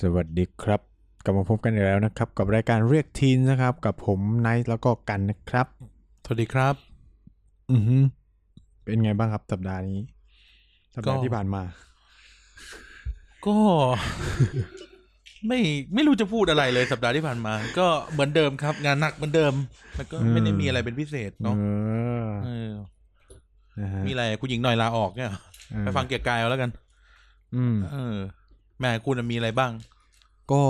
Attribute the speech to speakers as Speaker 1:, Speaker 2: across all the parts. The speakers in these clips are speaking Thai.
Speaker 1: สวัสดีครับกลับมาพบกันอีกแล้วนะครับ กับรายการเรียกทีนนะครับ กับผมไนท์แล้วก็กันนะครับ
Speaker 2: สวัสดีครับ
Speaker 1: อือฮึเป็นไงบ้างครับสัปดาห์นี้สัปดาห์
Speaker 2: ก็
Speaker 1: ที่ผ่านมา
Speaker 2: ก็ ไม่ไม่รู้จะพูดอะไรเลยสัปดาห์ที่ผ่านมา ก็เหมือนเดิมครับ งานหนักเหมือนเดิม แล้วก็ไม่ได้
Speaker 1: อืม
Speaker 2: มีอะไรเป็นพิเศษ
Speaker 1: เอ
Speaker 2: เนาะ
Speaker 1: อ
Speaker 2: เออ
Speaker 1: นะฮะ
Speaker 2: มีอะไรคุณหญิงหน่อยลาออกเนี่ยเหรอ
Speaker 1: เออ
Speaker 2: ไปฟังเกียร์กายเอาแล้วกัน
Speaker 1: อืม
Speaker 2: เออแหม่คุณน่ะมีอะไรบ้าง
Speaker 1: ก็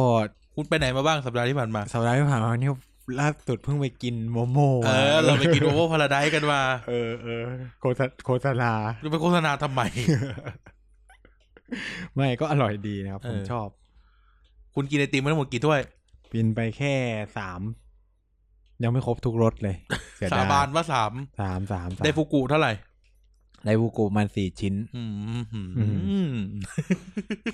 Speaker 2: คุณไปไหนมาบ้างสัปดาห์ที่ผ่านมา
Speaker 1: สัปดาห์ที่ผ่านมาเนี่ยล่าสุดเพิ่งไปกินโมโม่
Speaker 2: เออ เราไปกินโอเวอร์พาราไดกันมา
Speaker 1: เออเออโฆษโฆษณา
Speaker 2: จะไปโฆษณาทำ ไม
Speaker 1: ไม่ก็อร่อยดีนะครับ ผม
Speaker 2: เออ
Speaker 1: ชอบ
Speaker 2: คุณกินไอติมมาทั้งหมดกี่ถ้วย
Speaker 1: กินไปแค่สามยังไม่ครบทุกรสเลยเยด
Speaker 2: สายบานว่าสาม
Speaker 1: สามสามสาม
Speaker 2: ได้ฟุกุเท่าไหร่
Speaker 1: ไดฟูกุมันสี่ชิ้น
Speaker 2: อืมอืม
Speaker 1: อื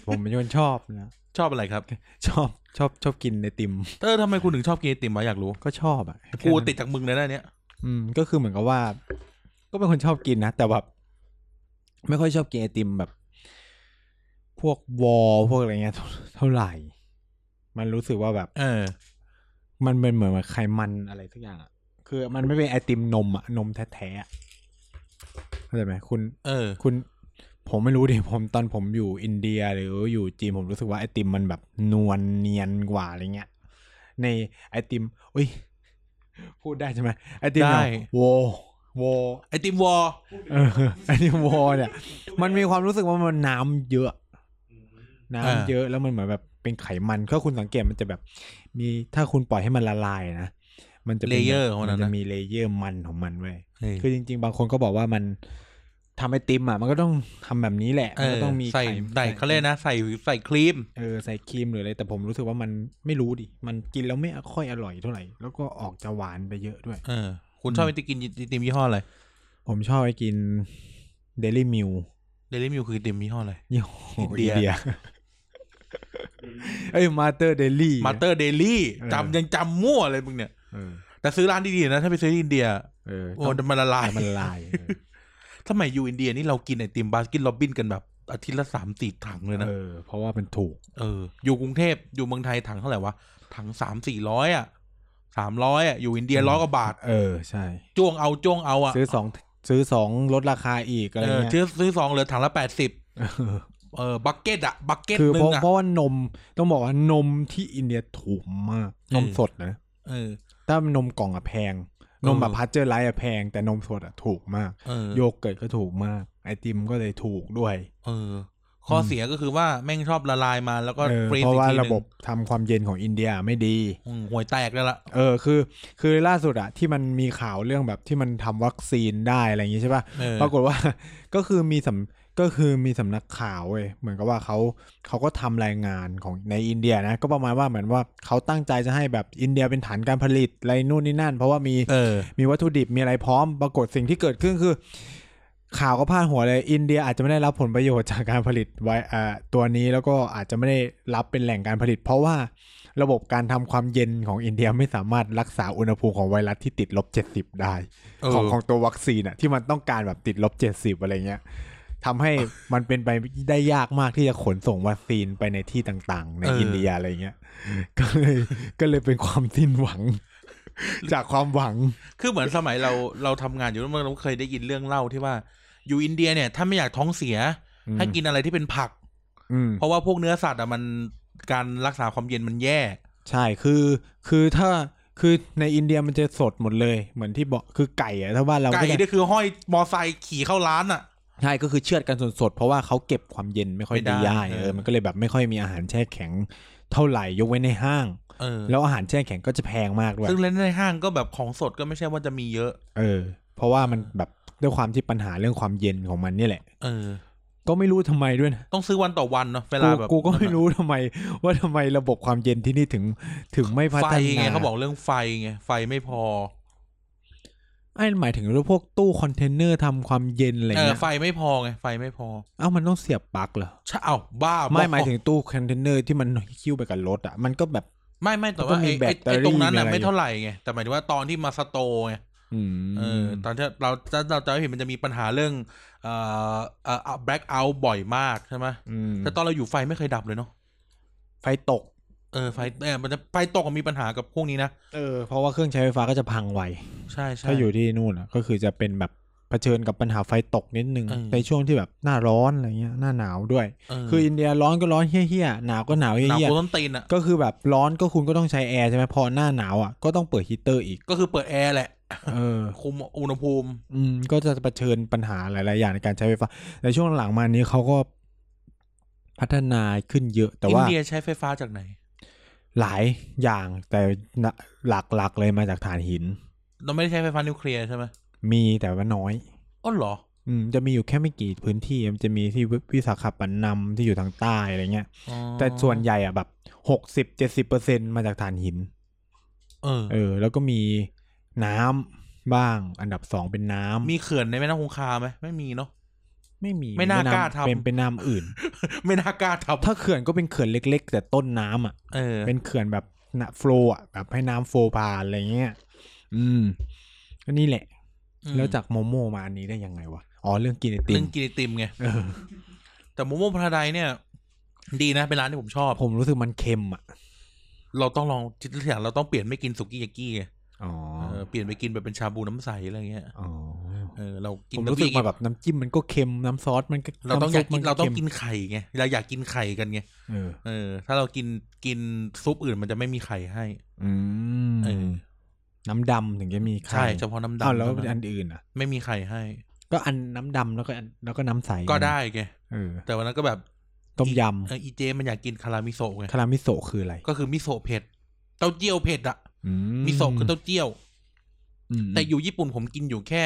Speaker 1: ผมเป็นคนชอบนะ
Speaker 2: ชอบอะไรครับ
Speaker 1: ชอบชอบชอบกินไอติม
Speaker 2: เออทำไมคุณถึงชอบกินไอติมวะอยากรู้
Speaker 1: ก็ชอบอ่ะ
Speaker 2: กูติดจากมึงเลยนะเนี่ย
Speaker 1: อืมก็คือเหมือนกับว่า ก็เป็นคนชอบกินนะ แต่แบบไม่ค่อยชอบกินไอติมแบบ พวกวอลพวกอะไรเงี้ยเท่าเท่าไหร่ มันรู้สึกว่าแบบ
Speaker 2: เออ
Speaker 1: มันเป็นเหมือนไขมันอะไรสักอย่างอ่ะคือมันไม่เป็นไอติมนมอ่ะนมแท้ๆอะเข้าใจไหมคุณ
Speaker 2: เออ
Speaker 1: คุณผมไม่รู้ดิ ผมตอนผมอยู่อินเดียหรืออยู่จีนผมรู้สึกว่าไอติมมันแบบนวลเนียนกว่าอะไรเงี้ย ในไอติมอุ้ย พูดได้ใช่ไหมไอติม
Speaker 2: ได้
Speaker 1: เนี่ยโวโว
Speaker 2: ไอติมวอล
Speaker 1: เออ ไอติมโวเนี่ย มันมีความรู้สึกว่ามันน้ำเยอะ น้ำเยอะแล้วมันเหมือนแบบเป็นไขมันถ้าคุณสังเกตมันจะแบบ มีถ้าคุณปล่อยให้มันละลายนะมันจะป็นแบบ
Speaker 2: Layer ของมันนะ
Speaker 1: มัจะมีเลเยอร์มันของมันเว้ย คื
Speaker 2: คือ
Speaker 1: อจริงๆ บางคนก็บอกว่ามันทำไอติมอ่ะ มันก็ต้องทำแบบนี้แหละ
Speaker 2: เอ
Speaker 1: มัน
Speaker 2: อ
Speaker 1: ก็ต้องมี
Speaker 2: ใส่
Speaker 1: ไข่
Speaker 2: ใส่เขาเรียกนะ ใส่ใส่ครีม
Speaker 1: เออใส่ครีมหรืออะไร แต่ผมรู้สึกว่ามันไม่รู้ดิ มันกินแล้วไม่ค่อยอร่อยเท่าไหร่ แล้วก็ออกจะหวานไปเยอะด้วย
Speaker 2: เออ คุณชอบไอติมกินไอติมยี่ห้ออะไร
Speaker 1: ผมชอบไปกินเดลี่มิล
Speaker 2: เดลิมิวคือไอติมยี่ห้ออะไร
Speaker 1: ยี่ ห้อ
Speaker 2: อิ
Speaker 1: อิ
Speaker 2: นเดีย
Speaker 1: นเดียเอ้ยมาเตอร์เดลี่
Speaker 2: มาเตอร์เดลี่
Speaker 1: เออ
Speaker 2: จำยังจำมั่วเลยมึงเนี่ย
Speaker 1: เออ
Speaker 2: แต่ซื้อร้านดีๆนะ ถ้าไปซื้อที่อินเดีย
Speaker 1: เออ
Speaker 2: โอ้
Speaker 1: ต้อง
Speaker 2: มันละลาย
Speaker 1: แต่มันละลาย
Speaker 2: สมัยอยู่อินเดียนี่เรากินไอติมบาสกินโรอบบินกันแบบอาทิตย์ละสามสี่ถังเลย นะ
Speaker 1: เออเพราะว่ามันถูก
Speaker 2: เออ อยู่กรุงเทพอยู่เมืองไทยถังเท่าไหร่วะ ถังสามสี่ร้อยอ่ะสามร้อยอ่ะ อยู่อินเดีย
Speaker 1: อืม
Speaker 2: ร้อยกว่าบาท
Speaker 1: เออใช่
Speaker 2: จ้วงเอาจ้วงเอาอ่ะ
Speaker 1: ซื้อสองซื้อสองลดราคาอีกอะไร
Speaker 2: เออ
Speaker 1: เงี้ย
Speaker 2: ซื้อซื้อสองเหลือถังละแปด สิบ
Speaker 1: เออ
Speaker 2: เออบักเก็ตอะบักเก็ต
Speaker 1: คือ
Speaker 2: ห
Speaker 1: เพ
Speaker 2: นึ
Speaker 1: ราะ
Speaker 2: งอะ
Speaker 1: เพราะว่านมต้องบอกว่านมที่อินเดียถูกมาก
Speaker 2: เออ
Speaker 1: นมสดนะ
Speaker 2: เออ
Speaker 1: ถ้านมกล่องอะแพง นม
Speaker 2: เออ
Speaker 1: แบบพาสเจอร์ไลท์อะแพง แต่นมสดอะถูกมาก
Speaker 2: เออ
Speaker 1: โยเกิร์ตก็ถูกมาก ไอติมก็เลยถูกด้วย
Speaker 2: เออ ข้ออ
Speaker 1: ม
Speaker 2: เสียก็คือว่าแม่งชอบละลายมาแล้วก็
Speaker 1: เออ
Speaker 2: ฟรีซ
Speaker 1: เพราะว่า
Speaker 2: อีกทีหนึ่ง
Speaker 1: ระบบทำความเย็นของอินเดียไม่ดี
Speaker 2: อืมห่วยแตกแล้วล่ะ
Speaker 1: เออคือ คือล่าสุดอะที่มันมีข่าวเรื่องแบบที่มันทำวัคซีนได้อะไรอย่างงี้ใช่ปะ
Speaker 2: เออ
Speaker 1: ปรากฏว่า ก็คือมีสำก็คือมีสำนักข่าวเว้ยเหมือนกับว่าเขาเขาก็ทำรายงานของในอินเดียนะ ก็ประมาณว่าเหมือนว่าเขาตั้งใจจะให้แบบอินเดียเป็นฐานการผลิตอะไรนู่นนี่นั่น เพราะว่ามี
Speaker 2: เออ
Speaker 1: มีวัตถุดิบมีอะไรพร้อม ปรากฏสิ่งที่เกิดขึ้นคือ ข่าวก็พาดหัวเลยอินเดียอาจจะไม่ได้รับผลประโยชน์จากการผลิตไว้อ่าตัวนี้แล้วก็อาจจะไม่ได้รับเป็นแหล่งการผลิต เพราะว่าระบบการทำความเย็นของอินเดียไม่สามารถรักษาอุณหภูมิของไวรัสที่ติดลบ70ได้
Speaker 2: เออ
Speaker 1: ของของตัววัคซีนอะที่มันต้องการแบบติดลบเจ็ดสิบอะไรเงี้ยทำให้ มันเป็นไปได้ยากมากที่จะขนส่งวัคซีนไปในที่ต่างๆ ใน
Speaker 2: เอออิ
Speaker 1: อินเดียอะไรเงี้ยก็เลยก็เลยเป็นความสิ้นห วัง จากความหวัง
Speaker 2: คือเหมือนสมัยเราเราทำงานอยู่แล้วเราเคยได้ยินเรื่องเล่าที่ว่า อยู่อินเดียเนี่ย ถ้าไม่อยากท้องเสีย
Speaker 1: อืม
Speaker 2: ให้กินอะไรที่เป็นผัก
Speaker 1: อืม
Speaker 2: เพราะว่าพวกเนื้อสัตว์อะมันการรักษาความเย็นมันแย่
Speaker 1: ใช่คือคือถ้าคือในอินเดียมันจะสดหมดเลย เหมือนที่บอกคือไก่อะถ้าบ้านเรา
Speaker 2: ไก่
Speaker 1: ก็จะ
Speaker 2: นี่คือห้อยมอไซค์ขี่เข้าร้านอะ
Speaker 1: ใช่ก็คือเชือดกันสดๆเพราะว่าเขาเก็บความเย็นไม่ค่อย
Speaker 2: ไม่ได้
Speaker 1: ได้ย่าย
Speaker 2: เอ
Speaker 1: เอ
Speaker 2: อ
Speaker 1: อมันก็เลยแบบไม่ค่อยมีอาหารแช่แข็งเท่าไหร่ยกเว้นในห้าง
Speaker 2: เออ
Speaker 1: แล้วอาหารแช่แข็งก็จะแพงมากด้วย
Speaker 2: ซึ่งเล่นในห้างก็แบบของสดก็ไม่ใช่ว่าจะมีเยอะ
Speaker 1: เออ เพราะว่ามันแบบด้วยความที่ปัญหาเรื่องความเย็นของมันนี่แหละ
Speaker 2: เออ
Speaker 1: ก็ไม่รู้ทำไมด้วยนะ
Speaker 2: ต้องซื้อวันต่อวันเนาะเวลา
Speaker 1: กู
Speaker 2: แบบ
Speaker 1: กูก็ไม่รู้ทำไม ว่าทำไมระบบความเย็นที่นี่ถึงถึงไม่พั
Speaker 2: ไฟ
Speaker 1: ฒนา
Speaker 2: ไงเขาบอกเรื่องไฟไงไฟไม่พอ
Speaker 1: ไอ้หมายถึงเรื่องพวกตู้คอนเทนเนอร์ทำความเย็นอะไร
Speaker 2: เออ
Speaker 1: เงี้ย
Speaker 2: ไฟไม่พอไงไฟไม่พอ
Speaker 1: เอ้ามันต้องเสียบปลั๊กเหรอ
Speaker 2: ใช่เอ้าบ้าบอ
Speaker 1: ไม่หมายถึงตู้คอนเทนเนอร์ที่มันคิ้วไปกับรถอ่ะมันก็แบบ
Speaker 2: ไม่ไม่แต่
Speaker 1: มันก็
Speaker 2: ว่า
Speaker 1: มี
Speaker 2: ไอ้
Speaker 1: แบต
Speaker 2: ไอ้
Speaker 1: เตอรี่
Speaker 2: ไอ้ตรงนั้นน่ะ
Speaker 1: มีอะไร
Speaker 2: ไม่เท่าไหร่ไงแต่หมายถึงว่าตอนที่มาสโตร์ไง
Speaker 1: อืม
Speaker 2: เออตอนที่เราถ้าเราจะเห็นมันจะมีปัญหาเรื่องเอ่อเอ่อแบล็คเอาบ่อยมากใช่ไหม
Speaker 1: อืม
Speaker 2: แต่ตอนเราอยู่ไฟไม่เคยดับเลยเนาะ
Speaker 1: ไฟ ไฟตก
Speaker 2: เออไฟเออมันจะไฟตกอะมีปัญหากับพวกนี้นะ
Speaker 1: เออ เพราะว่าเครื่องใช้ไฟฟ้าก็จะพังไว
Speaker 2: ใช่ใช่
Speaker 1: ถ้าอยู่ที่นู่นอะก็คือจะเป็นแบบเผชิญกับปัญหาไฟตกนิดนึง
Speaker 2: เออ
Speaker 1: ในช่วงที่แบบหน้าร้อนอะไรเงี้ยหน้าหนาวด้วย
Speaker 2: เ
Speaker 1: คืออินเดียร้อนก็ร้อนเฮี้ยๆหนาวก็หนาว
Speaker 2: หนาว
Speaker 1: เฮี้ย
Speaker 2: โคต้นตีนอ่ะ
Speaker 1: ๆก็คือแบบร้อนก็คุณก็ต้องใช้แอร์ใช่ไหมพอหน้าหนาวอ่ะก็ต้องเปิดฮีตเตอร์อีก
Speaker 2: ก็คือเปิดแอร์แหละ
Speaker 1: เออ
Speaker 2: คุมอุณหภูมิ
Speaker 1: อืมก็จะเผชิญปัญหาหลาย ๆ อย่างในการใช้ไฟฟ้าในช่วงหลังมานี้เขาก็พัฒนาขึ้นเยอะ แต่
Speaker 2: อิน
Speaker 1: ว่า
Speaker 2: เดียใช้ไฟฟ้าจากไหน
Speaker 1: หลายอย่างแต่หลัก ๆ เลยมาจากถ่านหิน
Speaker 2: เราไม่ได้ใช้ไฟฟ้านิวเคลียร์ใช่ไหม
Speaker 1: มีแต่ว่าน้อย
Speaker 2: อ้อเหรอ
Speaker 1: อืมจะมีอยู่แค่ไม่กี่พื้นที่มันจะมีที่วิวิสาขปันนำที่อยู่ทางใต้อะไรเงี้ย
Speaker 2: อ๋อ
Speaker 1: แต่ส่วนใหญ่อ่ะแบบหกสิบเจ็ดสิบเปอร์เซ็นมาจากถ่านหิน
Speaker 2: เออ
Speaker 1: เออ แล้วก็มีน้ำบ้างอันดับสองเป็นน้ำ
Speaker 2: มีเขื่อนในแม่น้ำคงคาไหมไม่มีเนาะ
Speaker 1: ไม่มี
Speaker 2: ไม่น่า
Speaker 1: เป็ำ
Speaker 2: กล้าทำ
Speaker 1: เป็นเป็นน้ำ อื่น
Speaker 2: ไม่น่ากล้าท
Speaker 1: ถ้าเขื่อนก็เป็นเขื่อนเล็ก ๆ แต่ต้นน้ำอ่ะ
Speaker 2: ำเออ
Speaker 1: เป็นเขื่อนแบบนะโฟลอ่ะแบบให้น้ำโฟลพานอะไรเงี้ย อืมก็นี่แหละ
Speaker 2: อืม
Speaker 1: แล้วจากโมโมมาอันนี้ได้ยังไงวะ อ๋อเรื่องกินไอติ
Speaker 2: เรื่อ
Speaker 1: ม
Speaker 2: งกินไอติมไง
Speaker 1: เออ
Speaker 2: แต่โมโม่พาราไดซ์เนี่ย ดีนะเป็นร้านที่ผมชอบ
Speaker 1: ผมรู้สึกมันเค็มอ่ะ
Speaker 2: เราต้องลองจิตวิทยาเราต้องเปลี่ยนไม่กินสุกี้ยากี้ไง
Speaker 1: อ๋อ
Speaker 2: เออเปลี่ยนไปกินแบบเป็นชาบูน้ำใสอะไรเงี้ย
Speaker 1: อ๋อ
Speaker 2: เออเรากิน
Speaker 1: ผมรู้สึก
Speaker 2: น้ำพ
Speaker 1: มาแบบน้ำจิ้มมันก็เค็มน้ำซอสมันก็
Speaker 2: เราต้องอยากกิน
Speaker 1: ำซุปมั
Speaker 2: เราต้อง
Speaker 1: ค็ม
Speaker 2: กินไข่ไงเราอยากกินไข่กันไง
Speaker 1: เออ
Speaker 2: เออ ถ้าเรากินกินซุปอื่นมันจะไม่มีไข่ให้
Speaker 1: อืม
Speaker 2: เออ
Speaker 1: น้ำดำถึงจะมีไข่
Speaker 2: ใช่เฉพาะน้ำดำ
Speaker 1: อ้าวแล้ว
Speaker 2: เท่านั้น
Speaker 1: อันอื่นอ่ะ
Speaker 2: ไม่มีไข่ให้
Speaker 1: ก็อันน้ำดำแล้วก็อันแล้วก็น้ำใส
Speaker 2: ก็ได้ไง
Speaker 1: เออ
Speaker 2: แต่วันนั้นก็แบบ
Speaker 1: ต้มย
Speaker 2: เอออีเจมันอยากกินคารามิโซะไง
Speaker 1: ำคารามิโซะคืออะไร
Speaker 2: ก็คือมิโซะเผ็ดเต้าเจี้ยวเผ็ดอะ
Speaker 1: อื
Speaker 2: มิโซะคือเต้าเจี้ยว
Speaker 1: ม
Speaker 2: แต่อยู่ญี่ปุ่นผมกินอยู่แค่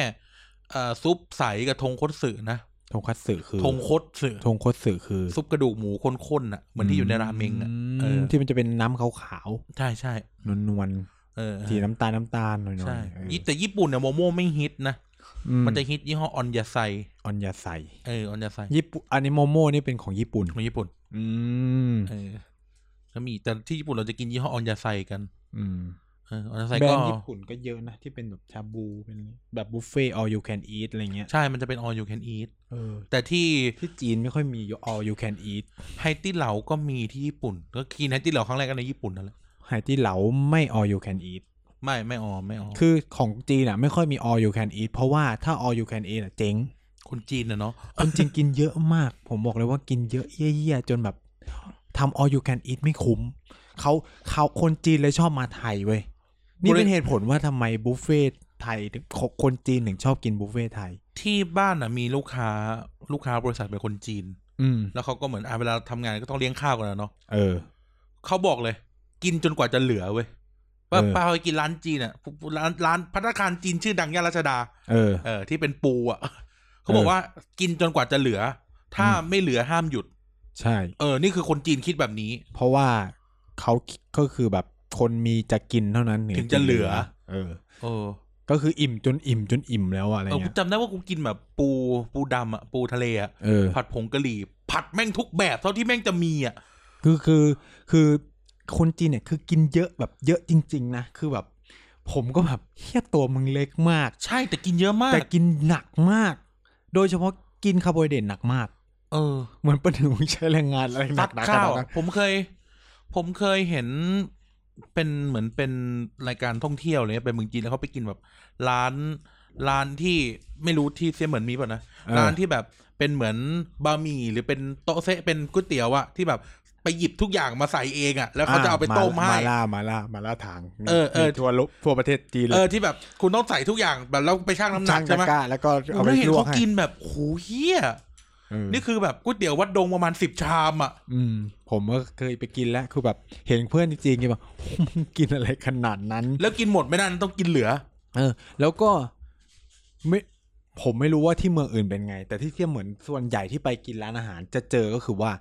Speaker 2: เอ่อซุปใสกับทงคตสึนะ
Speaker 1: ทงคัตสึคือ
Speaker 2: ทงคตสึ
Speaker 1: ทงคัตสึคือ
Speaker 2: ซุปกระดูกหมูข้นๆน่ะเหมือนที่อยู่ในราเมงอ่ะ เออ
Speaker 1: ที่มันจะเป็นน้ำขาว
Speaker 2: ใช่ใช่
Speaker 1: ๆนวล
Speaker 2: เออ
Speaker 1: ๆสีน้ำตาลน้ำตาลหน่อยๆ
Speaker 2: ใช่
Speaker 1: เออ
Speaker 2: แต่ญี่ปุ่นเนี่ยโมโม่ไม่ฮิตนะ
Speaker 1: อื
Speaker 2: มันจะฮิตยี่ห้อออนยาไซ
Speaker 1: ออนยาใส
Speaker 2: เออออนยาไซ
Speaker 1: ญี่ปุ่นอันนี้โมโม่นี่เป็นของญี่ปุ่น
Speaker 2: ของญี่ปุ่น
Speaker 1: อืม
Speaker 2: เออแล้วมีแต่ที่ญี่ปุ่นเราจะกินยี่ห้อออนยาไซกัน
Speaker 1: อืม
Speaker 2: เออออนยาไซ
Speaker 1: แบร
Speaker 2: ก็
Speaker 1: นด์ญี่ปุ่นก็เยอะนะ ที่เป็นแบบชาบูเป็นแบบบุฟเฟ่ all you can eat อะไรเงี้ย
Speaker 2: ใช่มันจะเป็น all you can eat
Speaker 1: เออ
Speaker 2: แต่ที่
Speaker 1: ที่จีนไม่ค่อยมี all you can eat
Speaker 2: ไฮตี้เหลาก็มีที่ญี่ปุ่น ก็กินไฮตี้เหลาครั้งแรกก็ในญี่ปุ่นนั่นแหละ
Speaker 1: ไฮที่เหลาไม่ all you can eat
Speaker 2: ไม่ไม่ออมไม่ออม
Speaker 1: คือของจีนอ่ะไม่ค่อยมี all you can eat เพราะว่าถ้า all you can eat อ่ะเจ๊ง
Speaker 2: คนจีนนะเนาะ
Speaker 1: คนจีนกินเยอะมาก ผมบอกเลยว่ากินเยอะเยี่ยๆจนแบบทำ all you can eat ไม่คุ้มเขาเขาคนจีนเลยชอบมาไทยเว้ยนี่เป็นเหตุผลว่าทำไมบุฟเฟ่ต์ไทยถึงคนจีนถึงชอบกินบุฟเฟ่ต์ไทย
Speaker 2: ที่บ้านอ่ะมีลูกค้าลูกค้าบริษัทเป็นคนจีน
Speaker 1: อืม
Speaker 2: แล้วเขาก็เหมือนอ่ะเวลาทำงานก็ต้องเลี้ยงข้าวกันนะเนาะ
Speaker 1: เออ
Speaker 2: เขาบอกเลย กินจนกว่าจะเหลือเว้ยว่า
Speaker 1: เออ
Speaker 2: ป้าไปกินร้านจีนอ่ะร้านร้านพัตตาคารจีนชื่อดังย่านรัชดา
Speaker 1: เออ
Speaker 2: เออที่เป็นปูอ่ะ เขาบอกว่ากินจนกว่าจะเหลือ ถ้าไม่เหลือห้ามหยุด
Speaker 1: ใช่
Speaker 2: เออ นี่คือคนจีนคิดแบบนี้
Speaker 1: เพราะว่าเขาก็คือแบบคนมีจะกินเท่านั้น
Speaker 2: ถึงจะเหลือ
Speaker 1: เออ
Speaker 2: เออ
Speaker 1: ก็คืออิ่มจนอิ่มจนอิ่มแล้วอะอะไร
Speaker 2: เออกู
Speaker 1: เงี้ย
Speaker 2: จำได้ว่ากูกินแบบปูปูดำอ่ะปูทะเลอ่ะ
Speaker 1: เออ
Speaker 2: ผัดผงกะหรี่ ผัดแม่งทุกแบบเท่าที่แม่งจะมีอ่ะ
Speaker 1: คือคือคือคนจีนเนี่ยคือกินเยอะแบบเยอะจริง ๆ นะ คือแบบ ผมก็แบบเฮียตัวมึงเล็กมาก
Speaker 2: ใช่แต่กินเยอะมาก
Speaker 1: แต่กินหนักมาก โดยเฉพาะกินคาร์โบไฮเดรตหนักมาก
Speaker 2: เออ
Speaker 1: เหมือนประหนึ่งมึงใช้แรงงานอะไรห
Speaker 2: ซั
Speaker 1: นั
Speaker 2: ด
Speaker 1: กๆข
Speaker 2: ข้า
Speaker 1: นาด
Speaker 2: ว
Speaker 1: นั้น
Speaker 2: อะผมเคย ผมเคยเห็นเป็นเหมือนเป็นรายการท่องเที่ยวอะไรเลยไปเมืองจีนแล้วเขาไปกินแบบ ร้านร้านที่ไม่รู้ที่เซียเหมือนมีป่ะนะ
Speaker 1: เออ
Speaker 2: ร้านที่แบบเป็นเหมือนบะหมี่หรือเป็นโต๊ะเซะเป็นก๋วยเตี๋ยวอะที่แบบไปหยิบทุกอย่างมาใส่เองอะแล้วเขาจะเอาไปต้มให้
Speaker 1: มาล่ามาล่ามาล่าทางมี
Speaker 2: เออเออ
Speaker 1: มีทั่วโลกทั่วประเทศจีนเล
Speaker 2: เออย ที่แบบคุณต้องใส่ทุกอย่างแบบแล้วไปชั่งน้ำหนั
Speaker 1: ช่าก ง
Speaker 2: ใช่
Speaker 1: ตะ
Speaker 2: ไหม
Speaker 1: กร้าแล้วก็
Speaker 2: ผ
Speaker 1: เอา
Speaker 2: ม
Speaker 1: ไป
Speaker 2: ได้เห็น
Speaker 1: ลวก
Speaker 2: เขา
Speaker 1: ให้
Speaker 2: กินแบบโหเฮีย
Speaker 1: เออ
Speaker 2: นี่คือแบบก๋วยเตี๋ยววัดดงประมาณสิบชามอะ
Speaker 1: อืมผมก็เคยไปกินแล้วคือแบบเห็นเพื่อนจริงๆไงแบบ โอ้มึงกินอะไรขนาดนั้น
Speaker 2: แล้วกินหมดไม่ได้นะต้องกินเหลือ
Speaker 1: เออ แล้วก็ไม่ผมไม่รู้ว่าที่เมืองอื่นเป็นไง แต่ที่เทียบเหมือนส่วนใหญ่ที่ไปกินร้านอาหารจะเจอก็คือว่า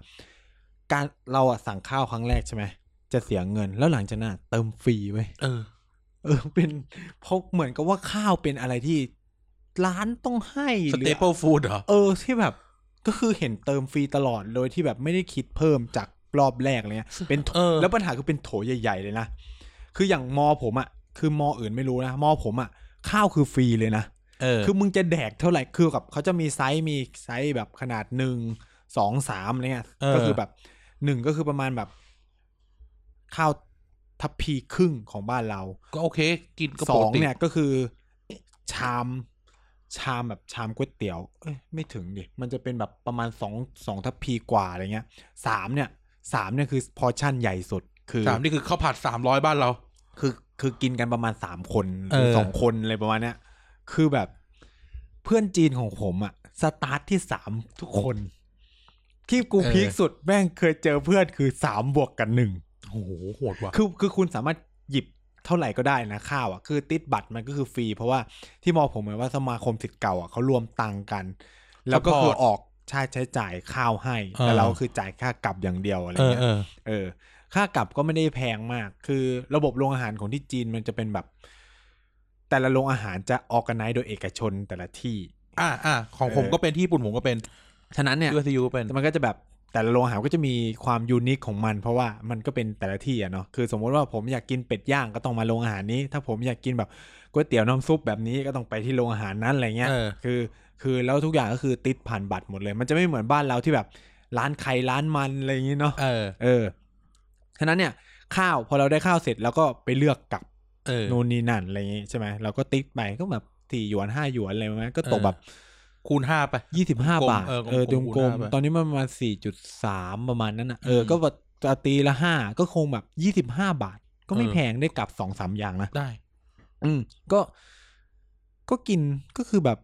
Speaker 1: การเราอะสั่งข้าวครั้งแรกใช่ไหมจะเสียเงินแล้วหลังจากนั้นอะเติมฟรีไว้ย
Speaker 2: เออ
Speaker 1: เออเป็นเพราะเหมือนกับว่าข้าวเป็นอะไรที่ร้านต้องให้
Speaker 2: ส
Speaker 1: หรื
Speaker 2: เต
Speaker 1: อ
Speaker 2: เปิลฟูดเหรอ
Speaker 1: เออที่แบบก็คือเห็นเติมฟรีตลอดโดยที่แบบไม่ได้คิดเพิ่มจากรอบแรกเลยเนี่ยเป็นโถ
Speaker 2: เออ
Speaker 1: แล้วปัญหาคือเป็นโถใหญ่ ๆ เลยนะ คืออย่างมอผมอะ่ะคือมออื่นไม่รู้นะมอผมอะ่ะข้าวคือฟรีเลยนะ
Speaker 2: เออ
Speaker 1: คือมึงจะแดกเท่าไหร่คือกับเขาจะมีไซส์มีไซส์แบบขนาดหนึ่งสองสามอะไรเงี้ย
Speaker 2: เออ
Speaker 1: ก็คือแบบหนึ่งก็คือประมาณแบบ ข้าวทัพพีครึ่งของบ้านเรา
Speaker 2: ก็โอเค กินก็
Speaker 1: ส
Speaker 2: ป
Speaker 1: อก ง
Speaker 2: ติ
Speaker 1: เนี่ยก็คือชามชามแบบชามก๋วยเตี๋ยว เอ้ยไม่ถึงดิมันจะเป็นแบบประมาณสองสองทัพพีกว่าอะไรเงี้ยสามเนี่ยสามเนี่ยคือพอร์ชั่นใหญ่สุดคือ
Speaker 2: สามนี่คือข้าวผัดสามร้อยบ้านเรา
Speaker 1: คือคือกินกันประมาณสามคนห
Speaker 2: เอ
Speaker 1: รือ
Speaker 2: อ
Speaker 1: สองคนอะไรประมาณเนี้ยคือแบบเพื่อนจีนของผมอะสตาร์ทที่สามทุกคน ที่กูพีคสุดแม่งเคยเจอเพื่อนคือสามบวกกันหนึ่ง
Speaker 2: โอ้โหโหดว่ะ
Speaker 1: คือคือคุณสามารถหยิบเท่าไหร่ก็ได้นะข้าวอ่ะคือติดบัตรมันก็คือฟรี เพราะว่าที่มอผมเหมือนว่าสมาคมสิทธิ์เก่าอ่ะเขารวมตังค์กัน แล้วก็คือ
Speaker 2: Support
Speaker 1: ออกใช่ใช้จ่ายข้าวให้
Speaker 2: เออ
Speaker 1: แต่เราคือจ่ายค่ากลับอย่างเดียวอะไร
Speaker 2: เออ
Speaker 1: เงี้ย
Speaker 2: เออ
Speaker 1: เออ ค่ากลับก็ไม่ได้แพงมาก คือระบบโรงอาหารของที่จีนมันจะเป็นแบบ แต่ละโรงอาหารจะออกกันไนโดยเอกชนแต่ละที่
Speaker 2: อ่าอ่าของผม
Speaker 1: เออ
Speaker 2: ก็เป็นที่ญี่ปุ่นผมก็เป็น
Speaker 1: ฉะนั้นเนี่ย
Speaker 2: ที่วัสยูก็เป็น
Speaker 1: มันก็จะแบบแต่ละโรงอาหารก็จะมีความยูนิคของมัน เพราะว่ามันก็เป็นแต่ละที่อะเนาะคือสมมติว่าผมอยากกินเป็ดย่างก็ต้องมาโรงอาหารนี้ ถ้าผมอยากกินแบบก๋วยเตี๋ยวน้ำซุปแบบนี้ก็ต้องไปที่โรงอาหารนั้นอะไรเงี้ย
Speaker 2: เออ
Speaker 1: คือคือแล้วทุกอย่างก็คือติดผ่านบัตรหมดเลย มันจะไม่เหมือนบ้านเราที่แบบร้านใครร้านมันอะไรอย่างงี้เนาะ
Speaker 2: เออ
Speaker 1: เออฉะนั้นเนี่ยข้าวพอเราได้ข้าวเสร็จเราก็ไปเลือกกลับ
Speaker 2: เออ
Speaker 1: นู่นนี่นั่นอะไรอย่างงี้ใช่ไหมเราก็ติ๊กไปก็แบบสี่หยวนห้าหยวนอะไรประมาณนั้นก็ตกแบบ
Speaker 2: คูณห้าไป
Speaker 1: ยี่สิบห้าก
Speaker 2: ลม
Speaker 1: บาท
Speaker 2: เออกลม
Speaker 1: เออตรง
Speaker 2: คูณ
Speaker 1: กลม
Speaker 2: ห้าไป
Speaker 1: ตอนนี้มันประมาณสี่จุดสามประมาณนั้นอ่ะ เออ
Speaker 2: อืม
Speaker 1: ก็แบบตีละห้าก็คงแบบยี่สิบห้าบาท ก็ไม่
Speaker 2: เออ
Speaker 1: แพงได้กลับสองสามอย่างนะ
Speaker 2: ได้
Speaker 1: อืม ก็ ก็กินก็คือแบบ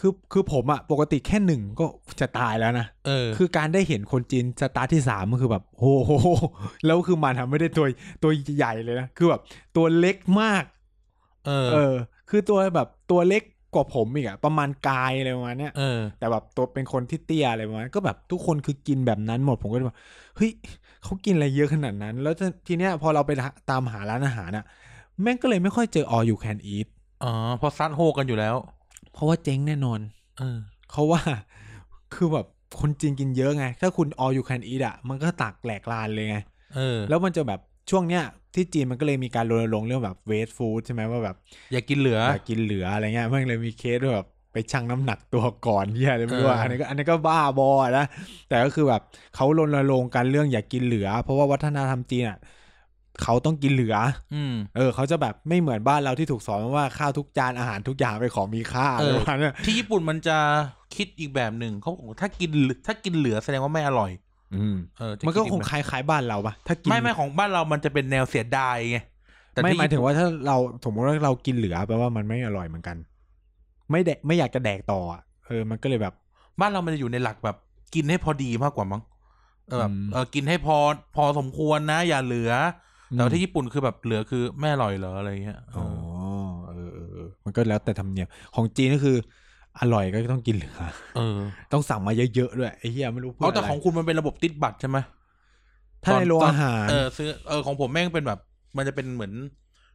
Speaker 1: คือคือผมอะปกติแค่หนึ่งก็จะตายแล้วนะ
Speaker 2: เออ
Speaker 1: คือการได้เห็นคนจีนสตาร์ทที่สามมันคือแบบโอ้โห แล้วคือมันทำไม่ได้ตัวตัวใหญ่เลยนะ คือแบบตัวเล็กมาก
Speaker 2: เออ
Speaker 1: เออ คือตัวแบบตัวเล็กกว่าผมอีกอะประมาณกายอะไรประมาณเนี้ย
Speaker 2: เออ
Speaker 1: แต่แบบตัวเป็นคนที่เตี้ยอะไรประมาณนั้นก็แบบทุกคนคือกินแบบนั้นหมดผมก็เลยแบบเฮ้ยเขากินอะไรเยอะขนาดนั้น แล้วทีเนี้ยพอเราไปตามหาร้านอาหารอะแม่งก็เลยไม่ค่อยเจอ all you can eat
Speaker 2: อ๋อเพอซัดโฮกันอยู่แล้ว
Speaker 1: เพราะว่าเจ๊งแน่นอน
Speaker 2: เออ
Speaker 1: เขาว่า คือแบบคนจีนกินเยอะไง ถ้าคุณ all you can eat อะมันก็ตักแหลกลานเลยไง
Speaker 2: เออ
Speaker 1: แล้วมันจะแบบช่วงเนี้ยที่จีนมันก็เลยมีการรณรงค์เรื่องแบบ waste food ใช่ไหมว่าแบบ
Speaker 2: อย่ากินเหลือ
Speaker 1: อยากกินเหลืออะไรเงี้ยแม่งเลยมีเคสด้วยแบบไปชั่งน้ำหนักตัวก่อนเฮียอะไรไม่รู้อะ
Speaker 2: เอออั
Speaker 1: อันนี้ก็อันนี้ก็บ้าบออะนะแต่ก็คือแบบเขารณรงค์กันเรื่องอย่ากกินเหลือ เพราะว่าวัฒนธรรมจีนอ่ะเขาต้องกินเหลือ
Speaker 2: อืม
Speaker 1: เออเขาจะแบบไม่เหมือนบ้านเราที่ถูกสอนมาว่าข้าวทุกจานอาหารทุกอย่างเป็นของมีค่าอะ
Speaker 2: เอ
Speaker 1: ไร
Speaker 2: อ
Speaker 1: ประมาณนั้น
Speaker 2: ที่ญี่ปุ่นมันจะคิดอีกแบบหนึ่งเขาบอกว่าถ้ากินเหลือถ้ากินเหลือแสดงว่าไม่อร่อย
Speaker 1: อืม
Speaker 2: เออจะ
Speaker 1: มันก็
Speaker 2: ด
Speaker 1: ค
Speaker 2: อี
Speaker 1: ง
Speaker 2: แบบ
Speaker 1: คล้ายๆบ้านเราปะถ้ากิน
Speaker 2: ไม่ไม่ของบ้านเรามันจะเป็นแนวเสียดายไงแต่
Speaker 1: ไม่
Speaker 2: ที่
Speaker 1: หมายถึงว่าถ้าเราสมมติว่าเรากินเหลือแปลว่ามันไม่อร่อยเหมือนกัน ไม่แดกไม่อยากจะแดกต่ออะเออ มันก็เลยแบบ
Speaker 2: บ้านเรามันจะอยู่ในหลักแบบ กินให้พอดีมากกว่ามั้งเออแบบ
Speaker 1: อืม
Speaker 2: เออกินให้พอพอสมควรนะ อย่าเหลืออแต่ว่าที่ญี่ปุ่นคือแบบเหลือคือไม่อร่อยเหรออะไรเงี้ยเอ
Speaker 1: อ๋อ
Speaker 2: อ
Speaker 1: เออเออเออมันก็แล้วแต่ธรรมเนียมของจีนก็คือ อร่อยก็ต้องกินเหลือ
Speaker 2: เออ
Speaker 1: ต้องสั่งมาเยอะๆด้วยไอ้เหี้ยไม่รู้เพื่
Speaker 2: เอา
Speaker 1: อ
Speaker 2: แต่
Speaker 1: อะไร
Speaker 2: ของคุณมันเป็นระบบติดบัตรใช่ไหม
Speaker 1: ถ้าในโรงอาหาร
Speaker 2: เออซื้อเออของผมแม่งเป็นแบบ มันจะเป็นเหมือน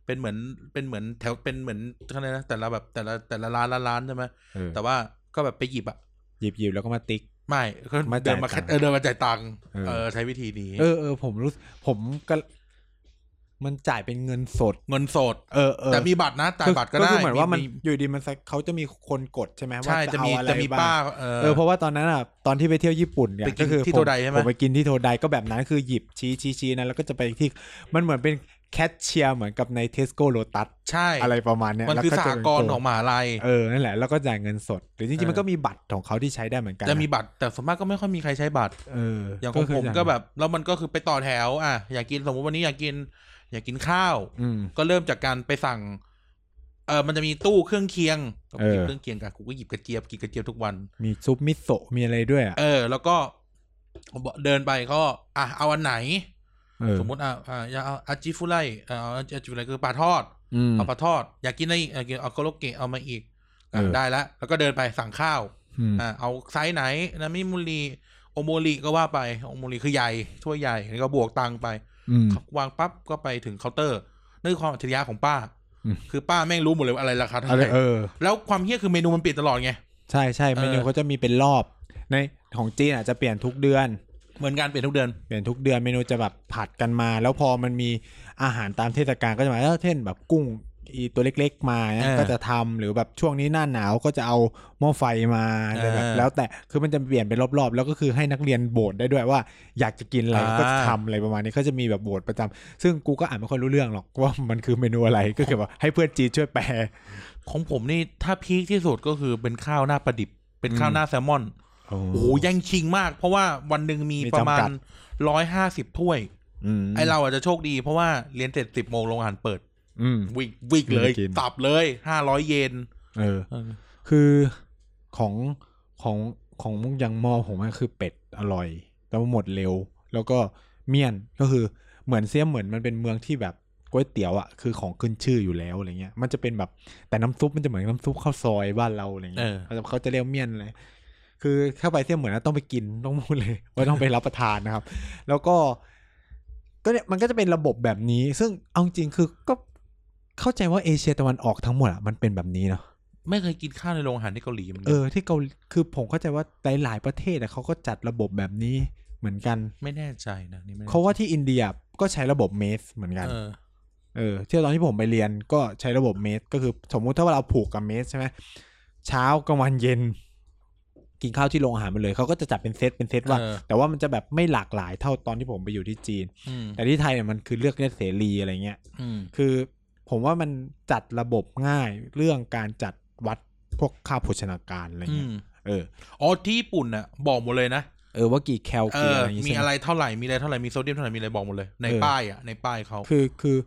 Speaker 2: เป็นเหมือนเป็นเหมือนแถวเป็นเหมือนอะไรนะแต่ละแบบแต่ละแต่ละร้านละร้านใช่ไหม
Speaker 1: เออ
Speaker 2: แต่ว่าก็แบบไปหยิบอะ
Speaker 1: หยิบๆแล้วก็มาติ๊ก
Speaker 2: ไม่ก็
Speaker 1: มา
Speaker 2: เดิ
Speaker 1: จ่าย
Speaker 2: นมาแค่
Speaker 1: ตังค์
Speaker 2: เออเดินมาจ่ายตังค์
Speaker 1: เออ
Speaker 2: เออใช้วิธีนี้
Speaker 1: เออเออผมรู้สึกผมก็มันจ่ายเป็นเงินสด
Speaker 2: เงินสด
Speaker 1: เออเออ
Speaker 2: แต่มีบัตรนะจ่ายบัตรก็
Speaker 1: คือ
Speaker 2: ได้
Speaker 1: คือเหมือนว่ามัน
Speaker 2: มี
Speaker 1: อยู่ดีมันสักเขาจะมีคนกดใช่ไหมว่า
Speaker 2: ใช่จะมี
Speaker 1: เอาอไร
Speaker 2: จะมี
Speaker 1: บ้ง
Speaker 2: ป้าเออ
Speaker 1: เออเพราะว่าตอนนั้นอ่ะตอนที่ไปเที่ยวญี่ปุ่นเนี่ย
Speaker 2: ไปกิน
Speaker 1: ก็คือ
Speaker 2: ที่
Speaker 1: ผ
Speaker 2: โทไดใช่ไหม
Speaker 1: ผมไปกินที่โทไดก็แบบนั้นคือหยิบชี้ชี้ชี้นะแล้วก็จะไปที่มันเหมือนเป็นแคชเชียร์เหมือนกับในเทสโก้โ o ตัส
Speaker 2: ใช่
Speaker 1: อะไรประมาณเนี้ย
Speaker 2: มัน
Speaker 1: แล้ว
Speaker 2: คือ
Speaker 1: ก็
Speaker 2: ส
Speaker 1: จะ
Speaker 2: ห
Speaker 1: เป็น
Speaker 2: กรณ์
Speaker 1: โก
Speaker 2: ของมหาลัย
Speaker 1: เออนั่นแหละแล้วก็จ่ายเงินสด หรือจริงๆมัน
Speaker 2: เออ
Speaker 1: ก็มีบัตรของเขาที่ใช้ได้เหมือนกัน
Speaker 2: จะมีบัตรแต่ส่วนมากก็ไม่ค่อยมีใครใช้บัตร
Speaker 1: เออ
Speaker 2: อย่างของ
Speaker 1: คื
Speaker 2: ผมก็แบบแล้วมันก็คือไปต่อแถว อ่ะอยากกินสมมติวันนี้อยากกิน อยากกินข้าว
Speaker 1: อืม
Speaker 2: ก็เริ่มจากการไปสั่ง เออมันจะมีตู้เครื่องเคียงก็ไปหยิบ
Speaker 1: เออ
Speaker 2: เครื่องเคียงกันกูก็หยิบกระเจี๊ยบกินกระเจี๊ยบทุกวัน
Speaker 1: มีซุปมิโซะมีอะไรด้วยอ่ะ
Speaker 2: เออ แล้วก็เดินไปก็อ่ะเอาอันไหน
Speaker 1: เออ
Speaker 2: สมมติอ่ะอ่ะอยากเอาอาจิฟุไรเออเอาอาจิฟุไรคือปลาทอด
Speaker 1: อืม
Speaker 2: เอาปลาทอด อยากกินอะไรอีกอยากกินเอาโกโรเกะเอามาอีกอ่ะ
Speaker 1: เออ
Speaker 2: ได้แล้วแล้วก็เดินไปสั่งข้าว
Speaker 1: อืม
Speaker 2: อ่ะเอาไซส์ไหนนามิมุรีโอโมริก็ว่าไปโอโมริคือใหญ่ถ้วยใหญ่แล้วก็บวกตังค์ไป
Speaker 1: อืม
Speaker 2: วางปั๊บก็ไปถึงเคาน์เตอร์นี่คือความอัจฉริยะของป้า
Speaker 1: อืม
Speaker 2: คือป้าแม่งรู้หมดเลยว่าอะไรราคาเท่า
Speaker 1: อะไร
Speaker 2: ไหร่
Speaker 1: เออ
Speaker 2: แล้วความเฮี้ยคือเมนูมันเปลี่ยนตลอดไง
Speaker 1: ใช่ใช่เมนู
Speaker 2: เออ
Speaker 1: เขาจะมีเป็นรอบในของจีนอ่ะจะเปลี่ยนทุกเดือน
Speaker 2: เหมือนการเปลี่ยนทุกเดือน
Speaker 1: เปลี่ยนทุกเดือนเมนูจะแบบผัดกันมา แล้วพอมันมีอาหารตามเทศกาลก็จะมาแล้วเช่นแบบกุ้ง อีตัวเล็กๆมานะ
Speaker 2: เออ
Speaker 1: ก็จะทำหรือแบบช่วงนี้หน้าหนาวก็จะเอาหม้อไฟมา
Speaker 2: เออ
Speaker 1: เลยแบบแล้วแต่คือมันจะเปลี่ยนเป็นรอบๆ แล้วก็คือให้นักเรียนโบสได้ด้วยว่า อยากจะกินอะไร
Speaker 2: อ่า
Speaker 1: ก็จะทำอะไรประมาณนี้ก็จะมีแบบโบสประจำซึ่งกูก็อ่านไม่ค่อยรู้เรื่องหรอกว่ามันคือเมนูอะไรก็คือแบบให้เพื่อนจีนช่วยแปล
Speaker 2: ของผมนี่ถ้าพีคที่สุดก็คือเป็นข้าวหน้าปลาดิบ เป็นข้าวหน้าแซลมอน โอ้โหแย่งชิงมาก เพราะว่าวันหนึ่งมี
Speaker 1: มี
Speaker 2: ประมา
Speaker 1: จำกั
Speaker 2: ณ
Speaker 1: ด
Speaker 2: ร้อยห้าสิบถ้วย
Speaker 1: อืม
Speaker 2: ไอเราอาจจะโชคดีเพราะว่าเรียนเสร็จสิบโมงโรงอาหารเปิด
Speaker 1: อืม
Speaker 2: วิ่งวิ่งเลย
Speaker 1: ไม่ได้กิน
Speaker 2: ตับเลยห้าร้อยเยน
Speaker 1: เออ คือของของของมุกยังมอผมอะคือเป็ดอร่อย แต่ว่าหมดเร็ว แล้วก็เมี่ยนก็คือเหมือนเสียมเหมือนมันเป็นเมืองที่แบบก๋วยเตี๋ยวอ่ะคือของขึ้นชื่ออยู่แล้วอะไรเงี้ยมันจะเป็นแบบแต่น้ำซุปมันจะเหมือนน้ำซุปข้าวซอยบ้านเราอะไร
Speaker 2: เอ
Speaker 1: เงี้ย
Speaker 2: อ
Speaker 1: เขาจะเขาจะเรียกเมี่ยนเลยคือเข้าไปเสียมเหมือนนะต้องไปกินต้องพูดเลย ว่าต้องไปรับประทานนะครับ แล้วก็ ก็เนี่ยมันก็จะเป็นระบบแบบนี้ ซึ่งเอาจริงๆคือก็เข้าใจว่าเอเชียตะวันออกทั้งหมดอ่ะมันเป็นแบบนี้เนาะ
Speaker 2: ไม่เคยกินข้าวในโรงอาหารที่เกาหลีเหมือน
Speaker 1: เอ
Speaker 2: กัน
Speaker 1: อที่เกาหลีคือผมเข้าใจว่าหลายๆประเทศอะเขาก็จัดระบบแบบนี้เหมือนกัน
Speaker 2: ไม่แน่ใจนะนี่ไม่แน่ใจ
Speaker 1: เขาว่าที่อินเดียก็ใช้ระบบเมสเหมือนกัน
Speaker 2: เออ
Speaker 1: เออที่ตอนที่ผมไปเรียนก็ใช้ระบบเมสก็คือสมมุติถ้าเราผูกกับเมสใช่ไหมเช้ากลางวันเย็น กินข้าวที่โรงอาหารไปเลยเขาก็จะจัดเป็นเซตเป็นเซตว่า
Speaker 2: เออ
Speaker 1: แต่ว่ามันจะแบบไม่หลากหลายเท่าตอนที่ผมไปอยู่ที่จีน
Speaker 2: อืม
Speaker 1: แต่ที่ไทยเนี่ยมันคือเลือกได้เสรีอะไรเงี้ย
Speaker 2: อืม
Speaker 1: คือผมว่ามันจัดระบบง่ายเรื่องการจัดวัดพวกค่าโภชนาการอะไร
Speaker 2: อื
Speaker 1: เงี้ย
Speaker 2: ม
Speaker 1: เออ
Speaker 2: อ๋อที่ญี่ปุ่นน่ะ บอกหมดเลยนะ
Speaker 1: เออว่ากี่แคล
Speaker 2: เอ
Speaker 1: กี่
Speaker 2: อ
Speaker 1: อะไรอย่างงี้
Speaker 2: มี
Speaker 1: ใช่
Speaker 2: อะ
Speaker 1: ไหม
Speaker 2: ไรเท่าไหร่มีอะไรเท่าไหร่มีโซเดียมเท่าไหร่มีอะไรบอกหมดเลย ใน
Speaker 1: เออ
Speaker 2: ป้ายอ่ะในป้ายเขา
Speaker 1: คือคือ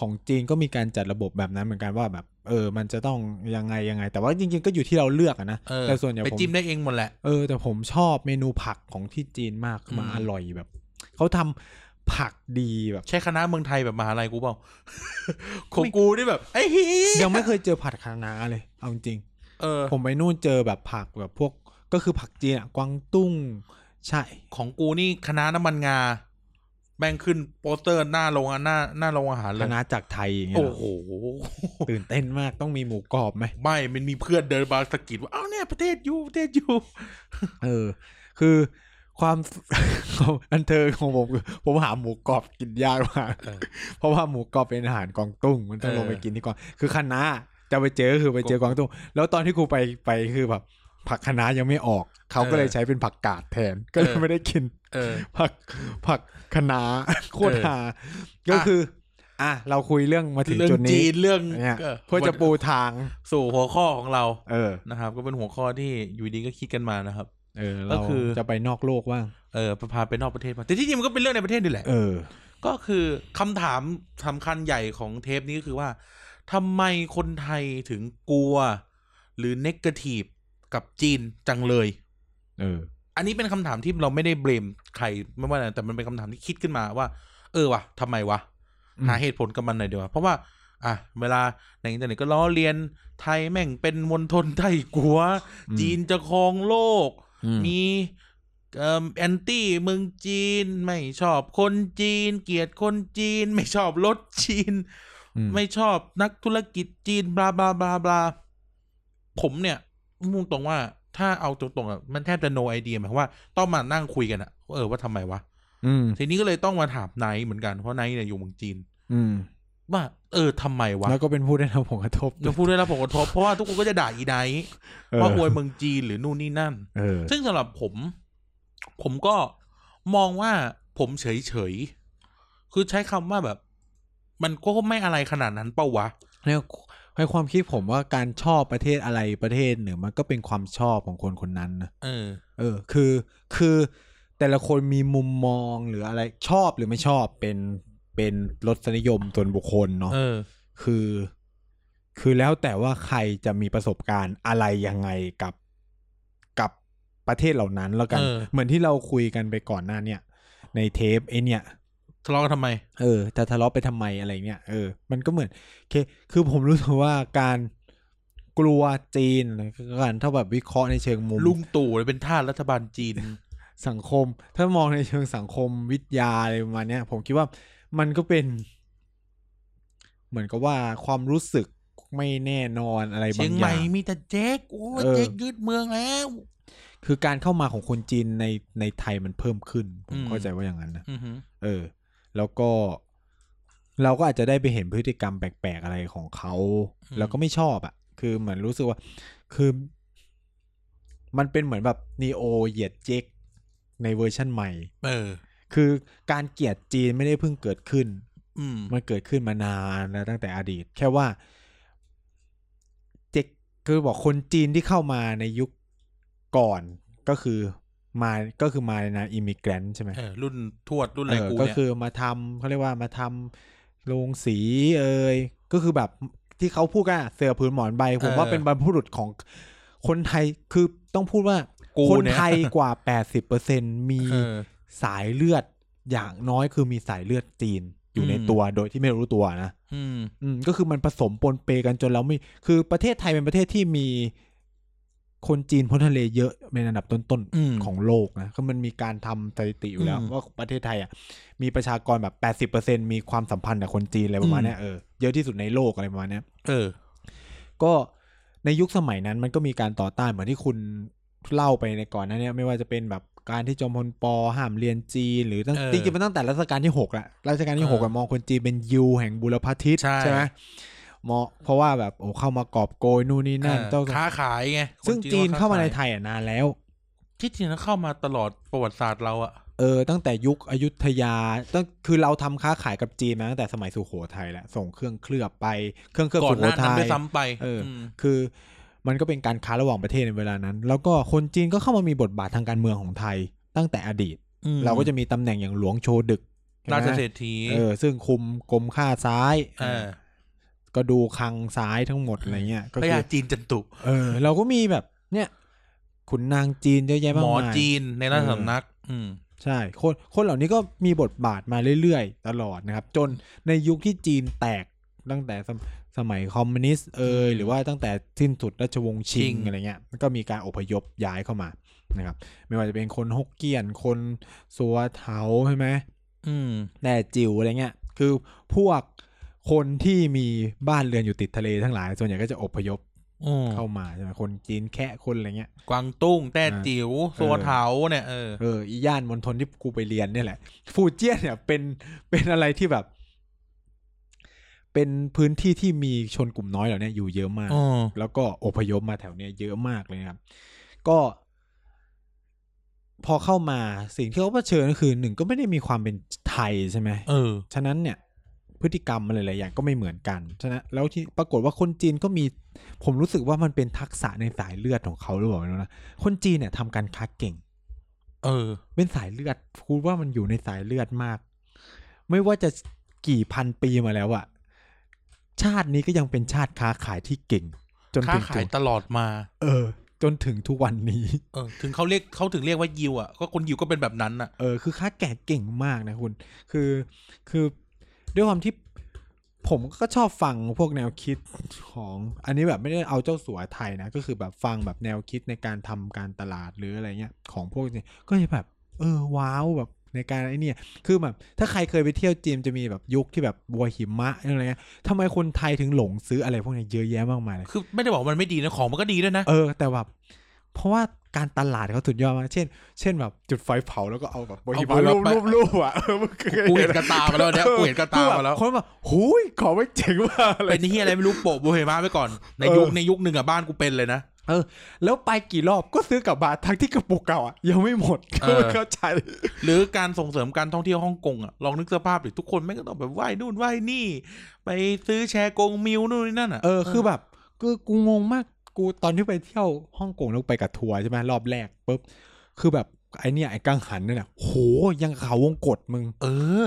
Speaker 1: ของจีนก็มีการจัดระบบแบบนั้นเหมือนกันว่าแบบ เออ มันจะต้องยังไงยังไง แต่ว่าจริง ๆ ก็อยู่ที่เราเลือกอะนะ
Speaker 2: เออ
Speaker 1: แต่ส่วนใหญ่
Speaker 2: ไป
Speaker 1: ผม
Speaker 2: จิ้มได้เองหมดแหละ
Speaker 1: เออแต่ผมชอบเมนูผักของที่จีนมากคือมัน
Speaker 2: อืม
Speaker 1: อร่อยแบบ เขาทำผักดีแบบ
Speaker 2: ใช้คณะเมืองไทยแบบมหาลัยกูเปล่า ของกูนี่แบบไอ้เฮีย
Speaker 1: ยังไม่เคยเจอผัดคะน้าเลย เอาจริง
Speaker 2: เออ
Speaker 1: ผมไปนู่นเจอแบบผักแบบพวกก็คือผักจีนอะกวางตุ้งใช่
Speaker 2: ของกูนี่คณะน้ำมันงาแบ่งขึ้นโปสเตอร์หน้าโรงอาหน้าหน้าโรงอาหารเล
Speaker 1: ค
Speaker 2: ย
Speaker 1: ณะจากไทยอย่างเงี้ย
Speaker 2: โอ้
Speaker 1: เหรอ
Speaker 2: โห
Speaker 1: ตื่นเต้นมากต้องมีหมูกรอบไหม
Speaker 2: ไม่ มันมีเพื่อนเดินมาสะกิดว่า อ้าวเนี่ยประเทศอยูประเทศอยู
Speaker 1: เออ คือความ ความอันเธอของผมคือผมหาหมูกรอบกินยากมาก
Speaker 2: เออ
Speaker 1: เพราะว่าหมูกรอบเป็นอาหารกวางตุ้ง มันต้อง
Speaker 2: เออ
Speaker 1: ลงไปกินที่กวางคือคณะจะไปเจอคือไปเจอกวางตุ้ง แล้วตอนที่กูไปไปคือแบบผักคะน้ายังไม่ออก เขาก็เลยใช้เป็นผักกาดแทน ก็เล
Speaker 2: เอย อ
Speaker 1: ไม่ได้กิน
Speaker 2: เออ
Speaker 1: ผักผักคะน้าโคตร
Speaker 2: เออ
Speaker 1: หาก็คือ อ่ะเราคุยเรื่องมาถึง
Speaker 2: เรื่อง
Speaker 1: จุด
Speaker 2: จี
Speaker 1: นี้
Speaker 2: นเรื่อง
Speaker 1: เนี่ย
Speaker 2: เออ
Speaker 1: เพื่อจะปูทาง
Speaker 2: สู่หัวข้อของเรา
Speaker 1: เออ
Speaker 2: นะครับ ก็เป็นหัวข้อที่อยู่ดีก็คิดกันมานะครับ
Speaker 1: เออ
Speaker 2: ก็
Speaker 1: เรา
Speaker 2: คือ
Speaker 1: จะไปนอกโลกบ้าง
Speaker 2: เออพาไปนอกประเทศมาแต่ที่จริงมันก็เป็นเรื่องในประเทศนี่แหละ
Speaker 1: เออ
Speaker 2: ก็คือคำถามสำคัญใหญ่ของเทปนี้ก็คือว่าทำไมคนไทยถึงกลัว หรือเนกาทีฟกับจีนจังเลย
Speaker 1: เออ
Speaker 2: อันนี้เป็นคำถามที่เราไม่ได้เบลมใครไม่ว่าอะไรแต่มันเป็นคำถามที่คิดขึ้นมาว่า เออวะทำไมวะ
Speaker 1: อืม
Speaker 2: หาเหตุผลกับมันหน่อยดีกว่าเพราะว่า อ่ะเวลาในอินเทอร์เน็ตก็ล้อเลียนไทยแม่งเป็นมณฑลไทยกัว
Speaker 1: อืม
Speaker 2: จีนจะครองโลก
Speaker 1: อืม
Speaker 2: มีเอ่อแอนตี้เมืองจีนไม่ชอบคนจีน เกลียดคนจีน ไม่ชอบรถจีน
Speaker 1: อืม
Speaker 2: ไม่ชอบนักธุรกิจจีนบลาบลาบลาบลาผมเนี่ยมุ่งตรงว่าถ้าเอาตรงๆอะมันแทบจะ no idea หมายความว่าต้องมานั่งคุยกันอะว่าเออว่าทำไมวะ
Speaker 1: อืม
Speaker 2: ทีนี้ก็เลยต้องมาถามไนท์เหมือนกันเพราะไนท์เนี่ยอยู่เมืองจีน
Speaker 1: อืม
Speaker 2: ว่า เออทำไมวะ
Speaker 1: แล้วก็เป็นผู้ได้รับผลกระทบ
Speaker 2: จะพูดได้รับผลกระทบเพราะว่าทุกคนก็จะด่าอีไนท์ว่าอวยเมืองจีนหรือนู่นนี่นั่น
Speaker 1: เออ
Speaker 2: ซึ่งสำหรับผม ผมก็มองว่าผมเฉยเฉยๆคือใช้คำว่าแบบ มันก็ไม่อะไรขนาดนั้นเป้าวะ
Speaker 1: แล้วให้ความคิดผมว่าการชอบประเทศอะไรประเทศหนึ่งมันก็เป็นความชอบของคนคนนั้นนะ
Speaker 2: เออ
Speaker 1: เออ คือ คือ แต่ละคนมีมุมมองหรืออะไรชอบหรือไม่ชอบเป็น เป็นรสนิยมส่วนบุคคลเนาะ
Speaker 2: เออ
Speaker 1: คือ คือแล้วแต่ว่าใครจะมีประสบการณ์อะไรยังไงกับ กับประเทศเหล่านั้นแล้วกัน
Speaker 2: เออ
Speaker 1: เหมือนที่เราคุยกันไปก่อนหน้าเนี่ย ในเทปไอเนี่ย
Speaker 2: ทะเลาะกันทำไม
Speaker 1: เออจะทะเลาะไปทำไมอะไรเงี้ยเออมันก็เหมือนโอเคคือผมรู้สึกว่าการกลัวจีนหรือการถ้าแบบวิเคราะห์ในเชิงมุม
Speaker 2: ลุงตู่เลยเป็นท่าสรัฐบาลจีน
Speaker 1: สังคม ถ้ามองในเชิงสังคมวิทยาอะไรประมาณเนี้ยผมคิดว่ามันก็เป็น เหมือนกับว่าความรู้สึกไม่แน่นอนอะไร
Speaker 2: เชี
Speaker 1: บาย
Speaker 2: ง
Speaker 1: งอ
Speaker 2: ใหม่
Speaker 1: ย่าง
Speaker 2: มีแต่เจ๊กโอ้ย
Speaker 1: เออ
Speaker 2: เจ๊กยึดเมืองแล้ว
Speaker 1: คือการเข้ามาของคนจีนในในไทยมันเพิ่มขึ้น ผ
Speaker 2: อื
Speaker 1: ม
Speaker 2: ม
Speaker 1: เข้าใจว่าอย่างนั้นนะ
Speaker 2: อือหือ
Speaker 1: เออ แล้วก็ เราก็อาจจะได้ไปเห็นพฤติกรรมแปลกๆอะไรของเขา
Speaker 2: อืม
Speaker 1: แล้วก็ไม่ชอบอะ่ะ คือเหมือนรู้สึกว่า คือ มันเป็นเหมือนแบบนีโอเหยียดเจกในเวอร์ชั่นใหม่
Speaker 2: เออ
Speaker 1: คือการเกลียดจีนไม่ได้เพิ่งเกิดขึ้น
Speaker 2: อืม
Speaker 1: มันเกิดขึ้นมานานแล้วตั้งแต่อดีต แค่ว่า เจกคือบอกคนจีนที่เข้ามาในยุคก่อนก็คือมาก็คือมาในนามอิมิเกรนใช่ไหม
Speaker 2: เออ รุ่นทวดรุ่นอะไร
Speaker 1: เออ
Speaker 2: กู
Speaker 1: ก็
Speaker 2: เนี่ย
Speaker 1: คือมาทำเขาเรียกว่ามาทำโรงสีเอ่ยก็คือแบบที่เขาพูดกันอะเสือผืนหมอนใบ ผม
Speaker 2: เออ
Speaker 1: ว่าเป็นบรรพบุรุษของคนไทยคือต้องพูดว่า
Speaker 2: กู
Speaker 1: คน
Speaker 2: เนี่ย
Speaker 1: ไทยก ว่า 80%มี
Speaker 2: เออ
Speaker 1: สายเลือดอย่างน้อยคือมีสายเลือดจีนอยู่ใน
Speaker 2: อืม
Speaker 1: ตัวโดยที่ไม่รู้ตัวนะ
Speaker 2: อืม
Speaker 1: อืมก็คือมันผสมปนเปกันจนเราไม่คือประเทศไทยเป็นประเทศที่มีคนจีนพ้นทะเลเยอะเป็นอันดับต้นๆ
Speaker 2: อืม
Speaker 1: ของโลกนะก็มันมีการทำสถิติอยู่แล้ว
Speaker 2: อืม
Speaker 1: ว่าประเทศไทยอ่ะมีประชากรแบบแปดสิบเปอร์เซ็นมีความสัมพันธ์กับคนจีนอะไรประมาณ
Speaker 2: อืม
Speaker 1: เนี้ยเออเยอะที่สุดในโลกอะไรประมาณเนี้ย
Speaker 2: เออ
Speaker 1: ก็ในยุคสมัยนั้นมันก็มีการต่อต้านเหมือนที่คุณเล่าไปในก่อนหนั้าเนี้ยไม่ว่าจะเป็นแบบการที่จอมพลปอห้ามเรียนจีน หรือตั้ง
Speaker 2: เออ
Speaker 1: จริงๆมันตั้งแต่รัชกาลที่หกละรัชกาลที่หก
Speaker 2: เออ
Speaker 1: อะมองคนจีนเป็นยูแห่งบุรพาทิต
Speaker 2: ใช่
Speaker 1: ใช่ไหมมองเพราะว่าแบบโอ้เข้ามากอบโกยนู่นนี่นั่น
Speaker 2: เออ
Speaker 1: เจ้า
Speaker 2: ค้าขายไงค
Speaker 1: ซึ่งจีนเข้ามาใน
Speaker 2: ค้ข
Speaker 1: ไทยอ่ะนานแล้ว
Speaker 2: ยที่จีนเข้ามาตลอดประวัติศาสตร์เราอะ
Speaker 1: เออตั้งแต่ยุคอยุธยาตั้งคือเราทำค้าขายกับจีนมาตั้งแต่สมัยสุโขทัยแล้วส่งเครื่องเคลือบไปเครื่องเคลือบ
Speaker 2: ก่อ
Speaker 1: สุ
Speaker 2: นห
Speaker 1: โข
Speaker 2: น้านั้น
Speaker 1: ทัย
Speaker 2: ด้วยซ้ำไป
Speaker 1: เอออื
Speaker 2: ม
Speaker 1: คือมันก็เป็นการค้าระหว่างประเทศในเวลานั้น แล้วก็คนจีนก็เข้ามามีบทบาททางการเมืองของไทย ตั้งแต่อดีต
Speaker 2: อืม
Speaker 1: เราก็จะมีตำแหน่งอย่างหลวงโชดึกใช่ไหม
Speaker 2: ราชเศรษฐี
Speaker 1: เออซึ่งคุมกรมข้าซ้าย
Speaker 2: เออ
Speaker 1: ก็ดูคลังซ้ายทั้งหมดอะไรเงี้ยก็
Speaker 2: พ
Speaker 1: คื
Speaker 2: ญา
Speaker 1: อ
Speaker 2: จีนจันตุ
Speaker 1: เออเราก็มีแบบเนี่ยขุนนางจีนเยอะแยะมาก
Speaker 2: หมอ
Speaker 1: มาย
Speaker 2: จีนในราช
Speaker 1: เออ
Speaker 2: สำนัก อืม
Speaker 1: ใช่คนคนเหล่านี้ก็มีบทบาทมาเรื่อยๆ ตลอดนะครับ จนในยุคที่จีนแตกตั้งแต่สมสมัยคอมมิวนิสต์เอ่ยหรือว่าตั้งแต่สิ้นสุดราชวงศ์ชิ
Speaker 2: ชิ
Speaker 1: ง
Speaker 2: ง
Speaker 1: อะไรเงี้ยมันก็มีการอพยพย้ายเข้ามานะครับ ไม่ว่าจะเป็นคนฮกเกี้ยน คนซัวเถาใช่ไหม
Speaker 2: อืม
Speaker 1: แต่จิ๋วอะไรเงี้ยคือพวกคนที่มีบ้านเรือนอยู่ติดทะเลทั้งหลาย ส่วนใหญ่ก็จะอพยพ
Speaker 2: อืม
Speaker 1: เข้ามาใช่ไหมคนจีนแคะคนอะไรเงี้ย
Speaker 2: กวางตุ้ง แต้จิ๋ว
Speaker 1: เออ
Speaker 2: สัวเถาเนี่ยเออ
Speaker 1: เอออีย่านมณฑลที่กูไปเรียนเนี่ยแหละ ฟูเจียนเนี่ยเป็นเป็นอะไรที่แบบ เป็นพื้นที่ที่มีชนกลุ่มน้อยเหล่าเนี้ยอยู่เยอะมาก
Speaker 2: อืม
Speaker 1: แล้วก็อพยพมาแถวเนี้ยเยอะมากเลยนะครับ ก็พอเข้ามาสิ่งที่เขาเผชิญก็คือหนึ่งก็ไม่ได้มีความเป็นไทยใช่ไหม
Speaker 2: เออ
Speaker 1: ฉะนั้นเนี่ยพฤติกรรมอะไรหลายอย่างก็ไม่เหมือนกันฉะนั้นแล้วที่ปรากฏว่าคนจีนก็มี ผมรู้สึกว่ามันเป็นทักษะในสายเลือดของเขาหรือเปล่าไม่รู้นะคนจีนเนี่ยทำการค้าเก่ง
Speaker 2: เออ
Speaker 1: เป็นสายเลือดคูว่ามันอยู่ในสายเลือดมาก ไม่ว่าจะกี่พันปีมาแล้วอะชาตินี้ก็ยังเป็นชาติค้าขายที่เก่ง จน
Speaker 2: ค้า
Speaker 1: ถึง
Speaker 2: ขา
Speaker 1: จุ
Speaker 2: ย
Speaker 1: ด
Speaker 2: ตลอดมา
Speaker 1: เออ จนถึงทุกวันนี้
Speaker 2: เออ ถึงเขาเรียกเขาถึงเรียกว่ายิวอ่ะ ก็คนยิวก็เป็นแบบนั้นอ่ะ
Speaker 1: เออ คือค้าแก่เก่งมากนะคุณ คือ คือด้วยความที่ผมก็ชอบฟังพวกแนวคิดของ อันนี้แบบไม่ได้เอาเจ้าสัวไทยนะ ก็คือแบบฟังแบบแนวคิดในการทำการตลาดหรืออะไรเงี้ย ของพวกเนี่ยก็จะแบบ เออ ว้าวแบบในการไอ้เนี่ย คือแบบถ้าใครเคยไปเที่ยวจีนจะมีแบบยุคที่แบบบัวหิมะอะไรเงี้ยทำไมคนไทยถึงหลงซื้ออะไรพวกเนี้ยเยอะแยะมากมายเลย
Speaker 2: คือไม่ได้บอกว่ามันไม่ดีนะ ของมันก็ดีด้วยนะ
Speaker 1: เออ แต่แบบเพราะว่าการตลาดเขาสุดยอดมากเช่น เช่นแบบจุดไฟเผาแล้วก็เอาแบบโบฮิมา
Speaker 2: เอา
Speaker 1: รูป
Speaker 2: ไป
Speaker 1: รูปรูปอ่ะเอ อมันคือ
Speaker 2: กูเห็นกระตามาแล้ว เนี่ยกูเห็นกระตามาแล้ว
Speaker 1: คนแบบหูยของไม่เจ๋งมากอะไร
Speaker 2: เป็นที่อะไรไม่รู้โปะโบเฮมาไปก่อน ใน
Speaker 1: เออ
Speaker 2: ยุคในยุคหนึ่งอ่ะบ้านกูเป็นเลยนะ
Speaker 1: เออ แล้วไปกี่รอบก็ซื้อกลับมาทั้งที่กระปุกเก่าอ่ะยังไม่หมด
Speaker 2: เออ
Speaker 1: เข้าใจ
Speaker 2: หรือการส่งเสริมการท่องเที่ยวฮ่องกงอ่ะลองนึกสภาพดิทุกคนไม่งก็ต้องแบบไหว้นู่นไหว้นี่ ไปซื้อแชร์กงมิวนู่นนี่นั่นอ่ะ
Speaker 1: เออคือแบบคือกูงงมากกูตอนที่ไปเที่ยวฮ่องกงแล้วไปกับทัวร์ใช่ไหมรอบแรกปุ๊บคือแบบไอเนี่ยไอกังหันเนี่ยนะโหยังเขาวงกดมึง
Speaker 2: เออ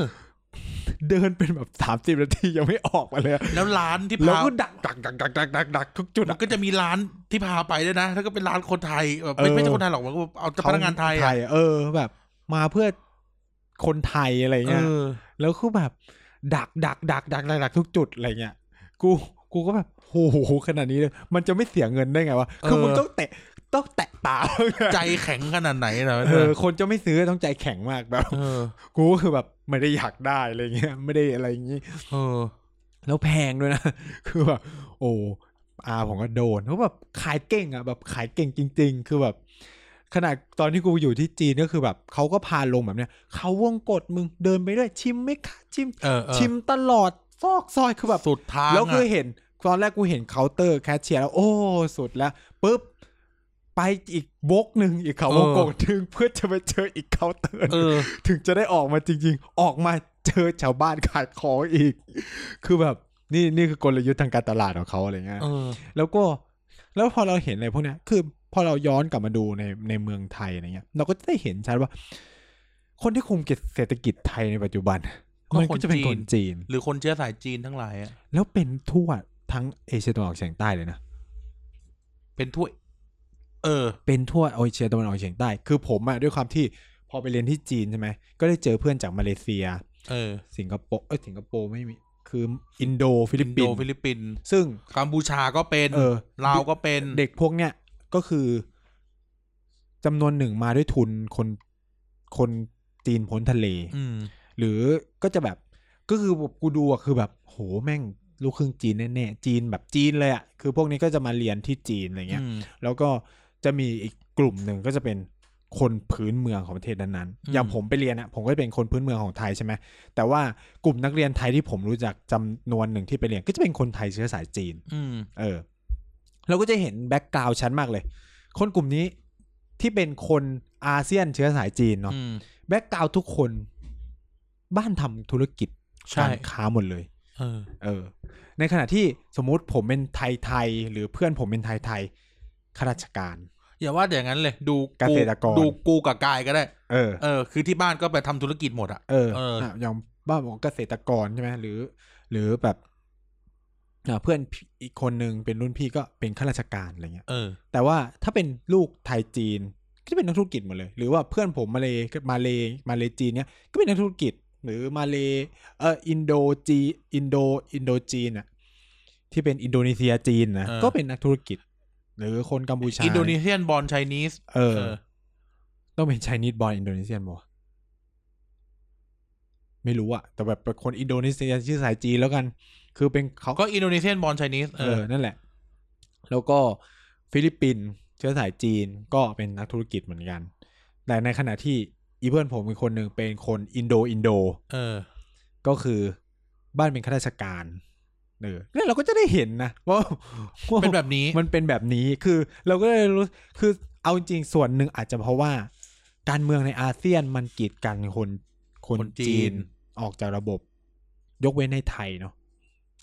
Speaker 1: เดินเป็นแบบสามสิบ30นาทียังไม่ออกมาเลยอะ
Speaker 2: แล้วร้านที่
Speaker 1: แล้ว
Speaker 2: พา
Speaker 1: ก็ดักดักดักดักดักดักดักทุกจุด
Speaker 2: มั
Speaker 1: อะ
Speaker 2: นก็จะมีร้านที่พาไปด้วยนะถ้าก็เป็นร้านคนไทยแบบไม่
Speaker 1: เออ
Speaker 2: ไม่ใช่คนไทยหรอกมันก็เอาแต่พนักงานไทย
Speaker 1: ไท
Speaker 2: อ่ะ
Speaker 1: ยเออแบบ มาเพื่อคนไทยอะไร
Speaker 2: เอ
Speaker 1: เงี้ย
Speaker 2: อ
Speaker 1: แล้วคือแบบ ดักดักดักดักดักดักทุกจุดอะไรเงี้ยกูกูก็แบบโอ้โหขนาดนี้เลยมันจะไม่เสียเงินได้ไงวะคือ
Speaker 2: เออ
Speaker 1: มึงต้องแตะต้องแตะตา
Speaker 2: ใจแข็งขนาดไหนนะ
Speaker 1: เออคนจะไม่ซื้อต้องใจแข็งมากแบบ
Speaker 2: เออ
Speaker 1: กูก็คือแบบไม่ได้อยากได้อะไรเงี้ยไม่ได้อะไรอย่างงี้
Speaker 2: เออ
Speaker 1: แล้วแพงด้วยนะ คือแบบโอ้อาผมก็โดนเขาแบบขายเก่งอ่ะแบบขายเก่งจริง ๆ คือแบบ ขนาดตอนที่กูอยู่ที่จีนก็คือแบบเขาก็พาลงแบบเนี้ยเขาวงกดมึงเดินไปด้วยชิมไหม่คะชิม
Speaker 2: เออเออ
Speaker 1: ชิมตลอดซอกซอยคือแบบ
Speaker 2: สุดทาง
Speaker 1: แล้ว
Speaker 2: อะ
Speaker 1: คือเห็นตอนแรกกูเห็นเคาน์เตอร์แคชเชียร์แล้วโอ้สุดแล้วปุ๊บไปอีกบกหนึ่งอีกเขาวงกดหนึ่งเพื่อจะไปเจออีกเคาน์เตอร์ห
Speaker 2: เอ
Speaker 1: นึ่ง
Speaker 2: อ
Speaker 1: ถึงจะได้ออกมาจริง ๆ ออกมาเจอชาวบ้านขายของอีก คือแบบนี่นี่คือกลยุทธ์ทางการตลาดของเขาอะไรเงี้ย
Speaker 2: เออ
Speaker 1: แล้วก็แล้วพอเราเห็นอะไรพวกเนี้ย คือพอเราย้อนกลับมาดูในในเมืองไทยอะไรเงี้ย เราก็จะได้เห็นชัดว่า คนที่คุมเศรษฐกิจไทยในปัจจุบัน
Speaker 2: ก็
Speaker 1: มันก็จะเป็น
Speaker 2: ค
Speaker 1: คน น
Speaker 2: จี
Speaker 1: จี
Speaker 2: น
Speaker 1: น
Speaker 2: หรือคนเชื้อสายจีนทั้งหลายอะ
Speaker 1: แล้วเป็นทั่วทั้งเอเชียตะวันออกเฉียงใต้เลยนะ
Speaker 2: เป็นถ้วย เออ
Speaker 1: เป็นทั่วเอเชียตะวันออกเฉียงใต้ คือผมอะด้วยความที่พอไปเรียนที่จีนใช่ไหม ก็ได้เจอเพื่อนจากมาเลเซีย
Speaker 2: เออ
Speaker 1: สิงคโปร์ เอ้ยสิงคโปร์ไม่มี คืออินโดฟิลิปปิน
Speaker 2: อิโด
Speaker 1: ส์
Speaker 2: ฟิลิปปินส์
Speaker 1: ซึ่ง
Speaker 2: กัมพูชาก็เป็น
Speaker 1: เออ
Speaker 2: ลาวก็เป็น
Speaker 1: เด็กพวกเนี้ยก็คือจำนวนหนึ่งมาด้วยทุนคนคนจีนพ้นทะเล
Speaker 2: อืม
Speaker 1: หรือก็จะแบบก็คือกูดูอะคือแบบโหแม่งลูกครึ่งจีนแน่ๆจีนแบบจีนเลยอะคือพวกนี้ก็จะมาเรียนที่จีนอะไรเงี้ย
Speaker 2: อืม
Speaker 1: แล้วก็จะมีอีกกลุ่มหนึ่งก็จะเป็นคนพื้นเมืองของประเทศนั้น
Speaker 2: อืม
Speaker 1: ๆอย่างผมไปเรียนอะผมก็จะเป็นคนพื้นเมืองของไทยใช่ไหมแต่ว่ากลุ่มนักเรียนไทยที่ผมรู้จักจำนวนหนึ่งที่ไปเรียนก็จะเป็นคนไทยเชื้อสายจีน
Speaker 2: อืม
Speaker 1: เออเราก็จะเห็นแบ็กกราวชั้นมากเลย คนกลุ่มนี้ที่เป็นคนอาเซียนเชื้อสายจีนเนาะ
Speaker 2: อืม
Speaker 1: แบ็กกราวทุกคนบ้านทำธุรกิจ
Speaker 2: ใช่
Speaker 1: การค้าหมดเลย
Speaker 2: เออ
Speaker 1: เออ ในขณะที่สมมุติผมเป็นไทยไทยๆหรือเพื่อนผมเป็นไทยไทยๆข้าราชการ
Speaker 2: อย่าว่าแต่อย่างนั้นเลย ดู
Speaker 1: เกษตรกร
Speaker 2: ดูกูกับกายก็ได้
Speaker 1: เออ
Speaker 2: เออ คือที่บ้านก็ไปทำธุรกิจหมดอ่ะ
Speaker 1: เออ
Speaker 2: เอออ่
Speaker 1: ะอย่างบ้านของเกษตรกรใช่ไหมหรือ หรือแบบอ่ะเพื่อนพี่อีกคนหนึ่งเป็นรุ่นพี่ก็เป็นข้าราชการอะไรเงี้ย
Speaker 2: เออ
Speaker 1: แต่ว่าถ้าเป็นลูกไทยจีนก็จะเป็นนักธุรกิจหมดเลย หรือว่าเพื่อนผมมาเลก็มาเลมาเลจีนเนี่ยก็เป็นนักธุรกิจหรือมาเลเอออินโดจีอินโดอินโดจีนอะที่เป็นอินโดนีเซียจีนนะ
Speaker 2: เออ
Speaker 1: ก็เป็นนักธุรกิจ หรือคนกัมพูชา
Speaker 2: อินโดนีเซียนบอลไชนีส
Speaker 1: เออ ต้องเป็นชายนิดบอลอินโดนีเซียนบ่ไม่รู้อะแต่แบบเป็นคนอินโดนีเซียชื่อสายจีนแล้วกัน คือเป็นเขา
Speaker 2: ก็อินโดนีเซียนบอลไชนีส
Speaker 1: เอ
Speaker 2: เอ
Speaker 1: อ
Speaker 2: อ
Speaker 1: นั่นแหละ แล้วก็ฟิลิปปินส์เชื้อสายจีนก็เป็นนักธุรกิจเหมือนกัน แต่ในขณะที่อีเพื่อนผมเป็นคนหนึ่งเป็นคนอินโดอินโด
Speaker 2: เออ
Speaker 1: ก็คือบ้านเป็นข้าราชการเออเนี่ยเราก็จะได้เห็นนะว่าว่า
Speaker 2: เป็นแบบนี้
Speaker 1: มันเป็นแบบนี้คือเราก็เลยรู้คือเอาจริงๆส่วนหนึ่งอาจจะเพราะว่า การเมืองในอาเซียนมันกีดกันคนคน
Speaker 2: คนจีน
Speaker 1: จีนออกจากระบบ ยกเว้นในไทยเนาะ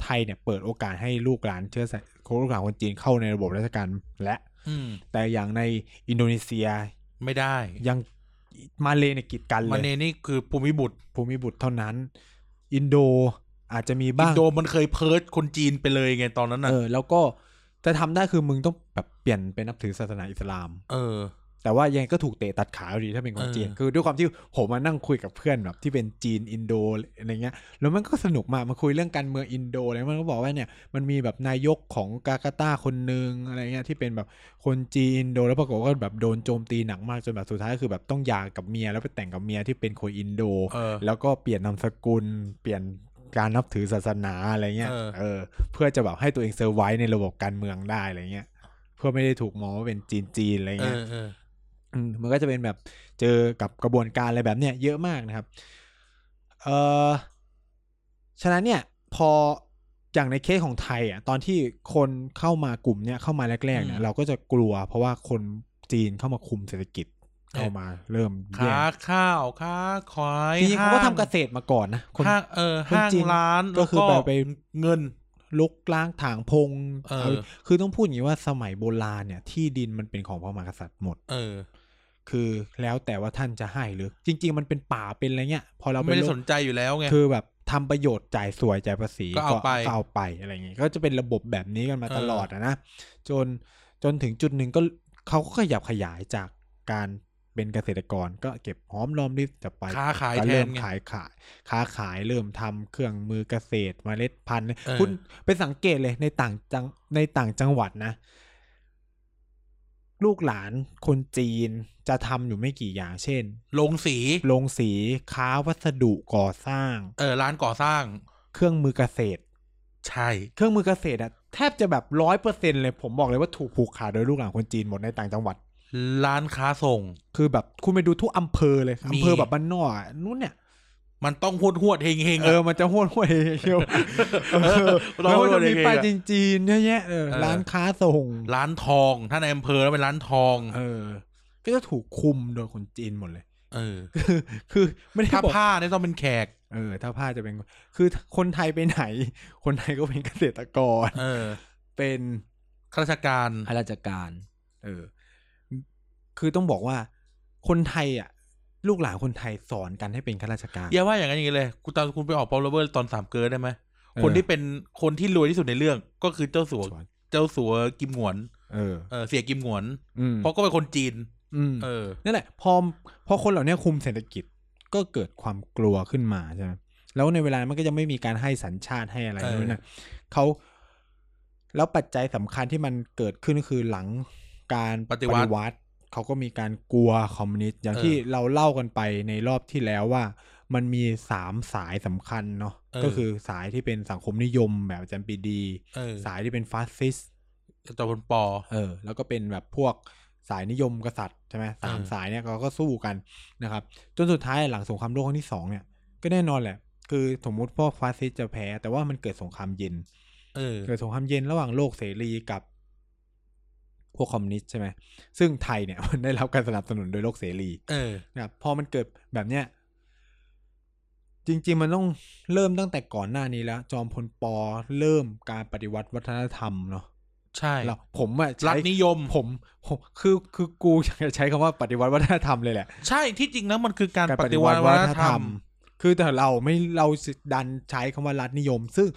Speaker 1: ไทยเนี่ยเปิดโอกาสให้ลูกหลานเชื้อสายลูกหลานคนจีนเข้าในระบบราชการและ
Speaker 2: อืม
Speaker 1: แต่อย่างในอินโดนีเซีย
Speaker 2: ไม่ได้
Speaker 1: ยังมาเลเนี่ยกีดกันเล
Speaker 2: มันเน
Speaker 1: ย
Speaker 2: นี่คือภูมิบุตร
Speaker 1: ภูมิบุตรเท่านั้น อินโดอาจจะมี
Speaker 2: อิ
Speaker 1: บ้าน ง
Speaker 2: โดมันเคยเพิร์ดคนจีนไปเลยไงตอนนั้นน่ะ
Speaker 1: เออแล้วก็จะทำได้คือมึงต้องแบบเปลี่ยนไปนับถือศาสนาอิสลาม
Speaker 2: เออ
Speaker 1: แต่ว่ายังไงก็ถูกเตะตัดขาอยู่ดีถ้าเป็นคน
Speaker 2: เออ
Speaker 1: จีน คือด้วยความที่ผมมานั่งคุยกับเพื่อนแบบที่เป็นจีนอินโดอะไรเงี้ยแล้วมันก็สนุกมากมาคุยเรื่องการเมืองอินโดอะไรมันก็บอกว่าเนี่ยมันมีแบบนายกของกาการ์ตาคนหนึ่งอะไรเงี้ยที่เป็นแบบคนจีนอินโดแล้วปรากฏว่าแบบโดนโจมตีหนักมากจนแบบสุดท้ายก็คือแบบต้องหย่ากับเมียแล้วไปแต่งกับเมียที่เป็นคนอินโด
Speaker 2: เออ
Speaker 1: แล้วก็เปลี่ยนนามสกุล เปลี่ยนการนับถือศาสนาอะไรเงี้ย
Speaker 2: เออ
Speaker 1: เออ เพื่อจะแบบให้ตัวเองเซอร์ไวในระบบการเมืองได้อะไรเงี้ย เพื่อไม่ได้ถูกมองว่าเป็นจีนจีนๆอะไร
Speaker 2: เอ
Speaker 1: เงี้ย
Speaker 2: อเออ
Speaker 1: มมันก็จะเป็นแบบเจอกับกระบวนการอะไรแบบเนี้ยเยอะมากนะครับ เออฉะนั้นเนี่ยพออย่างในเคสของไทยอ่ะตอนที่คนเข้ามากลุ่มเนี่ยเข้ามาแรกๆเนี่
Speaker 2: อื
Speaker 1: ย
Speaker 2: ม
Speaker 1: เราก็จะกลัว เพราะว่าคนจีนเข้ามาคุมเศรษฐกิจเข้ามาเริ่มแย่
Speaker 2: ค้าข้าวค้าควาย
Speaker 1: จริงๆเขาก็ทำเกษตรมาก่อนนะคน
Speaker 2: ห้างเออ
Speaker 1: คน
Speaker 2: ห้าง
Speaker 1: จีน
Speaker 2: ร้าน
Speaker 1: ก็
Speaker 2: แล้ว
Speaker 1: คือไปไป
Speaker 2: เงิน
Speaker 1: ลุกล้างถางพง
Speaker 2: เออ
Speaker 1: าคือต้องพูดอย่างนี้ว่าสมัยโบราณเนี่ย ที่ดินมันเป็นของพระมหากษัตริย์หมด
Speaker 2: เออ
Speaker 1: คือแล้วแต่ว่าท่านจะให้หรือ จริง ๆ มันเป็นป่าเป็นอะไรเงี้ย พอเราป
Speaker 2: ไม่ได้
Speaker 1: ลง
Speaker 2: สนใจอยู่แล้วไง
Speaker 1: คือแบบทำประโยชน์จ่ายสวยจ่ายภาษี
Speaker 2: ก็เอาไป
Speaker 1: ก็เอาไปอะไรเงี้ยก็จะเป็นระบบแบบนี้กันมาตลอดอะนะจนจนถึงจุดหนึ่งก็เขาก็ขยับขยายจากการเป็นเกษตรกรก็เก็บหอมรอมริบจะไป
Speaker 2: ค้าขาย
Speaker 1: ก็
Speaker 2: แท
Speaker 1: เริ่
Speaker 2: น
Speaker 1: ม
Speaker 2: ไง
Speaker 1: ขายขายค้าขายเริ่มทำเครื่องมือเกษตรเมล็ดพันธุ์
Speaker 2: เออ
Speaker 1: คุณไปสังเกตเลยในต่างจังในต่างจังหวัดนะ ลูกหลานคนจีนจะทำอยู่ไม่กี่อย่าง เช่น
Speaker 2: ลงสี
Speaker 1: โรงสีค้าวัสดุก่อสร้าง
Speaker 2: เออ ร้านก่อสร้าง
Speaker 1: เครื่องมือเกษตร
Speaker 2: ใช่
Speaker 1: เครื่องมือเกษตรอะแทบจะแบบร้อยเปอร์เซ็นเลยผมบอกเลยว่าถูกผูกขาดโดยลูกหลานคนจีนหมดในต่างจังหวัด
Speaker 2: ร้านค้าส่ง
Speaker 1: คือแบบคุณไปดูทุกอำเภอเลย
Speaker 2: มี
Speaker 1: อำเภอแบบบ้านนอกอะนู้นเนี่ย
Speaker 2: มันต้องหวดหวดๆเฮงเฮงๆ
Speaker 1: เอ
Speaker 2: อะ
Speaker 1: อมันจะห้วนห้วยเชียวเออ
Speaker 2: เรา
Speaker 1: แล้วมันจะมี
Speaker 2: เออ
Speaker 1: ป้ายจีนๆเยอะแยะเออ
Speaker 2: เออ
Speaker 1: ร้านค้าส่ง
Speaker 2: ร้านทองถ้าในอำเภอแล้วเป็นร้านทอง
Speaker 1: เออ ก็จะถูกคุมโดยคนจีนหมดเลย
Speaker 2: เออ
Speaker 1: คือคือไม่ได้
Speaker 2: ถ้า
Speaker 1: บอก
Speaker 2: ผ้าเนี่ยต้องเป็นแขก
Speaker 1: เออ ถ้าผ้าจะเป็นคือคนไทยไปไหน คนไทยก็เป็นเกษตรกร
Speaker 2: เออ
Speaker 1: เป็น
Speaker 2: ข้าราชการ
Speaker 1: ข้าราชการ เออ คือต้องบอกว่าคนไทยอ่ะ ลูกหลานคนไทยสอนกันให้เป็นข้าราชการ
Speaker 2: อย่าว่าอย่างนั้นอย่างนี้เลยคุณตามคุณไปออกปอลเวอร์ตอนสามเกิร์ลได้ไหม
Speaker 1: เออ
Speaker 2: คนที่เป็นคนที่รวยที่สุดในเรื่องก็คือเจ้าสัว
Speaker 1: สอน
Speaker 2: เจ้าสัวกิมหวน
Speaker 1: เออ
Speaker 2: เออเสียกิมหวน
Speaker 1: อืม
Speaker 2: เพราะก็เป็นคนจีน
Speaker 1: อืม
Speaker 2: เออ
Speaker 1: นั่นแหละพอพอคนเหล่านี้คุมเศรษฐกิจก็เกิดความกลัวขึ้นมาใช่ไหมแล้วในเวลานั้นมันก็จะไม่มีการให้สัญชาติให้อะไร
Speaker 2: เออ
Speaker 1: ด้วยนะเขาแล้วปัจจัยสำคัญที่มันเกิดขึ้นก็คือหลังการ
Speaker 2: ปฏิวัติ
Speaker 1: ติเขาก็มีการกลัวคอมมิวนิสต์อย่าง
Speaker 2: เออ
Speaker 1: ที่เราเล่ากันไปในรอบที่แล้วว่า มันมีสามสายสำคัญเนาะ
Speaker 2: เออ
Speaker 1: ก็คือสายที่เป็นสังคมนิยมแบบอาจารย์ปรีดี
Speaker 2: เออ
Speaker 1: สายที่เป็นฟาสซิสต์
Speaker 2: จอมพลปอ
Speaker 1: เออแล้วก็เป็นแบบพวกสายนิยมกษัตริย์ใช่ไหมสาม
Speaker 2: เออ
Speaker 1: สายเนี่ยเขาก็สู้กันนะครับ จนสุดท้ายหลังสงครามโลกครั้งที่สองเนี่ย ก็แน่นอนแหละ คือสมมุติพวกฟาสซิสต์จะแพ้ แต่ว่ามันเกิดสงครามเย็น
Speaker 2: เออ
Speaker 1: เกิดสงครามเย็นระหว่างโลกเสรีกับ พวกคอมมิวนิสต์ใช่ไหมซึ่งไทยเนี่ย มันได้รับการสนับสนุนโดยโลกเสรี
Speaker 2: เออ
Speaker 1: นะครับพอมันเกิดแบบเนี้ยจริง ๆ มันต้องเริ่มตั้งแต่ก่อนหน้านี้แล้ว จอมพลปเริ่มการปฏิวัติวัฒนธรรมเนาะ
Speaker 2: ใช่
Speaker 1: เราผมอะ
Speaker 2: รั
Speaker 1: ใช้
Speaker 2: ฐนิยม
Speaker 1: ผมผมคือคือกูอยากจะใช้คำว่าปฏิวัติวัฒนธรรมเลยแหละ
Speaker 2: ใช่ที่จริงแล้วมันคือการปฏิวัติวัฒนธรรม
Speaker 1: คือแต่เราไม่เราดันใช้คำว่ารัฐนิยม ซึ่ง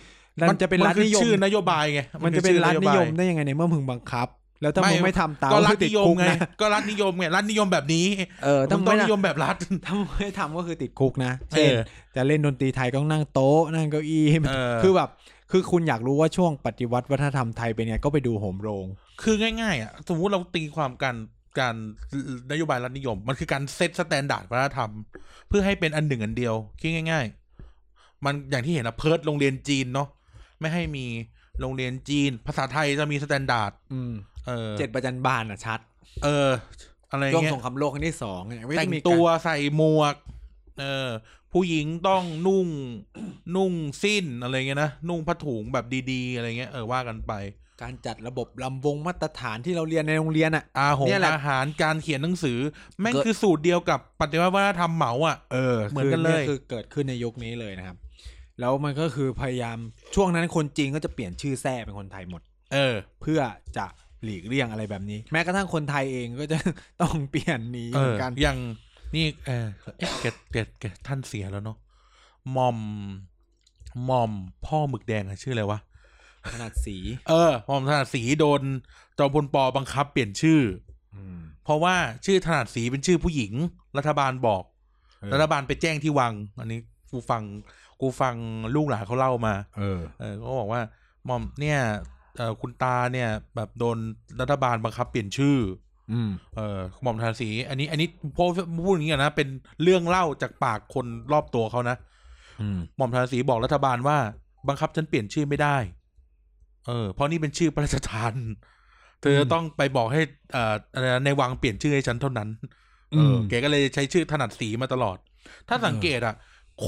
Speaker 1: มันจะเป็นรัฐนิยม
Speaker 2: คือชื่อนโยบายไง
Speaker 1: มันจะเป็น
Speaker 2: คือ
Speaker 1: รัฐ
Speaker 2: ชื่อ
Speaker 1: นิย
Speaker 2: โอบา
Speaker 1: มได้ยังไงในเมื่อมึงบังคับ แล้วถ้ามึง
Speaker 2: ไม่
Speaker 1: ไม่ทำตาม
Speaker 2: ก็รั
Speaker 1: ก็
Speaker 2: ฐ
Speaker 1: ติ
Speaker 2: นิ
Speaker 1: ด
Speaker 2: ยม
Speaker 1: คุก
Speaker 2: ไง
Speaker 1: นะ
Speaker 2: ก็รัฐนิยมไงรัฐนิยมแบบนี้
Speaker 1: เออ
Speaker 2: ต้
Speaker 1: ต้
Speaker 2: อ
Speaker 1: อง ง
Speaker 2: ต้อ
Speaker 1: ไม่
Speaker 2: ง
Speaker 1: นะ
Speaker 2: นิยมแบบ รัฐ
Speaker 1: ถ้ามึงไม่ทำก็คือติดคุกนะ
Speaker 2: เอ
Speaker 1: เช่น
Speaker 2: อ
Speaker 1: จะเล่นดนตรีไทยก็ต้องนั่งโต๊ะนั่งเก้าอี้ให้มัน
Speaker 2: เออ
Speaker 1: คือแบบ คือคุณอยากรู้ว่าช่วงปฏิวัติวัฒนธรรมไทยเป็นไงก็ไปดูโหมโรง
Speaker 2: คือง่ายๆอ่ะสมมุติเราตีความการการนโยบายรัฐนิยม มันคือการเซตสแตนดาร์ดวัฒนธรรม เพื่อให้เป็นอันหนึ่งอันเดียวคิดง่าย ๆ มันอย่างที่เห็นอะเพิร์ดโรงเรียนจีนเนาะไม่ให้มีโรงเรียนจีน ภาษาไทยจะมีสแตนดาร์ด
Speaker 1: อืม
Speaker 2: เออ
Speaker 1: เจ็ดประจันบานอ่ะชัด
Speaker 2: เออ อะไร
Speaker 1: ช่วง
Speaker 2: เงี้ย
Speaker 1: สงครามโลกครั้งที่สองเนี่ยก็จะ
Speaker 2: แต่ง
Speaker 1: มีการ
Speaker 2: ตัวใส่หมวก เออ ผู้หญิงต้องนุ่ง นุ่งสิ้นอะไรเงี้ยนะ นุ่งผ้าถุงแบบดีๆ อะไรเงี้ย เออว่ากันไป
Speaker 1: การจัดระบบลำวงมาตรฐานที่เราเรียนในโรงเรียนอ่ะ
Speaker 2: อาหง
Speaker 1: เนี่ยแหละ
Speaker 2: อาหารการเขียนหนังสือ แม่ง
Speaker 1: เกิด
Speaker 2: คือสูตรเดียวกับปฏิวัติวัฒนธรรมเหมาอ่ะ
Speaker 1: เออ
Speaker 2: เหมือนกันเลย
Speaker 1: คือเกิดขึ้นในยุคนี้เลยนะครับ แล้วมันก็คือพยายามช่วงนั้นคนจีนก็จะเปลี่ยนชื่อแท้เป็นคนไทยหมด
Speaker 2: เออ
Speaker 1: เพื่อจะหลีกเลี่ยงอะไรแบบนี้ แม้กระทั่งคนไทยเองก็จะ ต้องเปลี่ยนหนี้
Speaker 2: เอ
Speaker 1: เหมื
Speaker 2: อ
Speaker 1: อนกัน
Speaker 2: อย่างนี่ เออเอ๊ะแกแกแกท่านเสียแล้วเนาะหมอมหมอมพ่อหมึกแดงอะชื่ออะไรวะ
Speaker 1: ขนาดสี
Speaker 2: เออหมอมถนัดสีโดนจอมพลปบังคับเปลี่ยนชื่อ
Speaker 1: อืม
Speaker 2: เพราะว่าชื่อถนัดสีเป็นชื่อผู้หญิง รัฐบาลบอก
Speaker 1: เออ
Speaker 2: รัฐบาลไปแจ้งที่วัง อันนี้กูฟังกูฟังลูกหลานเขาเล่ามา
Speaker 1: เออ
Speaker 2: เออก็บอกว่าหมอมเนี่ยเออคุณตาเนี่ยแบบโดนรัฐบาลบังคับเปลี่ยนชื่อ
Speaker 1: อืม
Speaker 2: เออหม่อมทาสี อันนี้อันนี้พูดพูดอย่างนี้ก่อนนะ เป็นเรื่องเล่าจากปากคนรอบตัวเขานะ
Speaker 1: อืม
Speaker 2: หม่อมทาสีบอกรัฐบาลว่า บังคับฉันเปลี่ยนชื่อไม่ได้ เออ เพราะนี่เป็นชื่อพระราชทานเธอจะต้องไปบอกให้เอ่ออะไรนะในวังเปลี่ยนชื่อให้ฉันเท่านั้น เออเก๋ก็เลยใช้ชื่อถนัดสีมาตลอด ถ้าสังเกตอ่ะ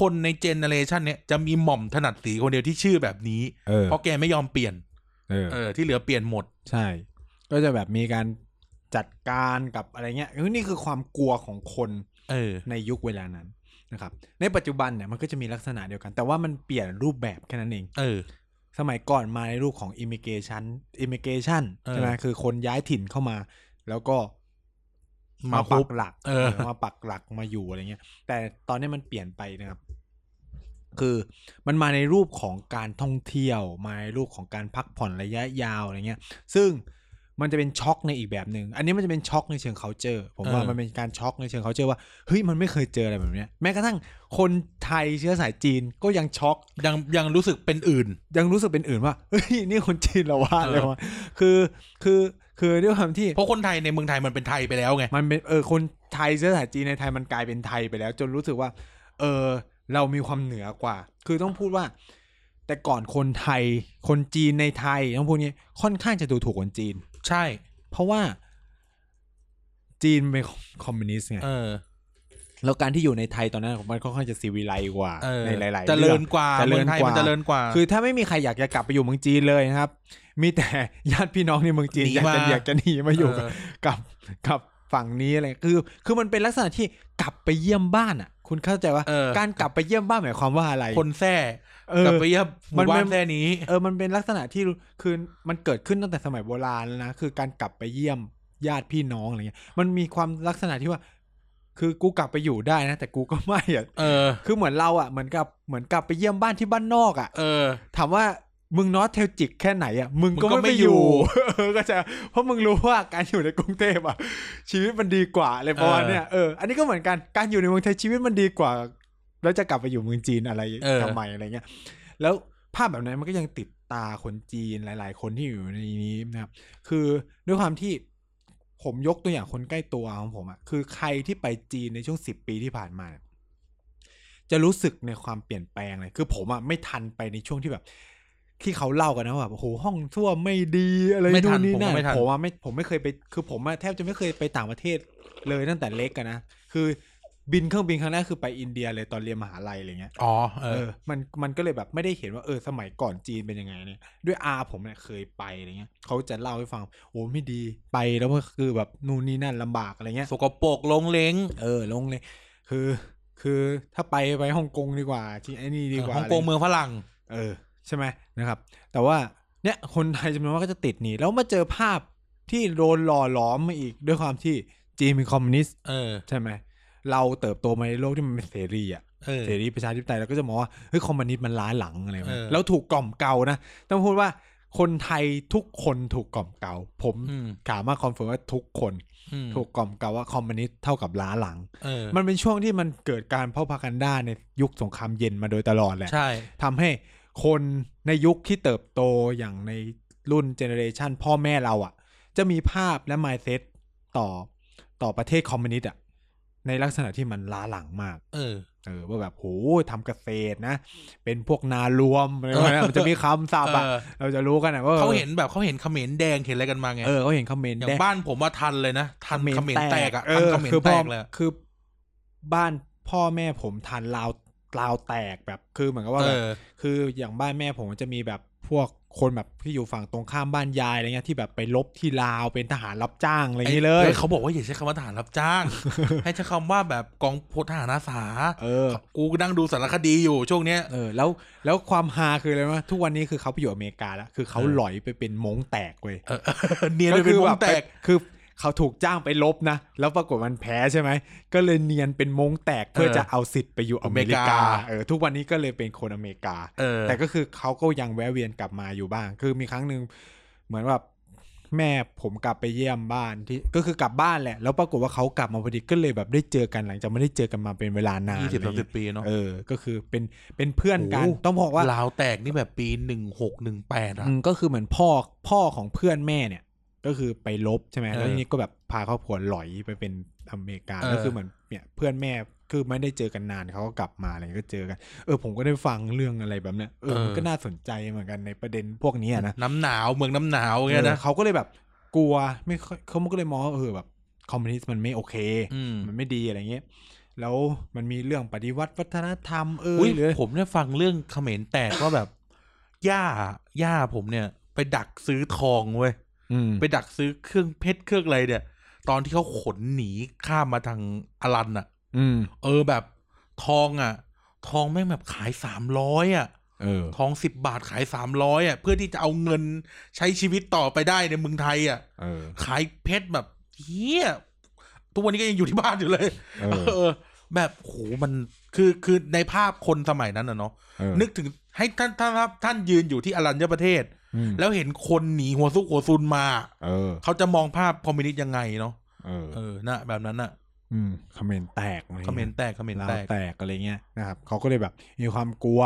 Speaker 2: คนในเจเนเรชันเนี้ยจะมีหม่อมถนัดสีคนเดียวที่ชื่อแบบนี้
Speaker 1: เออ
Speaker 2: เพราะแกไม่ยอมเปลี่ยน
Speaker 1: เออ
Speaker 2: เออ ที่เหลือเปลี่ยนหมด
Speaker 1: ใช่ ก็จะแบบมีการจัดการกับอะไรเงี้ยเออนี่คือความกลัวของคน
Speaker 2: เออ
Speaker 1: ในยุคเวลานั้นนะครับ ในปัจจุบันเนี่ยมันก็จะมีลักษณะเดียวกัน แต่ว่ามันเปลี่ยนรูปแบบแค่นั้นเอง
Speaker 2: เออ
Speaker 1: สมัยก่อนมาในรูปของ immigration immigration
Speaker 2: เออ
Speaker 1: ใช่ไหมคือคนย้ายถิ่นเข้ามา แล้วก็
Speaker 2: มา
Speaker 1: ปั
Speaker 2: คุ
Speaker 1: ก
Speaker 2: บ
Speaker 1: หลัก
Speaker 2: เออ
Speaker 1: มาปักหลักมาอยู่อะไรเงี้ย แต่ตอนนี้มันเปลี่ยนไปนะครับ คือมันมาในรูปของการท่องเที่ยว มาในรูปของการพักผ่อนระยะยาวอะไรเงี้ย ซึ่งมันจะเป็นช็อกในอีกแบบหนึ่ง อันนี้มันจะเป็นช็อกในเชิง culture ผมว่า
Speaker 2: เออ
Speaker 1: มันเป็นการช็อกในเชิง culture ว่า เฮ้ย มันไม่เคยเจออะไรแบบเนี้ย แม้กระทั่งคนไทยเชื้อสายจีนก็ยังช็อก
Speaker 2: ยังยังรู้สึกเป็นอื่น
Speaker 1: ยังรู้สึกเป็นอื่นว่าเฮ้ย นี่คนจีนเหรอวะ
Speaker 2: เอออ
Speaker 1: อะไรวะคือคือคือด้วยความที่
Speaker 2: เพราะคนไทยในเมืองไทยมันเป็นไทยไปแล้วไง
Speaker 1: มันเป็นเออคนไทยเชื้อสายจีนในไทยมันกลายเป็นไทยไปแล้ว จนรู้สึกว่า เออเรามีความเหนือกว่า คือต้องพูดว่า แต่ก่อนคนไทย คนจีนในไทยต้องพูดงี้ค่อนข้างจะดูถูกคนจีน
Speaker 2: ใช่
Speaker 1: เพราะว่า จีนเป็นคอมมิวนิสต์ไง
Speaker 2: เออ
Speaker 1: แล้วการที่อยู่ในไทยตอนนั้นของมันค่อนข้างจะซีวิไลซ์กว่า
Speaker 2: เออ
Speaker 1: ในหลายๆ
Speaker 2: เจริ
Speaker 1: เรื่อ
Speaker 2: ญ
Speaker 1: ง
Speaker 2: กว่า
Speaker 1: เจริ
Speaker 2: เมือ
Speaker 1: ญ
Speaker 2: งไทย
Speaker 1: กว่า
Speaker 2: มันเจริญกว่า
Speaker 1: คือถ้าไม่มีใครอยากจะกลับไปอยู่เมืองจีนเลยนะครับ มีแต่ ญาติพี่น้องในเมืองจีน
Speaker 2: หนี
Speaker 1: อยากจะ
Speaker 2: มา
Speaker 1: อยากจะหนีมาอยู่
Speaker 2: เ
Speaker 1: กับกับกับฝั่งนี้อะไรคือ คือมันเป็นลักษณะที่กลับไปเยี่ยมบ้านอ่ะ คุณเข้าใจว่า
Speaker 2: เออ
Speaker 1: การกลับไปเยี่ยมบ้านหมายความว่าอะไร
Speaker 2: คนแท้
Speaker 1: เออ
Speaker 2: กลับไปเยี่ยมห
Speaker 1: มั
Speaker 2: มู่
Speaker 1: น
Speaker 2: บ้า
Speaker 1: มัน น
Speaker 2: แท้นี้
Speaker 1: เออ มันเป็นลักษณะที่คือมันเกิดขึ้นตั้งแต่สมัยโบราณแล้วนะ คือการกลับไปเยี่ยมญาติพี่น้องอะไรเงี้ย มันมีความลักษณะที่ว่า คือกูกลับไปอยู่ได้นะ แต่กูก็ไม่อ่ะ
Speaker 2: เออ
Speaker 1: คือเหมือนเราอ่ะ เหมือนกับ เหมือนกลับไปเยี่ยมบ้านที่บ้านนอกอ่ะ
Speaker 2: เออ
Speaker 1: ถามว่ามึงนอตเทลจิกแค่ไหนอ่ะ มึง
Speaker 2: มึงก็
Speaker 1: ก็ไม่ไป
Speaker 2: ไม่อ
Speaker 1: อยู่ ยู่ เออก็จะ เพราะมึงรู้ว่าการอยู่ในกรุงเทพอ่ะ ชีวิตมันดีกว่าเลยประมาณ
Speaker 2: เออ
Speaker 1: เนี้ยเออ อันนี้ก็เหมือนกัน การอยู่ในเมืองไทยชีวิตมันดีกว่า แล้วจะกลับไปอยู่เมืองจีนอะไร
Speaker 2: เออ
Speaker 1: ทำไมอะไรเงี้ย แล้วภาพแบบนั้นมันก็ยังติดตาคนจีนหลาย ๆ คนที่อยู่ในนี้นะครับ คือด้วยความที่ผมยกตัวอย่างคนใกล้ตัวของผมอะคือใครที่ไปจีนในช่วงสิบปีที่ผ่านมาเนี่ยจะรู้สึกในความเปลี่ยนแปลงเลย คือผมอะไม่ทันไปในช่วงที่แบบ ที่เขาเล่ากันนะว่าแบบโอ้โหห้องทั่วมไม่ดีอะไร
Speaker 2: ไม่ทั
Speaker 1: นู่
Speaker 2: น
Speaker 1: นนี่
Speaker 2: ผมก็
Speaker 1: นั่น
Speaker 2: ไม่ทัน
Speaker 1: ผมอะไม่ผมไม่เคยไป คือผมอะแทบจะไม่เคยไปต่างประเทศเลยตั้งแต่เล็กกันนะคือบินเครื่องบินครั้งแรกคือไปอินเดียเลยตอนเรียนมหาลัยอะไรเงี้ย
Speaker 2: อ๋อ เอ
Speaker 1: เอ
Speaker 2: อ
Speaker 1: อ มัน มันก็เลยแบบไม่ได้เห็นว่า เออ สมัยก่อนจีนเป็นยังไงเนี่ย ด้วยอาผมเนี่ยเคยไปอะไรเงี้ย เขาจะเล่าให้ฟัง โอ้ไม่ดี ไปแล้วก็คือแบบนู่นนี่นั่นลำบากอะไรเงี้ย
Speaker 2: สกปรกลงเล้ง
Speaker 1: เออ ลงเลย คือ คือถ้าไปไปฮ่องกงดีกว่า ที่ไอ้นี่ดีกว่า
Speaker 2: ฮ่องกง
Speaker 1: ะไร
Speaker 2: เมืองฝรั่ง
Speaker 1: เออ ใช่ไหมนะครับ แต่ว่า เนี่ย คนไทยจำนวนมากก็จะติดหนีแล้วมาเจอภาพที่โดนหล่อหล้อมมาอีก ด้วยความที่จีนเป็นคอมมิวนิสต์
Speaker 2: เออ
Speaker 1: ใช่ไหม เราเติบโตมาในโลกที่มันเป็นเสรีอ่ะ
Speaker 2: เออ
Speaker 1: เสรีประชาธิปไตยเราก็จะมองว่าเฮ้ยคอมมิวนิสต์มันล้าหลังอะไรแบบ
Speaker 2: เอ
Speaker 1: นี้
Speaker 2: อ
Speaker 1: แล้วถูกกล่อมเกลานะต้องพูดว่าคนไทยทุกคนถูกกล่อมเกลาผม
Speaker 2: อืม
Speaker 1: กล่าวมาคอนเฟิร์มว่าทุกคน
Speaker 2: อืม
Speaker 1: ถูกกล่อมเกลาว่าคอมมิวนิสต์เท่ากับล้าหลัง
Speaker 2: เออ
Speaker 1: มันเป็นช่วงที่มันเกิดการพ่อพากันด้าในยุคสงครามเย็นมาโดยตลอดแหละ
Speaker 2: ใช่
Speaker 1: ทำให้คนในยุคที่เติบโตอย่างในรุ่นเจเนอเรชันพ่อแม่เราอะ่ะ จะมีภาพและมายเซตต่อต่อประเทศคอมมิวนิสต์อ่ะในลักษณะที่มันล้าหลังมาก
Speaker 2: เออ
Speaker 1: เออว่าแบบโหทำเกษตรนะ เป็นพวกนารวมอะไรประมาณ นั้น
Speaker 2: เออ
Speaker 1: มันจะมีคำศัพท์อ่ะ
Speaker 2: เออ
Speaker 1: เราจะรู้กันอะว่า
Speaker 2: เขาเห็นแบบเขาเห็นเขมรแดงเห็นอะไรกันมาไง
Speaker 1: เออเขาเห็นคอมเมนต์
Speaker 2: อย่างบ้านผมว่าทันเลยนะ ทันเขมรแตกอ่ะ
Speaker 1: เอ
Speaker 2: ทัน
Speaker 1: อคื
Speaker 2: เขมร
Speaker 1: อ
Speaker 2: แต
Speaker 1: พ่อก
Speaker 2: เลยอะ
Speaker 1: คือบ้านพ่อแม่ผมทันลาวลาวแตกแบบคือเหมือนกับว่า
Speaker 2: เอ
Speaker 1: แบบ
Speaker 2: อ
Speaker 1: คืออย่างบ้านแม่ผมมันจะมีแบบพวกคนแบบที่อยู่ฝั่งตรงข้ามบ้านยายอะไรเงี้ยที่แบบไปลบที่ลาวเป็นทหารรับจ้างอะไรอย่างนี้เลย
Speaker 2: อ้เขาบอกว่าอย่าใช้คำว่าทหารรับจ้าง ให้ใช้คำว่าแบบกองพลทหารอาสา
Speaker 1: เออ
Speaker 2: กูนั่งดูสารคดีอยู่ช่วงเนี้ย
Speaker 1: เออแล้วแล้วความฮาคืออะไรวะทุกวันนี้คือเขาไปอยู่อเมริกาแล้วคือเขา
Speaker 2: เออ
Speaker 1: หลอยไปเป็นมงแตกเว้ย
Speaker 2: เอ อเนียนไปเป็นวงแตก
Speaker 1: คือเขาถูกจ้างไปลบนะ แล้วปรากฏมันแพ้ใช่ไหม ก็เลยเนียนเป็นมงแตกเพื่อ
Speaker 2: เออ
Speaker 1: จะเอาสิทธิ์ไปอยู่อเมริ
Speaker 2: อเมริ
Speaker 1: กาก
Speaker 2: า
Speaker 1: เออทุกวันนี้ก็เลยเป็นคนอเมริกา
Speaker 2: เออ
Speaker 1: แต่ก็คือเขาก็ยังแวะเวียนกลับมาอยู่บ้าง คือมีครั้งหนึ่งเหมือนแบบแม่ผมกลับไปเยี่ยมบ้านที่ก็คือกลับบ้านแหละ แล้วปรากฏว่าเขากลับมาพอดีก็เลยแบบได้เจอกันหลังจากไม่ได้เจอกันมาเป็นเวลานาน
Speaker 2: ยี่สิบสามสิบปีเนาะ
Speaker 1: เออ ก็คือเป็นเป็นเพื่อนกัน
Speaker 2: โอ้โห
Speaker 1: ต้องบอกว่า
Speaker 2: ลาวแตกนี่แบบปีหนึ่งหกหนึ่งแปดอ่ะ
Speaker 1: อืมก็คือเหมือนพ่อพ่อของเพื่อนแม่เนี่ย ก็คือไปลบใช่ไหม
Speaker 2: เออ
Speaker 1: แล้วทีนี้ก็แบบพาครอบครัวหลอยไปเป็นอเมริกา
Speaker 2: เออ
Speaker 1: แล้วคือเหมือนเนี่ยเพื่อนแม่คือไม่ได้เจอกันนานเขาก็กลับมาอะไรเงี้ยก็เจอกัน เออผมก็ได้ฟังเรื่องอะไรแบบเนี้ยเออมันก็น่าสนใจเหมือนกันในประเด็นพวกนี้อะนะ
Speaker 2: น้ำหนาวเมืองน้ำหนาวเงี้ย
Speaker 1: เอ
Speaker 2: นะ
Speaker 1: อเขาก็เลยแบบกลัวไม่ค่อยเขาก็เลยมองว่าเออแบบคอมมิวนิสต์มันไม่โอเค
Speaker 2: อืม
Speaker 1: มันไม่ดีอะไรเงี้ยแล้วมันมีเรื่องปฏิวัติวัฒนธรรมเออ
Speaker 2: อุ้ย
Speaker 1: หรือ
Speaker 2: ผมเนี่ยฟังเรื่องเขมรแตกว่าแบบ ย่าย่าผมเนี่ย ไปดักซื้อทองเว้ย
Speaker 1: อืม
Speaker 2: ไปดักซื้อเครื่องเพชรเครื่องอะไรเนี่ย ตอนที่เขาขนหนีข้ามมาทางอลันอ่ะ
Speaker 1: อืม
Speaker 2: เออแบบทองอ่ะ ทองแม่งแบบขายสามร้อยอ่ะ
Speaker 1: เออ
Speaker 2: ทองสิบบาทขายสามร้อยอ่ะ เพื่อที่จะเอาเงินใช้ชีวิตต่อไปได้ในเมืองไทยอ่ะ
Speaker 1: เออ
Speaker 2: ขายเพชรแบบเฮียทุกวันนี้ก็ยังอยู่ที่บ้านอยู่เลย
Speaker 1: เออ
Speaker 2: เออ แบบโหมันคือคือในภาพคนสมัยนั้นนะเนาะ
Speaker 1: เออ
Speaker 2: นึกถึงให้ท่านท่านท่านยืนอยู่ที่อรัญญประเทศ
Speaker 1: อืม
Speaker 2: แล้วเห็นคนหนีหัวซุกหัวซุนมา
Speaker 1: เออ
Speaker 2: เขาจะมองภาพคอมมิวนิสต์ยังไงเนาะ
Speaker 1: เออ
Speaker 2: เออนะแบบนั้นอะ
Speaker 1: อืมคอมเมนต์แตกอะไรงี้ย
Speaker 2: คอมเมนต์แตกคอมเมนต์
Speaker 1: ลาว
Speaker 2: แตก
Speaker 1: แตกอะไรเงี้ยนะครับเขาก็เลยแบบมีความกลัว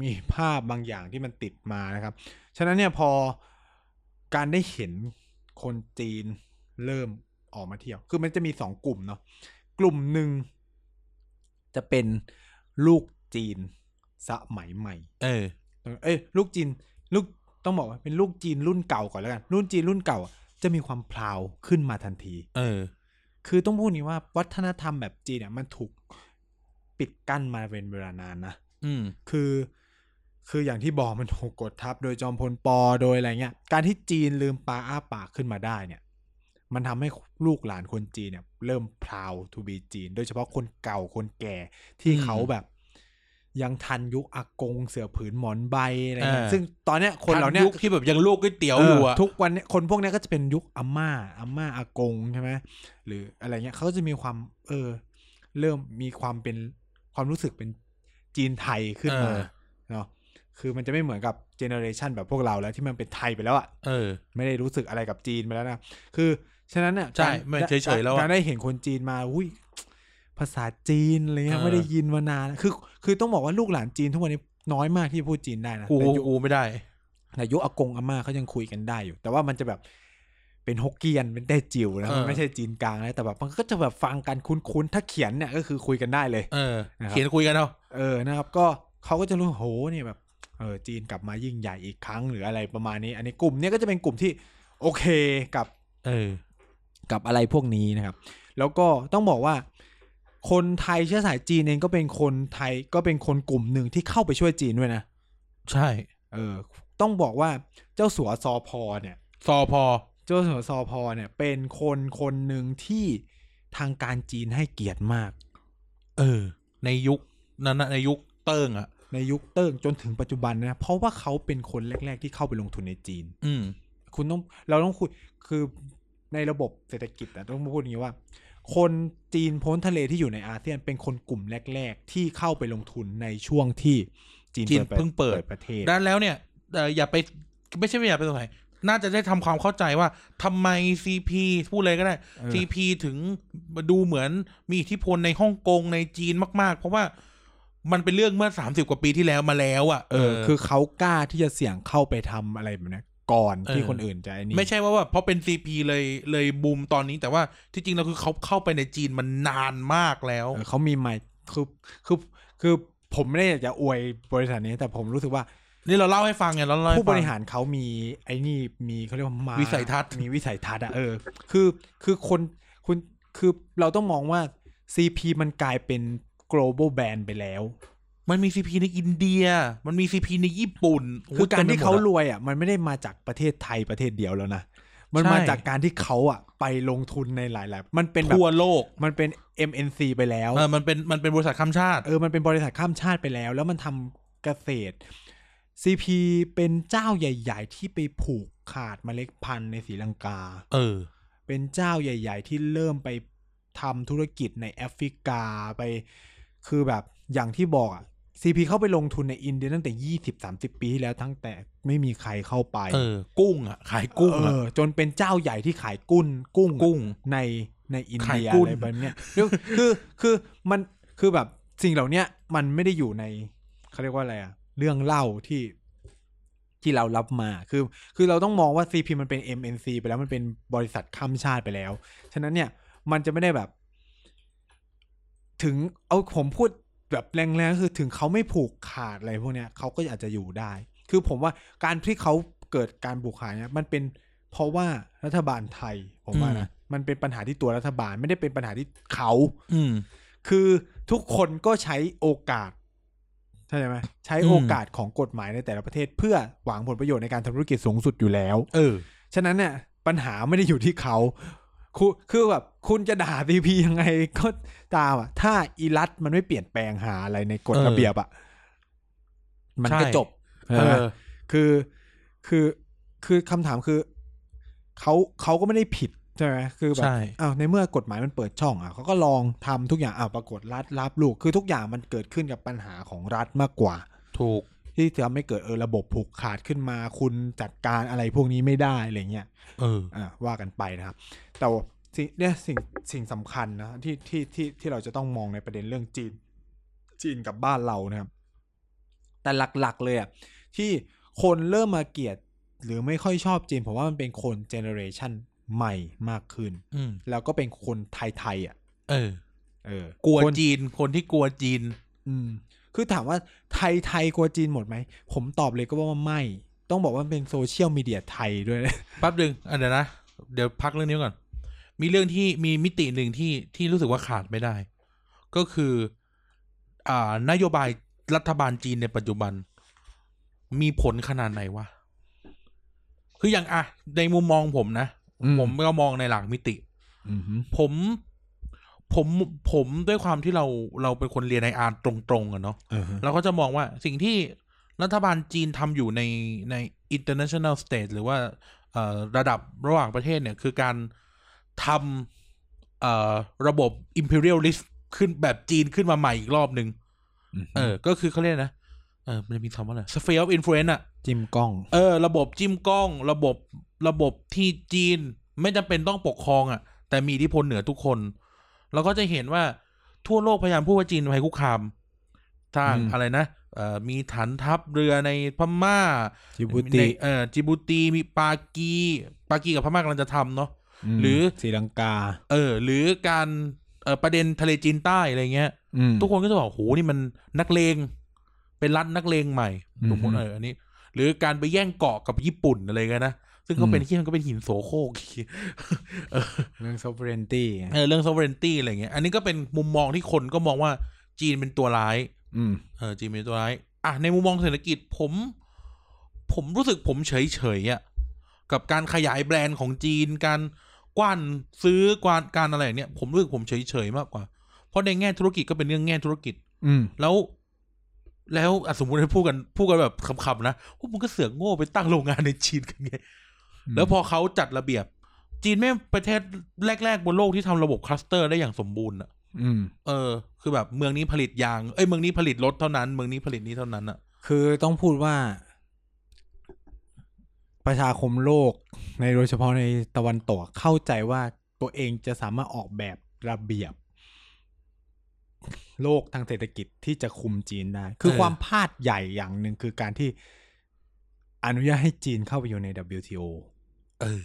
Speaker 1: มีภาพบางอย่างที่มันติดมานะครับ ฉะนั้นเนี่ยพอการได้เห็นคนจีนเริ่มออกมาเที่ยว คือมันจะมีสองกลุ่มเนาะกลุ่มหนึ่งจะเป็นลูกจีนสมัยใหม่
Speaker 2: เออ
Speaker 1: เอ้ยลูกจีนลูกต้องบอกว่าเป็นลูกจีนรุ่นเก่าก่อนแล้วกันรุ่นจีนรุ่นเก่าอะจะมีความพราวขึ้นมาทันที
Speaker 2: เออ
Speaker 1: คือต้องพูดนี้ว่าวัฒนธรรมแบบจีนเนี่ยมันถูกปิดกั้นมาเป็นเวลานานนะ
Speaker 2: อืม
Speaker 1: คือ คืออย่างที่บอกมันถูกกดทับ โดยจอมพลปอโดยอะไรเงี้ย การที่จีนลืมปลาอ้าปากขึ้นมาได้เนี่ย มันทำให้ลูกหลานคนจีนเนี่ย เริ่มพราวทูบีจีน โดยเฉพาะคนเก่าคนแก่ที่
Speaker 2: อืม
Speaker 1: เขาแบบ ยังทันยุคอากงเสือผืนหมอนใบอะไรเงี้ย
Speaker 2: เออ
Speaker 1: ซึ่งตอนเนี้ยคนเหล่าเนี้ย
Speaker 2: คที่แบบยังลูกก๋วยเตี๋ยวอยู่อะ
Speaker 1: เทุกวันเนี่ยคนพวกเนี้ยก็จะเป็นยุคอาม่าอาม่าอากงใช่ไหมหรืออะไรเงี้ยเขาก็จะมีความเออ เริ่มมีความเป็นความรู้สึกเป็นจีนไทยขึ้นมา
Speaker 2: เออ
Speaker 1: เนาะคือมันจะไม่เหมือนกับเจเนอเรชันแบบพวกเราแล้วที่มันเป็นไทยไปแล้วอะ
Speaker 2: เออ
Speaker 1: ไม่ได้รู้สึกอะไรกับจีนไปแล้วนะคือฉะนั้นเนี่ยกา
Speaker 2: ใช่
Speaker 1: ร
Speaker 2: ไม่เฉยๆแล้วอะ
Speaker 1: การได้เห็นคนจีนมาอุ้ยภาษาจีนอะไรเงี้ย
Speaker 2: เออ
Speaker 1: ไม่ได้ยินมานานแล้วคือคือต้องบอกว่าลูกหลานจีนทุกวันนี้น้อยมากที่พูดจีนได้นะ
Speaker 2: กู
Speaker 1: แต่ยุค
Speaker 2: กูไม่ได้
Speaker 1: แต่ยุคอากงอาม่าเขายังคุยกันได้อยู่ แต่ว่ามันจะแบบเป็นฮกเกี้ยนเป็นแต้จิ๋วนะ
Speaker 2: เออ
Speaker 1: มันไม่ใช่จีนกลางนะแต่แบบมันก็จะแบบฟังกันคุ้นๆถ้าเขียนเนี่ยก็คือคุยกันได้เลย
Speaker 2: เออ
Speaker 1: นะครับ
Speaker 2: เขียนคุยกันเอา
Speaker 1: เออนะครับ ก็เขาก็จะรู้โหเนี่ยแบบเออจีนกลับมายิ่งใหญ่อีกครั้งหรืออะไรประมาณนี้ อันนี้กลุ่มเนี้ยก็จะเป็นกลุ่มที่โอเคกับ
Speaker 2: เออ
Speaker 1: กับอะไรพวกนี้นะครับ แล้วก็ต้องบอกว่า คนไทยเชื้อสายจีนเองก็เป็นคนไทยก็เป็นคนกลุ่มหนึ่งที่เข้าไปช่วยจีนด้วยนะ
Speaker 2: ใช่
Speaker 1: เออ ต้องบอกว่าเจ้าสัวซอพอเนี่ย
Speaker 2: ซอพอ
Speaker 1: โจสซอพอเนี่ย เป็นคนคนหนึ่งที่ทางการจีนให้เกียรติมาก
Speaker 2: เออ ในยุคนั้นนะในยุคเติ้งอ่ะ
Speaker 1: ในยุคเติ้งจนถึงปัจจุบันนะ เพราะว่าเขาเป็นคนแรก ๆ ที่เข้าไปลงทุนในจีน
Speaker 2: อืม
Speaker 1: คุณต้องเราต้องคุยคือในระบบเศรษฐกิจอะต้องพูดอย่างนี้ว่า คนจีนพ้นทะเลที่อยู่ในอาเซียนเป็นคนกลุ่มแรก ๆ ที่เข้าไปลงทุนในช่วงที่จีน
Speaker 2: จีนเพิ่งเปิด
Speaker 1: ประเทศ
Speaker 2: ดังนั้นแล้วเนี่ยเอ่ออย่าไปไม่ใช่ไม่อย่าไปตรงไหน น่าจะได้ทำความเข้าใจว่าทำไมซีพีพูดเลยก็ได้
Speaker 1: เออ
Speaker 2: ซีพีถึงดูเหมือนมีอิทธิพลในฮ่องกงในจีนมาก ๆ เพราะว่ามันเป็นเรื่องเมื่อสามสิบกว่าปีที่แล้วมาแล้วอ่ะ
Speaker 1: เออ คือเขากล้าที่จะเสี่ยงเข้าไปทำอะไรแบบเนี้ยก่อนที่คนอื่นจะไอ้นี่
Speaker 2: ไม่ใช่ว่าแบบเพราะเป็นซีพีเลยเลยบูมตอนนี้ แต่ว่าที่จริงแล้วคือเขาเข้าไปในจีนมันนานมากแล้ว
Speaker 1: เออเขามีไมค์คือคือคือผมไม่ได้อยากจะอวยบริษัทนี้ แต่ผมรู้สึกว่า
Speaker 2: นี่เราเล่าให้ฟังไงเราเล่าให้ฟัง
Speaker 1: ผู้บริหารเขามีไอ้นี่มีเขาเรียกว่ามา
Speaker 2: วิสัยทัศน์
Speaker 1: มีวิสัยทัศน์อะเออ คือคือคนคุณคือเราต้องมองว่า CP มันกลายเป็น global brand ไปแล้ว
Speaker 2: มันมีซีพีในอินเดีย มันมีซีพีในญี่ปุ่น
Speaker 1: คือการที่เขา
Speaker 2: โอ้ยต็มไปหมดอะ
Speaker 1: รวยอ่ะมันไม่ได้มาจากประเทศไทยประเทศเดียวแล้วนะ มัน
Speaker 2: ใช่
Speaker 1: มาจากการที่เขาอ่ะไปลงทุนในหลายๆ มันเป็นแบบ
Speaker 2: ทั่วโลก
Speaker 1: มันเป็น MNC ไปแล้ว
Speaker 2: เออมันเป็นมันเป็นบริษัทข้ามชาติ
Speaker 1: เออ มันเป็นบริษัทข้ามชาติไปแล้ว แล้วมันทำเกษตร CP เป็นเจ้าใหญ่ ๆ ที่ไปผูกขาดเมล็ดพันธุ์ในศรีลังกา
Speaker 2: เออ
Speaker 1: เป็นเจ้าใหญ่ ๆ ที่เริ่มไปทำธุรกิจในแอฟริกาไป คือแบบอย่างที่บอกอ่ะ CP เข้าไปลงทุนในอินเดียตั้งแต่ 20-30 ปีที่แล้วทั้งแต่ไม่มีใครเข้าไป
Speaker 2: เออ กุ้งอ่ะ ขายกุ้ง
Speaker 1: เอ
Speaker 2: อ่ะ
Speaker 1: อจนเป็นเจ้าใหญ่ที่ขายกุ้นกุ้งอะ
Speaker 2: กุ้ง
Speaker 1: ในในอิน
Speaker 2: ขาย
Speaker 1: เดีย
Speaker 2: กุ้น
Speaker 1: อะไรแบบเนี้ยคือคือคือมันคือแบบสิ่งเหล่าเนี้ยมันไม่ได้อยู่ในเขาเรียกว่าอะไรอะเรื่องเล่าที่ที่เรารับมาคือ คือเราต้องมองว่า CP มันเป็น MNC ไปแล้วมันเป็นบริษัทข้ามชาติไปแล้ว ฉะนั้นเนี่ยมันจะไม่ได้แบบ ถึงเอาผมพูดแบบแรงๆก็คือถึงเขาไม่ผูกขาดอะไรพวกเนี้ยเขาก็อาจจะอยู่ได้ คือผมว่าการที่เขาเกิดการผูกขาดเนี่ยมันเป็นเพราะว่ารัฐบาลไทยผมว่านะมันเป็นปัญหาที่ตัวรัฐบาลไม่ได้เป็นปัญหาที่เขา
Speaker 2: อืม
Speaker 1: คือทุกคนก็ใช้โอกาสใช่ไหมใช้โอกาสของกฎหมายในแต่ละประเทศ เพื่อหวังผลประโยชน์ในการทำธุรกิจสูงสุดอยู่แล้ว
Speaker 2: เออ
Speaker 1: ฉะนั้นเนี่ยปัญหาไม่ได้อยู่ที่เขาคุณคือแบบคุณจะด่าซีพียังไงก็ตามอ่ะ ถ้าอีรัฐมันไม่เปลี่ยนแปลงหาอะไรในกฎ
Speaker 2: เออ
Speaker 1: ระเบียบอ่ะ มันก็
Speaker 2: ใช่
Speaker 1: จบ
Speaker 2: เอ
Speaker 1: ใช่ไหม
Speaker 2: อ
Speaker 1: คือคือคือคำถามคือเขาเขาก็ไม่ได้ผิดใช่ไหมคือแบบ
Speaker 2: ใช่
Speaker 1: อ้าวในเมื่อกฎหมายมันเปิดช่องอ่ะเขาก็ลองทำทุกอย่างอ้าวปรากฏรัฐรับลูก คือทุกอย่างมันเกิดขึ้นกับปัญหาของรัฐมากกว่า
Speaker 2: ถูก
Speaker 1: ที่ทำให้เกิดเออระบบผูกขาดขึ้นมา คุณจัดการอะไรพวกนี้ไม่ได้อะไรเงี้ย
Speaker 2: เออ
Speaker 1: อ่ะว่ากันไปนะครับ แต่ว่าสิ่งเนี่ยสิ่งสิ่งสำคัญนะที่ที่ที่ที่เราจะต้องมองในประเด็นเรื่องจีน จีนกับบ้านเรานะครับ แต่หลักๆเลยอ่ะที่คนเริ่มมาเกลียดหรือไม่ค่อยชอบจีนผมว่ามันเป็นคนเจเนอเรชันใหม่มากขึ้น
Speaker 2: อืม
Speaker 1: แล้วก็เป็นคนไทยๆอ่ะ
Speaker 2: เออ
Speaker 1: เออก
Speaker 2: ลัว
Speaker 1: คน
Speaker 2: จีน คนที่กลัวจีน
Speaker 1: อืมคือถามว่าไทยไทยๆกลัวจีนหมดไหม ผมตอบเลยก็ว่าไม่ ต้องบอกว่ามันเป็นโซเชียลมีเดียไทยด้วยนะ
Speaker 2: แป๊บหนึ่งอ่ะเดี๋ยวนะ เดี๋ยวพักเรื่องนี้ก่อน มีเรื่องที่มีมิติหนึ่งที่ที่รู้สึกว่าขาดไม่ได้ ก็คือ อ่านโยบายรัฐบาลจีนในปัจจุบัน มีผลขนาดไหนวะ คืออย่างอ่ะ ในมุมมองผมนะ
Speaker 1: อื
Speaker 2: ผมก็มองในหลักมิติ
Speaker 1: อืม
Speaker 2: ผมผมผมด้วยความที่เราเราเป็นคนเรียนในอาร์ตตรงๆอะเนาะ
Speaker 1: อ่าฮะ
Speaker 2: เราก็จะมองว่าสิ่งที่รัฐบาลจีนทำอยู่ในใน international stage หรือว่าเอ่อระดับระหว่างประเทศเนี่ย คือการทำเอ่อระบบ imperialist ขึ้นแบบจีนขึ้นมาใหม่อีกรอบหนึ่ง
Speaker 1: อืม
Speaker 2: เออ ก็คือเขาเรียกนะเออมันจะมีคำว่าอะไร sphere of influence อะ
Speaker 1: จิ้มกล้อง
Speaker 2: เออ ระบบจิ้มกล้อง ระบบระบบที่จีนไม่จำเป็นต้องปกครองอะแต่มีอิทธิพลเหนือทุกคน เราก็จะเห็นว่าทั่วโลกพยายามพูดว่าจีนภัยคุกคามสร้าง
Speaker 1: อืม
Speaker 2: อะไรนะเอ่อมีฐานทัพเรือในพม่า
Speaker 1: จิบุ
Speaker 2: ใน
Speaker 1: ติ
Speaker 2: เอ่อจิบูตีมีปากีปากีกับพม่ากำลังจะทำเนาะ
Speaker 1: ม
Speaker 2: หรือ
Speaker 1: ศรีลังกา
Speaker 2: เออ หรือการเอ่อประเด็นทะเลจีนใต้อะไรเงี้ย
Speaker 1: อืม
Speaker 2: ทุกคนก็จะบอกโหนี่มันนักเลง เป็นรัฐนักเลงใหม่
Speaker 1: อืม
Speaker 2: สมมติเอออันนี้ หรือการไปแย่งเกาะกับญี่ปุ่นอะไรเงี้ยนะซึ่งก็เป็น
Speaker 1: อืม
Speaker 2: ที่มันก็เป็นหินโสโครก อีก
Speaker 1: เรื่อง sovereignty
Speaker 2: เออเรื่อง sovereignty อะไรเงี้ย อันนี้ก็เป็นมุมมองที่คนก็มองว่าจีนเป็นตัวร้าย
Speaker 1: อืม
Speaker 2: เออจีนเป็นตัวร้ายอ่ะในมุมมองเศรษฐกิจผม ผมรู้สึกผมเฉยเฉยๆอะกับการขยายแบรนด์ของจีน การกว้านซื้อกวานการอะไรอย่างเนี้ยผมรู้สึกผมเฉยเฉยๆมากกว่า เพราะในแง่ธุรกิจก็เป็นเรื่องแง่ธุรกิจ
Speaker 1: อืม
Speaker 2: แล้ว แล้วอ่ะสมมติให้พูดกันพูดกันแบบขำๆนะพวกมึงก็เสือกโง่ไปตั้งโรงงานในจีนกันไง แล้วพอเขาจัดระเบียบ จีนไม่งประเทศแรก ๆ บนโลกที่ทำระบบคลัสเตอร์ได้อย่างสมบูรณ์อะ
Speaker 1: อืม
Speaker 2: เออ คือแบบเมืองนี้ผลิตยาง เอ้ยเมืองนี้ผลิตรถเท่านั้น เมืองนี้ผลิตนี้เท่านั้นอะ
Speaker 1: คือต้องพูดว่า ประชาคมโลกในโดยเฉพาะในตะวันตกเข้าใจว่าตัวเองจะสามารถออกแบบระเบียบ โลกทางเศรษฐกิจที่จะคุมจีนได้ คือความพลาดใหญ่อย่างหนึ่งคือการที่อนุญาตให้จีนเข้าไปอยู่ใน WTO
Speaker 2: เออ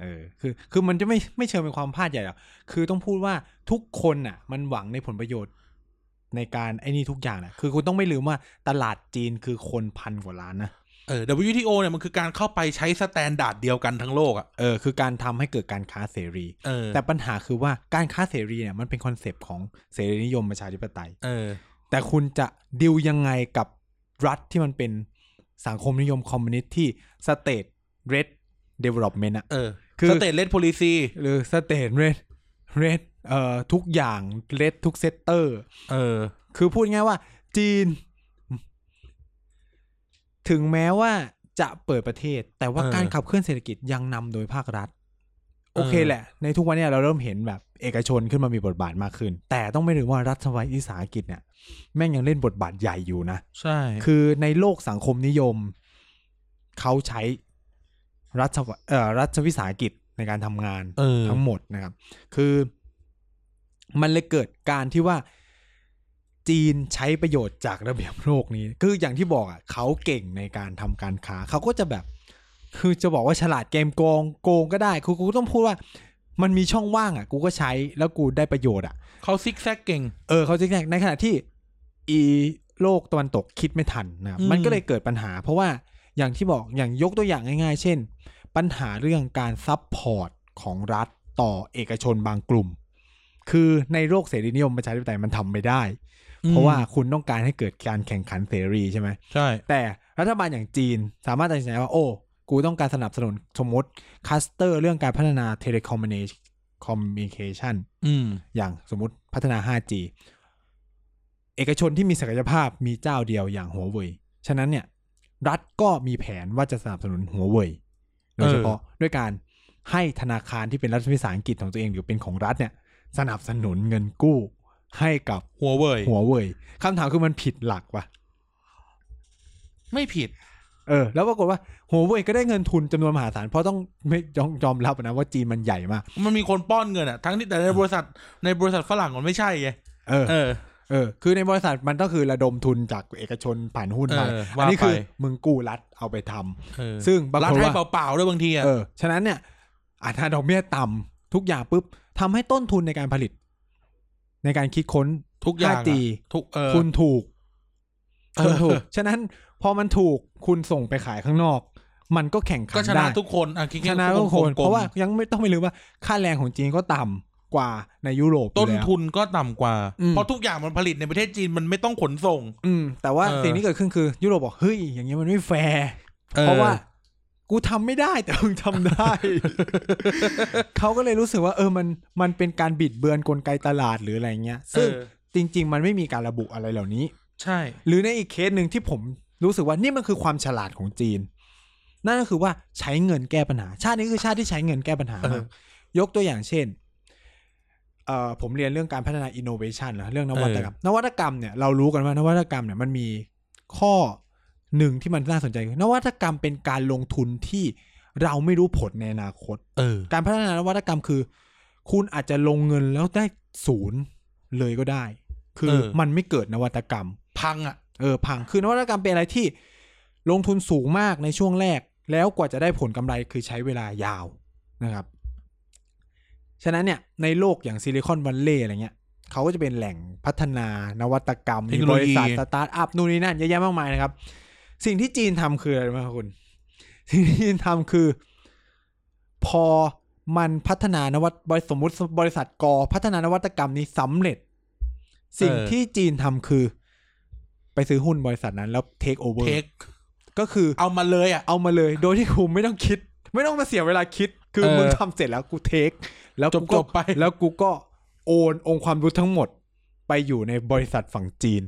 Speaker 1: เออคือคือมันจะไม่ไม่เชิงเป็นความพลาดใหญ่หรอกคือต้องพูดว่าทุกคนน่ะ มันหวังในผลประโยชน์ในการไอ้นี่ทุกอย่างนะคือคุณต้องไม่ลืมว่าตลาดจีนคือคนพันกว่าล้านนะ
Speaker 2: เออ WTO เนี่ยมันคือการเข้าไปใช้สแตนดาร์ดเดียวกันทั้งโลกอะ
Speaker 1: เออคือการทำให้เกิดการค้าเสรี
Speaker 2: เออ
Speaker 1: แต่ปัญหาคือว่าการค้าเสรีเนี่ยมันเป็นคอนเซปต์ของเสรีนิยมประชาธิปไตย
Speaker 2: เออ
Speaker 1: แต่คุณจะดิวยังไงกับรัฐที่มันเป็นสังคมนิยมคอมมิวนิสต์ที่สเตทเรดเดเวล็อปเมนต์อะ
Speaker 2: เออ
Speaker 1: คือ
Speaker 2: สเตทเลดโพลิซี
Speaker 1: หรือสเตทเรดเรดเอ่อทุกอย่างเรดทุกเซกเตอร์
Speaker 2: เออ
Speaker 1: คือพูดง่ายว่าจีน ถึงแม้ว่าจะเปิดประเทศ แต่ว่า
Speaker 2: เออ
Speaker 1: การขับเคลื่อนเศรษฐกิจยังนำโดยภาครัฐ
Speaker 2: เออ
Speaker 1: โอเคแหละ ในทุกวันเนี้เราเริ่มเห็นแบบเอกชนขึ้นมามีบทบาทมากขึ้น แต่ต้องไม่ลืมว่ารัฐสวัยอิสาหกิจเนี่ย แม่งยังเล่นบทบาทใหญ่อยู่นะ
Speaker 2: ใช่
Speaker 1: คือในโลกสังคมนิยม เขาใช้รัฐวะเอ่อรัฐวิสาหกิจในการทำงาน
Speaker 2: เออ
Speaker 1: ทั้งหมดนะครับ คือมันเลยเกิดการที่ว่าจีนใช้ประโยชน์จากระเบียบโลกนี้ คืออย่างที่บอกอ่ะเขาเก่งในการทำการค้า เขาก็จะแบบ คือจะบอกว่าฉลาดเกมโกงโกงก็ได้คือกูต้องพูดว่า มันมีช่องว่างอ่ะ กูก็ใช้แล้วกูได้ประโยชน์อ่ะ
Speaker 2: เขาซิกแซกเก่ง
Speaker 1: เออเขาจะแข่งในขณะที่อีโลกตะวันตกคิดไม่ทันนะครับ
Speaker 2: อืม
Speaker 1: มันก็เลยเกิดปัญหา เพราะว่าอย่างที่บอกอย่างยกตัวอย่างง่ายๆ เช่น ปัญหาเรื่องการซัพพอร์ตของรัฐต่อเอกชนบางกลุ่ม คือในโลกเสรีนิยมประชาธิปไตยมันทำไม่ได้ เพราะว่าคุณต้องการให้เกิดการแข่งขันเสรีใช่ไหม
Speaker 2: ใช่
Speaker 1: แต่รัฐบาลอย่างจีนสามารถตัดสินใจว่า โอ้ กูต้องการสนับสนุนสมมติคลัสเตอร์เรื่องการพัฒนาเทเลคอมมิเคชัน
Speaker 2: อืม
Speaker 1: อย่างสมมติพัฒนา 5G เอกชนที่มีศักยภาพมีเจ้าเดียวอย่างหัวเว่ย ฉะนั้นเนี่ย รัฐก็มีแผนว่าจะสนับสนุนหัวเว่ย โดยเฉพาะด้วยการให้ธนาคารที่เป็นรัฐวิสาหกิจของตัวเองหรือเป็นของรัฐเนี่ย สนับสนุนเงินกู้ ให้กับ
Speaker 2: หัวเว่ย
Speaker 1: หัวเว่ยคำถามคือมันผิดหลักปะ
Speaker 2: ไม่ผิด
Speaker 1: เออ แล้วปรากฏว่าหัวเว่ยก็ได้เงินทุนจำนวนมหาศาลเพราะต้องไม่ยอมยอมรับนะว่าจีนมันใหญ่มาก
Speaker 2: มันมีคนป้อนเงินอะทั้งที่แต่ในบริษัทในบริษัทฝรั่งมันไม่ใช่ไง
Speaker 1: เออ
Speaker 2: เออ
Speaker 1: เออ คือในบริษัทมันก็คือระดมทุนจากเอกชนผ่านหุ้นไป
Speaker 2: เออ
Speaker 1: อั
Speaker 2: ว่าน
Speaker 1: นี้คือ
Speaker 2: ไป
Speaker 1: มึงกู้รัฐเอาไปทำ
Speaker 2: เออ
Speaker 1: ซึ่งบาง
Speaker 2: รัด
Speaker 1: คน
Speaker 2: ให้
Speaker 1: ว่า
Speaker 2: เปล่าๆด้วยบางทีอะ
Speaker 1: เออ ฉะนั้นเนี่ยอัตราดอกเบี้ยต่ำทุกอย่างปุ๊บทำให้ต้นทุนในการผลิต ในการคิดค้น
Speaker 2: ทุกอย่างอะ
Speaker 1: ตี
Speaker 2: ทุกเออ
Speaker 1: คุณถูก
Speaker 2: เออ
Speaker 1: คุณถูก ฉะนั้นพอมันถูกคุณส่งไปขายข้างนอก มันก็แข่งขั
Speaker 2: ก็
Speaker 1: น
Speaker 2: ชนะ
Speaker 1: ได้
Speaker 2: ทุกคนอ่ะคิด
Speaker 1: ช
Speaker 2: ง่าย
Speaker 1: นะ
Speaker 2: ๆ
Speaker 1: ทุกคน
Speaker 2: กลมๆ
Speaker 1: เพราะว่ายังไม่ต้องไม่ลืมว่าค่าแรงของจีนก็ต่ำกว่าในยุโรปอยู่
Speaker 2: ต้น
Speaker 1: แล้ว
Speaker 2: ทุนก็ต่ำกว่า
Speaker 1: อืม
Speaker 2: เพราะทุกอย่างมันผลิตในประเทศจีนมันไม่ต้องขนส่ง
Speaker 1: อืมแต่ว่า
Speaker 2: เออ
Speaker 1: สิ่งที่เกิดขึ้นคือยุโรปบอกเฮ้ยอย่างเงี้ยมันไม่แฟร์เพราะว่า กูทำไม่ได้แต่มึงทำได้ เขาก็เลยรู้สึกว่า เออมันมันเป็นการบิดเบือนกลไกตลาดหรืออะไรเงี้ย ซึ่ง
Speaker 2: เออ
Speaker 1: จริง ๆ มันไม่มีการระบุอะไรเหล่านี้
Speaker 2: ใช่
Speaker 1: หรือในอีกเคสหนึ่งที่ผมรู้สึกว่านี่มันคือความฉลาดของจีน นั่นก็คือว่าใช้เงินแก้ปัญหา ชาตินี้คือชาติที่ใช้เงินแก้ปัญหา
Speaker 2: เออ
Speaker 1: มากยกตัวอย่างเช่นเอ่อผมเรียนเรื่องการพัฒนา innovation เหรอเรื่องนวัตกรรม นวัตกรรมเนี่ยเรารู้กันว่านวัตกรรมเนี่ยมันมีข้อหนึ่งที่มันน่าสนใจคือนวัตกรรมเป็นการลงทุนที่เราไม่รู้ผลในอนาคต
Speaker 2: เออ
Speaker 1: การพัฒนานวัตกรรมคือ คุณอาจจะลงเงินแล้วได้ศูนย์เลยก็ได้ คือ
Speaker 2: เออ
Speaker 1: มันไม่เกิดนวัตกรรม
Speaker 2: พังอ่ะ
Speaker 1: เออพังคือนวัตกรรมเป็นอะไรที่ลงทุนสูงมากในช่วงแรก แล้วกว่าจะได้ผลกำไรคือใช้เวลายาวนะครับ ฉะนั้นเนี่ยในโลกอย่างซิลิคอนวัลเลย์อะไรเงี้ยเขาก็จะเป็นแหล่งพัฒนานวัตกรรม
Speaker 2: เท
Speaker 1: มี
Speaker 2: คโน
Speaker 1: บ
Speaker 2: โลยี
Speaker 1: ริษัทสตาร์ทอัพนู่นนี่นั่นเยอะแยะมากมายนะครับ สิ่งที่จีนทำคืออะไรรู้ไหมครับคุณ สิ่งที่จีนทำคือ พอมันพัฒนานวัตบริสมมติบริษัทกอพัฒนานวัตกรรมนี้สำเร็จ สิ่งที่จีนทำคือ ไปซื้อหุ้นบริษัทนั้นแล้วเทคโอเวอ
Speaker 2: เท
Speaker 1: ร์
Speaker 2: ค
Speaker 1: ก็คือ
Speaker 2: เอามาเลยอ่ะ
Speaker 1: เอามาเลยโดยที่คุณไม่ต้องคิด ไม่ต้องมาเสียเวลาคิด คือ
Speaker 2: เออ
Speaker 1: มึงทำเสร็จแล้วกูเทคแล้วกูก็
Speaker 2: จบๆไป
Speaker 1: แล้วกูก็โอนองค์ความรู้ทั้งหมดไปอยู่ในบริษัทฝั่งจีน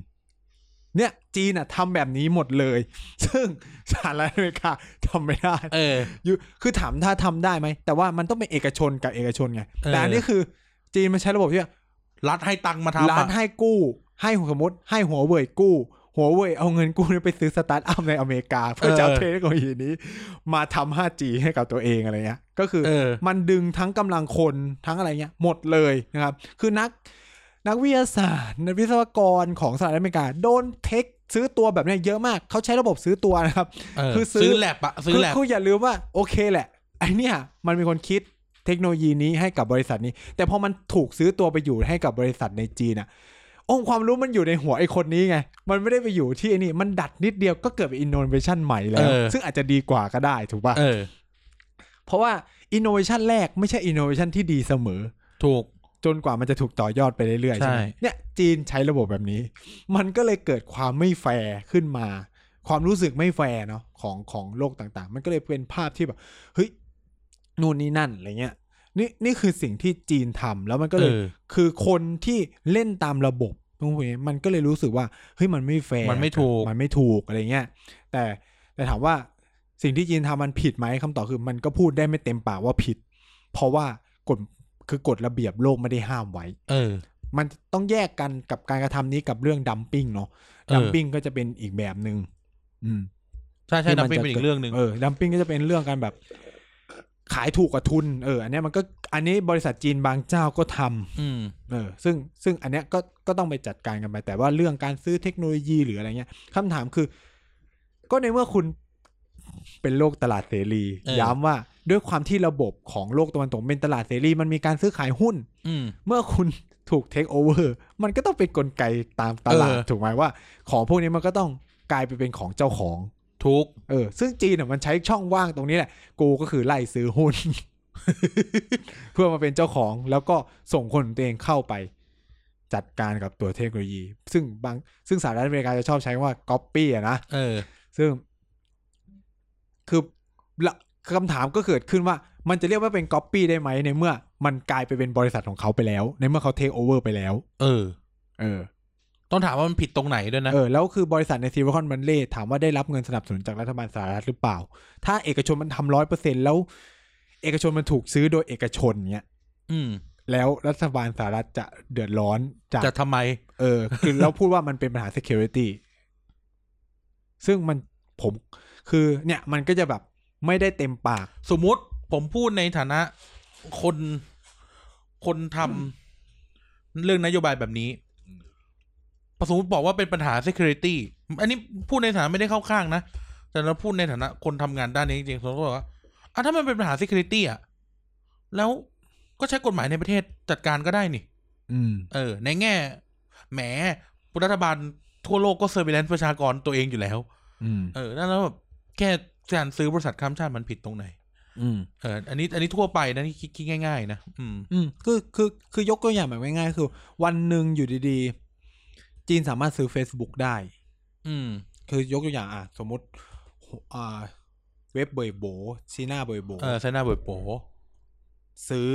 Speaker 1: เนี่ยจีนอ่ะทำแบบนี้หมดเลย ซึ่ง สหรัฐอเมริกาทำไม่ได้
Speaker 2: เออ
Speaker 1: อยู่คือถามถ้าทำได้ไหม แต่ว่ามันต้องเป็นเอกชนกับเอกชนไง
Speaker 2: เออ
Speaker 1: แต่อันนี้คือจีนมันใช้ระบบที่ว่า
Speaker 2: รัฐให้ตังค์มาทำ
Speaker 1: ร้าน
Speaker 2: อ่ะ
Speaker 1: ให้กู้ ให้สมมติให้หัวเว่ยกู้ หัวเว่ยเอาเงินกู้เนี่ยไปซื้อสตาร์ทอัพในอเมริกา เพื่อจะเอาเทคโนโลยีนี้ มาทำ 5G ให้กับตัวเองอะไรเงี้ย ก็คือ
Speaker 2: เออ
Speaker 1: มันดึงทั้งกำลังคนทั้งอะไรเงี้ยหมดเลยนะครับ คือนักนักวิทยาศาสตร์นักวิศวกรของสหรัฐอเมริกาโดนเทคซื้อตัวแบบเนี้ยเยอะมากเขาใช้ระบบซื้อตัวนะครับ
Speaker 2: เออ
Speaker 1: คือซื้อ
Speaker 2: ซื้อแลบอ่ะ ซื้อ
Speaker 1: คือ
Speaker 2: แลบ
Speaker 1: คืออย่าลืมว่าโอเคแหละไอเนี่ยมันเป็นคนคิดเทคโนโลยีนี้ให้กับบริษัทนี้ แต่พอมันถูกซื้อตัวไปอยู่ให้กับบริษัทในจีนอะองค์ความรู้มันอยู่ในหัวไอคนนี้ไง มันไม่ได้ไปอยู่ที่ไอนี่มันดัดนิดเดียวก็เกิดเป็นอินโนเวชันใหม่แล้ว
Speaker 2: เออ
Speaker 1: ซึ่งอาจจะดีกว่าก็ได้ถูกปะ
Speaker 2: เออ
Speaker 1: เพราะว่าอินโนเวชันแรกไม่ใช่อินโนเวชันที่ดีเสมอ
Speaker 2: ถูก
Speaker 1: จนกว่ามันจะถูกต่อยอดไปเรื่อยๆใช่ไหม
Speaker 2: ใช่
Speaker 1: เนี่ยจีนใช้ระบบแบบนี้ มันก็เลยเกิดความไม่แฟร์ขึ้นมา ความรู้สึกไม่แฟร์เนาะของของโลกต่างๆ มันก็เลยเป็นภาพที่แบบเฮ้ยนู่นนี่นั่นอะไรเงี้ยนี่นี่คือสิ่งที่จีนทำแล้วมันก็เลย
Speaker 2: เออ
Speaker 1: คือคนที่เล่นตามระบบตรงนี้มันก็เลยรู้สึกว่าเฮ้ยมันไม่แฟร์
Speaker 2: มันไม่ถูก
Speaker 1: มันไม่ถูกอะไรเงี้ยแต่แต่ถามว่าสิ่งที่จีนทำมันผิดไหมคำตอบคือมันก็พูดได้ไม่เต็มปากว่าผิด เพราะว่ากฎคือกฎระเบียบโลกไม่ได้ห้ามไว้
Speaker 2: เออ
Speaker 1: มันต้องแยกกันกับการกระทำนี้กับเรื่องดัมปิ้งเนาะ
Speaker 2: เออ
Speaker 1: ดัมปิ้งก็จะเป็นอีกแบบหนึ่งอืม
Speaker 2: ใช่ใช่
Speaker 1: ที่
Speaker 2: นับ
Speaker 1: มั
Speaker 2: เป็น
Speaker 1: จะ
Speaker 2: อีกเรื่องหนึ่ง
Speaker 1: เออดัมปิ้งก็จะเป็นเรื่องการแบบ ขายถูกกว่าทุนเอออันเนี้ยมันก็อันนี้บริษัทจีนบางเจ้าก็ทำ
Speaker 2: ืม
Speaker 1: เออ ซึ่งซึ่งอันเนี้ยก็ก็ต้องไปจัดการกันไป แต่ว่าเรื่องการซื้อเทคโนโลยีหรืออะไรเงี้ยคำถามคือ ก็ในเมื่อคุณเป็นโลกตลาดเสรี
Speaker 2: เออ
Speaker 1: ย้ำว่าด้วยความที่ระบบของโลกตะวันตกเป็นตลาดเสรี มันมีการซื้อขายหุ้น
Speaker 2: อืม
Speaker 1: เมื่อคุณถูกเทคโอเวอร์มันก็ต้องเป็นกลไกตามตลาด
Speaker 2: เออ
Speaker 1: ถูกไหมว่า ของพวกนี้มันก็ต้องกลายไปเป็นของเจ้าของ
Speaker 2: ถูก
Speaker 1: เออ ซึ่งจีนน่ะมันใช้ช่องว่างตรงนี้แหละ กูก็คือไล่ซื้อหุ้น เพื่อมาเป็นเจ้าของแล้วก็ส่งคนของตัวเองเข้าไป จัดการกับตัวเทคโนโลยี ซึ่งบางซึ่งสหรัฐอเมริกาจะชอบใช้คำว่า copy อะนะ
Speaker 2: เออ
Speaker 1: ซึ่งคือละคำถามก็เกิดขึ้นว่า มันจะเรียกว่าเป็นก๊อปปี้ได้ไหมในเมื่อ มันกลายไปเป็นบริษัทของเขาไปแล้ว ในเมื่อเขาเทคโอเวอร์ไปแล้ว
Speaker 2: เออ
Speaker 1: เออ
Speaker 2: ต้องถามว่ามันผิดตรงไหนด้วยนะ
Speaker 1: เออแล้วคือบริษัทในซีริคอนมันเล่ถามว่าได้รับเงินสนับสนุนจากรัฐบาลสหรัฐหรือเปล่า ถ้าเอกชนมันทำร้อยเปอร์เซ็นแล้ว เอกชนมันถูกซื้อโดยเอกชนเนี้ย
Speaker 2: อืม
Speaker 1: แล้วรัฐบาลสหรัฐจะเดือดร้อนจาก
Speaker 2: จะทำไม
Speaker 1: เออคือเราพูดว่ามันเป็นปัญหา security ซึ่งมันผมคือเนี่ยมันก็จะแบบไม่ได้เต็มปาก
Speaker 2: สมมุติผมพูดในฐานะคนคนทำเรื่องนโยบายแบบนี้สมมติบอกว่าเป็นปัญหา security อันนี้พูดในฐานะไม่ได้เข้าข้างนะ แต่เราพูดในฐานะคนทำงานด้านนี้จริงๆผมก็บอกว่าอ่ะถ้ามันเป็นปัญหา security อ่ะ แล้วก็ใช้กฎหมายในประเทศจัดการก็ได้นี่
Speaker 1: อืม
Speaker 2: เออ ในแง่แหมรัฐบาลทั่วโลกก็เซอร์ i l แ n นซ์ประชากรตัวเองอยู่แล้ว
Speaker 1: อืม
Speaker 2: เออนั่นแล้วแบบแค่ การซื้อบริษัทข้ามชาติมันผิดตรงไหน
Speaker 1: อืม
Speaker 2: เอออันนี้อันนี้ทั่วไปนะนี่คิดคิดง่าย ๆ นะอืม
Speaker 1: อืมคือคือคือยกตัวอย่างแบบง่ายๆคือ วันหนึ่งอยู่ดีๆ จีนสามารถซื้อ Facebook ได้
Speaker 2: อืม
Speaker 1: คือยกตัวอย่างอ่ะ สมมติอ่าเว็บเบยโบซีน่าเบยโบ
Speaker 2: เออไซน่าเบิร์ดโป
Speaker 1: ซื้อ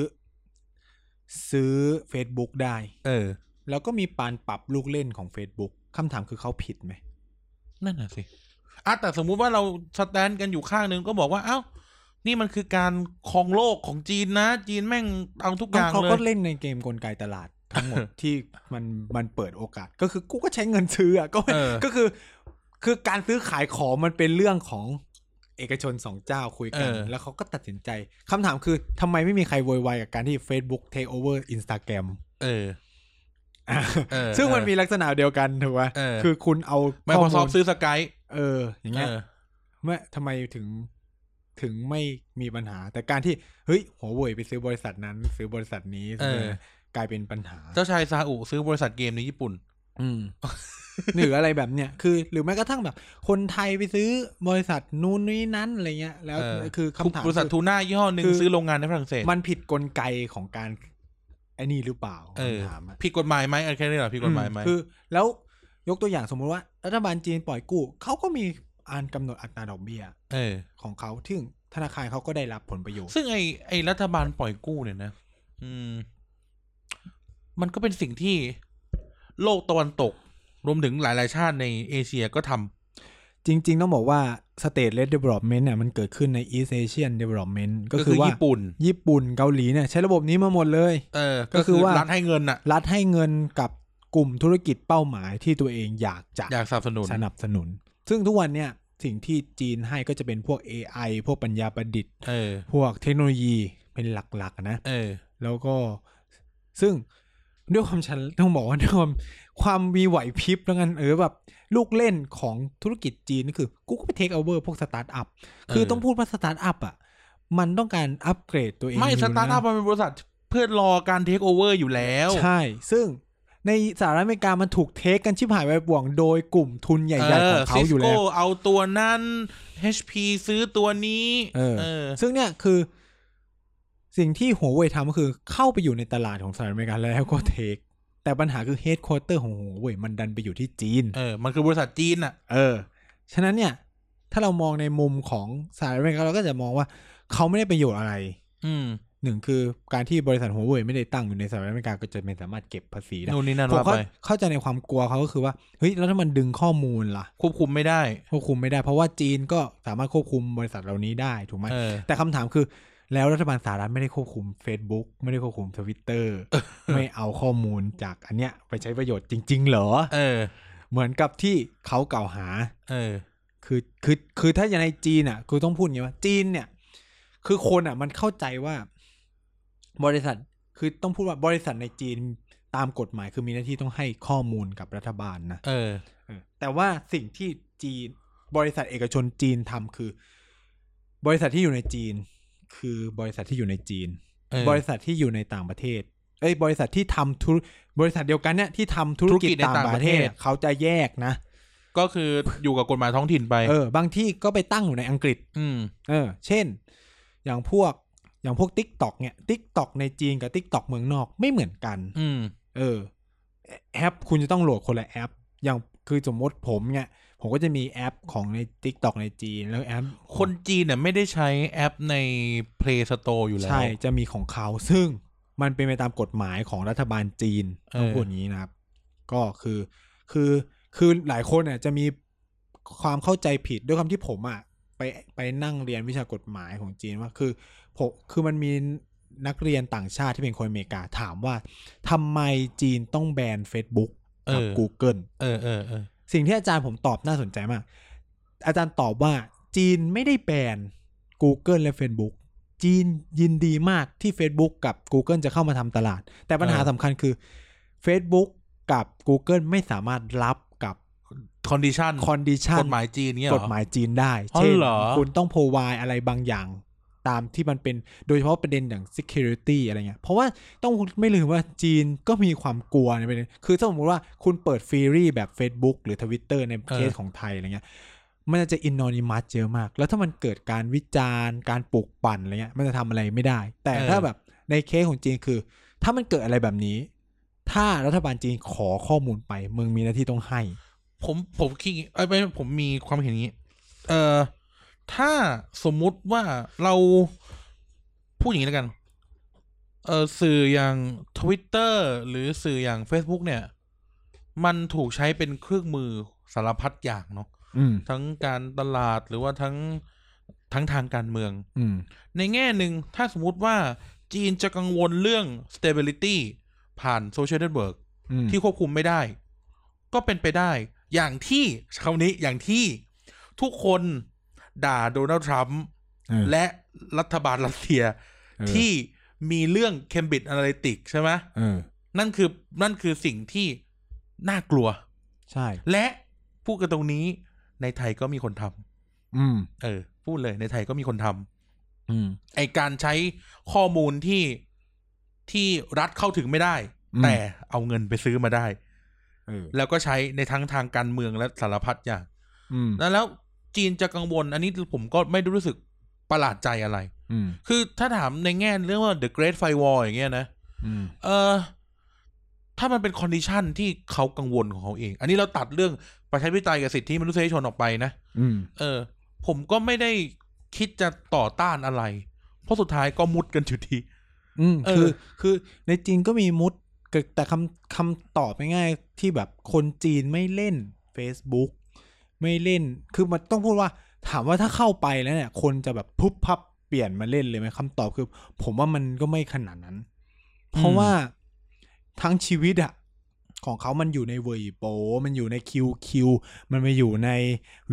Speaker 1: ซื้อ Facebook ได้
Speaker 2: เออ
Speaker 1: แล้วก็มีปานปรับลูกเล่นของ Facebook คำถามคือเขาผิดไหม
Speaker 2: นั่นน่ะสิอ่ะแต่สมมุติว่าเราสแตนกันอยู่ข้างหนึงก็บอกว่า เอ้า นี่มันคือการครองโลกของจีนนะ จีนแม่งเอาทุกอย่าง
Speaker 1: เขา
Speaker 2: เล
Speaker 1: ก็
Speaker 2: ย
Speaker 1: เล่นในเกมกลไกตลาดทั้งหมด ที่มันมันเปิดโอกาส ก็คือกูก็ใช้เงินซื้ออ่ะ ก็ไม่
Speaker 2: เออ
Speaker 1: ก็คือ คือการซื้อขายของมันเป็นเรื่องของเอกชนสองเจ้าคุยกัน
Speaker 2: เออ
Speaker 1: แล้วเขาก็ตัดสินใจคำถามคือทำไมไม่มีใครโวยวายกับการที่ Facebook take over Instagram
Speaker 2: เออ
Speaker 1: อ่ะ
Speaker 2: เออ
Speaker 1: ซึ่งมัน
Speaker 2: เออ
Speaker 1: มีลักษณะเดียวกันถูกไหม
Speaker 2: เออ
Speaker 1: คือคุณเอา
Speaker 2: ไม
Speaker 1: ข้
Speaker 2: โคร
Speaker 1: มูล
Speaker 2: ซอฟซื้อสกาย
Speaker 1: เออ อย่าง
Speaker 2: เอ
Speaker 1: เงี้ย
Speaker 2: อ
Speaker 1: เมื่อทำไมถึงถึงไม่มีปัญหา แต่การที่เฮ้ยหัวเว่ยไปซื้อบริษัทนั้น ซื้อบริษัทนี้
Speaker 2: เออ
Speaker 1: กลายเป็นปัญหา
Speaker 2: เจ้าชายซาอุซื้อบริษัทเกมในญี่ปุ่น
Speaker 1: อืม หรืออะไรแบบเนี้ยคือ หรือแม้กระทั่งแบบ คนไทยไปซื้อบริษัทนู้นนี้นั้นอะไรเงี้ย แล้ว
Speaker 2: เออ
Speaker 1: คือคำถาม
Speaker 2: บริษัท
Speaker 1: คือ
Speaker 2: ทูน่ายี่ห้อหนึ่ง
Speaker 1: คือ
Speaker 2: ซื้อโรงงานในฝรั่งเศส
Speaker 1: มันผิดกลไกของการไอ้นี่หรือเปล่า
Speaker 2: เออ
Speaker 1: คำถามอะ
Speaker 2: ผิดกฎหมายไหมเออแค่นี้เหรอผิดกฎหมายไหม
Speaker 1: คือ แล้วยกตัวอย่างสมมุติว่า รัฐบาลจีนปล่อยกู้เขาก็มีอันกำหนดอัตราดอกเบี้ย
Speaker 2: เออ
Speaker 1: ของเขาซึ่งธนาคารเขาก็ได้รับผลประโยชน์
Speaker 2: ซึ่งไอไอรัฐบาลปล่อยกู้เนี่ยนะ อืม มันก็เป็นสิ่งที่โลกตะวันตก รวมถึงหลาย ๆ ชาติในเอเชียก็ทำ
Speaker 1: จริง ๆ ต้องบอกว่า state led development เนี่ยมันเกิดขึ้นใน East Asian development ก็
Speaker 2: ก็
Speaker 1: คื
Speaker 2: คือ อ
Speaker 1: ว่า
Speaker 2: ญี่ปุ่น
Speaker 1: ญี่ปุ่นเกาหลีเนี่ยใช้ระบบนี้มาหมดเลย
Speaker 2: เออ
Speaker 1: ก็
Speaker 2: ก็
Speaker 1: คื
Speaker 2: คืออ
Speaker 1: ว่า
Speaker 2: รัฐให้เงินน่ะ
Speaker 1: รัฐให้เงินกับกลุ่มธุรกิจเป้าหมายที่ตัวเองอยากจะ
Speaker 2: อยากสนับสนุน
Speaker 1: สนับสนุน ซึ่งทุกวันเนี่ยสิ่งที่จีนให้ก็จะเป็นพวก AI พวกปัญญาประดิษฐ์
Speaker 2: เออ
Speaker 1: พวกเทคโนโลยีเป็นหลักๆนะ
Speaker 2: เออ
Speaker 1: แล้วก็ซึ่งด้วยความฉันต้องบอกว่าด้วยความความมีไหวพริบแล้วกันเออแบบลูกเล่นของธุรกิจจีนนี่คือกูก็ไปเทคเอาเวอร์พวกสตาร์ทอัพคือต้องพูดว่าสตาร์ทอัพอ่ะ มันต้องการอัปเกรดตัวเอง
Speaker 2: ไม่
Speaker 1: อยู่
Speaker 2: สตาร์ทอัพ
Speaker 1: นะ
Speaker 2: มันเป็นบริษัทเพื่อรอการเทคโอเวอร์อยู่แล้ว
Speaker 1: ใช่ ซึ่งในสหรัฐอเมริกามันถูกเทคกันชิบหายไปบ่วงโดยกลุ่มทุนใหญ่ๆของเขาอยู่แล้ว
Speaker 2: Cisco เอาตัวนั้น HP ซื้อตัวนี้
Speaker 1: เออ
Speaker 2: เออ
Speaker 1: ซึ่งเนี่ยคือสิ่งที่หัวเว่ยทำก็คือเข้าไปอยู่ในตลาดของสหรัฐอเมริกาแล้วก็เทค แต่ปัญหาคือเฮดคอร์เตอร์ของหัวเว่ยมันดันไปอยู่ที่จีน
Speaker 2: เออ มันคือบริษัทจีนอ่ะ
Speaker 1: เออ ฉะนั้นเนี่ย ถ้าเรามองในมุมของสหรัฐอเมริกาเราก็จะมองว่าเขาไม่ได้ประโยชน์อะไร
Speaker 2: อืม
Speaker 1: หนึ่งคือการที่บริษัทหัวเว่ยไม่ได้ตั้งอยู่ในสหรัฐอเมริกาก็จะไม่สามารถเก็บภาษีได้
Speaker 2: นู่นนี่นั่น
Speaker 1: ผม
Speaker 2: ว่า
Speaker 1: เข้า
Speaker 2: ไป
Speaker 1: เข้าใจในความกลัวเขาก็คือว่าเฮ้ยแล้วถ้ามันดึงข้อมูลล่ะ
Speaker 2: ควบคุมไม่ได้
Speaker 1: ควบคุมไม่ได้เพราะว่าจีนก็สามารถควบคุมบริษัทเหล่านี้ได้ถูกไหม
Speaker 2: เออ
Speaker 1: แต่คำถามคือ แล้วรัฐบาลสหรัฐไม่ได้ควบคุม Facebook ไม่ได้ควบคุมทวิตเตอร์ ไม่เอาข้อมูลจากอันเนี้ยไปใช้ประโยชน์จริง ๆ เหรอ
Speaker 2: เออ
Speaker 1: เหมือนกับที่เขากล่าวหา
Speaker 2: เออ
Speaker 1: คือคือคือถ้าอย่างในจีนอ่ะคือต้องพูดอย่างนี้ว่าจีนเนี่ย คือคนอ่ะมันเข้าใจว่า บริษัทคือต้องพูดว่าบริษัทในจีนตามกฎหมายคือมีหน้าที่ต้องให้ข้อมูลกับรัฐบาลนะ
Speaker 2: เออ
Speaker 1: เออแต่ว่าสิ่งที่จีนบริษัทเอกชนจีนทำคือ บริษัทที่อยู่ในจีน คือบริษัทที่อยู่ในจีน
Speaker 2: เออ
Speaker 1: บริษัทที่อยู่ในต่างประเทศ เอ้ยบริษัทที่ทำธุรบริษัทเดียวกันเนี่ยที่ทำธุรกิจ
Speaker 2: ธุรกิจใน
Speaker 1: ต่าง
Speaker 2: ต่าง
Speaker 1: ป
Speaker 2: ประ ระ
Speaker 1: เท
Speaker 2: เท
Speaker 1: ศ
Speaker 2: ศ
Speaker 1: เขาจะแยกนะ
Speaker 2: ก็คืออยู่กับกฎหมายท้องถิ่นไป
Speaker 1: เออ บางที่ก็ไปตั้งอยู่ในอังกฤษ
Speaker 2: อืม
Speaker 1: เออ เช่น อย่างพวกอย่างพวก t ิ k t o k เนี่ย t ิ k t o k ในจีนกับ t ิ k t o k เมืองนอกไม่เหมือนกัน
Speaker 2: อืม
Speaker 1: เออแอปคุณจะต้องโหลดคนละแอป อย่างคือสมมติผมเนี่ยผมก็จะมีแอปของใน t ิ k t o k ในจีนแล้วแอปของ
Speaker 2: คนจีนเนี่ยไม่ได้ใช้แอปใน Play Store อยู่แล้ว
Speaker 1: ใช่จะมีของเขา ซึ่งมันเป็นไปตามกฎหมายของรัฐบาลจีน
Speaker 2: เออ
Speaker 1: ต้องพูดอย่างนี้นะครับ ก็คือคือคือหลายคนเนี่ยจะมีความเข้าใจผิดด้วยความที่ผมอ่ะไปไปนั่งเรียนวิชากฎหมายของจีนว่าคือผมคือมันมีนักเรียนต่างชาติที่เป็นคนอเมริกาถามว่าทำไมจีนต้องแบน Facebook กับ
Speaker 2: เออ
Speaker 1: Google
Speaker 2: เออเออเออ
Speaker 1: สิ่งที่อาจารย์ผมตอบน่าสนใจมาก อาจารย์ตอบว่าจีนไม่ได้แบน Google และ Facebook จีนยินดีมากที่ Facebook กับ Google จะเข้ามาทำตลาด แต่ปัญหา
Speaker 2: เออ
Speaker 1: สำคัญคือ Facebook กับ Google ไม่สามารถรับกับ
Speaker 2: คอนดิชัน
Speaker 1: คอนดิชัน
Speaker 2: กฎหมายจีนเนี่ย
Speaker 1: ก
Speaker 2: เรอ
Speaker 1: ฎหมายจีนได้
Speaker 2: อ๋อ
Speaker 1: เช่น
Speaker 2: เหรอ
Speaker 1: คุณต้อง provide อะไรบางอย่าง ตามที่มันเป็นโดยเฉพาะประเด็นอย่าง security อะไรเงี้ย เพราะว่าต้องไม่ลืมว่าจีนก็มีความกลัวในประเด็นคือถ้าสมมติว่าคุณเปิดฟีรีแบบ Facebook หรือ Twitter ในเคสของไทยอะไรเงี้ย มันจะอินนอนิมัสเยอะมาก แล้วถ้ามันเกิดการวิจารณ์ การปลุกปั่นอะไรเงี้ย มันจะทำอะไรไม่ได้ แต่
Speaker 2: เออ
Speaker 1: ถ้าแบบในเคสของจีนคือ ถ้ามันเกิดอะไรแบบนี้ ถ้ารัฐบาลจีนขอข้อมูลไปมึงมีหน้าที่ต้องให้
Speaker 2: ผมผมคิดอย่างงี้เอ้ยไม่ผมมีความเห็นอย่างนี้ เอ่อ ถ้าสมมุติว่าเราพูดอย่างนี้แล้วกัน เอ่อสื่ออย่าง Twitter หรือสื่ออย่าง Facebook เนี่ย มันถูกใช้เป็นเครื่องมือสารพัดอย่างเนาะ
Speaker 1: อืม
Speaker 2: ทั้งการตลาดหรือว่าทั้งทั้งทางการเมือง
Speaker 1: อืม
Speaker 2: ในแง่หนึ่งถ้าสมมุติว่าจีนจะกังวลเรื่อง stability ผ่าน social network
Speaker 1: อืม
Speaker 2: ที่ควบคุมไม่ได้ ก็เป็นไปได้ อย่างที่คำนี้อย่างที่ทุกคนด่าโดนัลด์ทรัมป์
Speaker 1: เออ
Speaker 2: และรัฐบาลรัสเซีย
Speaker 1: เออ
Speaker 2: ที่มีเรื่องเคมบิดอ a นาลิติกใช่ไหม
Speaker 1: เออ
Speaker 2: นั่นคือนั่นคือสิ่งที่น่ากลัว
Speaker 1: ใช่
Speaker 2: และพูดกันตรงนี้ในไทยก็มีคนทำ
Speaker 1: อืม
Speaker 2: เออ พูดเลยในไทยก็มีคนทำ
Speaker 1: อืม
Speaker 2: ไอการใช้ข้อมูลที่ที่รัฐเข้าถึงไม่ได้
Speaker 1: อืม
Speaker 2: แต่เอาเงินไปซื้อมาได้
Speaker 1: เออ
Speaker 2: แล้วก็ใช้ในทั้งทางการเมืองและสารพัดอย่าง
Speaker 1: อืม
Speaker 2: แล้วแล้วจีนจะกังวล อันนี้ผมก็ไม่ได้รู้สึกประหลาดใจอะไร
Speaker 1: อืม
Speaker 2: คือถ้าถามในแง่เรื่องว่า the great firewall อย่างเงี้ยนะ
Speaker 1: อืม
Speaker 2: เออถ้ามันเป็นคอนดิชันที่เขากังวลของเขาเอง อันนี้เราตัดเรื่องประชาธิปไตยกับสิทธิมนุษยชนออกไปนะ
Speaker 1: อืม
Speaker 2: เออ ผมก็ไม่ได้คิดจะต่อต้านอะไร เพราะสุดท้ายก็มุดกันอยู่ดี
Speaker 1: อืม
Speaker 2: เอ
Speaker 1: คือ
Speaker 2: อ
Speaker 1: คือในจีนก็มีมุดแต่แต่คำคำตอบง่ายๆที่แบบคนจีนไม่เล่น Facebook ไม่เล่นคือมันต้องพูดว่า ถามว่าถ้าเข้าไปแล้วเนี่ย คนจะแบบพุบพับเปลี่ยนมาเล่นเลยไหมคำตอบคือ ผมว่ามันก็ไม่ขนาดนั้น เพราะว่าทั้งชีวิตอะของเขามันอยู่ในเวยโป มันอยู่ในคิวคิวมันมาอยู่ใน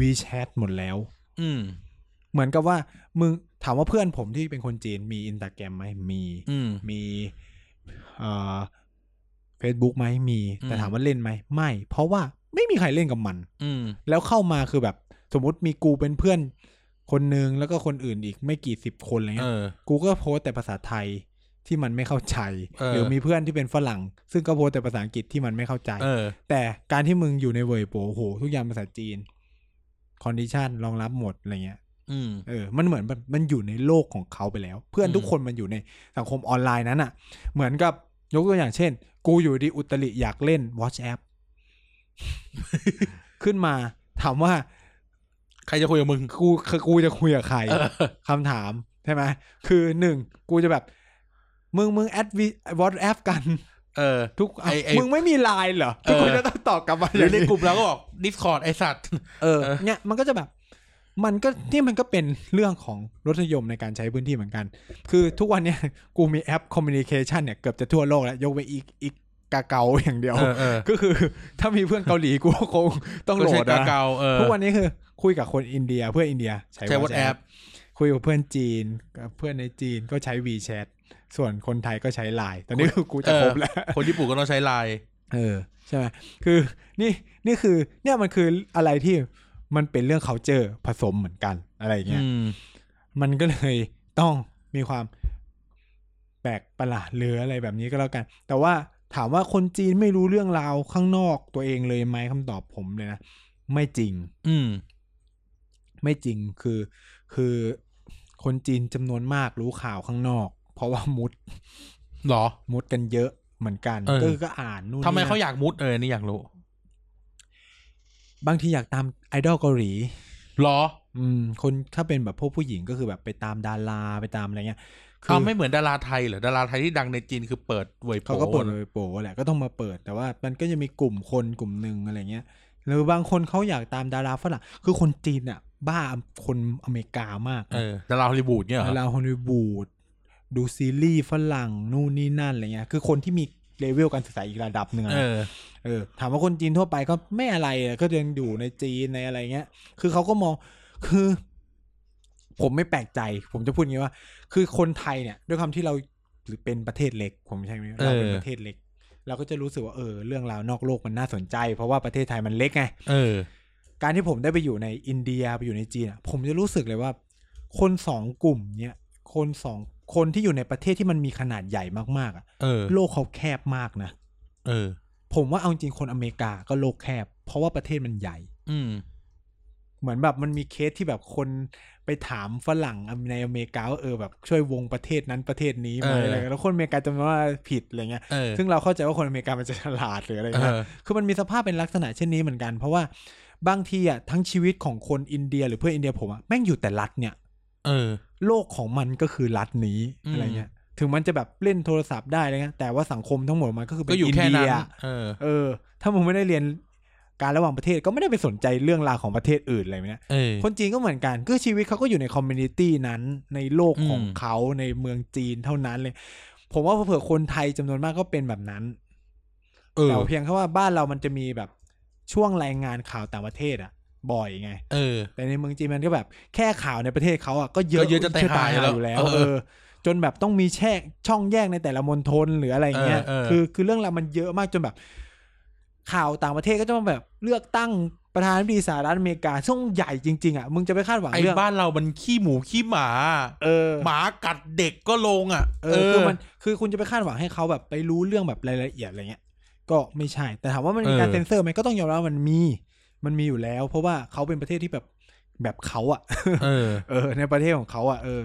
Speaker 1: WeChat หมดแล้ว
Speaker 2: อืม
Speaker 1: เหมือนกับว่ามึงถามว่าเพื่อนผมที่เป็นคนจีนมีอินสตาแกรมไหมมี
Speaker 2: อืม
Speaker 1: มีเฟซบุ๊กไหมมี
Speaker 2: อืม
Speaker 1: แต่ถามว่าเล่นไหมไม่ เพราะว่าไม่มีใครเล่นกับมัน
Speaker 2: อืม
Speaker 1: แล้วเข้ามาคือแบบ สมมติมีกูเป็นเพื่อน คนนึงแล้วก็คนอื่นอีกไม่กี่สิบคนอะไร
Speaker 2: เอ
Speaker 1: เงี้ย
Speaker 2: อ
Speaker 1: กูก็โพสต์แต่ภาษาไทยที่มันไม่เข้าใจ
Speaker 2: เออ
Speaker 1: หรือมีเพื่อนที่เป็นฝรั่ง ซึ่งก็โพสต์แต่ภาษาอังกฤษที่มันไม่เข้าใจ
Speaker 2: เออ
Speaker 1: แต่การที่มึงอยู่ในเวยโปโอ้โหทุกอย่างภาษาจีนคอนดิชันรองรับหมดอะไรเงี้ย
Speaker 2: อืม
Speaker 1: เออ มันเหมือนมันมันอยู่ในโลกของเขาไปแล้ว เพื่อน
Speaker 2: อืม
Speaker 1: ทุกคนมันอยู่ในสังคมออนไลน์นั้นอะ่ะ เหมือนกับยกตัวอย่างเช่น กูอยู่ดีอุตริอยากเล่น Watch App ขึ้นมาถามว่า
Speaker 2: ใครจะคุยกับมึง
Speaker 1: กูคือกูจะคุยกับใคร
Speaker 2: เออ
Speaker 1: คำถาม ใช่ไหมคือหนึ่งกูจะแบบ มึงมึงแอดวีวอทแอปกัน
Speaker 2: เออ
Speaker 1: ทุก
Speaker 2: ไอ้ไอ้
Speaker 1: มึงไม่มีไลน์เหรอ
Speaker 2: เออ
Speaker 1: ทุกคนจะต้องตอบกลับมาอ
Speaker 2: หรื
Speaker 1: ย่า
Speaker 2: อง ใน
Speaker 1: นี้
Speaker 2: กลุ่มเราก็บอก Discord ไอสัตว์
Speaker 1: เออ
Speaker 2: เออ
Speaker 1: เนี่ยมันก็จะแบบ มันก็ที่มันก็เป็นเรื่องของรสนิยมในการใช้พื้นที่เหมือนกัน คือทุกวันเนี่ย กูมีแอปคอมมิวนิเคชันเนี่ย เกือบจะทั่วโลกแล้ว ยกเว้นอีกอีกกาเกาอย่างเดียว
Speaker 2: เออ เออ
Speaker 1: ก็คือถ้ามีเพื่อนเกาหลีกูก็คงต้องโหล
Speaker 2: ใช้
Speaker 1: ด
Speaker 2: กา
Speaker 1: นะ
Speaker 2: เกาเออ
Speaker 1: ทุกวันนี้คือคุยกับคนอินเดียเพื่อนอินเดียใช้
Speaker 2: ใช้ WhatsApp
Speaker 1: WhatsApp คุยกับเพื่อนจีนกับเพื่อนในจีนก็ใช้ WeChat ส่วนคนไทยก็ใช้ไลน์ตอนนี้คือกูจะ
Speaker 2: เออ
Speaker 1: ครบแล้ว
Speaker 2: คนญี่ปุ่นก็ต้องใช้ไลน์
Speaker 1: เออใช่ไหมคือนี่นี่คือเนี่ยมันคืออะไรที่มันเป็นเรื่อง culture ผสมเหมือนกันอะไรอย่างเงี้ย
Speaker 2: อืม
Speaker 1: มันก็เลยต้องมีความแปลกประหลาดหรืออะไรแบบนี้ก็แล้วกัน แต่ว่าถามว่าคนจีนไม่รู้เรื่องราวข้างนอกตัวเองเลยไหมคำตอบผมเลยนะ ไม่จริง
Speaker 2: อืม
Speaker 1: ไม่จริงคือคือคนจีนจำนวนมากรู้ข่าวข้างนอก เพราะว่ามุด
Speaker 2: หรอ
Speaker 1: มุดกันเยอะเหมือนกัน
Speaker 2: เออ
Speaker 1: ก็คือก็อ่านนู่น
Speaker 2: ทำไม
Speaker 1: นี่นั่น
Speaker 2: เขาอยากมุดเออนี่อยากรู้
Speaker 1: บางทีอยากตามไอดอลเกาหลี
Speaker 2: หรอ
Speaker 1: อืมคนถ้าเป็นแบบพวกผู้หญิงก็คือแบบไปตามดาราไปตามอะไรเงี้ยคื
Speaker 2: เอาไม่เหมือนดาราไทยเหรอ ดาราไทยที่ดังในจีนคือเปิดเวยโป
Speaker 1: เขาก็เปิดเลยโปแหละก็ต้องมาเปิด แต่ว่ามันก็จะมีกลุ่มคนกลุ่มหนึ่งอะไรเงี้ยหรือบางคนเขาอยากตามดาราฝรั่งคือคนจีนอ่ะ บ้าคนอเมริกามาก
Speaker 2: เออ ดาราฮอลลีวูดเนี่ยเหร
Speaker 1: ดา
Speaker 2: อ
Speaker 1: ราฮอลลีวูดดูซีรีส์ฝรั่งนู่นนี่นั่นอะไรเงี้ยคือคนที่มีเลเวลการศึกษาอีกระดับหนึ่งอะ
Speaker 2: เอ
Speaker 1: นะ
Speaker 2: อ
Speaker 1: เออถามว่าคนจีนทั่วไปก็ไม่อะไรอะก็ยังอยู่ในจีนในอะไรเงี้ย คือเขาก็มองคือ ผมไม่แปลกใจ ผมจะพูดอย่างงี้ว่า คือคนไทยเนี่ย ด้วยความที่เราหรือเป็นประเทศเล็ก ผมใช่ไหม
Speaker 2: เออ
Speaker 1: เราเป็นประเทศเล็ก เราก็จะรู้สึกว่าเออเรื่องราวนอกโลกมันน่าสนใจ เพราะว่าประเทศไทยมันเล็กไง
Speaker 2: เออ
Speaker 1: การที่ผมได้ไปอยู่ในอินเดียไปอยู่ในจีนอะผมจะรู้สึกเลยว่า คนสองกลุ่มเนี่ยคนสองคนที่อยู่ในประเทศที่มันมีขนาดใหญ่มากๆอะ
Speaker 2: เออ
Speaker 1: โลกเขาแคบมากนะ
Speaker 2: เออ
Speaker 1: ผมว่าเอาจริงๆคนอเมริกาก็โลกแคบ เพราะว่าประเทศมันใหญ่
Speaker 2: อืม
Speaker 1: เหมือนแบบมันมีเคสที่แบบคนไปถามฝรั่งในอเมริกาว่าเออแบบช่วยวงประเทศนั้นประเทศนี้ไหม
Speaker 2: เอออ
Speaker 1: อะไรเงี้ยแล้วคนอเมริกาจำว่าผิดอะไรเงี้ย
Speaker 2: เออ
Speaker 1: ซึ่งเราเข้าใจว่าคนอเมริกามันจะฉลาดหรืออะไร
Speaker 2: เอ
Speaker 1: เงี้ย
Speaker 2: อ
Speaker 1: คือมันมีสภาพเป็นลักษณะเช่นนี้เหมือนกัน เพราะว่าบางทีอ่ะทั้งชีวิตของคนอินเดีย หรือเพื่อนอินเดียผมอ่ะแม่งอยู่แต่รัฐเนี่ย
Speaker 2: เออ
Speaker 1: โลกของมันก็คือรัฐนี้
Speaker 2: อืม
Speaker 1: อะไรเงี้ยถึงมันจะแบบเล่นโทรศัพท์ได้อะไรเงี้ยแต่ว่าสังคมทั้งหมดมันก็คือเป็
Speaker 2: ก็
Speaker 1: น
Speaker 2: อยู่
Speaker 1: อิน
Speaker 2: แค่
Speaker 1: เดี
Speaker 2: นั้
Speaker 1: ย
Speaker 2: นเออ
Speaker 1: เออ ถ้ามึงไม่ได้เรียนการระหว่างประเทศก็ไม่ได้ไปสนใจเรื่องราวของประเทศอื่นอะไรเนี่ย
Speaker 2: เออ
Speaker 1: คนจีนก็เหมือนกันคือชีวิตเขาก็อยู่ในคอมมูนิตี้นั้นในโลกของ
Speaker 2: อืม
Speaker 1: เขาในเมืองจีนเท่านั้นเลย ผมว่าเผื่อๆคนไทยจำนวนมากก็เป็นแบบนั้น
Speaker 2: เออ
Speaker 1: แต่เพียงแค่ว่าบ้านเรามันจะมีแบบช่วงรายงานข่าวต่างประเทศอะบ่อยไง
Speaker 2: เออ
Speaker 1: แต่ในเมืองจีนมันก็แบบแค่ข่าวในประเทศเขาอะก็เย
Speaker 2: ก็
Speaker 1: อะ
Speaker 2: เยอะจะตายหาแล้ว
Speaker 1: อยู่แล้ว
Speaker 2: เออ
Speaker 1: เออ จนแบบต้องมีแช่ช่องแยกในแต่ละมณฑลหรืออะไรอย่างเงี้ย
Speaker 2: เออเออ
Speaker 1: คือคือเรื่องราวมันเยอะมากจนแบบ ข่าวต่างประเทศก็จะมาแบบเลือกตั้งประธานาธิบดีสหรัฐอเมริกาช่วงใหญ่จริงๆอะมึงจะไปคาดหวัง
Speaker 2: ไอ้
Speaker 1: เรื่อง
Speaker 2: บ้านเรามันขี้หมูขี้หมา
Speaker 1: เออ
Speaker 2: หมากัดเด็กก็ลงอ่ะ
Speaker 1: เออคือมันคือคุณจะไปคาดหวังให้เขาแบบไปรู้เรื่องแบบรายละเอียดอะไรเงี้ย ก็ไม่ใช่ แต่ถามว่ามันมีการ
Speaker 2: เออ
Speaker 1: เซ็นเซอร์ไหมก็ต้องยอมรับว่ามันมีมันมีอยู่แล้ว เพราะว่าเขาเป็นประเทศที่แบบแบบเขาอะ
Speaker 2: เออ
Speaker 1: เออ ในประเทศของเขาอะเออ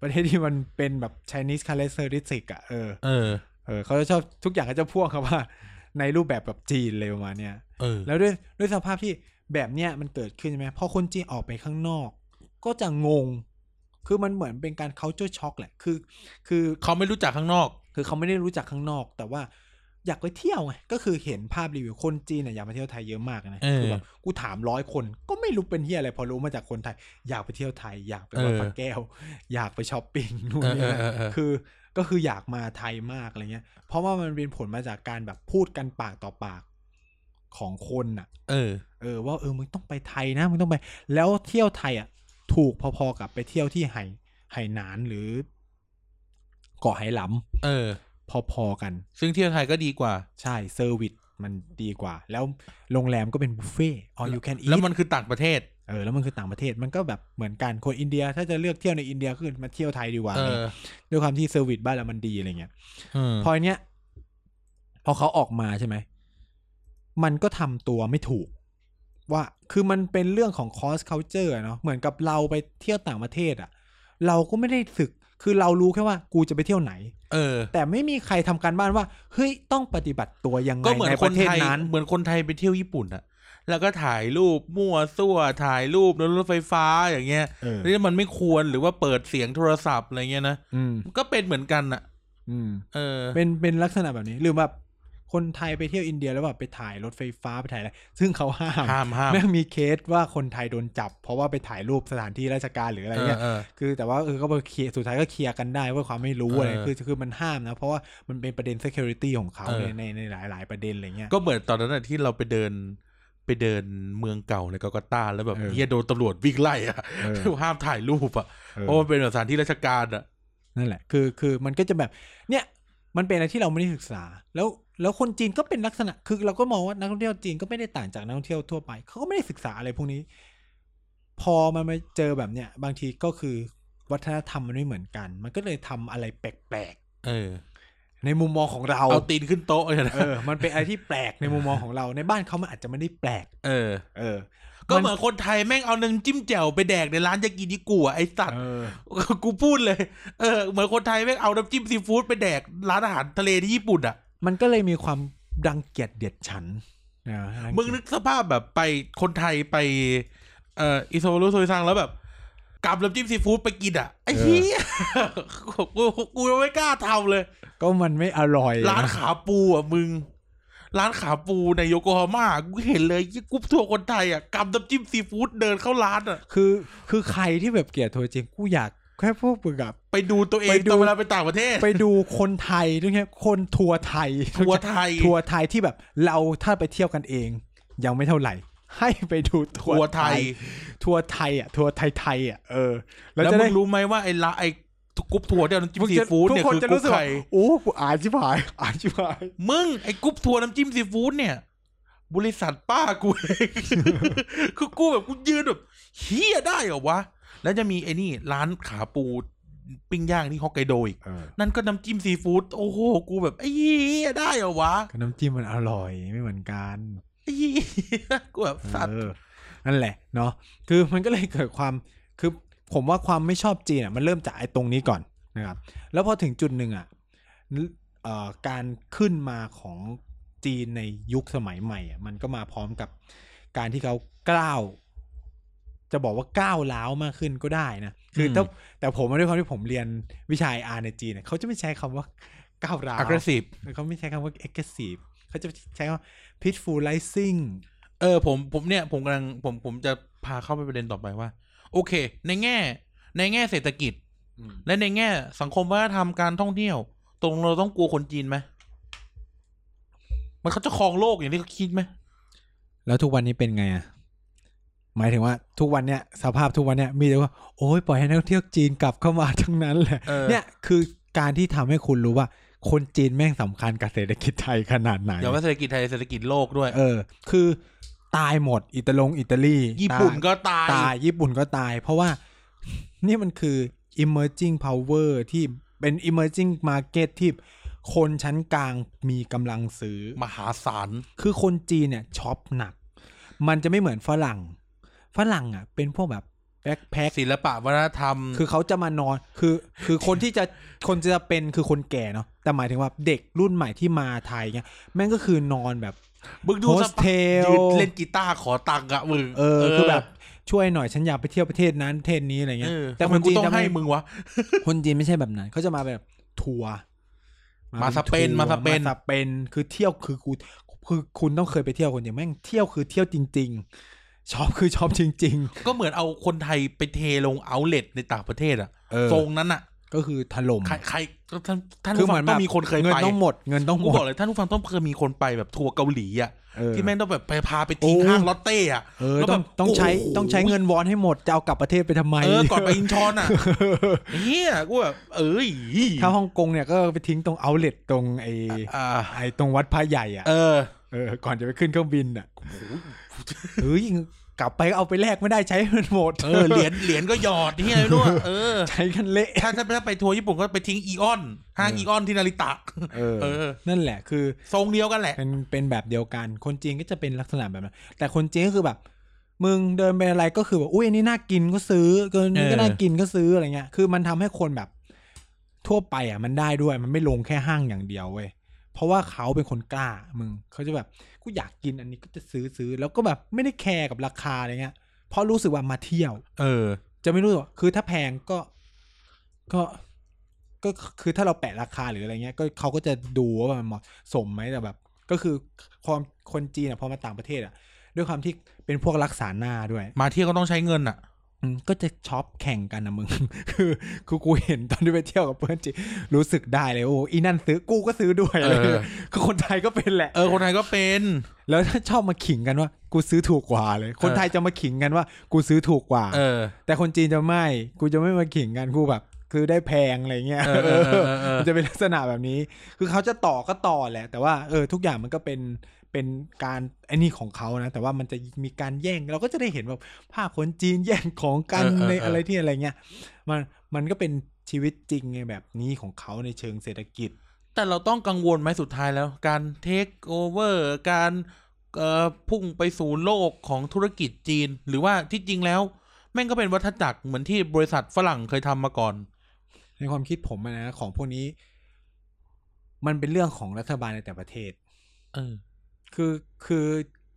Speaker 1: ประเทศที่มันเป็นแบบ Chinese characteristic อะเออ
Speaker 2: เออ
Speaker 1: เออเขาจะชอบทุกอย่างเขาจะพ่วงคำว่า ในรูปแบบแบบจีนเลยประมาณเนี้ย
Speaker 2: เออ
Speaker 1: แล้วด้วยด้วยสภาพที่แบบเนี้ยมันเกิดขึ้นใช่ไหมพอคนจีนออกไปข้างนอก ก็จะงง คือมันเหมือนเป็นการ culture shock แหละ คือ คือ
Speaker 2: เขาไม่รู้จักข้างนอก
Speaker 1: คือเขาไม่ได้รู้จักข้างนอก แต่ว่าอยากไปเที่ยวไงก็คือเห็นภาพรีวิวคนจีนน่ะอยากมาเที่ยวไทยเยอะมากนะ
Speaker 2: เออ
Speaker 1: คือแบบกูถามร้อยคน ก็ไม่รู้เป็นเฮียอะไร พอรู้มาจากคนไทย อยากไปเที่ยวไทย อยากไปวัด
Speaker 2: เออ
Speaker 1: พระแก้ว อยากไปช้อปปิ้งนู่น
Speaker 2: เออ
Speaker 1: นี่นั่น
Speaker 2: เออเออเออ
Speaker 1: คือก็คืออยากมาไทยมากอะไรเงี้ย เพราะว่ามันเป็นผลมาจากการแบบพูดกันปากต่อปากของคนน่ะ
Speaker 2: เออ
Speaker 1: เออว่าเออมึงต้องไปไทยนะมึงต้องไป แล้วเที่ยวไทยอ่ะ ถูกพอๆกับไปเที่ยวที่ไหไหหนานหรือเกาะไหหลำ
Speaker 2: เออ
Speaker 1: พอๆกัน
Speaker 2: ซึ่งเที่ยวไทยก็ดีกว่า
Speaker 1: ใช่เซอร์วิสมันดีกว่า แล้วโรงแรมก็เป็นบุฟเฟ่ all you can eat
Speaker 2: แล้วมันคือต่างประเทศ
Speaker 1: เออแล้วมันคือต่างประเทศมันก็แบบเหมือนกันคนอินเดียถ้าจะเลือกเที่ยวในอินเดียก็คือมาเที่ยวไทยดีกว่า
Speaker 2: เออ
Speaker 1: ด้วยความที่เซอร์วิสบ้านเรามันดีอะไรเงี้ย
Speaker 2: เออ
Speaker 1: พอเนี้ยพอเขาออกมาใช่ไหม มันก็ทำตัวไม่ถูก ว่าคือมันเป็นเรื่องของ cross culture อะเนาะเหมือนกับเราไปเที่ยวต่างประเทศอะเราก็ไม่ได้ศึก คือเรารู้แค่ว่ากูจะไปเที่ยวไหน
Speaker 2: เออ
Speaker 1: แต่ไม่มีใครทำการบ้านว่าเฮ้ยต้องปฏิบัติตัวยังไง
Speaker 2: ก็เหมือน
Speaker 1: ใน
Speaker 2: ค
Speaker 1: ป
Speaker 2: น
Speaker 1: ระเทศ
Speaker 2: ไทย
Speaker 1: นั้น
Speaker 2: เหมือนคนไทยไปเที่ยวญี่ปุ่นอะแล้วก็ถ่ายรูปมั่วซั่วถ่ายรูปบนรถไฟฟ้าอย่างเงี้ย
Speaker 1: เออ
Speaker 2: นี่มันไม่ควรหรือว่าเปิดเสียงโทรศัพท์อะไรเงี้ยนะ
Speaker 1: อืม
Speaker 2: ก็เป็นเหมือนกันอะ
Speaker 1: อืม
Speaker 2: เออ
Speaker 1: เป็นเป็นลักษณะแบบนี้หรือแบบคนไทยไปเที่ยวอินเดียแล้วแบบไปถ่ายรถไฟฟ้าไปถ่ายอะไรซึ่งเขาห้าม
Speaker 2: ห้ามห้าม
Speaker 1: แม่งมีเคสว่าคนไทยโดนจับ เพราะว่าไปถ่ายรูปสถานที่ราชการหรืออะไรเงี้ย
Speaker 2: เออ
Speaker 1: คือแต่ว่าเออก็ไปเคลียร์สุดท้ายก็เคลียร์กันได้ว่าความไม่รู้อะไร
Speaker 2: เออ
Speaker 1: คือคือมันห้ามนะ เพราะว่ามันเป็นประเด็น security ของเขา
Speaker 2: เออ
Speaker 1: ในในในหลาย ๆ ประเด็นอะไรเงี้ย
Speaker 2: ก็เหมือนตอนนั้นอะที่เราไปเดินไปเดินเมืองเก่าในกากาตาแล้วแบบ
Speaker 1: เออ
Speaker 2: เฮียโดนตำรวจวิ่งไล่อะ
Speaker 1: เออ
Speaker 2: ห้ามถ่ายรูปอะ
Speaker 1: เออ
Speaker 2: เพราะมันเป็นสถานที่ราชการอะ
Speaker 1: นั่นแหละ คือ คือ มันก็จะแบบ เนี่ย มันเป็นอะไรที่เราไม่ได้ศึกษา แล้ว แล้วคนจีนก็เป็นลักษณะ คือเราก็มองว่านักท่องเที่ยวจีนก็ไม่ได้ต่างจากนักท่องเที่ยวทั่วไป เขาก็ไม่ได้ศึกษาอะไรพวกนี้ พอมันมาเจอแบบเนี้ย บางทีก็คือวัฒนธรรมมันไม่เหมือนกัน มันก็เลยทำอะไรแปลก
Speaker 2: เออ
Speaker 1: ๆ ในมุมมองของเรา
Speaker 2: เอาตีนขึ้นโต๊ะเลยนะ
Speaker 1: เออ มันเป็นอะไรที่แปลกในมุมมองของเรา ในบ้านเขามันอาจจะไม่ได้แปลก
Speaker 2: เออ
Speaker 1: เออ
Speaker 2: ก็เหมือนคนไทยแม่งเอานึงจิ้มแจ่วไปแดกในร้านยากินิกุอะไอสัตว์
Speaker 1: เออ
Speaker 2: กูพูดเลย เออ เหมือนคนไทยแม่งเอาน้ำจิ้มซีฟู้ดไปแดกร้านอาหารทะเลที่ญี่ปุ่นอ่ะ
Speaker 1: มันก็เลยมีความดังเกียดเดียดฉันนะรัเกียจ
Speaker 2: มึงนึกสภาพแบบไปคนไทยไป เอ่ออิโซรุโซยซังแล้วแบบกลับน้ำจิ้มซีฟู้ดไปกินอ่ะ ไอ้เหี้ยกูกูกูไม่กล้าทำเลย
Speaker 1: ก็มันไม่อร่อย
Speaker 2: ร้าน
Speaker 1: นะ
Speaker 2: ขาปูอ่ะมึง ร้านขาปูในโยโกฮาม่ากูเห็นเลยยี่กรุ๊ปทัวร์คนไทยอ่ะกำน้ำจิ้มซีฟู้ดเดินเข้าร้านอ่ะ
Speaker 1: คือคือใครที่แบบเกลียดโทรจริงกูอยากแค่พวกมึง อะ
Speaker 2: ไปดูตัวเอ
Speaker 1: ไป
Speaker 2: ง
Speaker 1: ดู
Speaker 2: ตอนเวลาไปต่างประเทศ
Speaker 1: ไปดูคนไทยด้วยเนี่ยคนทัวร์ไทย
Speaker 2: ทัวร์ไทย
Speaker 1: ทัวร์ไทยที่แบบเราถ้าไปเที่ยวกันเอง ยังไม่เท่าไหร่ ให้ไปดู
Speaker 2: ทัวร์ไทย
Speaker 1: ทัวร์ไทยอ่ะทัวร์ไทยไทยอ่ะเออ
Speaker 2: แล้ว
Speaker 1: จะ
Speaker 2: มึ
Speaker 1: ได้
Speaker 2: งรู้ไหมว่าไอ้ละไอ้กรุ๊ปทัวร์ที่เอาน้ำจิ้ม
Speaker 1: มึง
Speaker 2: ซี
Speaker 1: จะ
Speaker 2: ฟู้ด
Speaker 1: ทุก
Speaker 2: เนี่ย
Speaker 1: คน
Speaker 2: คือ
Speaker 1: จะ
Speaker 2: ก
Speaker 1: รู้
Speaker 2: รุ๊ป
Speaker 1: สึก
Speaker 2: ใคร
Speaker 1: ว่าโอ้กูอ่านชิบหายอ่านชิบหาย
Speaker 2: มึงไอ้กรุ๊ปทัวร์น้ำจิ้มซีฟู้ดเนี่ย บริษัทป้ากูเอง คือกูแบบกูยืนแบบเฮียได้เหรอวะ แล้วจะมีไอ้นี่ร้านขาปูปิ้งย่างที่ฮอกไกโดอีก นั่นก็น้ำจิ้มซีฟู้ดโอ้โห กูแบบไอ้เฮียได้เหรอวะ
Speaker 1: ก็น้ำจิ้มมันอร่อยไม่เหมือนกัน
Speaker 2: ไอ้เฮียกูแบบสัตว์
Speaker 1: เออ นั่นแหละเนาะคือมันก็เลยเกิดความคือผมว่าความไม่ชอบจีนอ่ะมันเริ่มจากไอ้ตรงนี้ก่อนนะครับ แล้วพอถึงจุดหนึ่งอ่ะเอ่อการขึ้นมาของจีนในยุคสมัยใหม่อ่ะมันก็มาพร้อมกับการที่เขาก้าวจะบอกว่าก้าวล้าวมากขึ้นก็ได้นะคือถ้าแต่ผมด้วยความที่ผมเรียนวิชาอาในจีนเนี่ยเขาจะไม่ใช้คำว่าก้าวร้าว
Speaker 2: aggressive
Speaker 1: เขาไม่ใช้คำว่า aggressive เขาจะใช้คำว่า pitful rising
Speaker 2: เออผมผมเนี่ยผมกำลังผมผมจะพาเข้าไปประเด็นต่อไปว่า โอเค ในแง่ ในแง่เศรษฐกิจ และในแง่สังคมวัฒนธรรมการท่องเที่ยว ตรงเราต้องกลัวคนจีนไหมมันเขาจะครองโลกอย่างที่เขาคิดไหม
Speaker 1: แล้วทุกวันนี้เป็นไงอ่ะ หมายถึงว่าทุกวันเนี้ยสภาพทุกวันเนี้ยมีแต่ว่า โอ้ยปล่อยให้นักท่องเที่ยวจีนกลับเข้ามาทั้งนั้นแหละ
Speaker 2: เออ
Speaker 1: เนี่ยคือการที่ทำให้คุณรู้ว่า คนจีนแม่งสำคัญกับเศรษฐกิจไทยขนาดไหน
Speaker 2: อย่าว่าเศรษฐกิจไทยเศรษฐกิจโลกด้วย
Speaker 1: เออ คือตายหมดอิตาลงอิตาลี
Speaker 2: ญี่ปุ่นก็ตาย
Speaker 1: ตายตายญี่ปุ่นก็ตาย เพราะว่า นี่มันคือ emerging power ที่เป็น emerging market ที่คนชั้นกลางมีกำลังซื้อ
Speaker 2: มหาศาล
Speaker 1: คือคนจีนเนี่ยช็อปหนัก มันจะไม่เหมือนฝรั่ง ฝรั่งอ่ะ เป็นพวกแบบแบ็คแพ็ค
Speaker 2: ศิลปะวัฒนธรรม
Speaker 1: คือเขาจะมานอน คือ คือคนที่จะ คนจะเป็นคือคนแก่เนาะ แต่หมายถึงว่าเด็กรุ่นใหม่ที่มาไทยเนี่ยแม่งก็คือนอนแบบ
Speaker 2: มึงดูสปะ
Speaker 1: Hostel
Speaker 2: ยืนเล่นกีตาร์ขอตังค์อะมึง
Speaker 1: เออ คือแบบช่วยหน่อยฉันอยากไปเที่ยวประเทศนั้นประเทศนี้อะไรเงี้
Speaker 2: เอย อ
Speaker 1: แต่
Speaker 2: ทำ
Speaker 1: ค
Speaker 2: ไม
Speaker 1: น
Speaker 2: กู
Speaker 1: จีน
Speaker 2: ต้อง
Speaker 1: จะไม่
Speaker 2: ให้มึงวะ
Speaker 1: คนจีนไม่ใช่แบบนั้น เขาจะมาแบบทัวร์
Speaker 2: มาสเปน
Speaker 1: ทัวร์
Speaker 2: มาสเปน
Speaker 1: มาสเปน คือเที่ยวคือกู คือคุณต้องเคยไปเที่ยวคนจีนแม่งเที่ยวคือเที่ยวจริง ๆช็อปคือช็อปจริง ๆ
Speaker 2: ก็เหมือนเอาคนไทยไปเทลงเอาเล t ในต่างประเทศอะ
Speaker 1: เออ
Speaker 2: ทรงนั้นอะ
Speaker 1: ก็คือถล่ม
Speaker 2: ใครใครท่านท่าน
Speaker 1: คื
Speaker 2: ผู้ฟังต้องมีคนเคย
Speaker 1: เงิน
Speaker 2: ไป
Speaker 1: ต้องหมด เงินต้องห
Speaker 2: กู
Speaker 1: ม
Speaker 2: บ
Speaker 1: ด
Speaker 2: อกเลยท่านผู้ฟังต้องเคยมีคนไปแบบทัวร์เกาหลีอะ
Speaker 1: เออ
Speaker 2: ที่แม่งต้องแบบไปพาไปทิ้ง
Speaker 1: โอ้
Speaker 2: ห้างลอตเต้อะ
Speaker 1: เออ
Speaker 2: แล้ว
Speaker 1: ต้
Speaker 2: แบ
Speaker 1: อง
Speaker 2: บ
Speaker 1: ต้องใช้
Speaker 2: โโห
Speaker 1: ต้องใช้เงินวอนให้หมดจะเอากลับประเทศไปทำไม
Speaker 2: เออก่อนไปอินชอนอะเฮียกูแบบเอ้ย
Speaker 1: ถ้าฮ่องกงเนี่ยก็ไปทิ้งตรงเอาเลตตรงไอ้
Speaker 2: อ่า
Speaker 1: ไอ้ตรงวัดพระใหญ่อ่ะ
Speaker 2: เออ
Speaker 1: เออก่อนจะไปขึ้นเครื่องบินอ่ะเฮ้ยกลับไปก็เอาไปแลกไม่ได้ใช้ให้มันหมด
Speaker 2: เออเหรียญเหรียญก็หยอดที่อะไรไม่รู้อะเออ
Speaker 1: ใช้กันเละ
Speaker 2: ถ้าถ้าถ้าไปทัวร์ญี่ปุ่นก็ไปทิ้งอีออนห้าง
Speaker 1: เอออี
Speaker 2: อีออนที่นาริตะ
Speaker 1: เออ
Speaker 2: เออ
Speaker 1: นั่นแหละคือ
Speaker 2: ทรงเดียวกันแหละ
Speaker 1: เป็นเป็นแบบเดียวกัน คนจีนก็จะเป็นลักษณะแบบนั้น แต่คนจีนก็คือแบบ มึงเดินไปอะไรก็คือแบบ อุ้ยอันนี้น่ากินก็ซื้อเกินนี้ก็
Speaker 2: เออ
Speaker 1: น่ากินก็ซื้ออะไรเงี้ย คือมันทำให้คนแบบ ทั่วไปอ่ะมันได้ด้วย มันไม่ลงแค่ห้างอย่างเดียวเว้ย เพราะว่าเขาเป็นคนกล้า มึงเขาจะแบบ กูอยากกินอันนี้ก็จะซื้อซื้อ แล้วก็แบบไม่ได้แคร์กับราคาอะไรเงี้ย เพราะรู้สึกว่ามาเที่ยว
Speaker 2: เออ
Speaker 1: จะไม่รู้สึกว่าคือถ้าแพงก็ก็ ก็คือถ้าเราแปะราคาหรืออะไรเงี้ย ก็เขาก็จะดูว่ามันเหมาะสมไหมแต่แบบ ก็คือความคนจีนอ่ะพอมาต่างประเทศอ่ะ ด้วยความที่เป็นพวกรักษาหน้าด้วย
Speaker 2: มาเที่ยวก็ต้องใช้เงินอ่ะ
Speaker 1: อืมก็จะช็อปแข่งกันนะมึง คือคือกูเห็นตอนที่ไปเที่ยวกับเพื่อนจีนรู้สึกได้เลยโอ้อีนั่นซื้อกูก็ซื้อด้วยอะไร
Speaker 2: เออ
Speaker 1: คือคนไทยก็เป็นแหละ
Speaker 2: เออ คนไทยก็เป็น
Speaker 1: แล้วถ้าชอบมาขิงกันว่า กูซื้อถูกกว่าเลย คนไทยจะมาขิงกันว่า กูซื้อถูกกว่า
Speaker 2: เออ
Speaker 1: แต่คนจีนจะไม่ กูจะไม่มาขิงกันกูแบบ คือได้แพงอะไรเงี้ย
Speaker 2: เออเออเออเออ
Speaker 1: มันจะเป็นลักษณะแบบนี้ คือเขาจะต่อก็ต่อแหละ แต่ว่าเออทุกอย่างมันก็เป็นเป็นการไอ้นี่ของเขานะ แต่ว่ามันจะมีการแย่ง เราก็จะได้เห็นแบบภาพคนจีนแย่งของกัน
Speaker 2: เออเออ
Speaker 1: ใน
Speaker 2: เอออ
Speaker 1: อะไรที่อะไรเงี้ย มันมันก็เป็นชีวิตจริงในแบบนี้ของเขาในเชิงเศรษฐกิจ
Speaker 2: แต่เราต้องกังวลไหมสุดท้ายแล้ว การเทคโอเวอร์การเอ่อพุ่งไปสู่โลกของธุรกิจจีน หรือว่าที่จริงแล้ว แม่งก็เป็นวัฏจักรเหมือนที่บริษัทฝรั่งเคยทำมาก่อน
Speaker 1: ในความคิดผมอะนะของพวกนี้ มันเป็นเรื่องของรัฐบาลในแต่ประเทศ
Speaker 2: เออ
Speaker 1: คือคือ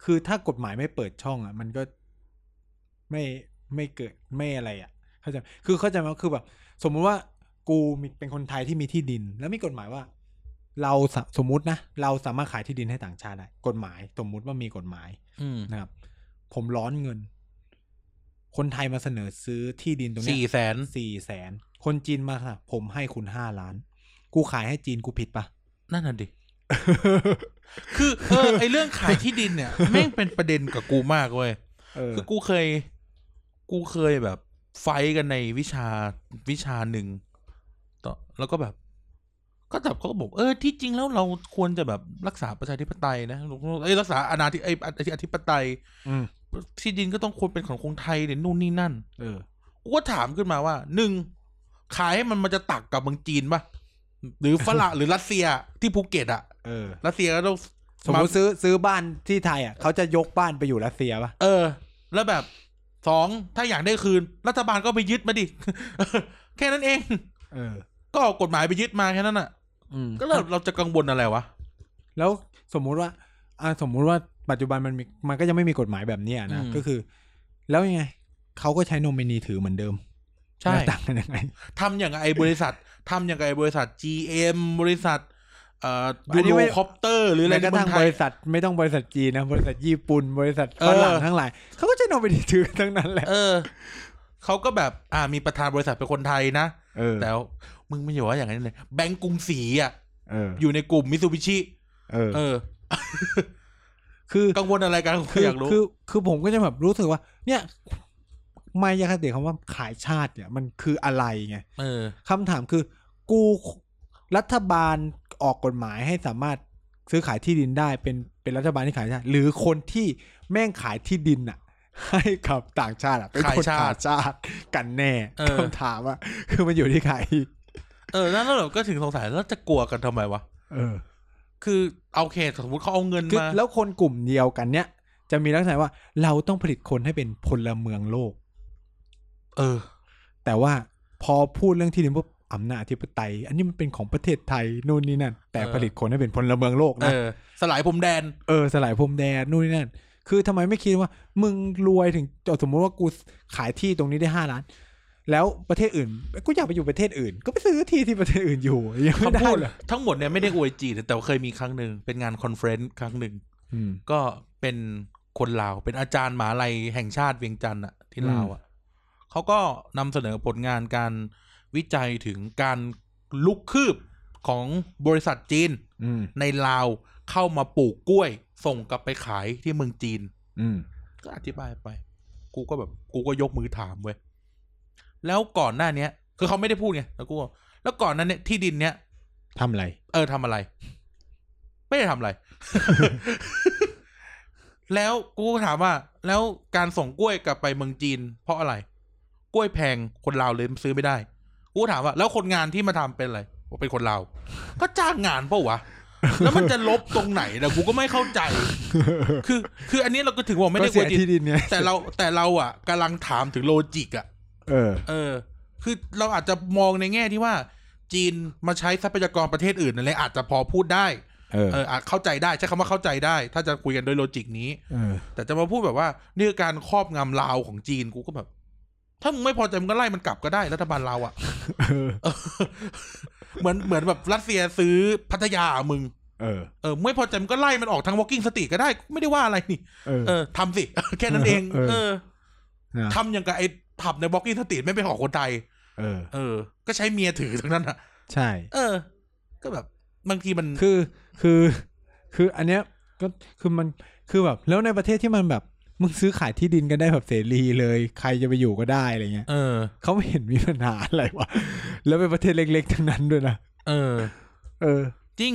Speaker 1: คือถ้ากฎหมายไม่เปิดช่องอ่ะ มันก็ไม่ไม่เกิดไม่อะไรอ่ะเข้าใจไหมคือเข้าใจไหมคือแบบ สมมุติว่ากูมีเป็นคนไทยที่มีที่ดิน แล้วมีกฎหมายว่า เราสะสมมุตินะเราสามารถขายที่ดินให้ต่างชาติได้กฎหมายสมมุติว่ามีกฎหมาย
Speaker 2: อืม
Speaker 1: นะครับ ผมร้อนเงิน คนไทยมาเสนอซื้อที่ดินตรงเนี้
Speaker 2: สี่แสน
Speaker 1: สี่แสนคนจีนมาค่ะผมให้คุณห้าล้าน กูขายให้จีนกูผิดปะ
Speaker 2: นั่นน่ะดิ คือเออไอเรื่องขายที่ดินเนี่ย แม่งเป็นประเด็นกับกูมากเว้ย
Speaker 1: เออ
Speaker 2: คือกูเคย กูเคยแบบไฟท์กันในวิชาวิชาหนึ่งต่อแล้วก็แบบ ก็แบบเขาก็บอกเออที่จริงแล้วเราควรจะแบบรักษาประชาธิปไตยนะเอ้ยรักษาอาณาธิไอ้ยอธิอธิปไตย
Speaker 1: อืม
Speaker 2: ที่ดินก็ต้องควรเป็นของคนไทยเนี่ยนู่นนี่นั่น
Speaker 1: เออ
Speaker 2: กูก็ถามขึ้นมาว่าหนึ่งขายให้มันมันจะตักกับเมืองจีนปะหรือฝรั่ง หรือรัสเซียที่ภูเก็ตอะ
Speaker 1: เออ
Speaker 2: รัสเซียก็ต้อง
Speaker 1: สมมติซื้อซื้อบ้านที่ไทยอ่ะเขาจะยกบ้านไปอยู่รัสเซียป่ะ
Speaker 2: เออ แล้วแบบสองถ้าอยากได้คืน รัฐบาลก็ไปยึดมาดิ แค่นั้นเอง
Speaker 1: เออ
Speaker 2: ก็ออกกฎหมายไปยึดมาแค่นั้นอ่ะ
Speaker 1: อืม
Speaker 2: ก็เราเราจะกังวลอะไรวะ
Speaker 1: แล้วสมมุติว่าอ่าสมมุติว่าปัจจุบันมันมีมันก็ยังไม่มีกฎหมายแบบเนี้ยนะ
Speaker 2: อืม
Speaker 1: ก็คือ แล้วยังไงเขาก็ใช้โนมินีถือเหมือนเดิม
Speaker 2: ใช่
Speaker 1: แล้วต่างกันยังไง
Speaker 2: ทำอย่างไอบริษัททำอย่างไอบริษัท GM บริษัทเอ่อ
Speaker 1: อั
Speaker 2: ยู
Speaker 1: นนี้
Speaker 2: โร
Speaker 1: ไม่
Speaker 2: คอปเตอร์หรืออะไร
Speaker 1: แม้กระ
Speaker 2: ในเมื
Speaker 1: ทั่
Speaker 2: อง งไท
Speaker 1: บ
Speaker 2: ย
Speaker 1: ริษัทไม่ต้องบริษัทจีนนะบริษัทญี่ปุ่น บริษัท
Speaker 2: เออ
Speaker 1: ฝรั่งทั้งหลายเขาก็ใช้โนมินีถือกันทั้งนั้นแหละ
Speaker 2: เออเขาก็แบบ อ่ามีประธานบริษัทเป็นคนไทยนะ
Speaker 1: เออ
Speaker 2: แต่มึงไม่อย่าว่าอย่างนั้นเลยแบงก์กรุงศรีอ่ะ
Speaker 1: เออ
Speaker 2: อยู่ในกลุ่มมิซูบิชิ
Speaker 1: เออ
Speaker 2: เออ
Speaker 1: คือ
Speaker 2: กังวลอะไรกันกู
Speaker 1: คืออย
Speaker 2: อากรู้
Speaker 1: คือคือผมก็จะแบบรู้สึกว่า เนี่ยมายาคติคำว่าขายชาติเนี่ยมันคืออะไรไง
Speaker 2: เออ
Speaker 1: คำถามคือ กูรัฐบาลออกกฎหมายให้สามารถซื้อขายที่ดินได้เป็นเป็นรัฐบาลที่ขายชาติ หรือคนที่แม่งขายที่ดินอะ ให้กับต่างชาติอะเป็นคน
Speaker 2: ขายชาติ
Speaker 1: ขายชาติกันแน่
Speaker 2: เออ
Speaker 1: คำถามอะคือมันอยู่ที่ใคร
Speaker 2: เออนั่นแล้วเราก็ถึงสงสัยแล้วจะกลัวกันทำไมวะ
Speaker 1: เออ
Speaker 2: คือเอาเคสสมมติเขาเอาเงิน
Speaker 1: คือ
Speaker 2: มา
Speaker 1: แล้วคนกลุ่มเดียวกันเนี่ย จะมีลักษณะว่าเราต้องผลิตคนให้เป็นพลเมืองโลก
Speaker 2: เออ
Speaker 1: แต่ว่าพอพูดเรื่องที่ดินปุ๊บอำนาจอธิปไตย อันนี้มันเป็นของประเทศไทยนู่นนี่นั่น แต่
Speaker 2: เออ
Speaker 1: ผลิตคนให้เป็นพลเมืองโลก
Speaker 2: เอ
Speaker 1: นะ
Speaker 2: อ สลายพรมแดน
Speaker 1: เออสลายพรมแดนนู่นนี่นั่น คือทำไมไม่คิดว่า มึงรวยถึงสมมุติว่ากูขายที่ตรงนี้ได้ห้าล้าน แล้วประเทศอื่นกูอยากไปอยู่ประเทศอื่น ก็ไปซื้อที่ที่ประเทศอื่นอยู่ยังไม่
Speaker 2: คำ
Speaker 1: ได้
Speaker 2: พูด
Speaker 1: เลย
Speaker 2: ทั้งหมดเนี่ยไม่ได้อวยจีนแต่ว่าเคยมีครั้งหนึ่งเป็นงานคอนเฟรนซ์ครั้งหนึ่ง
Speaker 1: อืม
Speaker 2: ก็เป็นคนลาว เป็นอาจารย์มหาลัยแห่งชาติเวียงจันทร์อะที่ลาวอะเขาก็นำเสนอผลงานการวิจัยถึงการลุกคืบของบริษัทจีน
Speaker 1: อืม
Speaker 2: ในลาวเข้ามาปลูกกล้วย ส่งกลับไปขายที่เมืองจีน
Speaker 1: อืม
Speaker 2: ก็อธิบายไป กูก็แบบ กูก็ยกมือถามเว้ย แล้วก่อนหน้าเนี้ย คือเขาไม่ได้พูดไง แล้วกูก็แล้วก่อนนั้นเนี่ยที่ดินเนี้ย
Speaker 1: ทำอะไร
Speaker 2: เออทำอะไร ไม่ได้ทำอะไร แล้วกูก็ถามว่า แล้วการส่งกล้วยกลับไปเมืองจีน เพราะอะไร กล้วยแพงคนลาวเลยซื้อไม่ได้ กูก็ถามว่า แล้วคนงานที่มาทำเป็นอะไรบอกเป็นคนลาว ก็จ้างงานเปล่าวะ แล้วมันจะลบตรงไหนนะกูก็ไม่เข้าใจ คือ คืออันนี้เราก็ถึงบอกไม่
Speaker 1: ก็
Speaker 2: ได้กลั
Speaker 1: เสี
Speaker 2: วยจีน
Speaker 1: ที่ดินไง
Speaker 2: แต่เราแต่เราอ่ะกำลังถามถึงโลจิกอ่ะ
Speaker 1: เออ
Speaker 2: เออ คือเราอาจจะมองในแง่ที่ว่า จีนมาใช้ทรัพยากรประเทศอื่นอะไรอาจจะพอพูดได้
Speaker 1: เออ
Speaker 2: เอออาจเข้าใจได้ใช้คำว่าเข้าใจได้ ถ้าจะคุยกันโดยโลจิกนี้
Speaker 1: เออ
Speaker 2: แต่จะมาพูดแบบว่านี่คือการครอบงำลาวของจีนกูก็แบบ ถ้ามึงไม่พอใจมึงก็ไล่มันกลับก็ได้รัฐบาลลาวอะ
Speaker 1: เออ
Speaker 2: เออ เหมือนเหมือนแบบรัสเซียซื้อพัทยามึง
Speaker 1: เออ
Speaker 2: เออมึงไม่พอใจมึงก็ไล่มันออกทาง walking street ก็ได้กูไม่ได้ว่าอะไรนี่
Speaker 1: เออ
Speaker 2: เออทำสิ แค่นั้นเอง
Speaker 1: เออ
Speaker 2: เออ
Speaker 1: นะ
Speaker 2: ทำอย่างกับไอ้ผับใน walking street ไม่เป็นของคนไทย
Speaker 1: เออ
Speaker 2: เออ ก็ใช้เมียถือทั้งนั้นอ่ะ
Speaker 1: ใช่
Speaker 2: เออ ก็แบบบางทีมัน
Speaker 1: คือคือคืออันเนี้ยก็คือมันคือแบบแล้วในประเทศที่มันแบบ มึงซื้อขายที่ดินกันได้แบบเสรีเลย ใครจะไปอยู่ก็ได้อะไรเงี้ย
Speaker 2: เออ
Speaker 1: เขาไม่เห็นมีปัญหาอะไรวะแล้วเป็นประเทศเล็กๆทั้งนั้นด้วยนะ
Speaker 2: เออ
Speaker 1: เออ
Speaker 2: จริง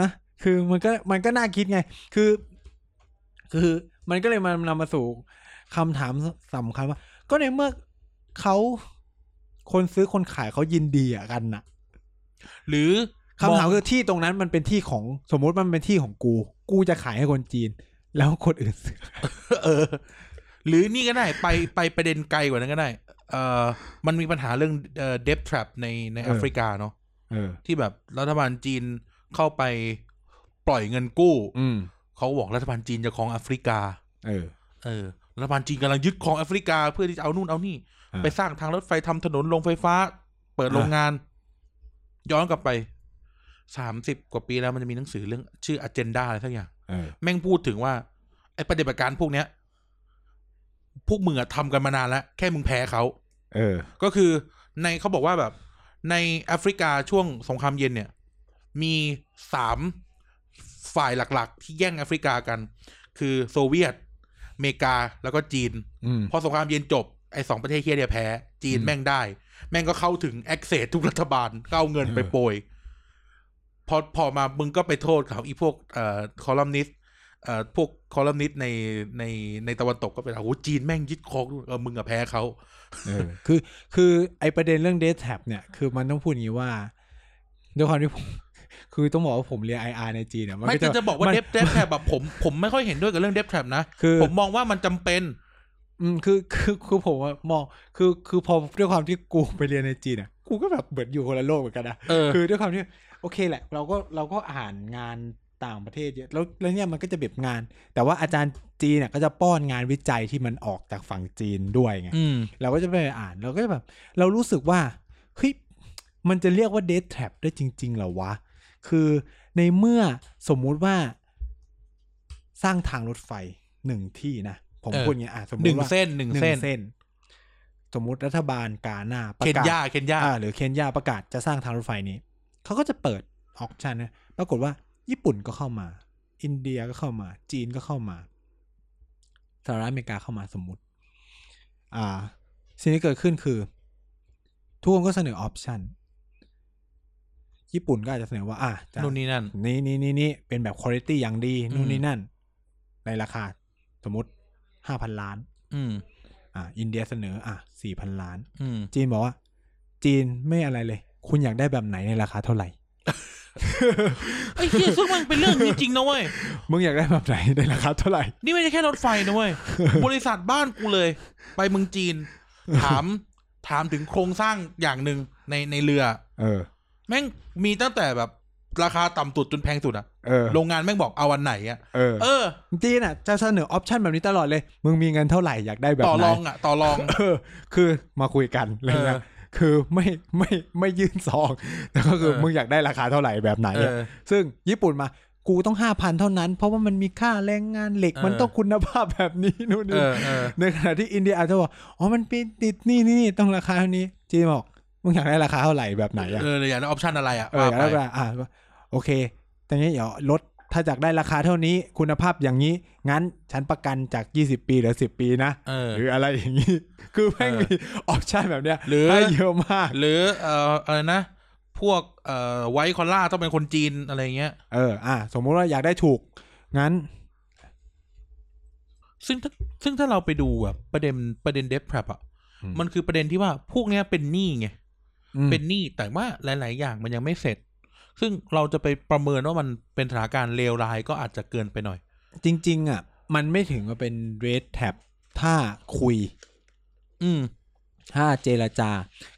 Speaker 1: นะคือมันก็มันก็น่าคิดไง คือ คือมันก็เลยมานำมาสู่คำถามสำคัญว่า ก็ในเมื่อเขาคนซื้อคนขายเขายินดีอะกันน่ะ
Speaker 2: หรือ
Speaker 1: คำถามคือที่ตรงนั้นมันเป็นที่ของสมมุติมันเป็นที่ของกู กูจะขายให้คนจีน แล้วคนอื่นซื้อ
Speaker 2: เออ หรือนี่ก็ได้ ไปไปประเด็นไกลกว่านั้นก็ได้ เออมันมีปัญหาเรื่องเอ่อ debt trap ในใน
Speaker 1: เออ
Speaker 2: แอฟริกาเนาะ
Speaker 1: เออ
Speaker 2: ที่แบบรัฐบาลจีนเข้าไปปล่อยเงินกู้
Speaker 1: อืม
Speaker 2: เขาบอกรัฐบาลจีนจะครองแอฟริกา
Speaker 1: เออ
Speaker 2: เออ รัฐบาลจีนกำลังยึดครองแอฟริกา เพื่อที่จะเอานู่นเอานี่
Speaker 1: อ่า
Speaker 2: ไปสร้างทางรถไฟทำถนนลงไฟฟ้า เปิด
Speaker 1: อ่า
Speaker 2: โรงงาน ย้อนกลับไปสามสิบกว่าปีแล้วมันจะมีหนังสือเรื่องชื่อ agenda อะไรสักอย่าง
Speaker 1: เออ
Speaker 2: แม่งพูดถึงว่า ไอ้ปฏิบัติการพวกเนี้ย พวกมึงอะทำกันมานานแล้ว แค่มึงแพ้เขา
Speaker 1: เออ
Speaker 2: ก็คือในเขาบอกว่าแบบ ในแอฟริกาช่วงสงครามเย็นเนี่ย มีสามฝ่ายหลักๆ ที่แย่งแอฟริกากัน คือโซเวียตอเมริกาแล้วก็จีน
Speaker 1: อืม
Speaker 2: พอสงครามเย็นจบ ไอ้สองประเทศเฮียเดียแพ้ จีน
Speaker 1: อืม
Speaker 2: แม่งได้ แม่งก็เข้าถึงแอคเซสทุกรัฐบาลก็เอาเงินไป
Speaker 1: เออ
Speaker 2: โปรยพอพอมามึงก็ไปโทษเขาอีพวกเอ่อคอลัมนิสต์เอ่อพวกคอลัมนิสต์ในในในตะวันตกก็เป็นโอ้โหจีนแม่งยึดครองเออมึงอะแพ้เขา
Speaker 1: เออคือคือไอประเด็นเรื่องเดทแท็บเนี่ย คือมันต้องพูดอย่างนี้ว่าด้วยความที่ ผม คือต้องบอกว่าผมเรียน IR ในจีนเนี่ย
Speaker 2: ไม่
Speaker 1: ก็
Speaker 2: จะจะบอกว่า
Speaker 1: มัน
Speaker 2: เดฟเดฟแทบแบบผมผมไม่ค่อยเห็นด้วยกับเรื่องเดฟแทบนะ
Speaker 1: คือ
Speaker 2: ผมมองว่ามันจำเป็น
Speaker 1: อืมคือคือคือผมอะมองคือคือพอด้วยความที่กูไปเรียนในจีนอ่ะกูก็แบบเหมือนอยู่คนละโลกเหมือนกันนะ
Speaker 2: เออ
Speaker 1: คือด้วยความที่โอเคแหละ เราก็เราก็อ่านงานต่างประเทศเยอะแล้วแล้วเนี่ยมันก็จะแบบงาน แต่ว่าอาจารย์จีนเนี่ยก็จะป้อนงานวิจัยที่มันออกจากฝั่งจีนด้วยไง
Speaker 2: อืม
Speaker 1: เราก็จะไปอ่านเราก็จะแบบ เรารู้สึกว่าเฮ้ยมันจะเรียกว่า death trap ได้จริง ๆเหรอวะ คือในเมื่อสมมุติว่าสร้างทางรถไฟหนึ่งที่นะ ผม
Speaker 2: เออ
Speaker 1: พูดอย่างนี้อ่ะสมม
Speaker 2: หนึ่ง
Speaker 1: ติว่า
Speaker 2: เส้นหนึ่ง
Speaker 1: หนึ่
Speaker 2: เส้น
Speaker 1: งเส้น สมมุติรัฐบาลกาหน้าป
Speaker 2: เค
Speaker 1: ระ
Speaker 2: น
Speaker 1: กาศ
Speaker 2: ยาเคนยา
Speaker 1: อ่าหรือเคนยาประกาศจะสร้างทางรถไฟนี้ เขาก็จะเปิดออกชันนะปรากฏว่าญี่ปุ่นก็เข้ามา อินเดียก็เข้ามา จีนก็เข้ามาสหรัฐอเมริกาเข้ามาสมมติ อ่า สิ่งที่เกิดขึ้นคือ ทุกคนก็เสนอออปชันญี่ปุ่นก็อาจจะเสนอว่า อ่ะจะ
Speaker 2: นู่นนี่นั่น
Speaker 1: นี่นี่นี่นี่เป็นแบบคุณภาพอย่างดีนู่น
Speaker 2: อืม
Speaker 1: นี่นั่น ในราคา สมมติห้าพันล้าน
Speaker 2: อืม
Speaker 1: อ่า อินเดียเสนอ อ่ะสี่พันล้าน
Speaker 2: อืม
Speaker 1: จีนบอกว่า จีนไม่อะไรเลย คุณอยากได้แบบไหนในราคาเท่าไหร่
Speaker 2: ไอ้เหี้ยซึ่งมันเป็นเรื่องจริงๆนะเว้ย
Speaker 1: มึงอยากได้แบบไหนในราคาเท่าไหร่
Speaker 2: นี่ไม่ใช่แค่รถไฟนะ เว้ย บริษัทบ้านกูเลย ไปเมืองจีน ถาม ถามถึงโครงสร้างอย่างหนึ่งในในเรือ
Speaker 1: เออ
Speaker 2: แม่งมีตั้งแต่แบบราคาต่ำสุดจนแพงสุดอะ
Speaker 1: เออ
Speaker 2: โรงงานแม่งบอกเอาวันไหนอะ
Speaker 1: เออ
Speaker 2: เออ
Speaker 1: จีนอ่ะจะเสนอออปชันแบบนี้ตลอดเลย มึงมีเงินเท่าไหร่อยากได้แบบ
Speaker 2: ต่อ
Speaker 1: ไห
Speaker 2: ร
Speaker 1: น
Speaker 2: องอะต่อรอง
Speaker 1: เออ คือมาคุยกันอะไรเลยนะ
Speaker 2: เออ
Speaker 1: คือไม่ไม่ไม่ยื่นซอง แต่ก็คือ
Speaker 2: เออ
Speaker 1: มึงอยากได้ราคาเท่าไหร่แบบไหน
Speaker 2: เอ
Speaker 1: อะ
Speaker 2: อ
Speaker 1: ซึ่งญี่ปุ่นมากูต้องห้าพันเท่านั้น เพราะว่ามันมีค่าแรงงานเหล็ก
Speaker 2: เออ
Speaker 1: มันต้องคุณภาพแบบนี้นู่น
Speaker 2: เอ
Speaker 1: นี่
Speaker 2: อเออ
Speaker 1: ในขณะที่อินเดียอาจจะบอกอ๋อมันเป็นติดหนี่นี่นี่ต้องราคาเท่านี้จีนบอกมึงอยากได้ราคาเท่าไหร่แบบไหนอะ
Speaker 2: เออเลยอยากได้ออปชันอะไรอะ
Speaker 1: เอออ
Speaker 2: ว่า
Speaker 1: ยาก
Speaker 2: ไป
Speaker 1: ได้ราคาอ่ะโอเคตอนนี้เดี๋ยวลดถ้าอยากได้ราคาเท่านี้ คุณภาพอย่างนี้ งั้นฉันประกันจาก 20 ปีเหรือ 10 ปีนะ
Speaker 2: เออ
Speaker 1: หรืออะไรอย่างนี้ คือแม่งมีออปชั่นแบบเนี้ย
Speaker 2: หรือ
Speaker 1: ให้เยอะมาก
Speaker 2: หรือเอ่ออะไรนะ พวกเอ่อไวท์คอลล่าต้องเป็นคนจีนอะไรเงี้ย
Speaker 1: เอออ่ะสมมุติว่าอยากได้ถูก งั้น
Speaker 2: ซึ่งถ้าซึ่งถ้าเราไปดูแบบประเด็นประเด็นเดฟแพรอะ
Speaker 1: อืม
Speaker 2: มันคือประเด็นที่ว่าพวกเนี้ยเป็นหนี้ไง
Speaker 1: อืม
Speaker 2: เป็นหนี้แต่ว่าหลาย ๆ อย่างมันยังไม่เสร็จ ซึ่งเราจะไปประเมินว่ามันเป็นสถานการณ์เลวร้ายก็อาจจะเกินไปหน่อย
Speaker 1: จริง ๆ อ่ะ มันไม่ถึงกับเป็น red tab ถ้าคุย
Speaker 2: อืม
Speaker 1: ถ้าเจรจา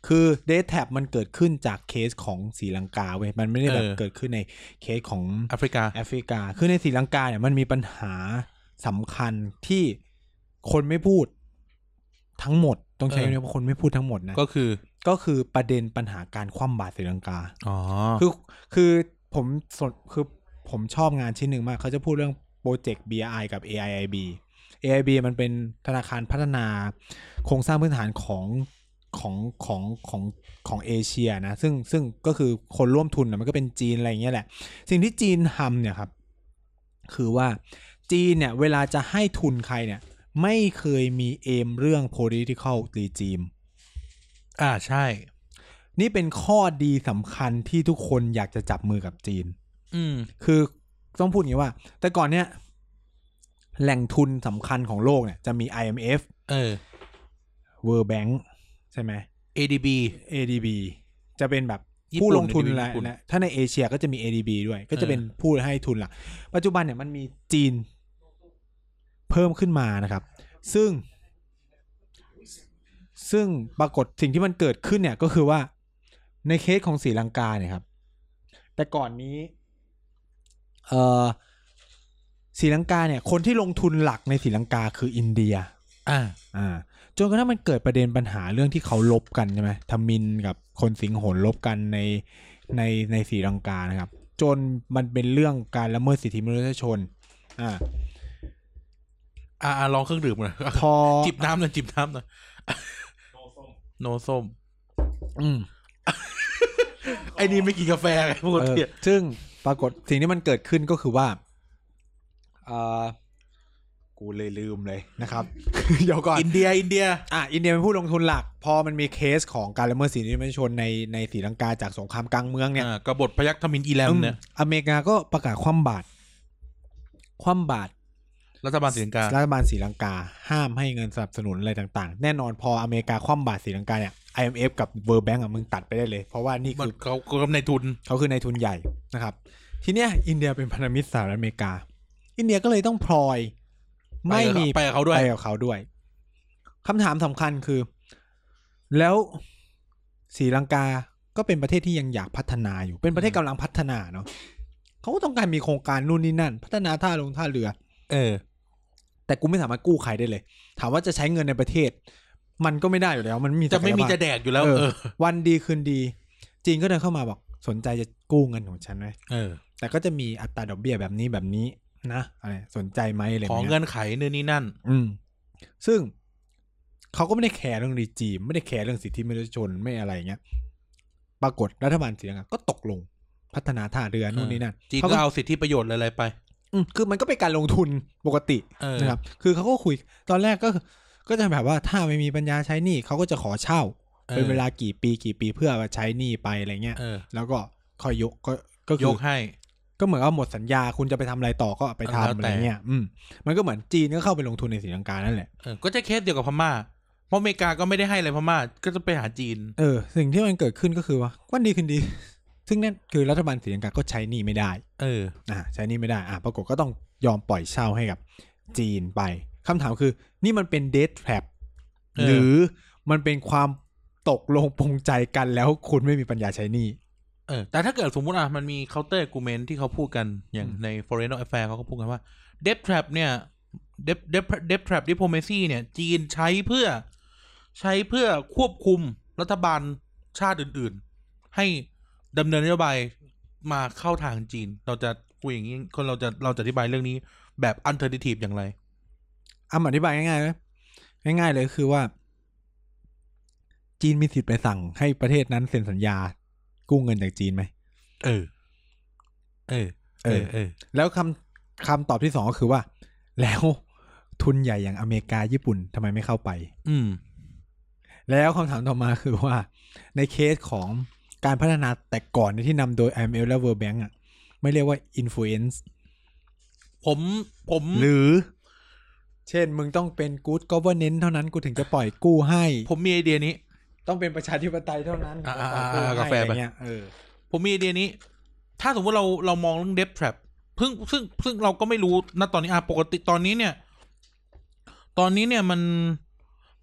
Speaker 1: คือเดทแท็บมันเกิดขึ้นจากเคสของศรีลังกาเว้ย มันไม่ได้แบบ
Speaker 2: เออ
Speaker 1: เกิดขึ้นในเคสของ
Speaker 2: แอฟริกา
Speaker 1: แอฟริกา คือในศรีลังกาเนี่ยมันมีปัญหาสำคัญที่คนไม่พูดทั้งหมด ต้องใช้
Speaker 2: เออ
Speaker 1: คำนี้ว่าคนไม่พูดทั้งหมดนะ
Speaker 2: ก็คือ
Speaker 1: ก็คือประเด็นปัญหาการคว่ำบาตรศรีลังกา
Speaker 2: อ๋อ
Speaker 1: คือคือผมสนคือผมชอบงานชิ้นหนึ่งมาก เขาจะพูดเรื่องโปรเจกต์ BRI กับ AIIB AIB มันเป็นธนาคารพัฒนาโครงสร้างพื้นฐานของของของของของเอเชียนะ ซึ่งซึ่งก็คือคนร่วมทุนนะมันก็เป็นจีนอะไรอย่างเงี้ยแหละ สิ่งที่จีนทำเนี่ยครับ คือว่าจีนเนี่ย เวลาจะให้ทุนใครเนี่ย ไม่เคยมีเอมเรื่อง political regime
Speaker 2: อ่าใช่
Speaker 1: นี่เป็นข้อดีสำคัญที่ทุกคนอยากจะจับมือกับจีน
Speaker 2: อืม
Speaker 1: คือต้องพูดอย่างนี้ว่า แต่ก่อนเนี่ย แหล่งทุนสำคัญของโลกเนี่ย จะมี IMF
Speaker 2: เออ
Speaker 1: World Bank ใช่ไหม
Speaker 2: ADB
Speaker 1: ADB จะเป็นแบบ
Speaker 2: ญี่ปุ่น
Speaker 1: ผู้ลงทุน
Speaker 2: ADB
Speaker 1: และ
Speaker 2: ญี่ปุ่น
Speaker 1: และถ้าในเอเชียก็จะมี ADB ด้วย ก็จะ
Speaker 2: เออ
Speaker 1: เป็นผู้ให้ทุนหลักปัจจุบันเนี่ยมันมีจีนเพิ่มขึ้นมานะครับ ซึ่ง ซึ่งปรากฏสิ่งที่มันเกิดขึ้นเนี่ยก็คือว่าในเคสของศรีลังกาเนี่ยครับ แต่ก่อนนี้ เอ่อศรีลังกาเนี่ย คนที่ลงทุนหลักในศรีลังกาคืออินเดีย
Speaker 2: อ่า
Speaker 1: อ่าจนกระทั่งมันเกิดประเด็นปัญหาเรื่องที่เขาลบกันใช่ไหมทมินกับคนสิงหนลบกันในในในสีลังกานะครับ จนมันเป็นเรื่องการละเมิดสิทธิมนุษยชนอ่า
Speaker 2: อ่าลองเครื่องดื่มหน่อย
Speaker 1: พอ
Speaker 2: จิบน้ำหน่อยจิบน้ำหน่อย โนส้ม
Speaker 1: อืม
Speaker 2: ไอ้นี่ไม่กินกาแฟไงพวก
Speaker 1: เออ
Speaker 2: เที่ย
Speaker 1: ซึ่งปรากฏสิ่งที่มันเกิดขึ้นก็คือว่าเอ่อกูเลยลืมเลยนะครับ เดี๋ยวก่อน
Speaker 2: อินเดียอินเดีย
Speaker 1: อ่ะอินเดียเป็นผู้ลงทุนหลัก พอมันมีเคสของการละเมิดสิทธิมนุษยชนในในสีลังกาจากสงครามกลางเมืองเนี่ย
Speaker 2: อ่ากบฏพยัคฆ์ทมินอีแลมเนี่ย
Speaker 1: อืมอเมริกาก็ประกาศคว่ำบาตรคว่ำบาตร
Speaker 2: รัฐบาลศรีลังการ
Speaker 1: ฐบาลศรีลังกา ห้ามให้เงินสนับสนุนอะไรต่างๆ แน่นอนพออเมริกาคว่ำบาตรศรีลังกาเนี่ย IMF กับ World Bank อ่ะมึงตัดไปได้เลย เพราะว่านี่
Speaker 2: มั
Speaker 1: คื
Speaker 2: น
Speaker 1: อ
Speaker 2: เขาเขากำในทุน
Speaker 1: เขาคือนายทุนใหญ่นะครับ ทีเนี้ยอินเดียเป็นพันธมิตรสหรัฐอเมริกา อินเดียก็เลยต้องพลอย ไม่มี
Speaker 2: ไปกับเขาด้วย
Speaker 1: ไปกับเขาด้วย คำถามสำคัญคือ แล้วศรีลังกาก็เป็นประเทศที่ยังอยากพัฒนาอยู่ เป็นประเทศกำลังพัฒนาเนาะเขาก็ต้องการมีโครงการนู่นนี่นั่น พัฒนาท่าลงท่าเรือ
Speaker 2: เออ
Speaker 1: แต่กูไม่สามารถกู้ใครได้เลย ถามว่าจะใช้เงินในประเทศ มันก็ไม่ได้อยู่แล้ว มันไม่มี
Speaker 2: จะไม่มี
Speaker 1: ศักยภาพ
Speaker 2: จะแดกอยู่แล้ว
Speaker 1: เออ
Speaker 2: เออ
Speaker 1: วันดีคืนดี จีนก็เดินเข้ามาบอกสนใจจะกู้เงินของฉันไหม
Speaker 2: เออ
Speaker 1: แต่ก็จะมีอัตราดอกเบี้ยแบบนี้แบบนี้นะอะไรสนใจไหมอะไรแบบ
Speaker 2: ขอ
Speaker 1: เนี้ย
Speaker 2: เงื่อนไขนู่นนี่นั่น
Speaker 1: อืม ซึ่งเขาก็ไม่ได้แคร์เรื่องรีจีม ไม่ได้แคร์เรื่องสิทธิมนุษยชนไม่อะไรเงี้ย ปรากฏรัฐบาลเสียงก็ตกลงพัฒนาท่าเรือนู่นนี่นั่น
Speaker 2: จีน
Speaker 1: เขา
Speaker 2: ก็เอาสิทธิประโยชน์อะไรๆไป
Speaker 1: อืมคือมันก็เป็นการลงทุนปกติ
Speaker 2: เออ
Speaker 1: นะครับ คือเขาก็คุยตอนแรกก็ก็จะแบบว่าถ้าไม่มีปัญญาใช้หนี้เขาก็จะขอเช่า
Speaker 2: ออ
Speaker 1: เป็นเวลากี่ปีกี่ปีเพื่อมาใช้หนี้ไปอะไรเงี้ย
Speaker 2: เออ
Speaker 1: แล้วก็คอยยกก็ก็คื
Speaker 2: ย
Speaker 1: อ
Speaker 2: กให้
Speaker 1: ก็เหมือนว่าหมดสัญญาคุณจะไปทำอะไรต่อก็ไปทำ
Speaker 2: แล้วแต่
Speaker 1: อะไรเงี้ย อืม มันก็เหมือนจีนก็เข้าไปลงทุนในสีลังกานั่นแหละ
Speaker 2: เออ ก็จะเคสเดียวกับพม่า เพราะอเมริกาก็ไม่ได้ให้อะไรพม่า ก็จะไปหาจีน
Speaker 1: เออสิ่งที่มันเกิดขึ้นก็คือว่าวันดีคื นดี ซึ่งนั่นคือรัฐบาลศรีลังกาก็ใช้หนี่ไม่ได้
Speaker 2: เออ
Speaker 1: อ่าใช้หนี่ไม่ได้อ่าปรากฏก็ต้องยอมปล่อยเช่าให้กับจีนไปคำถามคือ นี่มันเป็นเดทแทรป
Speaker 2: เออ
Speaker 1: หรือมันเป็นความตกลงปรงใจกันแล้วคุณไม่มีปัญญาใช้หนี่
Speaker 2: เออ แต่ถ้าเกิดสมมุติอ่ะ มันมี counter argument ที่เขาพูดกัน อย่าง
Speaker 1: อืม
Speaker 2: ใน foreign affair เขาก็พูดกันว่า debt trap เนี่ย debt debt debt trap diplomacy เนี่ย จีนใช้เพื่อ ใช้เพื่อควบคุมรัฐบาลชาติอื่น ๆ ให้ดำเนินนโยบายมาเข้าทางจีน เราจะคุยอย่างนี้ คนเราจะเราจะอธิบายเรื่องนี้แบบ alternative อย่างไร
Speaker 1: อ่ะอธิบายง่ายๆไหมง่าย ๆ เลยคือว่า จีนมีสิทธิ์ไปสั่งให้ประเทศนั้นเซ็นสัญญา กู้เงินจากจีนไหม
Speaker 2: เออ เออ เออ เออ
Speaker 1: แล้วคำคำตอบที่สองก็คือว่า แล้วทุนใหญ่อย่างอเมริกาญี่ปุ่นทำไมไม่เข้าไป
Speaker 2: อืม
Speaker 1: แล้วคำถามต่อมาคือว่า ในเคสของการพัฒนาแต่ก่อนในที่นำโดย IMF และ World Bank อ่ะ ไม่เรียกว่า influence
Speaker 2: ผมผม
Speaker 1: หรือ เช่นมึงต้องเป็น good governance เท่านั้นกูถึงจะปล่อยกู้ให้
Speaker 2: ผมมีไอเดียนี้
Speaker 1: ต้องเป็นประชาธิปไตยเท่านั้น
Speaker 2: อ่า
Speaker 1: ปล่อย
Speaker 2: อ่าอ่ากาแฟ
Speaker 1: ให้อะ
Speaker 2: ไป
Speaker 1: ไรเงี้ยเออ
Speaker 2: ผมมีไอเดียนี้ ถ้าสมมติเราเรามองเรื่องเด t แทร p ซึ่งซึ่งซึ่งเราก็ไม่รู้ณตอนนี้อ่ะปกติตอนนี้เนี่ย ตอนนี้เนี่ยมัน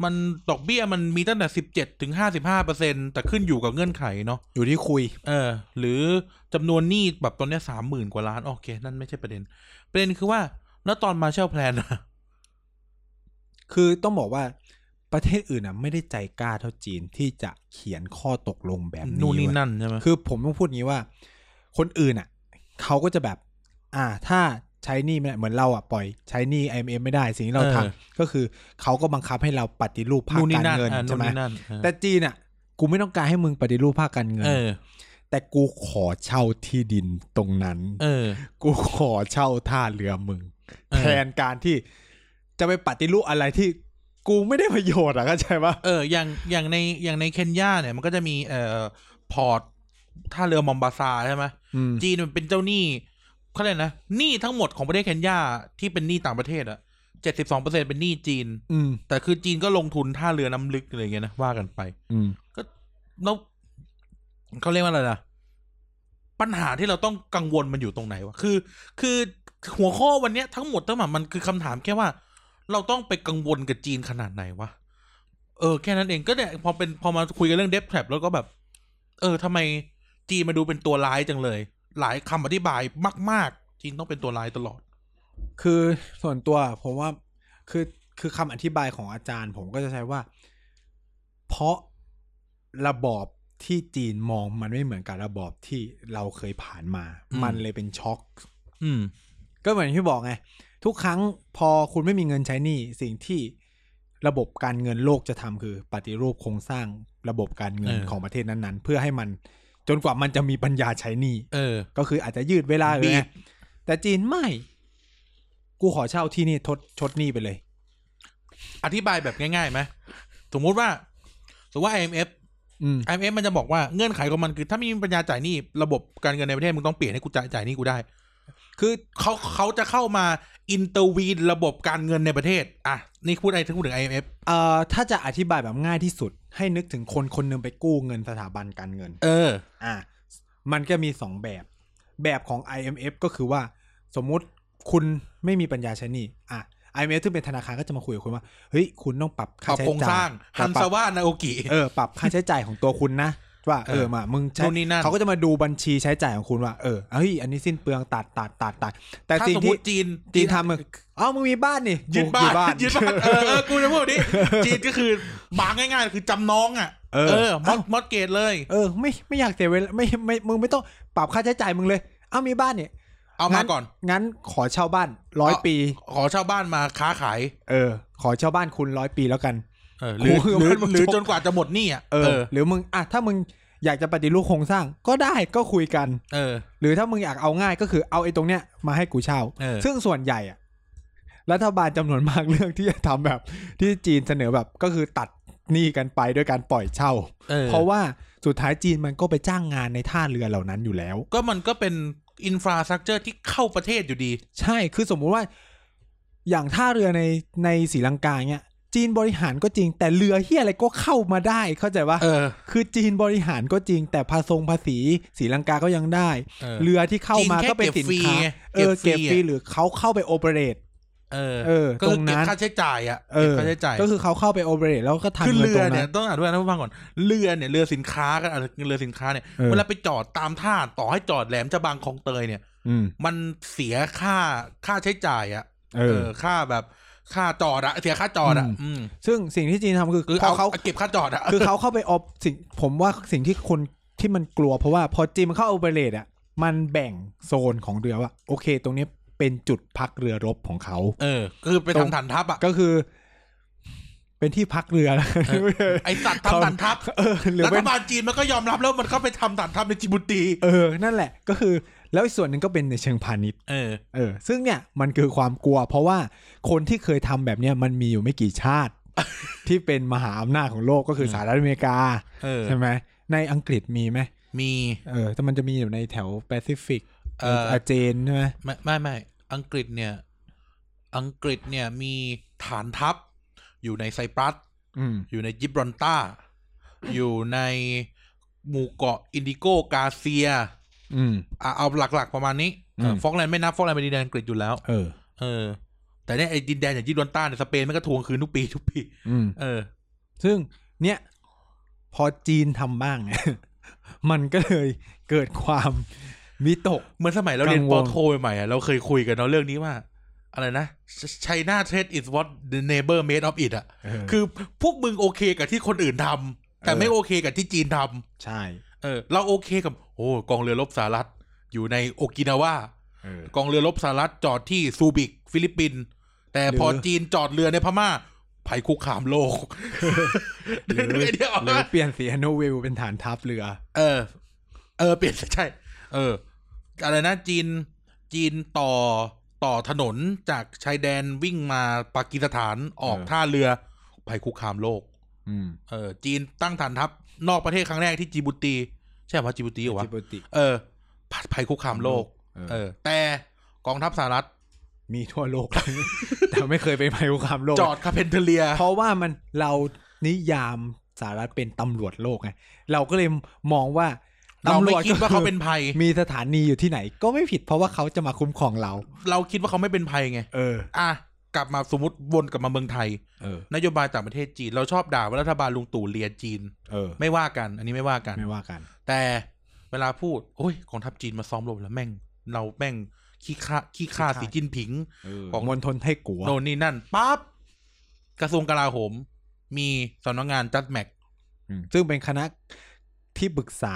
Speaker 2: มันดอกเบี้ยมันมีตั้งแต่สิบเจ็ดถึงห้าสิบห้าเปอร์เซ็นแต่ขึ้นอยู่กับเงื่อนไขเนาะ
Speaker 1: อยู่ที่คุย
Speaker 2: เออ หรือจำนวนหนี้แบบตอนเนี้สามหมื่นกว่าล้าน โอเค นั่นไม่ใช่ประเด็น ประเด็นคือว่า แล้วตอนมาเช่าแพลนอะ
Speaker 1: คือต้องบอกว่าประเทศอื่นอ่ะไม่ได้ใจกล้าเท่าจีนที่จะเขียนข้อตกลงแบบนี้
Speaker 2: นู่นนี่
Speaker 1: เว้ย
Speaker 2: นั่นใช่ไหม
Speaker 1: คือผมต้องพูดงี้ว่า คนอื่นอ่ะเขาก็จะแบบ อ่า ถ้าใช้หนี่ไม่ได้เหมือนเราอ่ะปล่อยใช้หนี่ IMF ไม่ได้สิ่งที่เรา
Speaker 2: เออ
Speaker 1: ทำก็คือเขาก็บังคับให้เราปฏิรูปภาค
Speaker 2: นู่นนี่
Speaker 1: การ
Speaker 2: นั่น
Speaker 1: เงิน
Speaker 2: อ่ะ
Speaker 1: ใช่
Speaker 2: นู่น
Speaker 1: ไหม
Speaker 2: นี่นั่นเออ
Speaker 1: แต่จีนอ่ะ กูไม่ต้องการให้มึงปฏิรูปภาคการเงิน
Speaker 2: เออ
Speaker 1: แต่กูขอเช่าที่ดินตรงนั้น
Speaker 2: เออ
Speaker 1: กูขอเช่าท่าเรือมึง
Speaker 2: เออ
Speaker 1: แทนการที่จะไปปฏิรูปอะไรที่กูไม่ได้ประโยชน์อ่ะเข้าใจปะ
Speaker 2: เอออย่างอย่างในอย่างในเคนยาเนี่ยมันก็จะมีเอ่อพอร์ตท่าเรือมอมบาซาใช่ไหม
Speaker 1: อืม
Speaker 2: จีนมันเป็นเจ้าหนี้เขาเรียกนะหนี้ทั้งหมดของประเทศเคนยาที่เป็นหนี้ต่างประเทศอะเจ็ดสิบสองเปอร์เซ็นเป็นหนี้จีน
Speaker 1: อืม
Speaker 2: แต่คือจีนก็ลงทุนท่าเรือน้ำลึกอะไรอย่างเงี้ยนะว่ากันไป
Speaker 1: อืม
Speaker 2: แล้วเขาเรียกว่าอะไรนะปัญหาที่เราต้องกังวลมันอยู่ตรงไหนวะคือ คือหัวข้อวันเนี้ยทั้งหมดทั้งหมดมันคือคำถามแค่ว่า เราต้องไปกังวลกับจีนขนาดไหนวะเออ แค่นั้นเองก็เนี่ยพอเป็นพอมาคุยกันเรื่องเดฟแทรปแล้วก็แบบ เออทำไมจีนมาดูเป็นตัวร้ายจังเลย หลายคำอธิบายมาก ๆ จีนต้องเป็นตัวร้ายตลอด
Speaker 1: คือส่วนตัวผมว่าคือคือคำอธิบายของอาจารย์ ผมก็จะใช้ว่า เพราะระบอบที่จีนมองมันไม่เหมือนกับระบอบที่เราเคยผ่านมา
Speaker 2: อืม
Speaker 1: มันเลยเป็นช็อก
Speaker 2: อืม
Speaker 1: ก็เหมือนที่บอกไง ทุกครั้งพอคุณไม่มีเงินใช้หนี้สิ่งที่ระบบการเงินโลกจะทำคือ ปฏิรูปโครงสร้างระบบการเงิน
Speaker 2: เออ
Speaker 1: ของประเทศนั้นๆ เพื่อให้มันจนกว่ามันจะมีปัญญาใช้หนี้
Speaker 2: เออ
Speaker 1: ก็คืออาจจะยืดเวลาหรือ
Speaker 2: บี
Speaker 1: ไง
Speaker 2: บ
Speaker 1: แต่จีนไม่ กูขอเช่าที่นี่ทดชดหนี้ไปเลย
Speaker 2: อธิบายแบบง่ายๆไหมสมมุติว่าสมมติว่า IMF
Speaker 1: อืม
Speaker 2: IMF มันจะบอกว่าเงื่อนไขของมันคือ ถ้าไม่มีปัญญาจ่ายหนี้ระบบการเงินในประเทศมึงต้องเปลี่ยนให้กูจ่ายจ่ายหนี้กูได้ คือเขาเขาจะเข้ามาอินเตอร์วีนระบบการเงินในประเทศ อ่ะ นี่พูดอะไรถึงพูดถึง IMF
Speaker 1: เอ่อถ้าจะอธิบายแบบง่ายที่สุด ให้นึกถึงคนคนหนึงไปกู้เงินสถาบันการเงิน
Speaker 2: เออ
Speaker 1: อ่ะมันก็มีสองแบบ แบบของ IMF ก็คือว่า สมมุติคุณไม่มีปัญญาใช้หนี้อ่ะ IMF ซึ่งเป็นธนาคารก็จะมาคุยกับคุณว่าเฮ้ยคุณต้องปรับ
Speaker 2: ป
Speaker 1: ค่า
Speaker 2: รับ
Speaker 1: ใช้
Speaker 2: โครงส
Speaker 1: จ่า
Speaker 2: ร้าย งฮันซาว่านาโอกิ
Speaker 1: เออปรับค่าใช้จ่ายของตัวคุณนะ ว่าเอ
Speaker 2: เอ
Speaker 1: อ
Speaker 2: อ
Speaker 1: มามึงใช้
Speaker 2: นู่นนี่นั่น
Speaker 1: เขาก็จะมาดูบัญชีใช้จ่ายของคุณว่าเออเฮ้ยอันนี้สิ้นเปลืองตัดตัดตัดตัดแต่
Speaker 2: ถ้า
Speaker 1: สิ่ง
Speaker 2: สมม
Speaker 1: ที่
Speaker 2: ติจีน
Speaker 1: จีนทำคือเอ้ามึงมีบ้านนี่
Speaker 2: ยึด
Speaker 1: กู
Speaker 2: บ้าน
Speaker 1: มี
Speaker 2: ยึด บ้านเออเออกูจะพูดแบบนี้จีนก็คือบางง่ายๆ คือจำนองอ่ะ
Speaker 1: เออ
Speaker 2: มอดมอดเกตเลย
Speaker 1: เออไม่ไม่อยากเสียเวลาไม่ไม่มึงไม่ต้องปรับค่าใช้จ่ายมึงเลย เอ้ามีบ้านเนี่ย
Speaker 2: เอามาก่อน
Speaker 1: งั้นขอเช่าบ้านร้อย
Speaker 2: เอา
Speaker 1: ปี
Speaker 2: ขอเช่าบ้านมาค้าขาย
Speaker 1: เออ ขอเช่าบ้านคุณร้อยปีแล้วกัน
Speaker 2: เออหรือ
Speaker 1: กู
Speaker 2: หรือ
Speaker 1: กู
Speaker 2: หรือจนกว่าจะหมดหนี้อ่ะ
Speaker 1: เออ หรือมึงอ่ะถ้ามึงอยากจะปฏิรูปโครงสร้างก็ได้ก็คุยกัน
Speaker 2: เออ
Speaker 1: หรือถ้ามึงอยากเอาง่ายก็คือเอาไอ้ตรงเนี้ยมาให้กูเช่า
Speaker 2: เออ
Speaker 1: ซึ่งส่วนใหญ่อะรัฐบาลจำนวนมากเรื่องที่จะทำแบบ ที่จีนเสนอแบบก็คือตัดหนี้กันไปด้วยการปล่อยเช่า
Speaker 2: เออ
Speaker 1: เพราะว่าสุดท้ายจีนมันก็ไปจ้างงานในท่าเรือเหล่านั้นอยู่แล้ว
Speaker 2: ก็มันก็เป็นอินฟราสตรักเจอร์ที่เข้าประเทศอยู่ดี
Speaker 1: ใช่ คือสมมุติว่า อย่างท่าเรือในในศรีลังกาเนี่ยจีนบริหารก็จริง แต่เรือเฮียอะไรก็เข้ามาได้ เข้าใจปะ
Speaker 2: เออ
Speaker 1: คือจีนบริหารก็จริง แต่ภาษงภาษีศรีลังกาก็ยังได้ เรือที่เข้ามาก็เป็นสินค้าเอ
Speaker 2: จีน
Speaker 1: อ
Speaker 2: แค่เก็
Speaker 1: เก็
Speaker 2: บบ ฟ
Speaker 1: ฟ
Speaker 2: รี
Speaker 1: รี
Speaker 2: อะ
Speaker 1: หรือเขาเข้าไปโอเปเรต
Speaker 2: เออ
Speaker 1: เออ
Speaker 2: ก็
Speaker 1: ตร
Speaker 2: คื
Speaker 1: ง
Speaker 2: อ
Speaker 1: นั้
Speaker 2: เก็บ
Speaker 1: น
Speaker 2: ค่าใช้จ่ายอ่ะ
Speaker 1: เออ
Speaker 2: ก็บค่าใช้จ่าย
Speaker 1: ก็คือเขาเข้าไปโอเปเรตแล้วก็ทำ
Speaker 2: คือ
Speaker 1: เงิน
Speaker 2: เรื
Speaker 1: ตร
Speaker 2: อง เนี่
Speaker 1: นั้
Speaker 2: ย
Speaker 1: น
Speaker 2: ต้องอ่านด้วยนะผู้ฟังก่อนเรือเนี่ยเรือสินค้ากันอ่ะเรือสินค้าเนี่ย
Speaker 1: เออ
Speaker 2: เวลาไปจอดตามท่าต่อให้จอดแหลมจะบางคลองเตยเนี่ย
Speaker 1: อืม
Speaker 2: มันเสียค่าค่าใช้จ่ายอะ
Speaker 1: เออ
Speaker 2: ค่าแบบค่าจอดอะเสียค่าจอดอะอืม
Speaker 1: ซึ่งสิ่งที่จีนทำคือ
Speaker 2: คือ
Speaker 1: พอ
Speaker 2: เอา
Speaker 1: เขา
Speaker 2: เขาเก็บค่าจอดอะ
Speaker 1: คือเขาเข้าไปออสิ่งผมว่าสิ่งที่คนที่มันกลัวเพราะว่าพอจีนมันเข้าโอเปเรตอ่ะมันแบ่งโซนของเรือว่า โอเค ตรงนี้เป็นจุดพักเรือรบของเขา
Speaker 2: เออ คือไปทำฐานทัพอะ
Speaker 1: ก็คือ เป็นที่พักเรือนะ
Speaker 2: ไอสัตว์ทำฐานทัพ
Speaker 1: เออหรือ
Speaker 2: รั
Speaker 1: เป็
Speaker 2: ฐ
Speaker 1: น
Speaker 2: บาลจีนมันก็ยอมรับแล้วมันก็ไปทำฐานทัพในจิบุตี
Speaker 1: เออ นั่นแหละ ก็คือ แล้วอีกส่วนหนึ่งก็เป็นในเชิงพาณิชย์
Speaker 2: เออ
Speaker 1: เออ ซึ่งเนี่ยมันคือความกลัว เพราะว่าคนที่เคยทำแบบเนี้ยมันมีอยู่ไม่กี่ชาติ ที่เป็นมหาอำนาจของโลกก็คือ
Speaker 2: เออ
Speaker 1: สหรัฐอเมริกา
Speaker 2: เออ
Speaker 1: ใช่ไหมในอังกฤษมีไหม
Speaker 2: มี
Speaker 1: เออแต่มันจะมีอยู่ในแถวแปซิฟิก
Speaker 2: เออ
Speaker 1: อาเจนใช่ไหม
Speaker 2: ไม่ไม่ไม่อังกฤษเนี่ย อังกฤษเนี่ยมีฐานทัพ อยู่ในไซปรัส
Speaker 1: อืม
Speaker 2: อยู่ในยิบรอนตาอยู่ในหมู่เกาะอินดิโกกาเซีย
Speaker 1: อืม
Speaker 2: อ่ะเอาหลักๆ ประมาณนี้เออ
Speaker 1: อืม
Speaker 2: ฟอกแลนด์ไม่นับฟอกแลนด์เป็นดินแดนอังกฤษอยู่แล้ว
Speaker 1: เออ
Speaker 2: เออ แต่เนี่ยไอ้ดินแดนอย่างยิบรอนตาเนี่ยสเปนมันก็ทวงคืนทุกปีทุกปี
Speaker 1: อืม
Speaker 2: เออ
Speaker 1: ซึ่งเนี่ยพอจีนทำบ้างเนี่ย มันก็เลยเกิดความวิตก
Speaker 2: เหมือนสมัยเราเรียน
Speaker 1: กัง
Speaker 2: ป
Speaker 1: ว
Speaker 2: อ
Speaker 1: ล
Speaker 2: โทใหม่ๆอ่ะเราเคยคุยกันเนาะเรื่องนี้ว่า อะไรนะ China trade is what the neighbor made of it อ่ะ
Speaker 1: คือ
Speaker 2: คือพวกมึงโอเคกับที่คนอื่นทำแต่
Speaker 1: เออ
Speaker 2: ไม่โอเคกับที่จีนทำ
Speaker 1: ใช่
Speaker 2: เออ เราโอเคกับ โอ้กองเรือรบสหรัฐ อยู่ในโอกินาวา
Speaker 1: เออ
Speaker 2: กองเรือรบสหรัฐจอดที่ซูบิก ฟิลิปปินส์แต่พอ
Speaker 1: หรือ
Speaker 2: จีนจอดเรือในพม่าภัยคุกคามโลก
Speaker 1: หรือ
Speaker 2: นึกไอเดียออก
Speaker 1: ห
Speaker 2: ไห
Speaker 1: รื
Speaker 2: ม
Speaker 1: อเปลี่ยนสีฮันโนเวลเป็นฐานทัพเรือ
Speaker 2: เออ เออ เปลี่ยนใช่ เออ อะไรนะจีนจีนต่อต่อถนนจากชายแดนวิ่งมาปากีสถานออก
Speaker 1: เออ
Speaker 2: ท่าเรือภัยคุกคามโลก
Speaker 1: อืม
Speaker 2: เออจีนตั้งฐานทัพนอกประเทศครั้งแรกที่จิบูตี ใช่ไหมจิบูตีเหรอวะ
Speaker 1: จิบุติ
Speaker 2: เออภัยคุกคามโลก เออ แต่กองทัพสหรัฐ
Speaker 1: มีทั่ว โลก แต่ไม่เคยเป็นภัยคุกคามโลก
Speaker 2: จอดคาเพนเทเลีย
Speaker 1: เพราะว่ามันเรานิยามสหรัฐเป็นตำรวจโลกไงเราก็เลยมองว่า
Speaker 2: เรา
Speaker 1: ตำร
Speaker 2: ไม่
Speaker 1: วจ
Speaker 2: คิดว่าเขาเป็น ภัย
Speaker 1: มีสถานีอยู่ที่ไหน ก็ไม่ผิดเพราะว่าเขาจะมาคุ้มครองเรา
Speaker 2: เราคิดว่าเขาไม่เป็นภัยไง
Speaker 1: เออ
Speaker 2: อ่ะ กลับมาสมมติวนกลับมาเมืองไทย
Speaker 1: เออ
Speaker 2: นโยบายต่างประเทศจีน เราชอบด่าว่ารัฐบาลลุงตู่เลียจีน
Speaker 1: เออ
Speaker 2: ไม่ว่ากัน อันนี้ไม่ว่ากัน
Speaker 1: ไม่ว่ากัน
Speaker 2: แต่เวลาพูด โอ้ยกองทัพจีนมาซ้อมรบแล้วแม่ง เราแม่งขี้ข้าขี้ข้าสีจิ้นผิง
Speaker 1: ของมณฑลไทกัว
Speaker 2: โน่นนี่นั่นปั๊บกระทรวงกลาโหม มีสำนักงานจัดแม็ก
Speaker 1: ซึ่งเป็นคณะที่ปรึกษา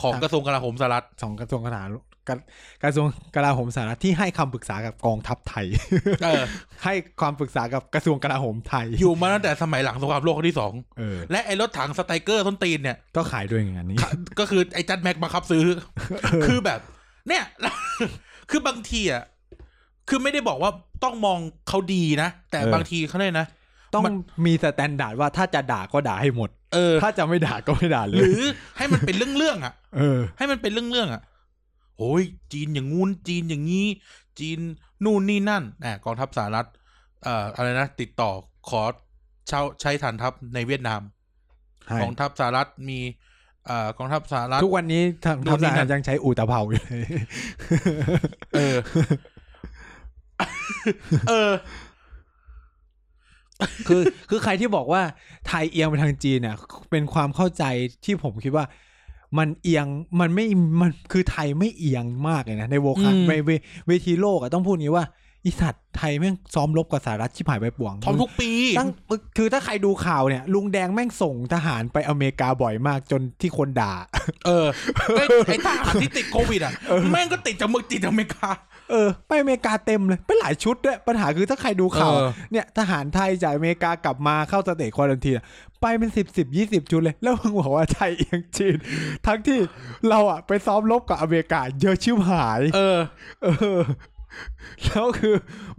Speaker 2: ของกระทรวงกลาโหมสหรัฐ
Speaker 1: สองกระทรวงกลาโหมกระกระทรวงกลาโหมสหรัฐที่ให้คำปรึกษากับกองทัพไทย
Speaker 2: เออ
Speaker 1: ให้ความปรึกษากับกระทรวงกลาโหมไทย
Speaker 2: อยู่มาตั้งแต่สมัยหลังสงครามโลกครั้งที่สอง
Speaker 1: เออ
Speaker 2: และไอ้รถถังสไตรเกอร์ส้นตีนเนี่ย
Speaker 1: ก็ขายด้วยอย่างนี้
Speaker 2: ก็คือไอ้จัดแม็กบังคับ ซื้อ คือแบบ เนี่ย คือบางทีอ่ะคือไม่ได้บอกว่าต้องมองเขาดีนะ แต่
Speaker 1: เออ
Speaker 2: บางทีเขาเนี่ยกนะ
Speaker 1: ต้อง
Speaker 2: มัน
Speaker 1: มีสแตนดาร์ดว่าถ้าจะด่าก็ด่าให้หมด
Speaker 2: เออ
Speaker 1: ถ้าจะไม่ด่าก็ไม่ด่าเล
Speaker 2: ห
Speaker 1: ย
Speaker 2: รือให้มันเป็นเรื่องๆอ่ะ
Speaker 1: เออ
Speaker 2: ให้มันเป็นเรื่องๆอ่ะโอ้ยจีนอย่างงู้นจีนอย่างนี้ จีนนู่นนี่นั่นนะกองทัพสหรัฐ เอ่ออะไรนะ ติดต่อขอเช่าใช้ฐานทัพในเวียดนาม กองทัพสหรัฐมี เอ่อกองทัพสหรัฐ
Speaker 1: ทุกวันนี้ทาง
Speaker 2: ดู
Speaker 1: ทัพ
Speaker 2: นี่
Speaker 1: สหาร
Speaker 2: นะ
Speaker 1: ยังใช้อูตะเภาอยู่เลย
Speaker 2: เออ เออ
Speaker 1: คือคือใครที่บอกว่าไทยเอียงไปทางจีนเนี่ยเป็นความเข้าใจที่ผมคิดว่า มันเอียงมันไม่มันคือไทยไม่เอียงมากเลยนะ ในโวคา
Speaker 2: อืม
Speaker 1: ในเวเวทีโลกอะต้องพูดอย่างนี้ว่าอีสัตว์ไทยแม่งซ้อมรบกับสหรัฐชิบหายไปป่วง
Speaker 2: ทอมทุกปี
Speaker 1: ตั้งคือถ้าใครดูข่าวเนี่ย ลุงแดงแม่งส่งทหารไปอเมริกาบ่อยมากจนที่คนด่า
Speaker 2: เออไอ้ไอ้ทหารที่ติดโควิดอ่ะ แม่งก็ติดจากเมืองติดจากอเมริกา
Speaker 1: เออไปอเมริกาเต็มเลยเป็นหลายชุดด้วยปัญหาคือถ้าใครดูข่าว
Speaker 2: เออ
Speaker 1: เนี่ยทหารไทยจากอเมริกากลับมาเข้าสเตทควอรันทีนไปเป็นสิบสิบยี่สิบชุดเลย แล้วมึงบอกว่าไทยเอียงจีน ทั้งที่เราอะไปซ้อมรบกับอเมริกาเยอะชิบหาย
Speaker 2: เออ
Speaker 1: เออ แล้วคือ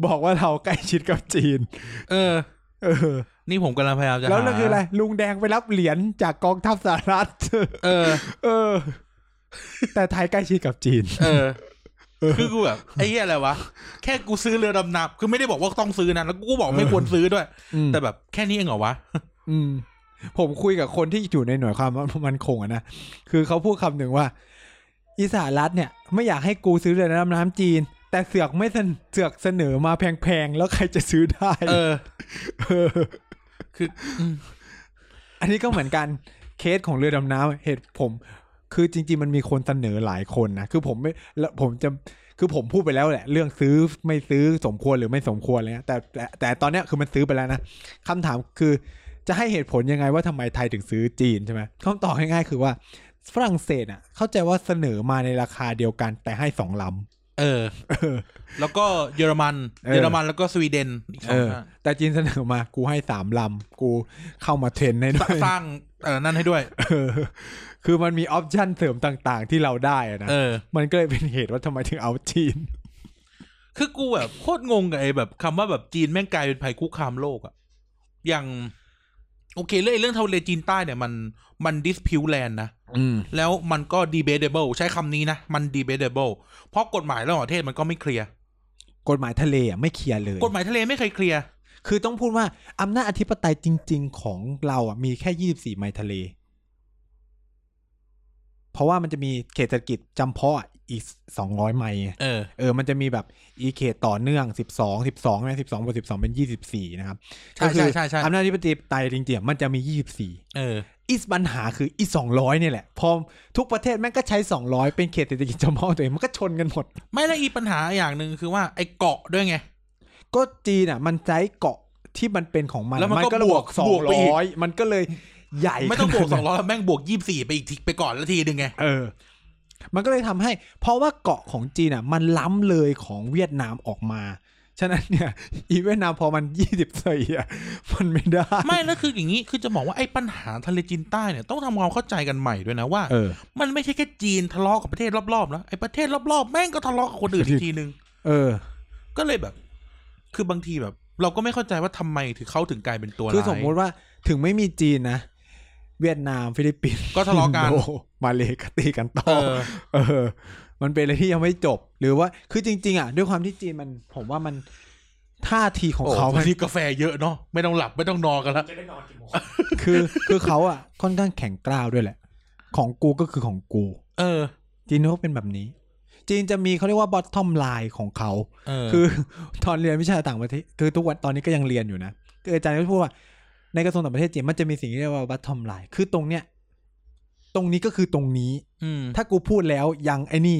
Speaker 1: บอกว่าเราใกล้ชิดกับจีน
Speaker 2: เออ
Speaker 1: เออ
Speaker 2: นี่ผมกำลังพยายามจะ
Speaker 1: แล้ว
Speaker 2: หา
Speaker 1: นั่นคืออะไรลุงแดงไปรับเหรียญจากกองทัพสหรัฐ
Speaker 2: เออ
Speaker 1: เออ แต่ไทยใกล้ชิดกับจีน
Speaker 2: เออ คือกูแบบไอ้เหี้ยอะไรวะ แค่กูซื้อเรือดำน้ำคือไม่ได้บอกว่าต้องซื้อนะแล้วกูก็บอกไม่ควรซื้อด้วย
Speaker 1: อืม
Speaker 2: แต่แบบแค่นี้เองเหรอวะ
Speaker 1: อืมผมคุยกับคนที่อยู่ในหน่วยความมันคงอะนะ คือเขาพูดคำหนึ่งว่า อิสารัฐเนี่ย ไม่อยากให้กูซื้อเรือดำน้ำจีน แต่เสือกไม่เสนเสือกเสนอมาแพงๆ แล้วใครจะซื้อได้
Speaker 2: เออ
Speaker 1: เออ
Speaker 2: คืออืม
Speaker 1: อันนี้ก็เหมือนกันเคสของเรือดำน้ำเหตุผม คือจริง ๆ มันมีคนเสนอหลายคนนะคือผมไม่แล้วผมจะคือผมพูดไปแล้วแหละ เรื่องซื้อไม่ซื้อสมควรหรือไม่สมควรอะไรเลยนะแต่แต่แต่ตอนเนี้ยคือมันซื้อไปแล้วนะคำถามคือ จะให้เหตุผลยังไงว่าทำไมไทยถึงซื้อจีนใช่ไหมคำตอบง่ายๆคือว่าฝรั่งเศสอ่ะ เข้าใจว่าเสนอมาในราคาเดียวกันแต่ให้สองลำ
Speaker 2: เออ แล้วก็เยอรมัน
Speaker 1: เออ
Speaker 2: เยอรมันแล้วก็สวีเดนอีกส
Speaker 1: เอ
Speaker 2: อง
Speaker 1: อ
Speaker 2: ชาติ
Speaker 1: แต่จีนเสนอมากูให้สามลำ กูเข้ามาเทรนให้ด้วย
Speaker 2: สร้างเออนั่นให้ด้วย
Speaker 1: เออคือมันมีออปชั่นเสริมต่างๆ ที่เราได้อะนะ
Speaker 2: เออ
Speaker 1: มันก็เลยเป็นเหตุว่าทำไมถึงเอาจีน
Speaker 2: คือกูแบบโคตรงงกับไอ้แบบคำว่าแบบจีนแม่งกลายเป็นภัยคุกคามโลกอะอย่าง โอเคเรื่องไอ้เรื่องทะเลจีนใต้เนี่ยมันมันดิสพิวแลนนะ
Speaker 1: อืม
Speaker 2: แล้วมันก็ debatable ใช้คำนี้นะ มัน debatable เพราะกฎหมายระหว่างประเทศมันก็ไม่เคลียร์
Speaker 1: กฎหมายทะเลอ่ะไม่เคลียร์เลย
Speaker 2: กฎหมายทะเลไม่เคยเคลียร์
Speaker 1: คือต้องพูดว่าอำนาจอธิปไตยจริง ๆ ของเราอ่ะมีแค่ยี่สิบสี่ไมล์ทะเล เพราะว่ามันจะมีเขตเศรษฐกิจจำเพาะอะอีกสองร้อยไมล์ไง
Speaker 2: เออ
Speaker 1: เออ มันจะมีแบบอีเขตต่อเนื่องสิบสองสิบสองนะสิบสองบวกสิบสองเป็นยี่สิบสี่นะครับ
Speaker 2: ใช่ใช่ใช่ใช่
Speaker 1: ก็คืออำนาจอธิปไตยจริงๆอะมันจะมียี่สิบสี่
Speaker 2: เออ
Speaker 1: อีสปัญหาคืออีสองร้อยเนี่ยแหละ พอทุกประเทศแม่งก็ใช้สองร้อยเป็นเขตเศรษฐกิจจำเพาะตัวเองมันก็ชนกันหมด
Speaker 2: ไม่และอีปัญหาอย่างหนึ่งคือว่าไอ้เกาะด้วยไง
Speaker 1: ก็จีนอ่ะ มันใช้เกาะที่มันเป็นของมัน
Speaker 2: แล้วมันก็
Speaker 1: เลย
Speaker 2: บวก
Speaker 1: สอบ
Speaker 2: ว
Speaker 1: ง
Speaker 2: กไปอีก
Speaker 1: ร้อยมันก็เลยใหญ่
Speaker 2: ไม่ต้องบว ก
Speaker 1: ข
Speaker 2: ส
Speaker 1: นา
Speaker 2: อ
Speaker 1: ดนั้น
Speaker 2: งร้อยแม่งบวกยี่สี่ไปอีกทีไปก่อนละทีหนึ่งไง
Speaker 1: เออ มันก็เลยทำให้ เพราะว่าเกาะของจีนอ่ะ มันล้ำเลยของเวียดนามออกมา ฉะนั้นเนี่ย อีเวียดนามพอมันยี่สิบสี่อ่ะ มันไม่ได้
Speaker 2: ไม่แล้วคืออย่างนี้คือจะบอกว่าไอ้ปัญหาทะเลจีนใต้เนี่ยต้องทำความเข้าใจกันใหม่ด้วยนะว่า
Speaker 1: เออ
Speaker 2: มันไม่ใช่แค่จีนทะเลาะกับประเทศรอบๆนะไอ้ประเทศรอบๆแม่งก็ทะเลาะกับคนอื่นอีกทีนึง
Speaker 1: เออ
Speaker 2: ก็เลยแบบ คือบางทีแบบ เราก็ไม่เข้าใจว่าทำไมถึงเขาถึงกลายเป็นตัวร้าย
Speaker 1: คือสมมุติว่าถึงไม่มีจีนนะ เวียดนามฟิลิปปินส์
Speaker 2: ก็ทะเลาะกัน
Speaker 1: อิโดมาเลยก็ตีกันต่อ
Speaker 2: เออ
Speaker 1: เออ มันเป็นอะไรที่ยังไม่จบ หรือว่า คือจริง ๆ อ่ะ ด้วยความที่จีนมัน ผมว่ามันท่าทีของ
Speaker 2: โอ้
Speaker 1: เขา
Speaker 2: วั
Speaker 1: มัน น
Speaker 2: นี้กาแฟเยอะเนาะไม่ต้องหลับไม่ต้องนอนกันละ
Speaker 1: คือ คือเขาอ่ะ ค่อนข้างแข็งกร้าวด้วยแหละ ของกูก็คือของกู
Speaker 2: เออ
Speaker 1: จีนเขาเป็นแบบนี้ จีนจะมีเขาเรียกว่า bottom line ของเขา
Speaker 2: เออ
Speaker 1: คือ ตอนเรียนวิชาต่างประเทศ คือทุกวันตอนนี้ก็ยังเรียนอยู่นะ คืออาจารย์ก็พูดว่า ในกระทรวงต่างประเทศจีนมันจะมีสิ่งที่เรียกว่า bottom line คือตรงเนี้ย ตรงนี้ก็คือตรงนี้
Speaker 2: อืม
Speaker 1: ถ้ากูพูดแล้วยังไอ้นี่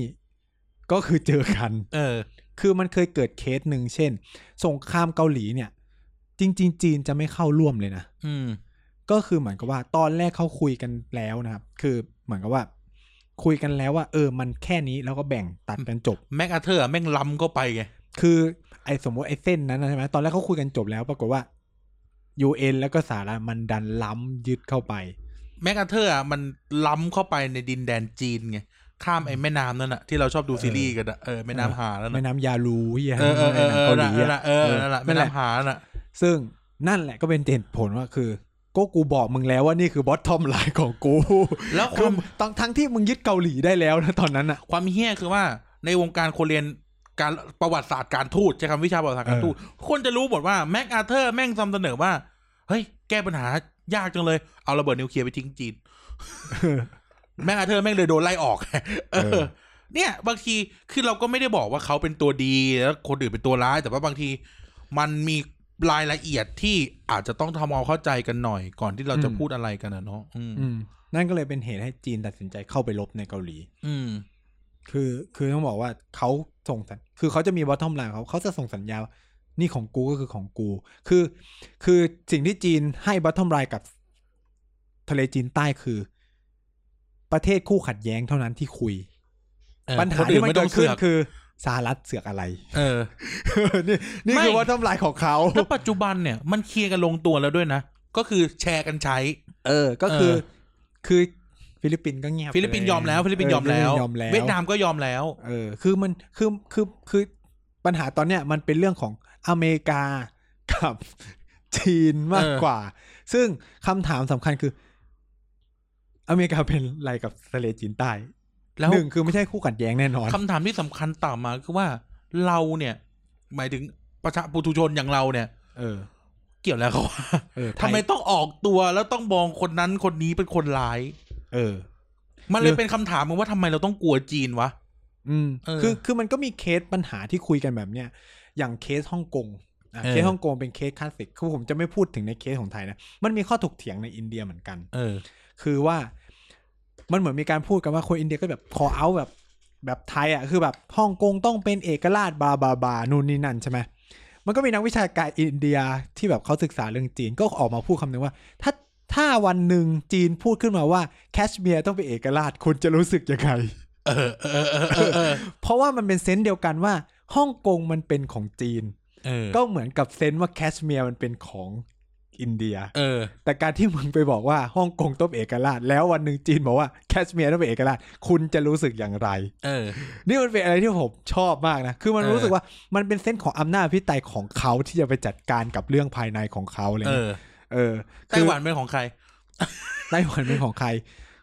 Speaker 1: ก็คือเจอกัน
Speaker 2: เออ
Speaker 1: คือมันเคยเกิดเคสหนึ่งเช่น สงครามเกาหลีเนี่ย จริง ๆ จีนจะไม่เข้าร่วมเลยนะ
Speaker 2: อืม
Speaker 1: ก็คือเหมือนกับว่าตอนแรกเขาคุยกันแล้วนะครับ คือเหมือนกับว่า คุยกันแล้วว่า เออ มันแค่นี้แล้วก็แบ่งตัดกันจบ
Speaker 2: แม็กอาเธอร์อะแม่งล้ำเข้าไปไง
Speaker 1: คือไอ้สมมติไอ้เส้นนั้นนะใช่ไหมตอนแรกเขาคุยกันจบแล้วปรากฏว่า UN แล้วก็สหรัฐมันดันล้ำยึดเข้าไป
Speaker 2: แม็กอาเธอร์อะมันล้ำเข้าไปในดินแดนจีนไง ข้ามไอ้แม่น้ำนั่นอะที่เราชอบดูซีรีส์กันอะเออแม่น้ำหานั่น
Speaker 1: แม่
Speaker 2: อะ
Speaker 1: น้ำยาลูเหี้ย
Speaker 2: เออเออเออเออ
Speaker 1: แม่น้ำเกาห
Speaker 2: นั่น
Speaker 1: ลีอะ
Speaker 2: น่ะเออนั่นแหละแม่
Speaker 1: นั่นแหละ
Speaker 2: น้ำหานั่นน่ะ
Speaker 1: ซึ่งนั่นแหละก็เป็นเหตุผลว่าคือก็กูบอกมึงแล้วว่านี่คือบอททอมไลน์ของกู
Speaker 2: แล้วค
Speaker 1: คือ
Speaker 2: วาม
Speaker 1: ทั้งทั้งที่มึงยึดเกาหลีได้แล้วนะตอนนั้นอ่ะ
Speaker 2: ความเฮี้ยคือว่าในวงการคนเรียนการประวัติศาสตร์การทูตใช้คำวิชาประวัติศาสตร์การทูตคนจะรู้หมดว่าแม็กอาเธอร์แม่งนำเสนอว่า เฮ้ย แก้ปัญหายากจังเลย เอา ระเบิดนิวเคลียร์ไปทิ้งจีน แม่งอาเธอร์แม่งเลยโดนไล่ออก เอ
Speaker 1: เอ
Speaker 2: อ
Speaker 1: อ
Speaker 2: เนี่ยบางทีคือเราก็ไม่ได้บอกว่าเขาเป็นตัวดีแล้วคนอื่นเป็นตัวร้าย แต่ว่าบางทีมันมีรายละเอียดที่อาจจะต้องทำความเข้าใจกันหน่อยก่อนที่เราจะ
Speaker 1: อืม
Speaker 2: พูดอะไรกันนะเนาะอืม
Speaker 1: อืมนั่นก็เลยเป็นเหตุให้จีนตัดสินใจเข้าไปลบในเกาหลี
Speaker 2: อืม
Speaker 1: คือคือต้องบอกว่าเขาส่งสัญคือเขาจะมี bottom line เขาเขาจะส่งสัญญาว่านี่ของกูก็คือของกู คือ คือสิ่งที่จีนให้ bottom line กับทะเลจีนใต้คือ ประเทศคู่ขัดแย้งเท่านั้นที่คุย
Speaker 2: เออ
Speaker 1: ปัญ
Speaker 2: ค
Speaker 1: หาน
Speaker 2: อื่
Speaker 1: ที่
Speaker 2: น
Speaker 1: มัน
Speaker 2: ไม่ต้
Speaker 1: เกิด
Speaker 2: อง
Speaker 1: ขึ้
Speaker 2: เสื
Speaker 1: น
Speaker 2: อก
Speaker 1: คือสหรัฐเสือกอะไร
Speaker 2: เออ
Speaker 1: นี่นี่
Speaker 2: ไม่
Speaker 1: คือ bottom line ของเขา
Speaker 2: แล้วปัจจุบันเนี่ยมันเคลียร์กันลงตัวแล้วด้วยนะ ก็คือแชร์กันใช้
Speaker 1: เออ ก็คือ
Speaker 2: เออ
Speaker 1: คือฟิลิปปินส์ก็เงียบ
Speaker 2: ฟิลิปปินส์ยอมแล้วฟิลิปปินส์ยอมแล้ว
Speaker 1: เฟิปปินส์ยอมแล้ว
Speaker 2: เวียดนามก็ยอมแล้ว
Speaker 1: เออคือมันคือคือคือปัญหาตอนเนี้ยมันเป็นเรื่องของอเมริกา กับ จีนมากกว่า ซึ่งคำถามสำคัญคือ อเมริกาเป็นอะไรกับทะเลจีนใต้
Speaker 2: แล้ว
Speaker 1: หนึ่งคือไม่ใช่คู่ขัดแย้งแน่นอน
Speaker 2: คำถามที่สำคัญต่อมาคือว่าเราเนี่ย หมายถึงประชาปุถุชนอย่างเราเนี่ย
Speaker 1: เออ
Speaker 2: เกี่ยวแล้วเขา ว่า
Speaker 1: เออท
Speaker 2: ทำไมต้องออกตัวแล้วต้องมองคนนั้นคนนี้เป็นคนร้าย
Speaker 1: เออ
Speaker 2: มัน
Speaker 1: ห
Speaker 2: เลย
Speaker 1: รือ
Speaker 2: เป็นคำถามมึงว่าทำไมเราต้องกลัวจีนวะ
Speaker 1: อืม
Speaker 2: เออ
Speaker 1: คือคือมันก็มีเคสปัญหาที่คุยกันแบบเนี้ยอย่างเคสฮ่องกงอ่ะ
Speaker 2: เออ
Speaker 1: เคสฮ่องกงเป็นเคสคลาสสิกคือผมจะไม่พูดถึงในเคสของไทยนะมันมีข้อถกเถียงในอินเดียเหมือนกัน
Speaker 2: เออ
Speaker 1: คือว่ามันเหมือนมีการพูดกันว่าคนอินเดียก็แบบคอเอาแบบแบบไทยอ่ะคือแบบฮ่องกงต้องเป็นเอกราชบาบาบานู่นนี่นั่นใช่ไหมมันก็มีนักวิชาการอินเดียที่แบบเขาศึกษาเรื่องจีนก็ออกมาพูดคำหนึงว่า ถ้าถ้าวันหนึ่งจีนพูดขึ้นมาว่าแคชเมียร์ต้องเป็นเอกราชคุณจะรู้สึกยังไง
Speaker 2: เออเออเออเออเออ
Speaker 1: เพราะว่ามันเป็นเซนส์เดียวกันว่าฮ่องกงมันเป็นของจีน
Speaker 2: เออ
Speaker 1: ก็เหมือนกับเซนส์ว่าแคชเมียร์มันเป็นของอินเดีย
Speaker 2: เออ
Speaker 1: แต่การที่มึงไปบอกว่าฮ่องกงต้องเป็นเอกราช แล้ววันหนึ่งจีนบอกว่าแคชเมียร์ต้องเป็นเอกราช คุณจะรู้สึกอย่างไร
Speaker 2: เออ
Speaker 1: นี่มันเป็นอะไรที่ผมชอบมากนะ คือมัน
Speaker 2: เออ
Speaker 1: รู้สึกว่ามันเป็นเส้นของอำนาจพิไตยของเขาที่จะไปจัดการกับเรื่องภายในของเขาอะไร
Speaker 2: เอ
Speaker 1: เลย
Speaker 2: อ
Speaker 1: เออ
Speaker 2: ไต้หวันเป็นของใคร
Speaker 1: ไต้หวันเป็นของใคร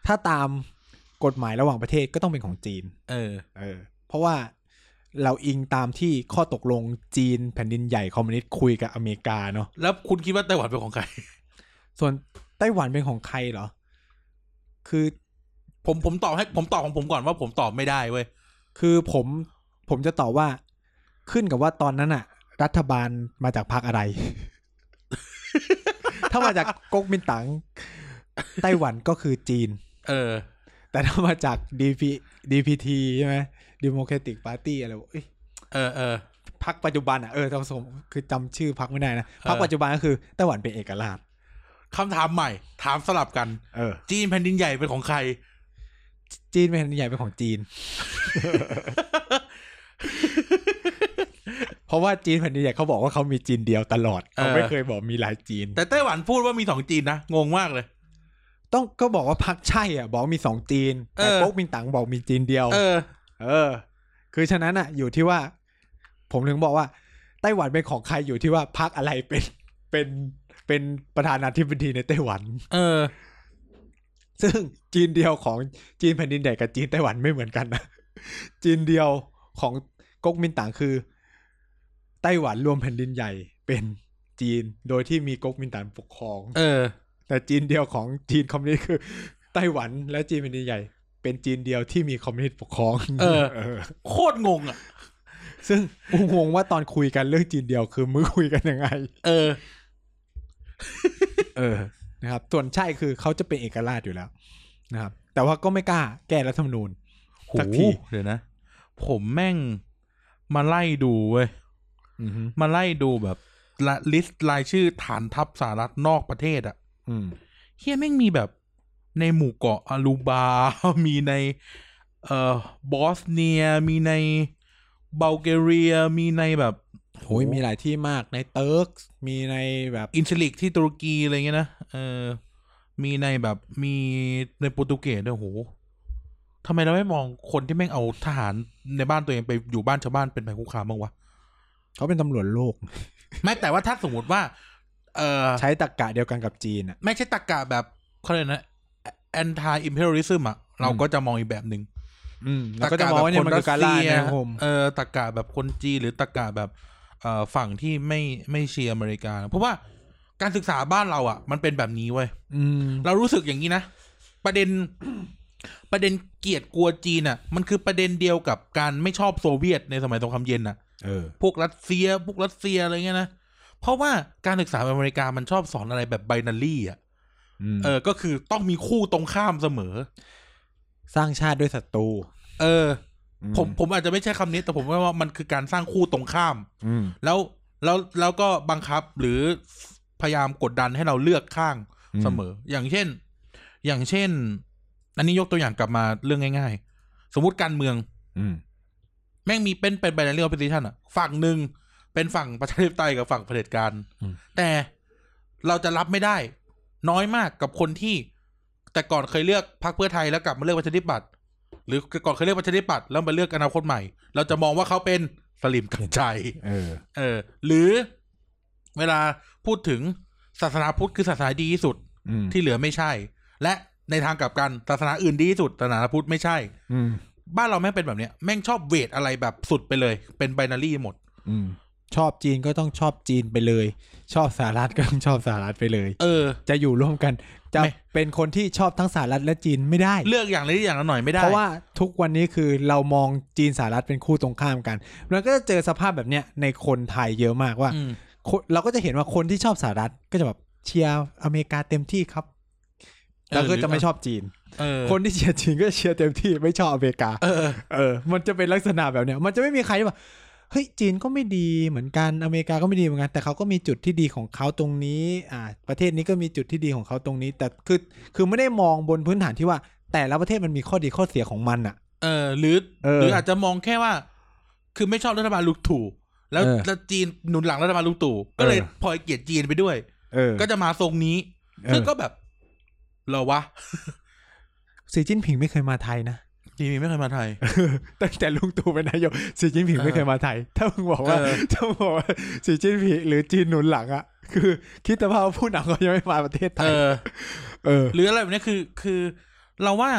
Speaker 1: ถ้าตามกฎหมายระหว่างประเทศก็ต้องเป็นของจีน
Speaker 2: เออ
Speaker 1: เออ เพราะว่าเราอิงตามที่ข้อตกลงจีนแผ่นดินใหญ่คอมมิวนิสต์คุยกับอเมริกาเนาะ
Speaker 2: แล้วคุณคิดว่าไต้หวันเป็นของใคร
Speaker 1: ส่วนไต้หวันเป็นของใครเหรอ คือ
Speaker 2: ผมผมตอบให้ผมตอบของผมก่อนว่าผมตอบไม่ได้เว้ย
Speaker 1: คือผมผมจะตอบว่าขึ้นกับว่าตอนนั้นอะรัฐบาลมาจากพรรค อะไร ถ้ามาจากก๊กมินตั๋งไต้หวันก็คือจีน
Speaker 2: เออ
Speaker 1: แต่ถ้ามาจาก DP DPT ใช่ไหม Democratic Party อะไรวะเอ้ย
Speaker 2: เออเออ
Speaker 1: พรรคปัจจุบันอะเออต้องสมคือจำชื่อพรรคไม่ได้นะพรรค
Speaker 2: เออ
Speaker 1: ปัจจุบันก็คือไต้หวันเป็นเอกราช
Speaker 2: คำถามใหม่ ถามสลับกัน
Speaker 1: เออ
Speaker 2: จีนแผ่นดินใหญ่เป็นของใคร
Speaker 1: จีนเป็นแผ่นดินใหญ่เป็นของจีน เพราะว่าจีนแผ่นดินใหญ่เขาบอกว่าเขามีจีนเดียวตลอดเขาไม่
Speaker 2: เออ
Speaker 1: เคยบอกมีหลายจีน
Speaker 2: แต่ไต้หวันพูดว่ามีสองจีนนะ งงมากเลย
Speaker 1: ต้องก็บอกว่าพักใช่อ่ะ บอกมีสองจีน แต่
Speaker 2: เออ
Speaker 1: ก๊กมินตั๋งบอกมีจีนเดียว
Speaker 2: เออ
Speaker 1: เออ คือฉะนั้นอ่ะ อยู่ที่ว่า ผมถึงบอกว่า ไต้หวันเป็นของใครอยู่ที่ว่าพักอะไรเป็นเป็นเป็นประธานาธิบดีในไต้หวัน
Speaker 2: เออ
Speaker 1: ซึ่งจีนเดียวของจีนแผ่นดินใหญ่กับจีนไต้หวันไม่เหมือนกันนะ จีนเดียวของก๊กมินตั๋งคือ ไต้หวันรวมแผ่นดินใหญ่เป็นจีนโดยที่มีก๊กมินตั๋งปกครอง
Speaker 2: เออ
Speaker 1: แต่จีนเดียวของจีนคอมมิวนิสต์คือ ไต้หวันและจีนเป็นดินใหญ่ เป็นจีนเดียวที่มีคอมมิวนิสต์ปกครอง
Speaker 2: เออ
Speaker 1: อ
Speaker 2: โคตรงงอ่ะ
Speaker 1: ซึ่งกูงงว่าตอนคุยกันเรื่องจีนเดียวคือมึงคุยกันยังไง
Speaker 2: เออ
Speaker 1: เออนะครับ ส่วนใช่คือเขาจะเป็นเอกราชอยู่แล้วนะครับ แต่ว่าก็ไม่กล้าแก้รัฐธรรมนูญ สักที
Speaker 2: โหเดี๋ยวนะ ผมแม่งมาไล่ดูเว้ย
Speaker 1: อือฮึ
Speaker 2: มาไล่ดูแบบละลิสต์รายชื่อฐานทัพสหรัฐนอกประเทศอะ
Speaker 1: อืม
Speaker 2: เฮียแม่งมีแบบในหมู่เกาะอารูบา มีใน เอ่อบอสเนีย มีในบัลแกเรีย มีในแบบ
Speaker 1: โอ้ยมีหลายที่มากในเติร์กมีในแบบ
Speaker 2: อินชลิกที่ตุรกีอะไรเงี้ยนะ เออ มีในแบบมีในโปรตุเกสด้วยโหทำไมเราไม่มองคนที่แม่งเอาทหารในบ้านตัวเองไปอยู่บ้านชาวบ้านเป็นภัยคุกคามบ้างวะ
Speaker 1: เขาเป็นตำรวจโลก
Speaker 2: ไม่แต่ว่าถ้าสมมติว่า เออ
Speaker 1: ใช้ตรกกะเดียวกันกับจีนอ่ะ
Speaker 2: ไม่ใช่ตรกกะแบบเขาเรียกนะ anti imperialism อ่ะ เราก็จะมองอีกแบบหนึ่ง
Speaker 1: อืมแล้วก็จะมองว่าเนี่ยมันคือการล่าอาณานิคม
Speaker 2: เออตรกกะแบบคนจีนหรือตรกกะแบบเอ่อฝั่งที่ไม่ไม่เชียร์อเมริกา เพราะว่าการศึกษาบ้านเราอ่ะ มันเป็นแบบนี้เว้ย
Speaker 1: อืม
Speaker 2: เรารู้สึกอย่างนี้นะ ประเด็น ประเด็นเกลียดกลัวจีนอ่ะ มันคือประเด็นเดียวกับการไม่ชอบโซเวียตในสมัยสงครามเย็นอ่ะ
Speaker 1: เออ
Speaker 2: พวกรัสเซีย พวกรัสเซียอะไรเงี้ยนะ เพราะว่าการศึกษาอเมริกามันชอบสอนอะไรแบบไบนารี่อ่ะ
Speaker 1: อืม
Speaker 2: เออ ก็คือต้องมีคู่ตรงข้ามเสมอ
Speaker 1: สร้างชาติด้วยศัตรู
Speaker 2: เออ
Speaker 1: อื
Speaker 2: ผมผมอาจจะไม่ใช่คำนี้ แต่ผมว่ามันคือการสร้างคู่ตรงข้าม
Speaker 1: อืม
Speaker 2: แล้วแล้วแล้วก็บังคับหรือพยายามกดดันให้เราเลือกข้าง
Speaker 1: อืม
Speaker 2: เสมอ อย่างเช่น อย่างเช่น อันนี้ยกตัวอย่างกลับมาเรื่องง่าย ๆ สมมติการเมือง
Speaker 1: อืม
Speaker 2: แม่งมีเป็นเป็นไบ n a เรียล p o s i ิชันอะฝั่งหนึ่งเป็นฝั่งประชาธิปไตยกับฝั่งเผด็จการแต่เราจะรับไม่ได้ น้อยมากกับคนที่ แต่ก่อนเคยเลือกพรรคเพื่อไทยแล้วกลับมาเลือกประชาธิปัตย์หรือก่อนเคยเลือกประชาธิปัตย์แล้วมาเลือกอนาคตใหม่ เราจะมองว่าเขาเป็นสลิมกับใจ
Speaker 1: เออ
Speaker 2: เออ หรือเวลาพูดถึงศาสนาพุทธคือศาสนาดีที่สุด
Speaker 1: อืม
Speaker 2: ที่เหลือไม่ใช่ และในทางกลับกันศาสนาอื่นดีที่สุดศาสนาพุทธไม่ใช่
Speaker 1: อืม
Speaker 2: บ้านเราแม่งเป็นแบบเนี้ยแม่งชอบเวทอะไรแบบสุดไปเลย เป็นไบนารี่หมด
Speaker 1: อืมชอบจีนก็ต้องชอบจีนไปเลย ชอบสหรัฐก็ต้องชอบสหรัฐไปเลย
Speaker 2: เออ
Speaker 1: จะอยู่ร่วมกัน จะ
Speaker 2: ไม่
Speaker 1: เป็นคนที่ชอบทั้งสหรัฐและจีนไม่ได้
Speaker 2: เลือกอย่างไรอย่างละหน่อยไม่ได้
Speaker 1: เพราะว่าทุกวันนี้คือเรามองจีนสหรัฐเป็นคู่ตรงข้ามกันเราก็จะเจอสภาพแบบเนี้ยในคนไทยเยอะมากว่า
Speaker 2: อืม
Speaker 1: คนเราก็จะเห็นว่าคนที่ชอบสหรัฐก็จะแบบเชียร์อเมริกาเต็มที่ครับแล้วก็จะไม่ชอบจีน
Speaker 2: เออ
Speaker 1: คนที่เชียร์จีนก็เชียร์เต็มที่ไม่ชอบอเมริกา
Speaker 2: เออ
Speaker 1: เออ มันจะเป็นลักษณะแบบเนี้ย มันจะไม่มีใครที่แบบเฮ้ย จีนก็ไม่ดีเหมือนกัน อเมริกาก็ไม่ดีเหมือนกัน แต่เขาก็มีจุดที่ดีของเขาตรงนี้ อ่า ประเทศนี้ก็มีจุดที่ดีของเขาตรงนี้ แต่คือ คือไม่ได้มองบนพื้นฐานที่ว่า แต่ละประเทศมันมีข้อดีข้อเสียของมันอะ
Speaker 2: เออ หรือ
Speaker 1: เออ
Speaker 2: หรืออาจจะมองแค่ว่า คือไม่ชอบรัฐบาลลุงตู่แล้ว
Speaker 1: เออ
Speaker 2: แล้วจีนหนุนหลังรัฐบาลลุงตู่ก็เลย
Speaker 1: เออ
Speaker 2: พลอยเกลียดจีนไปด้วย
Speaker 1: เออ
Speaker 2: ก็จะมาทรงนี้
Speaker 1: เออ
Speaker 2: ซึ่งก็แบบเหรอวะ
Speaker 1: สีจิ้นผิงไม่เคยมาไทยนะ
Speaker 2: จีนไม่เคยมาไทย
Speaker 1: ตั้งแต่ลุงตู่เป็นนายกสีจิ้นผิงไม่เคยมาไท ย ถ้ามึงบอกว่า
Speaker 2: เออ
Speaker 1: ถ้ามึงบอกว่าสีจิ้นผิงหรือจีนหนุนหลังอะคือคิดแต่ว่าผู้นำเขายังไม่มาประเทศไท
Speaker 2: เอย อ
Speaker 1: เออ
Speaker 2: หรืออะไรแบบนี้คือคือเราว่า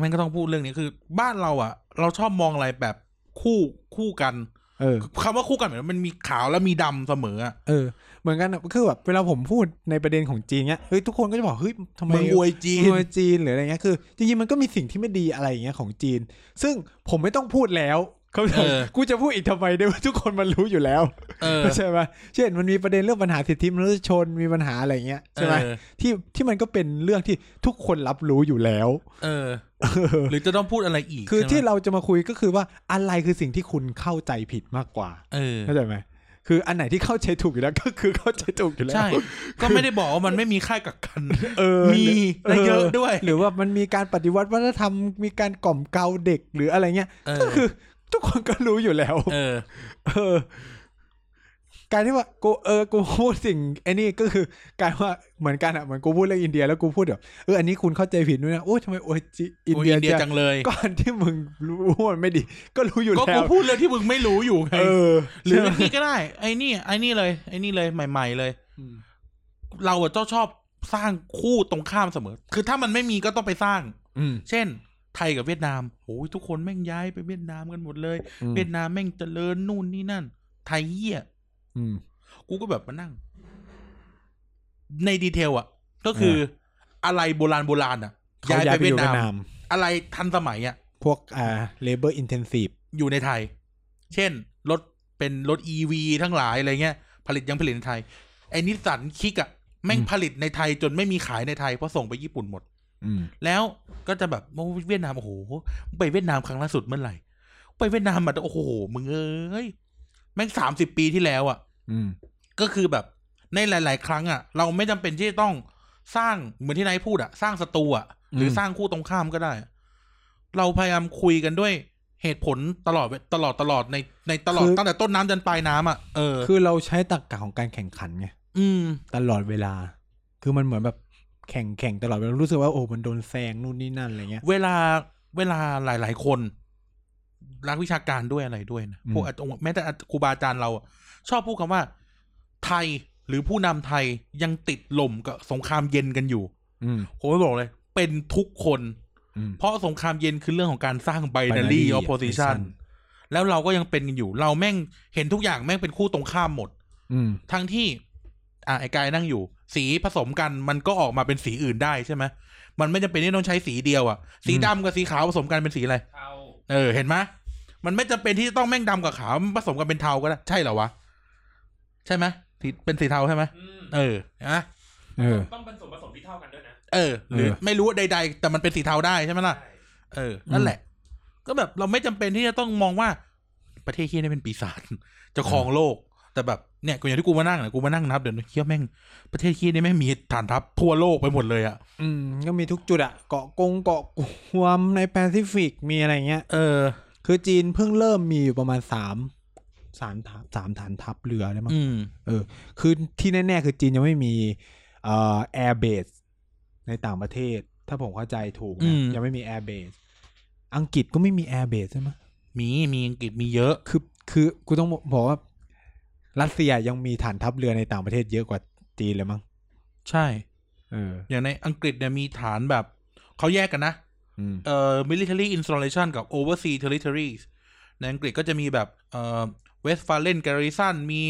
Speaker 2: แม่งก็ต้องพูดเรื่องนี้คือ บ้านเราอ่ะ เราชอบมองอะไรแบบคู่คู่กัน
Speaker 1: เออ
Speaker 2: คำว่าคู่กันเหมือนมันมีขาวและมีดำเสมออะ
Speaker 1: เออเหมือนกันอะคือแบบเวลาผมพูดในประเด็นของจีนเนี้ยเฮ้ยทุกคนก็จะบอกเฮ้ยทำไม
Speaker 2: มันอวยจีน
Speaker 1: รวยจีนหรืออะไรเงี้ยคือจริงๆมันก็มีสิ่งที่ไม่ดีอะไรอย่างเงี้ยของจีน ซึ่งผมไม่ต้องพูดแล้วเขาใจ
Speaker 2: เออ
Speaker 1: กูจะพูดอีกทำไมด้วยว่า ทุกคนมันรู้อยู่แล้ว
Speaker 2: เออ
Speaker 1: ใช่ไหมเช่นมันมีประเด็นเรื่องปัญหาสิทธิมนุษยชนมีปัญหาอะไรเงี้ยใช่ไหม
Speaker 2: เออ
Speaker 1: ที่ที่มันก็เป็นเรื่องที่ทุกคนรับรู้อยู่แล้ว
Speaker 2: เออ หรือจะต้องพูดอะไรอีก
Speaker 1: คือ
Speaker 2: ใช่ไหม
Speaker 1: ที่เราจะมาคุยก็คือว่าอะไรคือสิ่งที่คุณเข้าใจผิดมากกว่า
Speaker 2: เออ
Speaker 1: เข้าใจไหมคืออันไหนที่เข้าใจถูกอยู่แล้วก็คือเข้าใจถูกอยู่แล้ว
Speaker 2: ใช่ ก็ไม่ได้บอกว่ามันไม่มีค่ายกัก กัน
Speaker 1: เออ
Speaker 2: มี
Speaker 1: หรื
Speaker 2: และเยอะด้วย
Speaker 1: หรือว่ามันมีการปฏิวัติวัฒนธรรมมีการกล่อมเกลาเด็กหรืออะไรเงี้ย
Speaker 2: เออ
Speaker 1: ก็คือ ทุกคนก็รู้อยู่แล้ว
Speaker 2: เออ
Speaker 1: เออ การที่ว่ากูเออกูพูดสิ่งไอ้นี่ก็คือ การว่าเหมือนกันอ่ะเหมือนกูพูดเรื่องอินเดียแล้วกูพูดแบบเอออันนี้คุณเข้าใจผิดด้วยนะโอ้ยทำไมโอ้ยจิอิ
Speaker 2: อิ
Speaker 1: น
Speaker 2: น
Speaker 1: เดีย
Speaker 2: เดีย
Speaker 1: จั
Speaker 2: จั
Speaker 1: ง
Speaker 2: งเลย
Speaker 1: ก็อันที่มึงรู้ว่ามันไม่ดี ก็รู้อยู่
Speaker 2: ก็
Speaker 1: แล้
Speaker 2: กู
Speaker 1: ว
Speaker 2: พูดเรื่องที่มึงไม่รู้อยู่ไง
Speaker 1: เออ
Speaker 2: หรือ
Speaker 1: ใช่ไม
Speaker 2: นี่ก็ได้ ไอ้นี่ ไอ้นี่เลย ไอ้นี่เลยใหม่ ๆ เลย เราอะชอบชอบสร้างคู่ตรงข้ามเสมอ คือถ้ามันไม่มีก็ต้องไปสร้าง
Speaker 1: อืม
Speaker 2: เช่น ไทยกับเวียดนามโอ้ยทุกคนแม่งย้ายไปเวียดนามกันหมดเลย
Speaker 1: อืม
Speaker 2: เวียดนามแม่งเจริญนู่นนี่นั่น ไทยเหี้ย
Speaker 1: อืม
Speaker 2: กูก็แบบมานั่ง ในดีเทลอ่ะ ก็คือ อะไรโบราณโบราณอ่ะ
Speaker 1: เขาย้ายไปอยู่เวียดนาม
Speaker 2: อะไรทันสมัยอ่ะ
Speaker 1: พวกอ่า labor intensive
Speaker 2: อยู่ในไทย เช่น รถเป็นรถอีวีทั้งหลายอะไรเงี้ย ผลิตยังผลิตในไทย ไอ้นิสสันคิกอ่ะ แม่งผลิตในไทยจนไม่มีขายในไทย เพราะส่งไปญี่ปุ่นหมด
Speaker 1: อืม
Speaker 2: แล้วก็จะแบบโอ้เวียดนามโอ้โหไปเวียดนามครั้งล่าสุดเมื่อไหร่ ไปเวียดนามมาโอ้โหมึงเอ้ยแม่งสามสิบปีที่แล้วอ่ะ
Speaker 1: อืม
Speaker 2: ก็คือแบบในหลาย ๆ ครั้งอ่ะ เราไม่จำเป็นที่จะต้องสร้างเหมือนที่นายพูดอ่ะ สร้างศัตรูอ่ะ หรืออ
Speaker 1: ม
Speaker 2: สร้างคู่ตรงข้ามก็ได้ เราพยายามคุยกันด้วยเหตุผลตลอดเวตลอดตลอดในในตลอดตั้งแต่ต้นน้ำจนปลายน้ำอ่ะเออ
Speaker 1: คือเราใช้ตรรกะของการแข่งขันไง
Speaker 2: อืม
Speaker 1: ตลอดเวลา คือมันเหมือนแบบแข่งแข่งตลอดเวลา รู้สึกว่าโอ้ มันโดนแซงนู่นนี่นั่นอะไรเงี้ย
Speaker 2: เวลาเวลาหลาย ๆ คนรักวิชาการด้วยอะไรด้วยนะ
Speaker 1: อืม
Speaker 2: พวกอาจารย์แม้แต่ครูบาอาจารย์เราอะชอบพูดคำว่า ไทยหรือผู้นำไทยยังติดหล่มกับสงครามเย็นกันอยู่
Speaker 1: อืม
Speaker 2: ผมไม่บอกเลย เป็นทุกคน
Speaker 1: อืม
Speaker 2: เพราะสงครามเย็นคือเรื่องของการสร้าง binary
Speaker 1: Binary
Speaker 2: opposition
Speaker 1: opposition
Speaker 2: แล้วเราก็ยังเป็นกันอยู่ เราแม่งเห็นทุกอย่างแม่งเป็นคู่ตรงข้ามหมด
Speaker 1: อืม
Speaker 2: ทั้งที่ อ่ะไอ้กายนั่งอยู่ สีผสมกันมันก็ออกมาเป็นสีอื่นได้ใช่ไหม มันไม่จำเป็นที่ต้องใช้สีเดียวอ่ะสีดำกับสีขาวผสมกันเป็นสีอะไร
Speaker 3: เทา
Speaker 2: เออเห็นไหมยมันไม่จำเป็นที่จะต้องแม่งดำกับขาวมันผสมกันเป็นเทาก็ได้ใช่เหรอวะ ใช่ไหมยที่เป็นสีเทาใช่ไหมย
Speaker 3: อืม
Speaker 2: เออนะ
Speaker 1: เออ
Speaker 3: ต้องเป็นส่วนผสมที่เท่ากันด้วยนะ
Speaker 2: เออ หรือ
Speaker 1: เออ
Speaker 2: ไม่รู้ใด ๆ แต่มันเป็นสีเทาได้ใช่ไหมยล่ะ
Speaker 3: ใช่
Speaker 2: เออ นั่นแหละ ก็แบบเราไม่จำเป็นที่จะต้องมองว่าประเทศเฮียนี่เป็นปีศาจ จะครองโลก แต่แบบเนี่ยกูอย่างที่กูมานั่งเนี่ยกูมานั่งนับเดี๋ยวเฮียแม่งประเทศเฮียนี่แม่งมีฐานทัพทั่วโลกไปหมดเลยอะ
Speaker 1: อืมก็มีทุกจุดอะเกาะกงเกาะกวมในแปซิฟิกมีอะไรเงี้ย
Speaker 2: เออ
Speaker 1: คือจีนเพิ่งเริ่มมีอยู่ประมาณสามสามฐานสามฐานทัพเรือได้มั้ง
Speaker 2: อืม
Speaker 1: คือที่แน่ๆคือจีนยังไม่มีเอ่อแอร์เบสในต่างประเทศ ถ้าผมเข้าใจถูก
Speaker 2: อื
Speaker 1: นะ
Speaker 2: ม
Speaker 1: ยังไม่มีแอร์เบสอังกฤษก็ไม่มีแอร์เบสใช่ไหมย
Speaker 2: มีมีอังกฤษมีเยอะ
Speaker 1: คือคือกูต้องบอกว่า รัสเซียยังมีฐานทัพเรือในต่างประเทศเยอะกว่าจีนเลยมั้ง
Speaker 2: ใช่
Speaker 1: เออ
Speaker 2: อย่างในอังกฤษเนี่ยมีฐานแบบ เขาแยกกันนะ
Speaker 1: อืม
Speaker 2: เอ่อ military installation กับ overseas territories ในอังกฤษก็จะมีแบบเอ่อ Westphalen garrison มี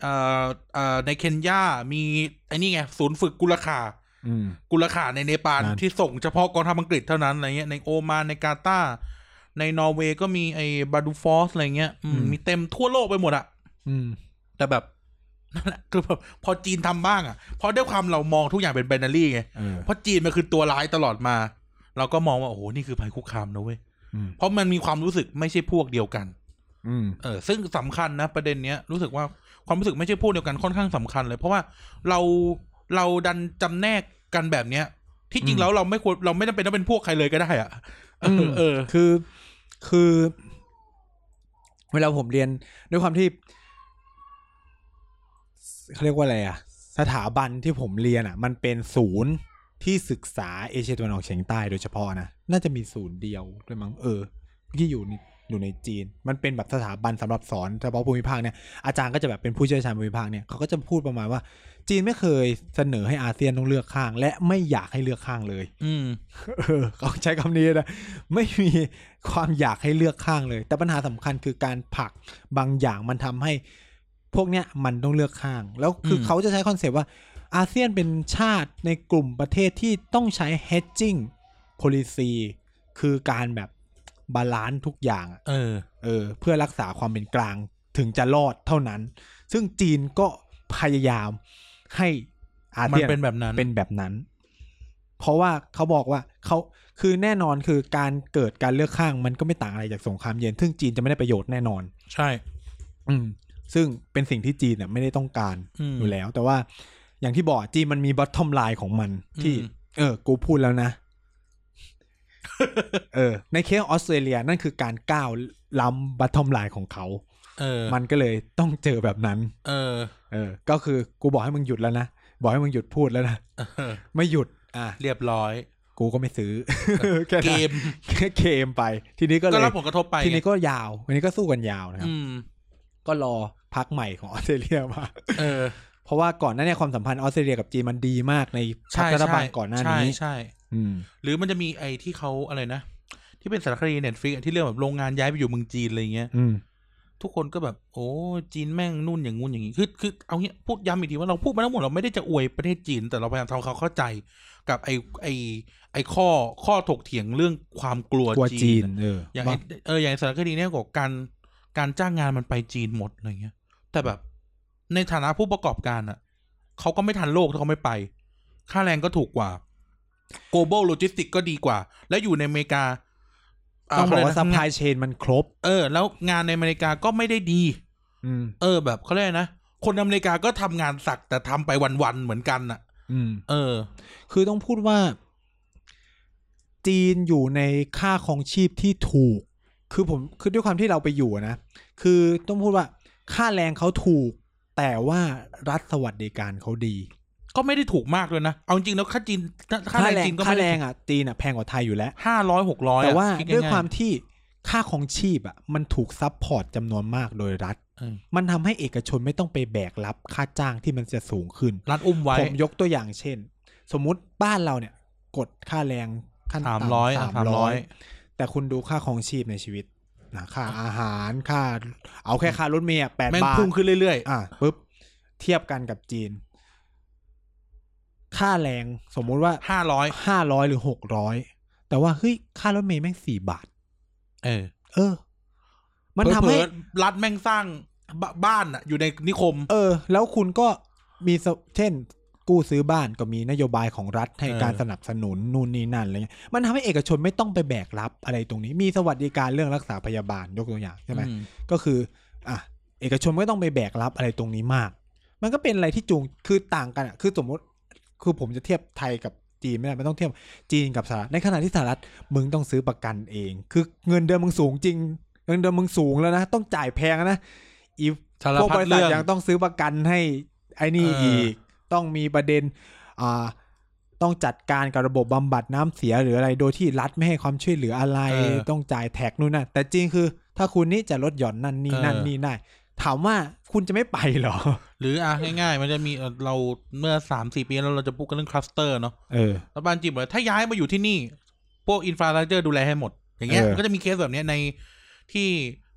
Speaker 2: เอ่อเอ่อในเคนยา มีไอ้นี่ไง ศูนย์ฝึกกุลขา
Speaker 1: อืม
Speaker 2: กุลขาในเนปาล
Speaker 1: นั่น
Speaker 2: ที่ส่งเฉพาะกองทัพอังกฤษเท่านั้นอะไรเงี้ยในโอมานในกาตาร์ในนอร์เวย์ก็มีไอ้บาดูฟอสอะไรเงี้ยอืมมีเต็มทั่วโลกไปหมดอะ
Speaker 1: อืม
Speaker 2: แต่แบบนั่นแหละคือแบบพอจีนทำบ้างอะเพราะด้วยความเรามองทุกอย่างเป็นแบนนารี่ไง
Speaker 1: เออ
Speaker 2: เพราะจีนมันคือตัวร้ายตลอดมา เราก็มองว่าโอ้โหนี่คือภัยคุกคามนะเว้ย
Speaker 1: อืม
Speaker 2: เพราะมันมีความรู้สึกไม่ใช่พวกเดียวกัน
Speaker 1: อืม
Speaker 2: เออซึ่งสำคัญนะประเด็นเนี้ยรู้สึกว่าความรู้สึกไม่ใช่พูดเดียวกันค่อนข้างสำคัญเลย เพราะว่าเราเราดันจำแนกกันแบบเนี้ย ที่จริงแล้วเราไม่ควรเราไม่จำเป็นต้องเป็นพวกใครเลยก็ได้อะเอ
Speaker 1: อืม
Speaker 2: อเออ
Speaker 1: คือคือ เวลาผมเรียนด้วยความที่เขาเรียกว่าอะไรอะสถาบันที่ผมเรียนอะมันเป็นศูนย์ที่ศึกษาเอเชียตะวันออกเฉียงใต้โดยเฉพาะนะน่าจะมีศูนย์เดียวด้วยมั้งเออ ที่อยู่ในอยู่ในจีน มันเป็นแบบสถาบันสำหรับสอนเฉพาะภูมิภาคเนี่ยอาจารย์ก็จะแบบเป็นผู้เชี่ยวชาญภูมิภาคเนี่ยเขาก็จะพูดประมาณว่า จีนไม่เคยเสนอให้อาเซียนต้องเลือกข้าง และไม่อยากให้เลือกข้างเลย
Speaker 2: อืม
Speaker 1: เออ เขาใช้คำนี้นะไม่มีความอยากให้เลือกข้างเลย แต่ปัญหาสำคัญคือการผลักบางอย่างมันทำให้พวกเนี้ยมันต้องเลือกข้าง แล้วคืออ
Speaker 2: ม
Speaker 1: เขาจะใช้คอนเซปต์ว่าอาเซียนเป็นชาติในกลุ่มประเทศที่ต้องใช้ hedging policy คือการแบบบาลานซ์ทุกอย่างอะ
Speaker 2: เออ
Speaker 1: เออเพื่อรักษาความเป็นกลางถึงจะรอดเท่านั้น ซึ่งจีนก็พยายามให้อาเซีย
Speaker 2: มันเป็นแบบนั้น
Speaker 1: เป็นแบบนั้น เพราะว่าเขาบอกว่าเขาคือแน่นอนคือการเกิดการเลือกข้างมันก็ไม่ต่างอะไรจากสงครามเย็น ซึ่งจีนจะไม่ได้ประโยชน์แน่นอน
Speaker 2: ใช่
Speaker 1: อืม ซึ่งเป็นสิ่งที่จีนน่ะไม่ได้ต้องการ
Speaker 2: อืม
Speaker 1: อยู่แล้ว แต่ว่าอย่างที่บอกจีนมันมีบ o ททอมไลน์ของมัน ที่
Speaker 2: อืม
Speaker 1: เออ กูพูดแล้วนะ เออ ในเคสออสเตรเลียนั่นคือการก้าวล้ำบัตทอมไลน์ของเขา
Speaker 2: เออ
Speaker 1: มันก็เลยต้องเจอแบบนั้น
Speaker 2: เออ
Speaker 1: เออ ก็คือกูบอกให้มึงหยุดแล้วนะ บอกให้มึงหยุดพูดแล้วนะ
Speaker 2: เออ
Speaker 1: ไม่หยุด อ่ะ
Speaker 2: เรียบร้อย
Speaker 1: กูก็ไม่ซื้อ แค่
Speaker 2: เก
Speaker 1: นั้น
Speaker 2: ม
Speaker 1: แค่เกมไป ทีนี้ก็เล
Speaker 2: ก็
Speaker 1: ย
Speaker 2: รับผลกระทบไป
Speaker 1: ทีนี้ก็ยาวทีนี้ก็สู้กันยาวนะครับ
Speaker 2: อืม
Speaker 1: ก็รอพักใหม่ของออสเตรเลียมา
Speaker 2: เออ
Speaker 1: เพราะว่าก่อนหน้าเนี้ความสัมพันธ์ออสเตรเลียกับจีนมันดีมากในพรร
Speaker 2: ใช่
Speaker 1: ครัฐบา
Speaker 2: ใช่
Speaker 1: ลก่อนหน้า
Speaker 2: ใช่
Speaker 1: นี้
Speaker 2: ใช่
Speaker 1: อืม
Speaker 2: หรือมันจะมีไอ้ที่เขาอะไรนะ ที่เป็นสารคดีเน็ตฟลิกที่เรื่องแบบโรงงานย้ายไปอยู่เมืองจีนอะไรเงี้ย
Speaker 1: อืม
Speaker 2: ทุกคนก็แบบ โอ้จีนแม่งนู่นอย่างงู้นอย่างงี้คือคือเอาเงี้ยพูดย้ำอีกทีว่าเราพูดมาทั้งหมดเราไม่ได้จะอวยประเทศจีน แต่เราพยายามทำเขามเข้าใจกับไอ้ไอ้ไอ้ข้อข้อถกเถียงเรื่องความกลัว
Speaker 1: กลัวจี
Speaker 2: จี
Speaker 1: น
Speaker 2: น
Speaker 1: เออ
Speaker 2: อย่าง
Speaker 1: บา
Speaker 2: ไอ้
Speaker 1: ง
Speaker 2: เอออย่างสารคดีเนี่ยบอกการการจ้างงานมันไปจีนหมดอะไรเงี้ย แต่แบบในฐานะผู้ประกอบการอ่ะเขาก็ไม่ทันโลกถ้าเขาไม่ไป ค่าแรงก็ถูกกว่า global logistics ก็ดีกว่า และอยู่ในอเมริกาเ
Speaker 1: ต้องบอก
Speaker 2: เขเรีย
Speaker 1: ว่าซัพพลาย
Speaker 2: นะ
Speaker 1: เชนมันครบ
Speaker 2: เออ แล้วงานในอเมริกาก็ไม่ได้ดี
Speaker 1: อืม
Speaker 2: เออ แบบเขาเรียกอะไรนะคนอเมริกาก็ทำงานสักแต่ทำไปวันๆเหมือนกันอ่ะ
Speaker 1: อืม
Speaker 2: เออ
Speaker 1: คือต้องพูดว่า จีนอยู่ในค่าครองชีพที่ถูก คือผมคือด้วยความที่เราไปอยู่อะนะ คือต้องพูดว่า ค่าแรงเขาถูก แต่ว่ารัฐสวัสดิการเขาดี
Speaker 2: ก็ไม่ได้ถูกมากเลยนะเอาจริงๆแล้วค่าจีนค่า
Speaker 1: ค่า
Speaker 2: แรง
Speaker 1: แรง
Speaker 2: จีนก็
Speaker 1: ค่า
Speaker 2: ไม่
Speaker 1: แรงอ่ะจีนอ่ะแพงกว่าไทยอยู่แล้ว
Speaker 2: ห้าร้อยหกร้อย
Speaker 1: แต่ว่าด้วยความที่ค่าของชีพอ่ะ มันถูกซัพพอร์ตจำนวนมากโดยรัฐ มันทำให้เอกชนไม่ต้องไปแบกรับค่าจ้างที่มันจะสูงขึ้น
Speaker 2: รัดอุ้มไว้
Speaker 1: ผมยกตัวอย่างเช่น สมมุติบ้านเราเนี่ย กดค่าแรงขั้น
Speaker 2: สาม
Speaker 1: ต่ำ
Speaker 2: ร้อยอ่ะ
Speaker 1: สาม
Speaker 2: สามร้
Speaker 1: ร้
Speaker 2: อ
Speaker 1: อย ยแต่คุณดูค่าของชีพในชีวิตนะค่าอาหารค่า เอาแค่ค่ารถเมล์แปด
Speaker 2: แม่ง
Speaker 1: บาท
Speaker 2: พุ่งขึ้นเรื่อยๆ
Speaker 1: อ่ะปุ๊บเทียบกันกับจีน ค่าแรงสมมุติว่า
Speaker 2: ห้าร้อย
Speaker 1: ห้าร้อยหรือหกร้อยแต่ว่าเฮ้ยค่ารถเมล์แม่งสี่บาท
Speaker 2: เออ
Speaker 1: เออ มันทำให้
Speaker 2: เผลอๆรัฐแม่งสร้างบบ้านอะอยู่ในนิคม
Speaker 1: เออ แล้วคุณก็มีสเช่น กู้ซื้อบ้านก็มีนโยบายของรัฐให้
Speaker 2: เออ
Speaker 1: การสนับสนุนนู่นนี่นั่นอะไรเงี้ยมันทำให้เอกชนไม่ต้องไปแบกรับอะไรตรงนี้ มีสวัสดิการเรื่องรักษาพยาบาลยกตัวอย่างใช่ไหม
Speaker 2: อื
Speaker 1: ก็คืออ่ะเอกชนไม่ต้องไปแบกรับอะไรตรงนี้มาก มันก็เป็นอะไรที่จูงคือต่างกันอ่ะคือสมมติคือผมจะเทียบไทยกับจีนไม่ได้ไม่ต้องเทียบจีนกับสหรัฐในขณะที่สหรัฐมึงต้องซื้อประกันเอง คือเงินเดือนมึงสูงจริง เงินเดือนมึงสูงแล้วนะ ต้องจ่ายแพงนะอี
Speaker 2: สาร
Speaker 1: พวก
Speaker 2: พั
Speaker 1: บ
Speaker 2: ด
Speaker 1: ริษัท
Speaker 2: เรื่อง
Speaker 1: ยังต้องซื้อประกันให้ไอ้นี่
Speaker 2: เอออี
Speaker 1: อีก ต้องมีประเด็นอ่าต้องจัดการกับระบบบำบัดน้ำเสียหรืออะไรโดยที่รัฐไม่ให้ความช่วยเหลืออะไร
Speaker 2: เออ
Speaker 1: ต้องจ่ายแท็กนู่นนั่นแต่จริงคือ ถ้าคุณนี่จะลดหย่อนนั่นนี่
Speaker 2: เออ
Speaker 1: นั่นนี่ได้ถามว่าคุณจะไม่ไปเหรอ
Speaker 2: หรืออ่ะง่ายๆ มันจะมีเอ่อเราเมื่อสามสี่ปีแล้วเราจะพูดกันเรื่องคลัสเตอร์เนาะ
Speaker 1: เออ
Speaker 2: รัฐบาลจีนบอกว่าถ้าย้ายมาอยู่ที่นี่ พวกอินฟราสตรักเจอร์ดูแลให้หมด อย่างเงี้ย
Speaker 1: เออ
Speaker 2: มันก็จะมีเคสแบบเนี้ยในที่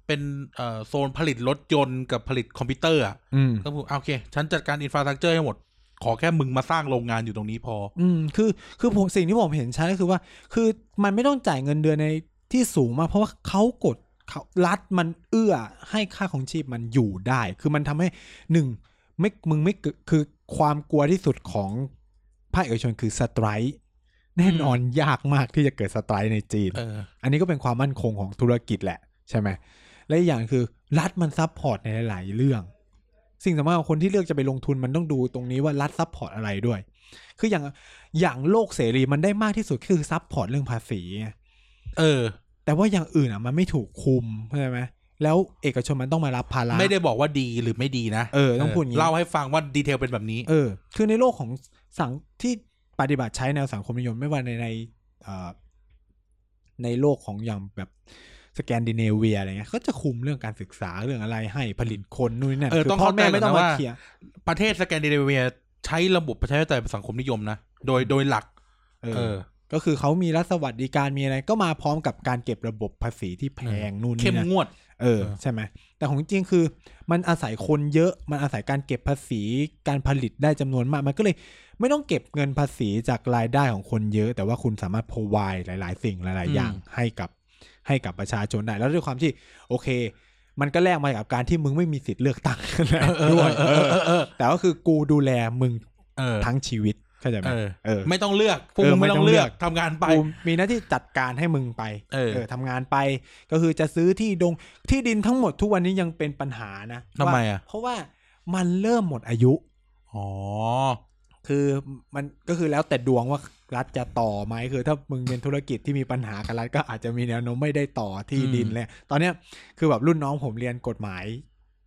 Speaker 2: เป็นเอ่อโซนผลิตรถยนต์กับผลิตคอมพิวเตอร์อะ
Speaker 1: อืม
Speaker 2: ก็พูดอ่ะโอเค ฉันจัดการอินฟราสตรักเจอร์ให้หมด ขอแค่มึงมาสร้างโรงงานอยู่ตรงนี้พอ
Speaker 1: อืมคือคือผมสิ่งที่ผมเห็นชัดก็คือว่า คือมันไม่ต้องจ่ายเงินเดือนในที่สูงมาก เพราะว่าเขากดเขารัฐมันเอื้อให้ค่าของชีพมันอยู่ได้ คือมันทำให้หนึ่งไม่มึงไม่เกิดคือความกลัวที่สุดของภาคเอกชนคือสไตรค์แน่นอนยากมากที่จะเกิดสไตรค์ในจีน
Speaker 2: เออ
Speaker 1: อันนี้ก็เป็นความมั่นคงของธุรกิจแหละ ใช่ไหม และอีกอย่างคือรัฐมันซัพพอร์ตในหลาย ๆ เรื่อง สิ่งสำคัญของคนที่เลือกจะไปลงทุนมันต้องดูตรงนี้ว่ารัฐซัพพอร์ตอะไรด้วย คืออย่างอย่างโลกเสรีมันได้มากที่สุดคือซัพพอร์ตเรื่องภาษีไง
Speaker 2: เออ
Speaker 1: แต่ว่าอย่างอื่นอ่ะมันไม่ถูกคุมเข้าใจไหมแล้วเอกชนมันต้องมารับภาระ
Speaker 2: ไม่ได้บอกว่าดีหรือไม่ดีนะ
Speaker 1: เออต้องพูดอย่างงี้
Speaker 2: เล่าให้ฟังว่าดีเทลเป็นแบบนี้
Speaker 1: เออ คือในโลกของสังที่ปฏิบัติใช้แนวสังคมนิยมไม่ว่าในในเอ่อในโลกของอย่างแบบสแกนดิเนเวียอะไรเงี้ยเขาจะคุมเรื่องการศึกษาเรื่องอะไรให้ผลิตคนนู่นนี่นั่น
Speaker 2: เออ
Speaker 1: คื
Speaker 2: ต้อง
Speaker 1: พ่อ
Speaker 2: เข้าใจ
Speaker 1: แม่ไม่ต้องมา
Speaker 2: ก่อนนะว่า
Speaker 1: เคลียร์
Speaker 2: ประเทศสแกนดิเนเวียใช้ระบบประชาธิปไตยเป็นสังคมนิยมนะโดยโดยหลัก
Speaker 1: เอ
Speaker 2: เอ
Speaker 1: อ
Speaker 2: อ
Speaker 1: ก็คือเขามีรัฐสวัสดิการมีอะไร ก็มาพร้อมกับการเก็บระบบภาษีที่แพงนู่น
Speaker 2: เข้
Speaker 1: นี่
Speaker 2: ม
Speaker 1: นั่น
Speaker 2: งวด
Speaker 1: เออ
Speaker 2: เออ
Speaker 1: ใช่ไหมแต่ของจริงคือ มันอาศัยคนเยอะมันอาศัยการเก็บภาษีการผลิตได้จำนวนมากมันก็เลย ไม่ต้องเก็บเงินภาษีจากรายได้ของคนเยอะ แต่ว่าคุณสามารถ provide หลาย ๆ สิ่งหลาย
Speaker 2: อื
Speaker 1: ๆ
Speaker 2: ม
Speaker 1: อย่างให้กับให้กับประชาชนได้ แล้วด้วยความที่ โอเค มันก็แลกมากับการที่มึงไม่มีสิทธิ์เลือกตั้ง นะด้วย
Speaker 2: เออเออเออ
Speaker 1: แต่ก็คือกูดูแลมึง
Speaker 2: เออ
Speaker 1: ทั้งชีวิตเข้าใจไหม
Speaker 2: เออ
Speaker 1: เออ
Speaker 2: ไม่ต้องเลือกพวก
Speaker 1: เออ
Speaker 2: มึงไม่
Speaker 1: ไม่ต้อ
Speaker 2: ต้องง
Speaker 1: เลื
Speaker 2: เลื
Speaker 1: อ
Speaker 2: อก กทำงานไป
Speaker 1: กูมีหน้าที่จัดการให้มึงไป
Speaker 2: เออ
Speaker 1: ทำงานไป ก็คือจะซื้อที่ดงที่ดินทั้งหมดทุกวันนี้ยังเป็นปัญหานะ
Speaker 2: ทำไม
Speaker 1: ว่า
Speaker 2: อะ
Speaker 1: เพราะว่ามันเริ่มหมดอายุ
Speaker 2: อ๋อ
Speaker 1: คือมันก็คือแล้วแต่ดวงว่ารัฐจะต่อไหมคือ ถ้ามึงเป็นธุรกิจที่มีปัญหากับรัฐก็อาจจะมีแนวโน้มไม่ได้ต่อที่ดิน
Speaker 2: อืม
Speaker 1: เลยตอนเนี้ยคือแบบรุ่นน้องผมเรียนกฎหมาย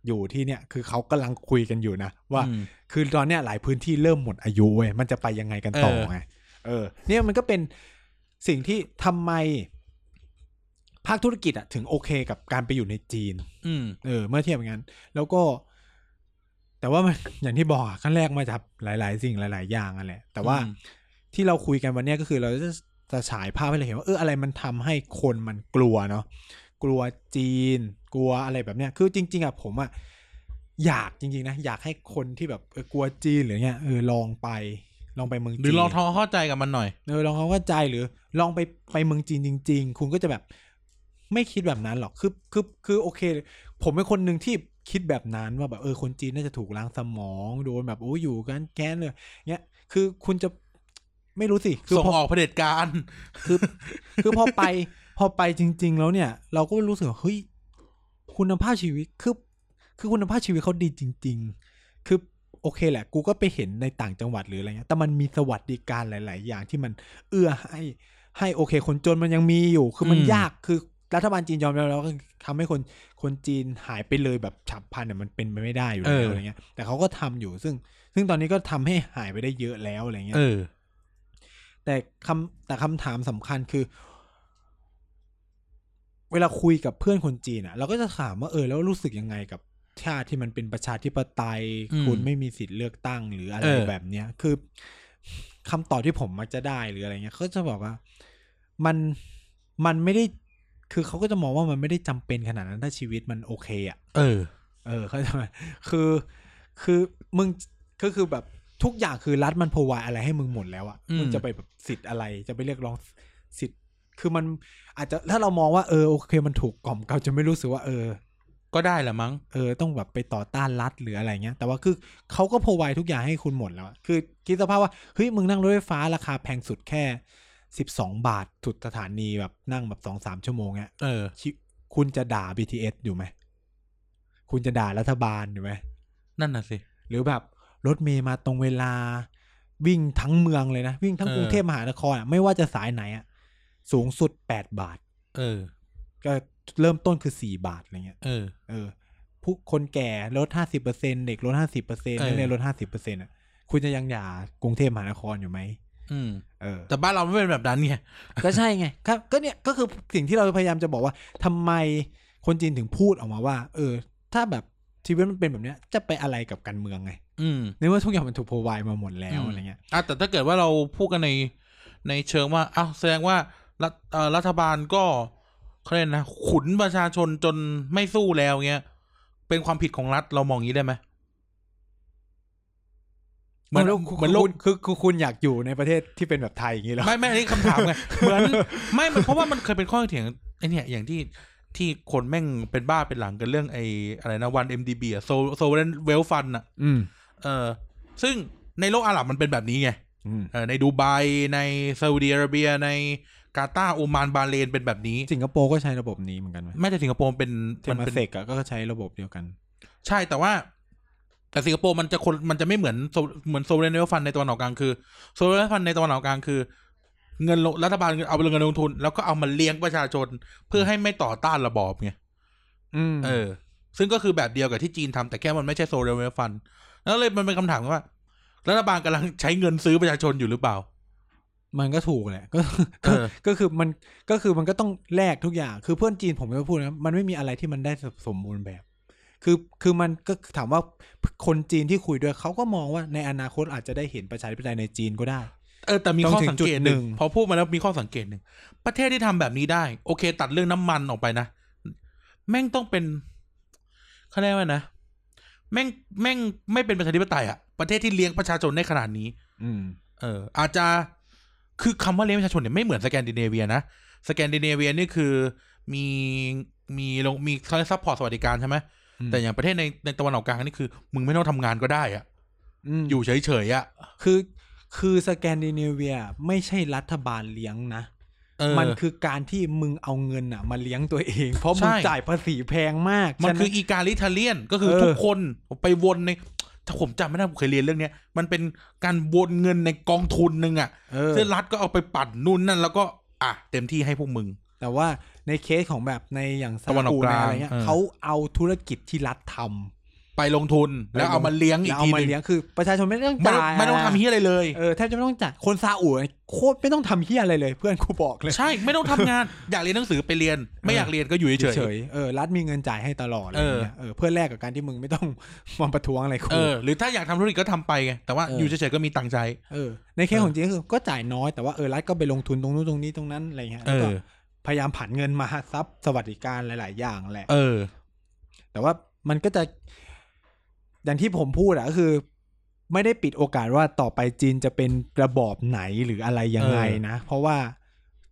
Speaker 1: อยู่ที่เนี่ย คือเขากำลังคุยกันอยู่นะว่า
Speaker 2: อืม
Speaker 1: คือตอนเนี้ยหลายพื้นที่เริ่มหมดอายุเว้ยมันจะไปยังไงกันต่อ
Speaker 2: เออ
Speaker 1: ไงเออ เนี่ยมันก็เป็นสิ่งที่ทำไม ภาคธุรกิจอะถึงโอเคกับการไปอยู่ในจีน
Speaker 2: อืม
Speaker 1: เออเมื่อเทียบกันแล้วก็ แต่ว่ามัน อย่างที่บอกอะขั้นแรกมาจากหลาย ๆ สิ่งหลาย ๆ อย่างนั่นแหละ แต่ว่า
Speaker 2: อืม
Speaker 1: ที่เราคุยกันวันเนี้ยก็คือเราจะจะฉายภาพให้เราเห็นว่าเอออะไรมันทำให้คนมันกลัวเนาะกลัวจีน กลัวอะไรแบบเนี้ย คือจริง ๆอะผมอะอยากจริง ๆ นะอยากให้คนที่แบบเออกลัวจีนหรือเงี้ยเออลองไป ลองไปเมืองจีน
Speaker 2: หรือลองทองเข้าใจกับมันหน่อย
Speaker 1: เออลองเขาเข้าใจหรือลองไปไปเมืองจีนจริง ๆ คุณก็จะแบบ ไม่คิดแบบนั้นหรอกคือคือคือโอเค ผมเป็นคนหนึ่งที่คิดแบบนั้นว่าแบบเออคนจีนน่าจะถูกล้างสมองโดนแบบโอ้ยอยู่กันแค้นเลยเงี้ยคือคุณจะไม่รู้สิคื
Speaker 2: ส่ง
Speaker 1: พอ
Speaker 2: ออกเผด็จการ
Speaker 1: คือ คือพอไปพอไปจริง ๆ แล้วเนี่ย เราก็รู้สึกว่าเฮ้ยคุณภาพชีวิตคือคือคุณภาพชีวิตเขาดีจริง ๆ คือโอเคแหละ กูก็ไปเห็นในต่างจังหวัดหรืออะไรเงี้ยแต่มันมีสวัสดิการหลาย ๆ อย่างที่มันเอื้อให้ให้โอเค คนจนมันยังมีอยู่ คือมัน
Speaker 2: อืม
Speaker 1: ยากคือรัฐบาลจีนยอมรับแล้วก็ทำให้คนคนจีนหายไปเลยแบบฉับพลันเนี่ยมันเป็นไปไม่ได้อยู่แล้วอะไรเงี้ยแต่เขาก็ทำอยู่ซึ่ง ซึ่งตอนนี้ก็ทำให้หายไปได้เยอะแล้วอะไรเงี้ย
Speaker 2: เออ
Speaker 1: แต่คำแต่คำถามสำคัญคือ เวลาคุยกับเพื่อนคนจีนอะเราก็จะถามว่าเออแล้วรู้สึกยังไงกับชาติที่มันเป็นประชาธิปไตย
Speaker 2: อืม
Speaker 1: คุณไม่มีสิทธิ์เลือกตั้งหรืออะไร
Speaker 2: เออ
Speaker 1: แบบเนี้ย คือคำตอบที่ผมมักจะได้หรืออะไรเงี้ยเขาจะบอกว่า มันมันไม่ได้ คือเขาก็จะมองว่ามันไม่ได้จำเป็นขนาดนั้นถ้าชีวิตมันโอเคอะ
Speaker 2: เออ
Speaker 1: เออเข้าใจไหมคือ คือมึงก็คือแบบ ทุกอย่างคือรัฐมันพวายอะไรให้มึงหมดแล้วอะ
Speaker 2: อืม
Speaker 1: มึงจะไปแบบสิทธิ์อะไรจะไปเรียกร้องสิทธิ์ คือมันอาจจะถ้าเรามองว่าเออโอเค มันถูกกล่อมเราจะไม่รู้สึกว่าเออ
Speaker 2: ก็ได้แหละมั้ง
Speaker 1: เออต้องแบบไปต่อต้านรัฐหรืออะไรเงี้ย แต่ว่าคือเขาก็พรไวทุกอย่างให้คุณหมดแล้วอะคือคิดสภาพว่าเฮ้ยมึงนั่งรถไฟฟ้าราคาแพงสุดแค่สิบสองบาทสุดสถานีแบบนั่งแบบสองสามชั่วโมงเงี้ย
Speaker 2: เออ
Speaker 1: ชิคุณจะด่า BTS อยู่ไหม คุณจะด่ารัฐบาลอยู่ไหม
Speaker 2: นั่นน่ะสิ
Speaker 1: หรือแบบรถเมย์มาตรงเวลา วิ่งทั้งเมืองเลยนะ วิ่งทั้ง
Speaker 2: เออ
Speaker 1: กรุงเทพมหานครอะไม่ว่าจะสายไหนอะสูงสุดแปดบาท
Speaker 2: เออ
Speaker 1: ก็เริ่มต้นคือสี่บาทอะไรเงี้ย
Speaker 2: เออ
Speaker 1: เออผู้คนแก่ลดห้าสิบเปอร์เซ็นเด็กลดห้าสิบเปอร์เซ็น
Speaker 2: เออ
Speaker 1: นักเรียนลดห้าสิบเปอร์เซ็นอ่ะ คุณจะยังด่ากรุงเทพมหานครอยู่ไหม
Speaker 2: อืม
Speaker 1: เออ
Speaker 2: แต่บ้านเราไม่เป็นแบบนั้นไง
Speaker 1: ก็ใช่ไงครับก็เนี่ยก็คือสิ่งที่เราพยายามจะบอกว่าทำไมคนจีนถึงพูดออกมาว่า เออ ถ้าแบบชีวิตมันเป็นแบบเนี้ย จะไปอะไรกับการเมืองไง
Speaker 2: อืม
Speaker 1: ในเมื่อทุกอย่างมันถูกพรไวมาหมดแล้ว
Speaker 2: อืม
Speaker 1: อะไรเงี้ย
Speaker 2: อ่ะแต่ถ้าเกิดว่าเราพูดกันในในเชิงว่าอ้าวแสดงว่ารัฐเอ่อรัฐบาลก็เขาเรียกนะขุนประชาชนจนไม่สู้แล้วเงี้ย เป็นความผิดของรัฐเรามองอย่างนี้ได้ไหมเหมือน
Speaker 1: เอาแล้ว
Speaker 2: เหมือนโลก
Speaker 1: คุณคือคือคุณอยากอยู่ในประเทศที่เป็นแบบไทยอย่างนี้เหรอ
Speaker 2: ไม่ไม่อันนี้คำถามไง เหมือนไม่มันเพราะว่ามันเคยเป็นข้อเถียงไอเนี่ยอย่างที่ที่คนแม่งเป็นบ้าเป็นหลังกันเรื่องไออะไรนะวัน MDB อะโซโซเวลเวลฟันอะ
Speaker 1: อืม
Speaker 2: เออ ซึ่งในโลกอาหรับมันเป็นแบบนี้ไง
Speaker 1: อืม
Speaker 2: เออในดูไบในซาอุดิอาระเบียในกาตาร์โอมานบาห์เลนเป็นแบบนี้
Speaker 1: สิงคโปร์ก็ใช้ระบบนี้เหมือนกันไหม
Speaker 2: ไม่แต่สิงคโปร์เป็น
Speaker 1: เท
Speaker 2: มัน
Speaker 1: มา
Speaker 2: เป็น
Speaker 1: เซกอะก็ใช้ระบบเดียวกัน
Speaker 2: ใช่แต่ว่า แต่สิงคโปร์มันจะคนมันจะไม่เหมือนโซเหมือนโซเวลเวลฟันในตะวันออกกลางคือโซเวลเวลฟันในตะวันออกกลางคือ เงินลงรัฐบาลเอาเงินลงทุน แล้วก็เอามาเลี้ยงประชาชนเพื่อให้ไม่ต่อต้านระบอบไง
Speaker 1: อืม
Speaker 2: เออ ซึ่งก็คือแบบเดียวกับที่จีนทำแต่แค่มันไม่ใช่โซเรียลเวฟัน แล้วเลยมันเป็นคำถามว่า รัฐบาลกำลังใช้เงินซื้อประชาชนอยู่หรือเปล่า
Speaker 1: มันก็ถูกแหละ ก็
Speaker 2: เออ
Speaker 1: ก็คือมันก็คือมันก็ต้องแลกทุกอย่าง คือเพื่อนจีนผมก็พูดนะมันไม่มีอะไรที่มันได้สมบูรณ์แบบ คือคือมันก็ถามว่าคนจีนที่คุยด้วยเขาก็มองว่าในอนาคตอาจจะได้เห็นประชาธิปไตยในจีนก็ได้
Speaker 2: เออแต่มีข้อสังเกตหนึ่ง
Speaker 1: ต้องถึงจุดหนึ่ง
Speaker 2: พอพูดมาแล้วมีข้อสังเกตหนึ่งประเทศที่ทำแบบนี้ได้ โอเค ตัดเรื่องน้ำมันออกไปนะ แม่งต้องเป็นเขาเรียกว่านะ แม่งแม่งไม่เป็นประชาธิปไตยอะประเทศที่เลี้ยงประชาชนได้ขนาดนี้
Speaker 1: อืม
Speaker 2: เอออาจจะคือคำว่าเลี้ยงประชาชนเนี่ยไม่เหมือนสแกนดิเนเวียนะสแกนดิเนเวียนี่คือมีมีลงมีเขาเรียกซัพพอร์ตสวัสดิการใช่ไหม
Speaker 1: อืม
Speaker 2: แต่อย่างประเทศในในตะวันออกกลางนี่คือ มึงไม่ต้องทำงานก็ได้อะ
Speaker 1: อืม
Speaker 2: อยู่เฉยๆอะ
Speaker 1: คือคือสแกนดิเนเวียไม่ใช่รัฐบาลเลี้ยงนะ
Speaker 2: เออ
Speaker 1: มันคือการที่มึงเอาเงินอ่ะมาเลี้ยงตัวเอง เพราะมึง
Speaker 2: ใช่
Speaker 1: จ่ายภาษีแพงมาก
Speaker 2: มันคือ
Speaker 1: ฉะ
Speaker 2: อีการิทาเลียนก็คือ
Speaker 1: เออ
Speaker 2: ทุกคนไปวนในถ้าผมจำไม่ได้ผมเคยเรียนเรื่องเนี้ยมันเป็นการวนเงินในกองทุนหนึ่งอะ
Speaker 1: เออ
Speaker 2: ซึ่งรัฐก็เอาไปปั่นนู่นนั่นแล้วก็อ่ะเต็มที่ให้พวกมึง
Speaker 1: แต่ว่าในเคสของแบบในอย่างซา
Speaker 2: ตะวันออ
Speaker 1: อุ
Speaker 2: กกลาง
Speaker 1: ในอะไรเงี้ย
Speaker 2: เออ
Speaker 1: เขาเอาธุรกิจที่รัฐทำ
Speaker 2: ไปลงทุนแล้วเอามาเลี้ยงอี
Speaker 1: แล้ว
Speaker 2: ก
Speaker 1: เอา
Speaker 2: ที
Speaker 1: มา
Speaker 2: หนึง
Speaker 1: เลี้ยงคือประชาชนไม่ต้อง
Speaker 2: ไม่ต้อ
Speaker 1: จ่าง ย
Speaker 2: ไม่ต้องทำเฮียอะไรเลย
Speaker 1: เออแทบจะไม่ต้องจ่ายคนซาอุโคตรไม่ต้องทำเฮียอะไรเลย เพื่อนกูบอกเลย
Speaker 2: ใช่ไม่ต้องทำงาน อยากเรียนหนังสือไปเรียน ไม่อยากเรียนก็อยู่เฉย
Speaker 1: เฉยๆเออรัฐมีเงินจ่ายให้ตลอดอะไรอย่างเงี้ยเออเพื่อแลกกับการที่มึงไม่ต้อง มาประท้วงอะไรกู
Speaker 2: เออ หรือถ้าอยากทำธุรกิจก็ทำไปไงแต่ว่า
Speaker 1: เออ
Speaker 2: อ
Speaker 1: อ
Speaker 2: ยู่เฉยๆก็มีตังค์ใจ
Speaker 1: เออในเคสของจริงก็คือก็จ่ายน้อยแต่ว่าเออรัฐก็ไปลงทุนตรงนู้นตรงนี้ตรงนั้นอะไรเงี้ย
Speaker 2: เอ
Speaker 1: แล้วก็
Speaker 2: อ
Speaker 1: พยายามผันเงินมาซับสวัสดิการหลาย ๆ อย่างแหละ
Speaker 2: เออ
Speaker 1: แต่ว่ามันก็จะ อย่างที่ผมพูดอะก็คือ ไม่ได้ปิดโอกาสว่าต่อไปจีนจะเป็นระบอบไหนหรืออะไรยังไงนะ เพราะว่า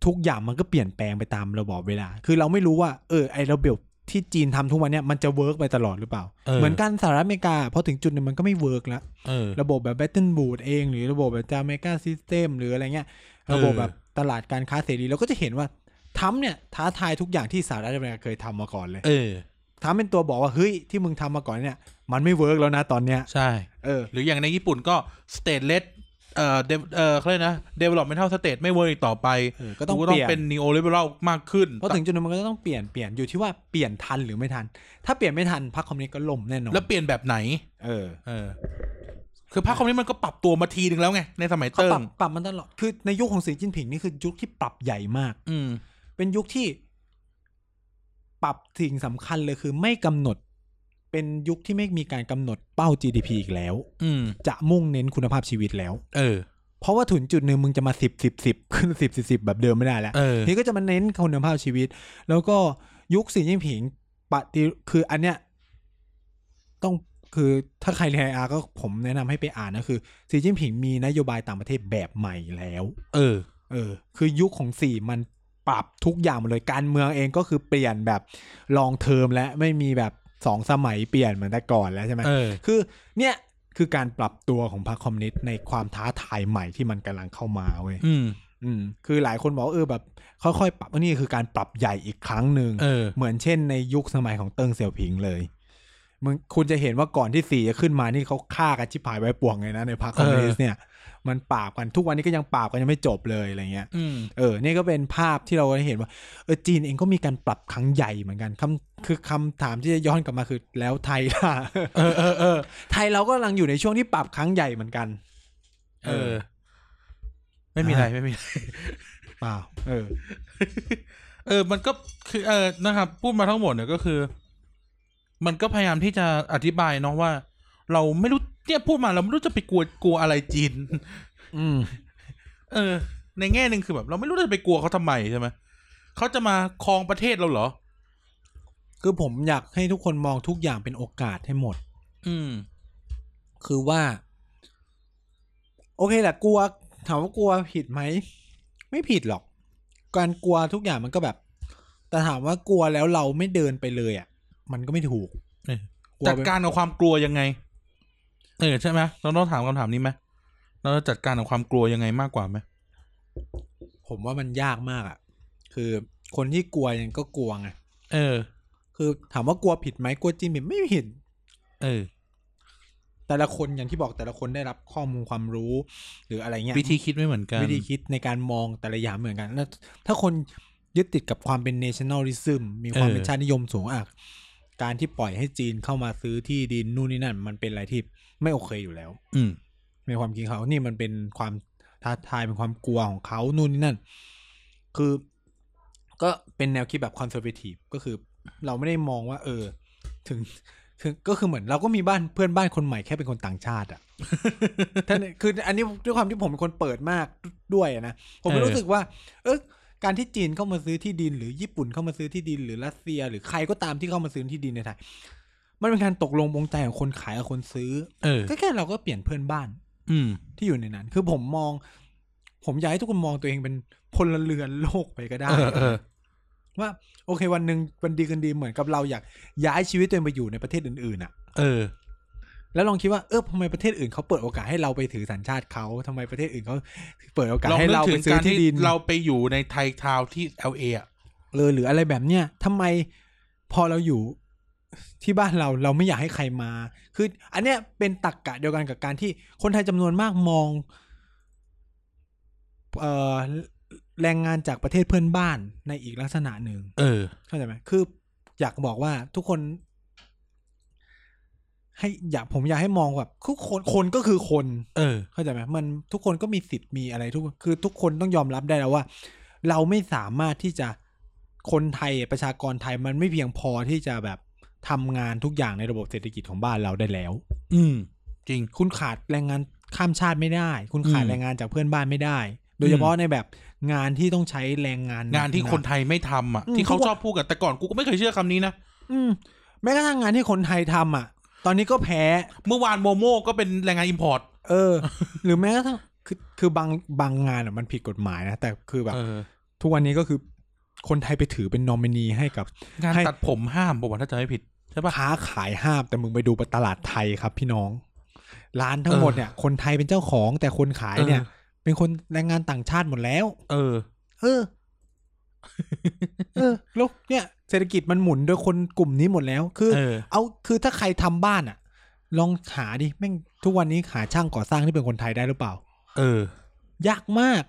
Speaker 1: ทุกอย่างมันก็เปลี่ยนแปลงไปตามระบอบเวลา คือเราไม่รู้ว่า เออไอระเบียบที่จีนทำทุกวันเนี่ยมันจะเวิร์กไปตลอดหรือเปล่า
Speaker 2: เออ
Speaker 1: เหมือนกันสหรัฐอเมริกาพอถึงจุดหนึงมันก็ไม่เวิร์กแล้ว
Speaker 2: เออ
Speaker 1: ระบบแบบแบตเทิลบูดเองหรือระบบแบบจาเมกาซิสเต็มหรืออะไรเงี้ย
Speaker 2: เออ
Speaker 1: ระบบแบบตลาดการค้าเสรีเราก็จะเห็นว่าทรัมป์เนี่ยท้าทายทุกอย่างที่สหรัฐอเมริกาเคยทำมาก่อนเลย
Speaker 2: เออ
Speaker 1: ทำเป็นตัวบอกว่า เฮ้ย ที่มึงทำมาก่อนเนี่ย มันไม่เวิร์กแล้วนะตอนเนี้ย
Speaker 2: ใช่
Speaker 1: เออ
Speaker 2: หรืออย่างในญี่ปุ่นก็สเตทเลสเอ่อ dev- เออเขาเรียกนะเดเวล็อปเมนทัลสเตทไม่เวิร์กอีกต่อไป
Speaker 1: เออก็ต้อง
Speaker 2: กู
Speaker 1: เปลี่ยน
Speaker 2: เป็นนีโอเลเบ a ลมากขึ้น
Speaker 1: เพราะถึงจุดนึงมันก็ต้องเปลี่ยนเปลี่ยนอยู่ที่ว่าเปลี่ยนทันหรือไม่ทัน ถ้าเปลี่ยนไม่ทันพรรคคอมมิวนิสต์ก็ล่มแน่นอน
Speaker 2: แล้วเปลี่ยนแบบไหน
Speaker 1: เออ
Speaker 2: เออ คือพรรคคอมมิวนิสต์มันก็ปรับตัวมาทีหนึ่งแล้วไงในสมัย
Speaker 1: เขา
Speaker 2: เติ้
Speaker 1: ปรับ
Speaker 2: ง
Speaker 1: ปรับมันตลอดคือในยุคของสีจิ้นผิงนี่คือยุคที่ปรับใหญ่มาก
Speaker 2: อืม
Speaker 1: เป็นยุคที่ ปรับสิ่งสำคัญเลยคือไม่กำหนด เป็นยุคที่ไม่มีการกำหนดเป้า GDP อีกแล้ว
Speaker 2: อืม
Speaker 1: จะมุ่งเน้นคุณภาพชีวิตแล้ว
Speaker 2: เออ
Speaker 1: เพราะว่าถึงจุดหนึ่งมึงจะมาสิบสิบสิบขึ้นสิบสิบสิบแบบเดิมไม่ได้แล้ว
Speaker 2: เออ
Speaker 1: ทีนี้ก็จะมาเน้นคุณภาพชีวิต แล้วก็ยุคสีจิ้นผิงปฏิคืออันเนี้ย ต้อง คือถ้าใครเรียนไออาร์ก็ผมแนะนำให้ไปอ่านนะคือสีจิ้นผิงมีนโยบายต่างประเทศแบบใหม่แล้ว
Speaker 2: เออ
Speaker 1: เออ คือยุคของสี่มันปรับทุกอย่างหมดเลยการเมืองเองก็คือเปลี่ยนแบบลองเทอมและไม่มีแบบสองสมัยเปลี่ยนเหมือนแต่ก่อนแล้วใช่ไหม
Speaker 2: เออ
Speaker 1: คือเนี่ยคือการปรับตัวของพรรคคอมมิวนิสต์ในความท้าทายใหม่ที่มันกำลังเข้ามาเว้ย
Speaker 2: อืม
Speaker 1: อืมคือหลายคนบอกว่าเออแบบ ค่อยๆ ปรับอันนี้คือการปรับใหญ่อีกครั้งหนึ่ง
Speaker 2: เออ
Speaker 1: เหมือนเช่นในยุคสมัยของเติ้งเสี่ยวผิงเลยมึงคุณจะเห็นว่าก่อนที่สี่จะขึ้นมานี่เขาฆ่ากันชิบหายไว้ป่วงเลยนะในพรรคคอมมิวนิสต์เนี่ยมันปราบกันทุกวันนี้ก็ยังปราบกันยังไม่จบเลยอะไรเงี้ย
Speaker 2: อืม
Speaker 1: เออ นี่ก็เป็นภาพที่เราได้เห็นว่า เออ จีนเองก็มีการปรับครั้งใหญ่เหมือนกันคำคือคำถามที่จะย้อนกลับมาคือแล้วไทยล่ะ
Speaker 2: เออเออเออ
Speaker 1: ไทยเราก็กำลังอยู่ในช่วงที่ปรับครั้งใหญ่เหมือนกัน
Speaker 2: เออ ไม่มีอะไรไม่มีอะไร
Speaker 1: เปล่า เออ
Speaker 2: เออ มันก็คือเออนะครับ พูดมาทั้งหมดเนี่ยก็คือ มันก็พยายามที่จะอธิบายเนาะว่า เราไม่รู้เนี่ยพูดมาเราไม่รู้จะไปกลัวกลัวอะไรจีน
Speaker 1: อืม
Speaker 2: เออ ในแง่หนึ่งคือแบบ เราไม่รู้จะไปกลัวเขาทำไมใช่ไหมเขาจะมาครองประเทศเราเหรอ
Speaker 1: คือผมอยากให้ทุกคนมองทุกอย่างเป็นโอกาสให้หมด
Speaker 2: อืม
Speaker 1: คือว่า โอเคแหละกลัวถามว่ากลัวผิดไหม ไม่ผิดหรอก การกลัวทุกอย่างมันก็แบบ แต่ถามว่ากลัวแล้วเราไม่เดินไปเลยอ่ะ มันก็ไม่ถูก
Speaker 2: เออ
Speaker 1: กลัว
Speaker 2: จัด
Speaker 1: ไป
Speaker 2: การกับความกลัวยังไง เออใช่ไหมเราต้องถามคำถามนี้ไหมเราจะจัดการกับความกลัวยังไงมากกว่าไหม
Speaker 1: ผมว่ามันยากมากอะ่ะ คือคนที่กลัวยังก็กลัวไง
Speaker 2: เออ
Speaker 1: คือถามว่ากลัวผิดไหมกลัวจริงผิดไม่ผิด
Speaker 2: เออ
Speaker 1: แต่ละคนอย่างที่บอกแต่ละคนได้รับข้อมูลความรู้ หรืออะไรเงี้ย
Speaker 2: วิธีคิดไม่เหมือนกัน
Speaker 1: วิธีคิดในการมองแต่ละอย่างไม่เหมือนกัน แล้ว ถ้าคนยึดติดกับความเป็น nationalism มีความเป็นชาตินิยมสูงอ่ะ การที่ปล่อยให้จีนเข้ามาซื้อที่ดินนู่นนี่นั่น มันเป็นอะไรที่ไม่โอเคอยู่แล้ว
Speaker 2: อืม
Speaker 1: ในความคิดเขานี่มันเป็นความท้าทายเป็นความกลัวของเขานู่นนี่นั่น คือ ก็เป็นแนวคิดแบบคอนเซอร์ t วทีฟก็คือ เราไม่ได้มองว่า เออ ถึงถึงก็คือเหมือนเราก็มีบ้านเพื่อนบ้านคนใหม่แค่เป็นคนต่างชาติอะ ท่านคือ อันนี้ด้วยความที่ผมเป็นคนเปิดมากด้วยอะนะ ผมไม่
Speaker 2: เออ
Speaker 1: รู้สึกว่า เออการที่จีนเข้ามาซื้อที่ดิน หรือญี่ปุ่นเข้ามาซื้อที่ดิน หรือรัสเซีย หรือใครก็ตามที่เข้ามาซื้อที่ดินในไทยมันเป็นการตกลงปรงใจของคนขายกับคนซื้อ
Speaker 2: เออ
Speaker 1: ก็แค่เราก็เปลี่ยนเพื่อนบ้าน
Speaker 2: อืม
Speaker 1: ที่อยู่ในนั้น คือผมมอง ผมอยากให้ทุกคนมองตัวเองเป็นพลเรือนโลกไปก็ได้
Speaker 2: เออเออ
Speaker 1: ว่า โอเควันหนึ่งวันดีกันดีเหมือนกับเราอยากย้ายชีวิตตัวเองไปอยู่ในประเทศอื่นๆอ่ะ
Speaker 2: เออ
Speaker 1: แล้วลองคิดว่าเออทำไมประเทศอื่นเขาเปิดโอกาสให้เราไปถือสัญชาติเขาทำไมประเทศอื่นเขาเปิดโอกาส
Speaker 2: ลอง
Speaker 1: ให้
Speaker 2: นึก
Speaker 1: เรา
Speaker 2: ถึ
Speaker 1: ไป
Speaker 2: ง
Speaker 1: ซื้
Speaker 2: กา
Speaker 1: อ
Speaker 2: ร
Speaker 1: ที่
Speaker 2: ที่
Speaker 1: ดิน
Speaker 2: เราไปอยู่ในไทยทาวน์ที่ LA อ่ะ
Speaker 1: เลยหรืออะไรแบบเนี้ยทำไมพอเราอยู่ที่บ้านเราเราไม่อยากให้ใครมา คือ อันเนี้ยเป็นตรกกะเดียวกันกับการที่คนไทยจำนวนมากมอง เอ่อแรงงานจากประเทศเพื่อนบ้านในอีกลักษณะหนึ่ง
Speaker 2: เออ
Speaker 1: เข้าใจไหมคือ อยากบอกว่าทุกคน ให้อยากผมอยากให้มองแบบทุกคนคนก็คือคน
Speaker 2: เออ
Speaker 1: เข้าใจไหมมันทุกคนก็มีสิทธิ์มีอะไรทุกคนคือทุกคนต้องยอมรับได้แล้วว่า เราไม่สามารถที่จะคนไทยประชากรไทยมันไม่เพียงพอที่จะแบบทำงานทุกอย่างในระบบเศรษฐกิจของบ้านเราได้แล้ว
Speaker 2: อืม จริง
Speaker 1: คุณขาดแรงงานข้ามชาติไม่ได้ คุณขาด
Speaker 2: อืม
Speaker 1: แรงงานจากเพื่อนบ้านไม่ได้ โดยเฉพาะในแบบงานที่ต้องใช้แรงงานหก
Speaker 2: งานที่คนไทยไม่ทำอ่ะ
Speaker 1: อืม
Speaker 2: ที่เขาชอบพูดกันแต่ก่อนกูก็ไม่เคยเชื่อคำนี้นะ
Speaker 1: อืมแม้กระทั่งงานที่คนไทยทำอ่ะ ตอนนี้ก็แพ้
Speaker 2: เมื่อวานโมโม่ก็เป็นแรงงานอิมพอร์ต
Speaker 1: เออ หรือแม้กระทั่งคือคือบางบางงานอ่ะมันผิดกฎหมายนะแต่คือแบบ
Speaker 2: เออ
Speaker 1: ทุกวันนี้ก็คือคนไทยไปถือเป็นนอมินีให้กับ
Speaker 2: งานตัดผมห้ามบอกว่าถ้าจะไม่ผิด ใช่ปะ
Speaker 1: ค้าขายห้าม แต่มึงไปดูตลาดไทยครับพี่น้อง ร้านทั้งหมดเนี่ย คนไทยเป็นเจ้าของแต่คนขายเนี่ย
Speaker 2: เออ
Speaker 1: เป็นคนแรงงานต่างชาติหมดแล้ว
Speaker 2: เออ
Speaker 1: เออ เออแล้วเนี่ย เศรษฐกิจมันหมุนโดยคนกลุ่มนี้หมดแล้ว คือ
Speaker 2: เออ
Speaker 1: เอาคือถ้าใครทำบ้านอะลองหาดิแม่งทุกวันนี้หาช่างก่อสร้างที่เป็นคนไทยได้หรือเปล่า
Speaker 2: เออ
Speaker 1: ยากมาก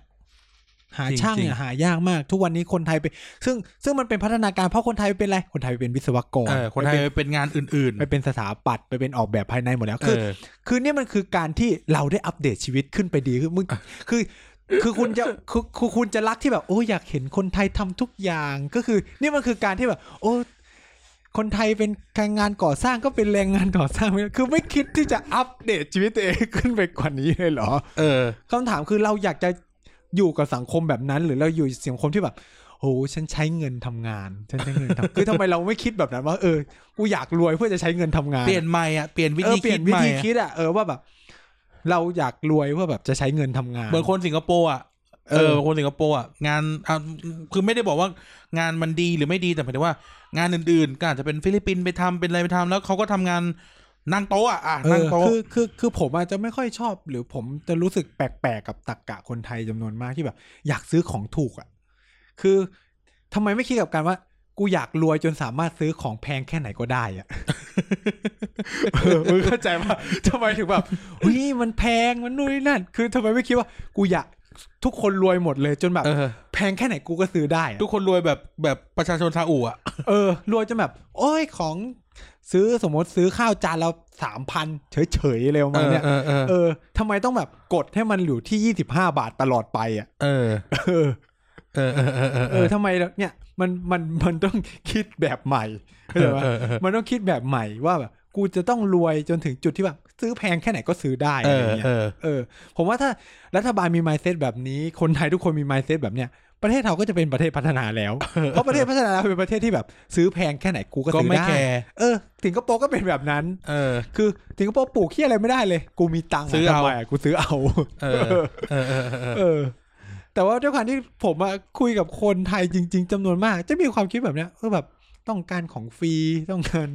Speaker 1: หา
Speaker 2: จริง
Speaker 1: ช่างเนี่ย
Speaker 2: จริง
Speaker 1: หายากมาก ทุกวันนี้คนไทยไป ซึ่งซึ่งมันเป็นพัฒนาการเพราะคนไทยไปเป็นอะไร คนไทยไปเป็นวิศวกร
Speaker 2: เออ คนไทย
Speaker 1: ไปเป็
Speaker 2: เป็นงานอื่น
Speaker 1: นไปเป็นสถาปัตย์ไปเป็นออกแบบภายในหมดแล้ว
Speaker 2: ๆ เอ
Speaker 1: คือ
Speaker 2: อ
Speaker 1: คือเนี่ยมันคือการที่เราได้อัปเดตชีวิตขึ้นไปดีคือมึงคือ คือคุณจะคือคือคุณจะรักที่แบบ โอ้ยอยากเห็นคนไทยทำทุกอย่างก็คือ เนี่ยมันคือการที่แบบ โอ้คนไทยเป็นแรงงานก่อสร้างก็เป็นแรงงานก่อสร้างไม่ได้คือไม่คิดที่จะอัปเดตชีวิตตัวเองขึ้นไปกว่านี้เลยเหรอ
Speaker 2: เออ
Speaker 1: คำถามคือเราอยากจะอยู่กับสังคมแบบนั้น หรือเราอยู่สังคมที่แบบ โหฉันใช้เงินทำงาน ฉันใช้เงินทำ คือทำไมเราไม่คิดแบบนั้นว่าเออกูอยากรวยเพื่อจะใช้เงินทำงาน
Speaker 2: เปลี่ยนใหม่อ่ะเปลี่ยนวิ
Speaker 1: เออ
Speaker 2: ธี
Speaker 1: เปลี่ยน
Speaker 2: คิด
Speaker 1: วิ
Speaker 2: ใหม่
Speaker 1: ธี
Speaker 2: อะ
Speaker 1: คิดอะเออว่าแบบ เราอยากรวยเพื่อแบบจะใช้เงินทำงาน
Speaker 2: เหมือนคนสิงคโปร์อ่ะเอ
Speaker 1: เอ
Speaker 2: อ
Speaker 1: อ
Speaker 2: คนสิงคโปร์อ่ะงานอ่ะคือไม่ได้บอกว่างานมันดีหรือไม่ดีแต่หมายถึงว่า งานอื่นๆ ก็อาจจะเป็นฟิลิปปินส์ไปทำเป็นอะไรไปทำแล้วเขาก็ทำงานนั่งโต๊ะอ่ะอ่ะ
Speaker 1: เอ
Speaker 2: นั่ง
Speaker 1: อ
Speaker 2: โต๊ะ
Speaker 1: คือคือคือผมอาจจะไม่ค่อยชอบ หรือผมจะรู้สึกแปลกๆกับตรกกะคนไทยจำนวนมากที่แบบ อยากซื้อของถูกอะ่ะ คือทำไมไม่คิดกับการว่า กูอยากรวยจนสามารถซื้อของแพงแค่ไหนก็ได้อะ่ ะ เออมึงเข้าใจป่ะทำไมถึงแบบเฮ้ยมันแพงมันนู่นนนั่น คือทำไมไม่คิดว่า กูอยากทุกคนรวยหมดเลยจนแบบ
Speaker 2: เออ
Speaker 1: แพงแค่ไหนกูก็ซื้อได้อะ
Speaker 2: ทุกคนรวยแบบแบบประชาชนซาอุอ่ะ
Speaker 1: เออรวยจนแบบ โอ้ยของซื้อสมมติซื้อข้าวจานละสามพันเฉยๆเลยประมาณเนี้ย
Speaker 2: เออเออ
Speaker 1: เออทำไมต้องแบบกดให้มันอยู่ที่ยี่สิบห้าบาทตลอดไปอ่ะ
Speaker 2: เออ
Speaker 1: เออ
Speaker 2: เออเออเออเออ
Speaker 1: เอ
Speaker 2: เอ
Speaker 1: อ
Speaker 2: อ
Speaker 1: ทำไมเนี่ยมันมันมันต้องคิดแบบใหม่เข้าใจปะ
Speaker 2: เออเออ
Speaker 1: มันต้องคิดแบบใหม่ว่าแบบกูจะต้องรวยจนถึงจุดที่แบบซื้อแพงแค่ไหนก็ซื้อได้
Speaker 2: เอ
Speaker 1: อะไร
Speaker 2: อ
Speaker 1: เงี้ย
Speaker 2: เออ
Speaker 1: เออ ผมว่าถ้ารัฐบาลมี mindset แบบนี้ คนไทยทุกคนมี mindset แบบเนี้ยประเทศเราก็จะเป็นประเทศพัฒนาแล้ว เพราะประเทศพัฒนาเป็นประเทศที่แบบซื้อแพงแค่ไหนกูก็
Speaker 2: ก็
Speaker 1: ซื้อ
Speaker 2: ไม่
Speaker 1: ได้
Speaker 2: แคร์
Speaker 1: เออสิงคโปร์ก็เป็นแบบนั้น
Speaker 2: เออ
Speaker 1: คือสิงคโปร์ปลูกเหียอะไรไม่ได้เลย กูมีตังค์ะ
Speaker 2: ซื้อเอา
Speaker 1: ทำไมะกูซื้อเอา
Speaker 2: เออเออเออเออ
Speaker 1: เออ แต่ว่าด้วยความที่ผมอะคุยกับคนไทยจริง ๆจำนวนมาก จะมีความคิดแบบเนี้ยเออแบบต้องการของฟรีต้องการ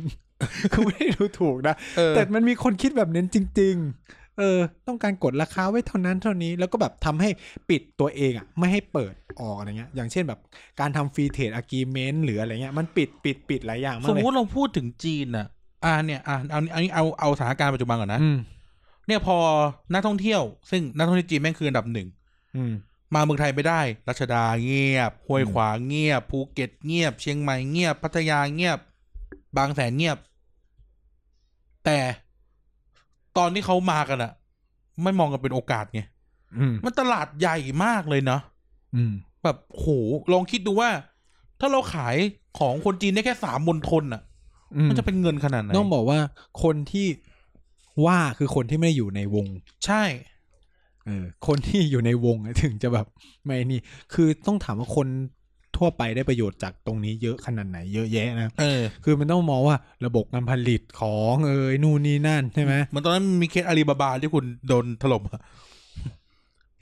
Speaker 1: คือไม่ได้ดูถูกนะ
Speaker 2: เออ
Speaker 1: แต่มันมีคนคิดแบบนั้นจริง ๆ เออ ต้องการกดราคาไว้เท่านั้นเท่านี้แล้วก็แบบทำให้ปิดตัวเองอะไม่ให้เปิดออกอะไรเงี้ย อย่างเช่นแบบการทำฟรีเทรดอากีเมนต์หรืออะไรเงี้ยมันปิดปิดปิดหลายอย่างมาก
Speaker 2: สม
Speaker 1: เลย
Speaker 2: มุติเราพูดถึงจีนอ่ะ อ่าเนี่ยอ่ะเอาเอาเอาเอาสถานการณ์ปัจจุบันก่อนนะ
Speaker 1: อืม
Speaker 2: เนี่ยพอนักท่องเที่ยว ซึ่งนักท่องเที่ยวจีนแม่งคืออันดับหนึ่ง
Speaker 1: อืม
Speaker 2: มาเมืองไทยไม่ได้รัชดาเงียบห้วยขวางเงียบภูเก็ตเงียบ เชียงใหม่เงียบพัทยาเงียบ บางแสนเงียบ แต่ตอนที่เขามากันอะไม่มองกันเป็นโอกาสไง
Speaker 1: อืม
Speaker 2: มันตลาดใหญ่มากเลยนะ
Speaker 1: อืม
Speaker 2: แบบโหลองคิดดูว่า ถ้าเราขายของคนจีนได้แค่สามมณฑลน่ะ
Speaker 1: อื
Speaker 2: มันจะเป็นเงินขนาดไหน
Speaker 1: ต้องบอกว่าคนที่ว่าคือคนที่ไม่ได้อยู่ในวง
Speaker 2: ใช่
Speaker 1: เออคนที่อยู่ในวงอะถึงจะแบบไม่นี่ คือต้องถามว่าคนทั่วไปได้ประโยชน์จากตรงนี้เยอะขนาดไหนเยอะแยะนะ
Speaker 2: เออ
Speaker 1: คือมันต้องมองว่าระบบการผลิตของเอยนู่นนี่นั่นใช่ไหม
Speaker 2: เหมันตอนนั้นมีเคสอาลีบาบาที่คุณโดนถล่มอะ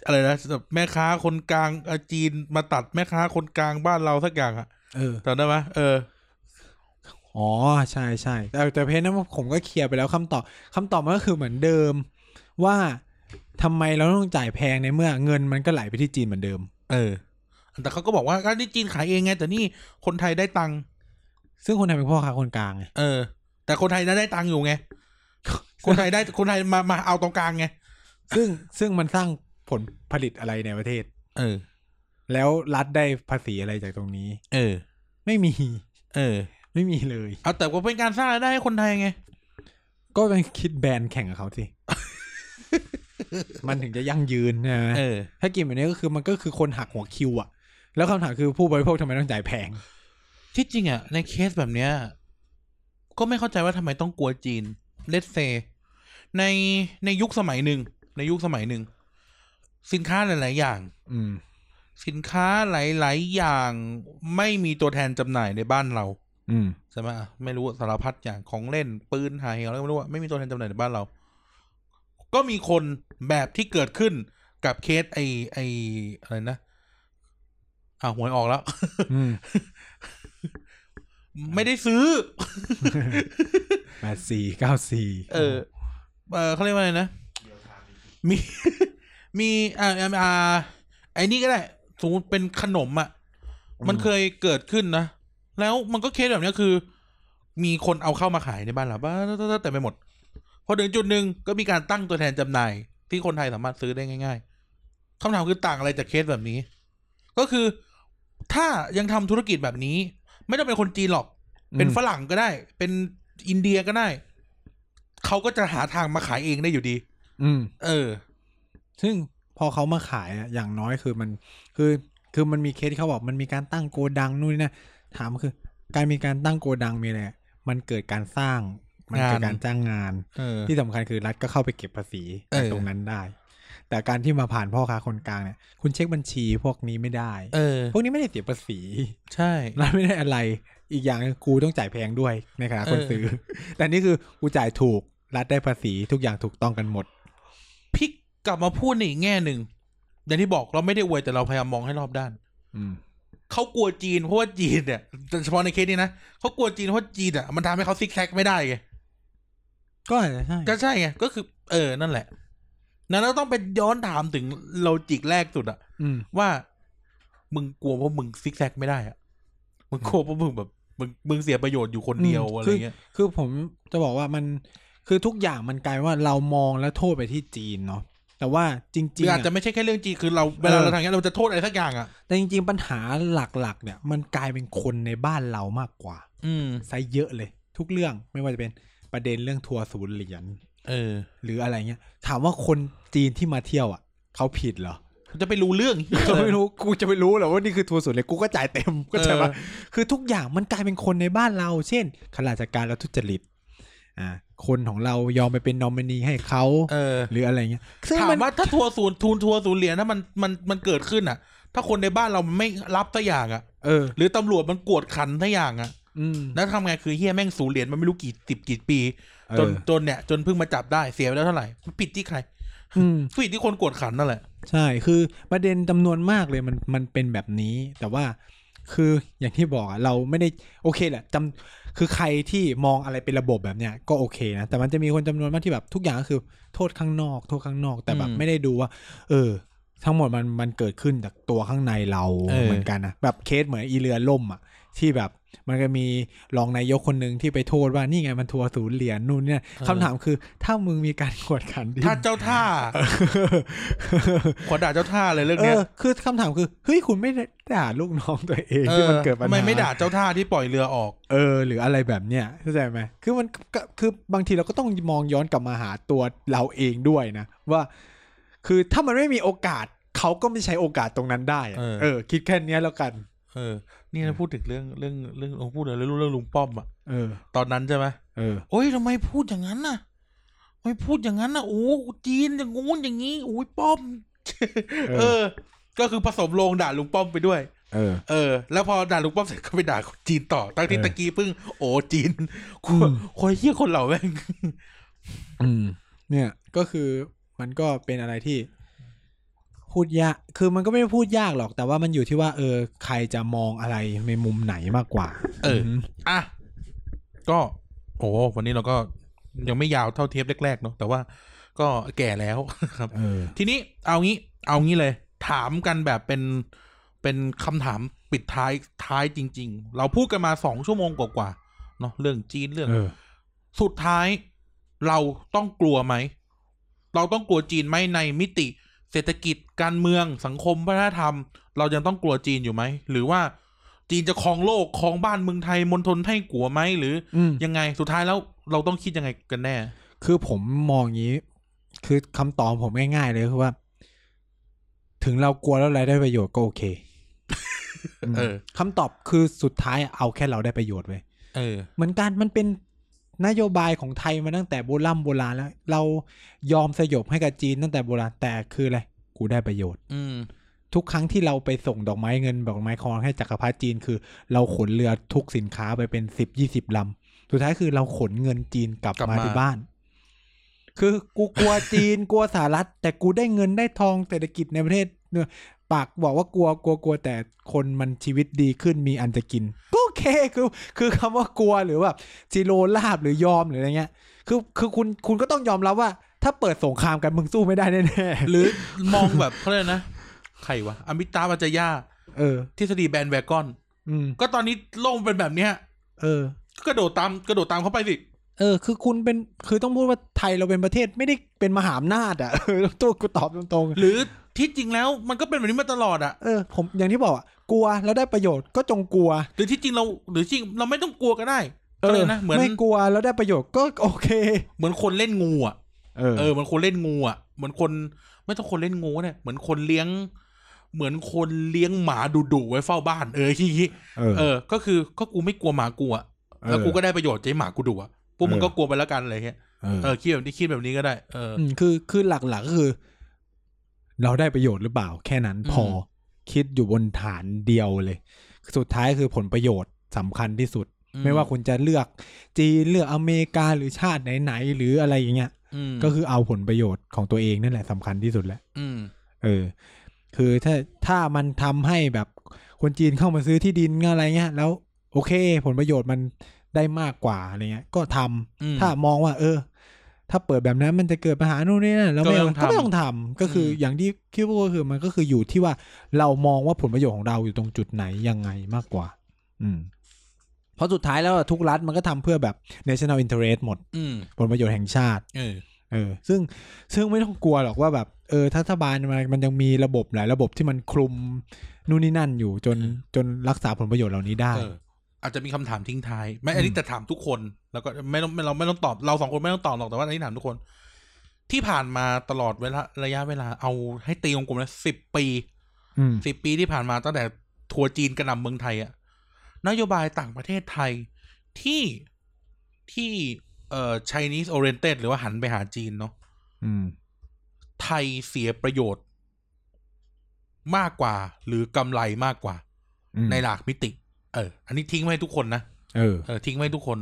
Speaker 2: อะไรนะแบบแม่ค้าคนกลางเอ่อจีนมาตัดแม่ค้าคนกลางบ้านเราสักอย่างอะ
Speaker 1: เออ
Speaker 2: จำได้ไหมเออ
Speaker 1: อ๋อใช่ใช่แต่แต่เพจนั้นผมก็เคลียร์ไปแล้วคำตอบคำตอบมันก็คือเหมือนเดิม ว่าทำไมเราต้องจ่ายแพงในเมื่อเงินมันก็ไหลไปที่จีนเหมือนเดิม
Speaker 2: เออ แต่เขาก็บอกว่าก็นี่จีนขายเองไง แต่นี่คนไทยได้ตังค์
Speaker 1: ซึ่งคนไทยเป็นพ่อค้าคนกลางไง
Speaker 2: เออ แต่คนไทยนั้นได้ตังค์อยู่ไง คนไทยได้คนไทยมามาเอาตรงกลางไง
Speaker 1: ซึ่งซึ่งมันสร้างผลผลิตอะไรในประเทศ
Speaker 2: เออ
Speaker 1: แล้วรัฐได้ภาษีอะไรจากตรงนี้
Speaker 2: เออ
Speaker 1: ไม่มี
Speaker 2: เออ
Speaker 1: ไม่มีเลย
Speaker 2: เอาแต่ก็เป็นการสร้างรายได้ให้คนไทยไง
Speaker 1: ก็เป็นคิดแบรนด์แข่งกับเขาสิ มันถึงจะยั่งยืนนะ
Speaker 2: เออ
Speaker 1: ถ้ากินแบบนี้ก็คือมันก็คือคนหักหัวคิวอะแล้วคำถามคือผู้บริโภคทำไมต้องจ่ายแพง
Speaker 2: ที่จริงอ่ะ ในเคสแบบเนี้ย ก็ไม่เข้าใจว่าทำไมต้องกลัวจีน เลสเซ ในในยุคสมัยหนึ่ง ในยุคสมัยหนึ่ง สินค้าหลาย ๆ อย่าง
Speaker 1: อืม
Speaker 2: สินค้าหลาย ๆ อย่างไม่มีตัวแทนจำหน่ายในบ้านเรา
Speaker 1: อืม
Speaker 2: ใช่ไหมอ่ะไม่รู้สารพัดอย่างของเล่นปืนหายเหวอะไรก็ไม่รู้อ่ะไม่มีตัวแทนจำหน่ายในบ้านเรา ก็มีคนแบบที่เกิดขึ้นกับเคสไอไออะไรนะอ่าหวยออกแล้ว
Speaker 1: อืม
Speaker 2: ไม่ได้ซื้อ
Speaker 1: แปดสี่เก้าสี่
Speaker 2: เออ เออเขาเรียกว่าอะไรนะ มี มีอ่าอ่าอ่าไอ้นี่ก็ได้สมมติเป็นขนมอ่ะ มันเคยเกิดขึ้นนะ แล้วมันก็เคสแบบเนี้ยคือ มีคนเอาเข้ามาขายในบ้านเราบ้าแต่ไปหมด พอถึงจุดหนึ่งก็มีการตั้งตัวแทนจำหน่าย ที่คนไทยสามารถซื้อได้ง่าย ๆคำถามคือต่างอะไรจากเคสแบบนี้ ก็คือถ้ายังทำธุรกิจแบบนี้ ไม่ต้องเป็นคนจีนหรอก เป็นฝรั่งก็ได้ เป็นอินเดียก็ได้ เขาก็จะหาทางมาขายเองได้อยู่ดี
Speaker 1: อืม
Speaker 2: เออ
Speaker 1: ซึ่งพอเขามาขายอะอย่างน้อยคือมันคือคือมันมีเคสที่เขาบอกมันมีการตั้งโกดังนู่นนี่นะถามคือ การมีการตั้งโกดังมีอะไรอะมันเกิดการสร้าง มันเกิด
Speaker 2: งาน
Speaker 1: การจ้างงาน
Speaker 2: เออ
Speaker 1: ที่สำคัญคือรัฐก็เข้าไปเก็บภาษี
Speaker 2: เออ
Speaker 1: ตรงนั้นได้ แต่การที่มาผ่านพ่อค้าคนกลางเนี่ย คุณเช็คบัญชีพวกนี้ไม่ได้
Speaker 2: เออ
Speaker 1: พวกนี้ไม่ได้เสียภาษี
Speaker 2: ใช่
Speaker 1: รัฐไม่ได้อะไร อีกอย่างคือกูต้องจ่ายแพงด้วยในขณะคน
Speaker 2: เออ
Speaker 1: ซื้อ แต่นี่คือกูจ่ายถูก รัฐได้ภาษีทุกอย่างถูกต้องกันหมด
Speaker 2: พลิกกลับมาพูดในอีกแง่หนึ่งอย่างที่บอกเราไม่ได้อวยแต่เราพยายามมองให้รอบด้าน
Speaker 1: อืม
Speaker 2: เขากลัวจีนเพราะว่าจีนเนี่ยเฉพาะในเคสนี้นะเขากลัวจีนเพราะว่าจีนอ่ะมันทำให้เขาซิกแซกไม่ได้ไง
Speaker 1: ก็อาจจะใช่
Speaker 2: ก็ใช่ไง ก็คือ เออ นั่นแหละ นั้นเราต้องไปย้อนถามถึงโลจิกแรกสุดอะ
Speaker 1: อืม
Speaker 2: ว่า มึงกลัวเพราะมึงซิกแซกไม่ได้อะมึงกลัวเพราะมึงแบบมึงมึงเสียประโยชน์อยู่คนเดียว
Speaker 1: อืม
Speaker 2: อะไรเงี้ย
Speaker 1: คือผมจะบอกว่ามันคือทุกอย่างมันกลายว่าเรามองและโทษไปที่จีนเนาะแต่ว่าจริง
Speaker 2: จริง
Speaker 1: ๆ
Speaker 2: อาจ
Speaker 1: อะ
Speaker 2: จะไม่ใช่แค่เรื่องจีนคือเราเว
Speaker 1: เอ
Speaker 2: ลา
Speaker 1: อ
Speaker 2: เราทำอย่างเงี้ยเราจะโทษอะไรสักอย่างอ่ะ
Speaker 1: แต่จริงๆปัญหาหลักๆ เนี่ย มันกลายเป็นคนในบ้านเรามากกว่า
Speaker 2: อืม
Speaker 1: ซะเยอะเลย ทุกเรื่องไม่ว่าจะเป็นประเด็นเรื่องทัวร์ศูนย์เหรียญ
Speaker 2: เออ
Speaker 1: หรืออะไรเงี้ย ถามว่าคนจีนที่มาเที่ยวอ่ะเขาผิดเหรอ
Speaker 2: จะไปรู้เรื่อง
Speaker 1: ก็ไม่รู้กูจะไปรู้เหรอว่านี่คือทัวร์ศูนย์เหรียญกูก็จ่ายเต็มก็ใช่ปะ
Speaker 2: เออ
Speaker 1: คือทุกอย่างมันกลายเป็นคนในบ้านเรา เช่นข้าราชการเราทุจริตอ่าคนของเรายอมไปเป็นนอมินีให้เขา
Speaker 2: เออ
Speaker 1: หรืออะไรเงี้ยซึ่ง
Speaker 2: ถาม
Speaker 1: มัน
Speaker 2: ว่าถ้าทัวร์ศูนย์ทูนทัวร์ศูนย์เหรียญถ้ามันมันมันเกิดขึ้นอ่ะ ถ้าคนในบ้านเราไม่รับสักอย่างอ่ะ
Speaker 1: เออ
Speaker 2: หรือตำรวจมันกวดขันสักอย่างอ่ะ
Speaker 1: อืม
Speaker 2: แล้วทำไงคือเฮียแม่งศูนย์เหรียญมันไม่รู้กี่สิบกี่ปี
Speaker 1: เออ
Speaker 2: จนจนเนี่ยจนเพิ่งมาจับได้เสียไปแล้วเท่าไหร่มันผิดที่ใคร
Speaker 1: อืม
Speaker 2: ผิดที่คนกวดขันนั่นแหละ
Speaker 1: ใช่คือประเด็นจำนวนมากเลยมันมันเป็นแบบนี้ แต่ว่าคืออย่างที่บอกอะเราไม่ได้โอเคแหละจำคือใครที่มองอะไรเป็นระบบแบบเนี้ยก็โอเคนะ แต่มันจะมีคนจำนวนมากที่แบบทุกอย่างก็คือโทษข้างนอกโทษข้างนอกแต่แบบ
Speaker 2: อืม
Speaker 1: ไม่ได้ดูว่า เออ ทั้งหมดมันมันเกิดขึ้นจากตัวข้างในเรา
Speaker 2: เออ
Speaker 1: เหมือนกันนะแบบเคสเหมือนอีเรือล่มอ่ะที่แบบมันก็มีรองนายกคนหนึ่งที่ไปโทษว่านี่ไงมันทัวร์ศูนย์เหรียญนู่นเนี่ยคำถามคือถ้ามึงมีการกวดขันดิ
Speaker 2: ถ้าเจ้า ท่า ขอด่าเจ้าท่าเลยเรื่อง
Speaker 1: เอ
Speaker 2: เนี้ย
Speaker 1: อคือคำถามคือ เฮ้ย คุณไม่ได้ด่าลูกน้องตัวเองที่มันเกิดปัญ
Speaker 2: ทำไม
Speaker 1: หา
Speaker 2: ไม่ด่าเจ้าท่าที่ปล่อยเรือออก
Speaker 1: เออ หรืออะไรแบบเนี้ยเข้าใจไหมคือมันก็คือบางทีเราก็ต้องมองย้อนกลับมาหาตัวเราเองด้วยนะ ว่า คือถ้ามันไม่มีโอกาสเขาก็ไม่ใช้โอกาสตรงนั้นได้อะ
Speaker 2: เออ
Speaker 1: เออ คิดแค่เนี้ยแล้วกัน
Speaker 2: เออ นี่นะพูดถึงเรื่องเรื่องเรื่องเอาพูดเลยเรื่องเรื่องลุงป้อมอะ
Speaker 1: เออ
Speaker 2: ตอนนั้นใช่ไหม
Speaker 1: เออ
Speaker 2: โอ้ยทำไมพูดอย่างนั้นน่ะทำไม่พูดอย่างนั้นน่ะโอ้จีนอย่างงู้นอย่างงี้โอ้ยป้อม
Speaker 1: เออ
Speaker 2: เออ ก็คือผสมโลงด่าลุงป้อมไปด้วย
Speaker 1: เออ
Speaker 2: เออแล้วพอด่าลุงป้อมเสร็จก็ไปด่าคนจีนต่อตั้งที่
Speaker 1: เออ
Speaker 2: ตะกี้เพิ่งโอ้จีนค
Speaker 1: อื
Speaker 2: น
Speaker 1: ม
Speaker 2: คนเฮี้ยคนเหล่าแม่ง
Speaker 1: อืม เนี่ยก็คือมันก็เป็นอะไรที่ พูดยาก คือมันก็ไม่ได้พูดยากหรอก แต่ว่ามันอยู่ที่ว่า เออ ใครจะมองอะไรในมุมไหนมากกว่า
Speaker 2: เออ อ่ะก็ โอ้วันนี้เราก็ยังไม่ยาวเท่าเทปแรกๆเนาะแต่ว่าก็แก่แล้ว ครับ
Speaker 1: เออ
Speaker 2: ทีนี้เอางี้ เอางี้เลย ถามกันแบบเป็นเป็นคำถามปิดท้ายท้ายจริง ๆ เราพูดกันมาสองชั่วโมงกว่าๆเนาะเรื่องจีนเรื่อง
Speaker 1: เออ
Speaker 2: สุดท้ายเราต้องกลัวไหม เราต้องกลัวจีนไหมในมิติ เศรษฐกิจการเมืองสังคมวัฒนธรรม เรายังต้องกลัวจีนอยู่ไหม หรือว่าจีนจะครองโลกครองบ้านเมืองไทยมณฑลไทยกัวไหมหรือ
Speaker 1: อืม
Speaker 2: ยังไงสุดท้ายแล้วเราต้องคิดยังไงกันแน่
Speaker 1: คือผมมองอย่างนี้ คือคำตอบผมง่ายๆเลยคือว่า ถึงเรากลัวแล้วอะไรได้ประโยชน์ก็โอเค
Speaker 2: เออ
Speaker 1: คำตอบคือสุดท้ายอะเอาแค่เราได้ประโยชน์เว้ย
Speaker 2: เออ
Speaker 1: เหมือนกันมันเป็นนโยบายของไทยมาตั้งแต่โบราณโบราณแล้ว เรายอมสยบให้กับจีนตั้งแต่โบราณแต่คืออะไรกูได้ประโยชน์
Speaker 2: อืม
Speaker 1: ทุกครั้งที่เราไปส่งดอกไม้เงินดอกไม้คองให้จักรพรรดิจีนคือ เราขนเรือทุกสินค้าไปเป็นสิบยี่สิบลำ สุดท้ายคือเราขนเงินจีนกลับ
Speaker 2: กลับ
Speaker 1: มา
Speaker 2: มา
Speaker 1: ที่บ้าน คือกูกลัวจีน กลัวสหรัฐ แต่กูได้เงินได้ทองเศรษฐกิจในประเทศเนี่ยปากบอกว่ากลัวกลัวกลัวแต่คนมันชีวิตดีขึ้นมีอันจะกินก็ โอเคคือ คือคำว่ากลัวหรือแบบซีโรลาบหรือยอมหรืออะไรเงี้ย คือคือคุณคุณก็ต้องยอมรับว่า ถ้าเปิดสงครามกันมึงสู้ไม่ได้แน่ๆ
Speaker 2: หรือ มองแบบ เขาเรียกนะ ใครวะอมิตาบัจจยา
Speaker 1: เออ
Speaker 2: ทฤษฎีแบนแวกอน
Speaker 1: อืม
Speaker 2: ก็ตอนนี้โลกมันเป็นแบบเนี้ย
Speaker 1: เออ
Speaker 2: ก็กระโดดตามกระโดดตามเข้าไปสิ
Speaker 1: เออคือคุณเป็นคือต้องพูดว่าไทยเราเป็นประเทศไม่ได้เป็นมหาอำนาจอ่ะ เออตัวกูตอบตรง
Speaker 2: หรือที่จริงแล้วมันก็เป็นแบบนี้มาตลอดอะ
Speaker 1: ๆเออผมอย่างที่บอกอ่ะกลัวแล้วได้ประโยชน์ก็จงกลัว
Speaker 2: หรือที่จริงเราหรือจริงเราไม่ต้องกลัวก็ได้
Speaker 1: เอ
Speaker 2: ก็เล
Speaker 1: อย
Speaker 2: นะเหมือน
Speaker 1: ไม่กลัวแล้วได้ประโยชน์ก็โอเค
Speaker 2: เหมือนคนเล่นงูอ่ะ
Speaker 1: เออ
Speaker 2: เออเหมือนคนเล่นงูอ่ะเหมือนคนไม่ต้องคนเล่นงูเนี่ยเหมือนคนเลี้ยง เหมือนคนเลี้ยงหมาดุดุๆไว้เฝ้าบ้าน เออที่ที่
Speaker 1: เออ
Speaker 2: เออ ก็คือก็กูไม่กลัวหมากูอ่ะแล้วกูก็ได้ประโยชน์จากหมากูดุอ่ะพวกมึง
Speaker 1: เออ
Speaker 2: ก็กลัวไปแล้วกันอะไรเงี้ย
Speaker 1: เออ
Speaker 2: เออคิดแบบนี้คิดแบบนี้ก็ได้ เออ
Speaker 1: มคือคือหลักๆก็คือ เราได้ประโยชน์หรือเปล่า แค่นั้นพออ
Speaker 2: ม
Speaker 1: คิดอยู่บนฐานเดียวเลย สุดท้ายคือผลประโยชน์สำคัญที่สุด ไม่ว่าคุณจะเลือกจีนเลือกอเมริกาหรือชาติไหนๆหรืออะไรอย่างเงี้ย
Speaker 2: อืม
Speaker 1: ก็คือเอาผลประโยชน์ของตัวเองนั่นแหละสำคัญที่สุดแหละ
Speaker 2: ม
Speaker 1: เออ คือถ้าถ้ามันทำให้แบบคนจีนเข้ามาซื้อที่ดินอะไรเงี้ย แล้วโอเค ผลประโยชน์มันได้มากกว่าอะไรเงี้ย ก็ทำ
Speaker 2: อืม
Speaker 1: ถ้ามองว่า เออ ถ้าเปิดแบบนั้นมันจะเกิดปัญหานู่นนี่นั่นแล้วไม่
Speaker 2: ก็
Speaker 1: เอา
Speaker 2: ไม่
Speaker 1: ก็ไม่ต้
Speaker 2: ต้องทำ
Speaker 1: องทำก็คืออ
Speaker 2: ม
Speaker 1: อย่างที่คิดว่าก็คือมันก็คืออยู่ที่ว่าเรามองว่าผลประโยชน์ของเราอยู่ตรงจุดไหนยังไงมากกว่า อืม เพราะสุดท้ายแล้วอะทุกรัฐมันก็ทำเพื่อแบบ national interest หมด
Speaker 2: อืม
Speaker 1: ผลประโยชน์แห่งชาติ
Speaker 2: เออ
Speaker 1: เออซึ่งซึ่งไม่ต้องกลัวหรอกว่าแบบเออรัฐบาลมันมันยังมีระบบหลายระบบที่มันคลุมนู่นนี่นั่นอยู่จน
Speaker 2: เออ
Speaker 1: จนรักษาผลประโยชน์เหล่านี้ได้
Speaker 2: เออ อาจจะมีคำถามทิ้งท้าย ไม่อันนี้
Speaker 1: อืม
Speaker 2: แต่ถามทุกคน แล้วก็ไม่ต้องไม่เราไม่ต้องตอบเราสองคนไม่ต้องตอบหรอกแต่ว่าอันนี้ถามทุกคน ที่ผ่านมาตลอดเวลาระยะเวลาเอาให้ตีวงกลมนะสิบปี
Speaker 1: อืม
Speaker 2: สิบปีที่ผ่านมาตั้งแต่ทัวร์จีนกระหน่ำเมืองไทยอะนโยบายต่างประเทศไทยที่ที่เอ่อ Chinese oriented หรือว่าหันไปหาจีนเนาะ
Speaker 1: อืม
Speaker 2: ไทยเสียประโยชน์มากกว่า หรือกำไรมากกว่า
Speaker 1: อืม
Speaker 2: ในหลากมิติ เออ อันนี้ทิ้งไว้ให้ทุกคนนะ
Speaker 1: เออ
Speaker 2: เออทิ้งไว้ให้ทุกคน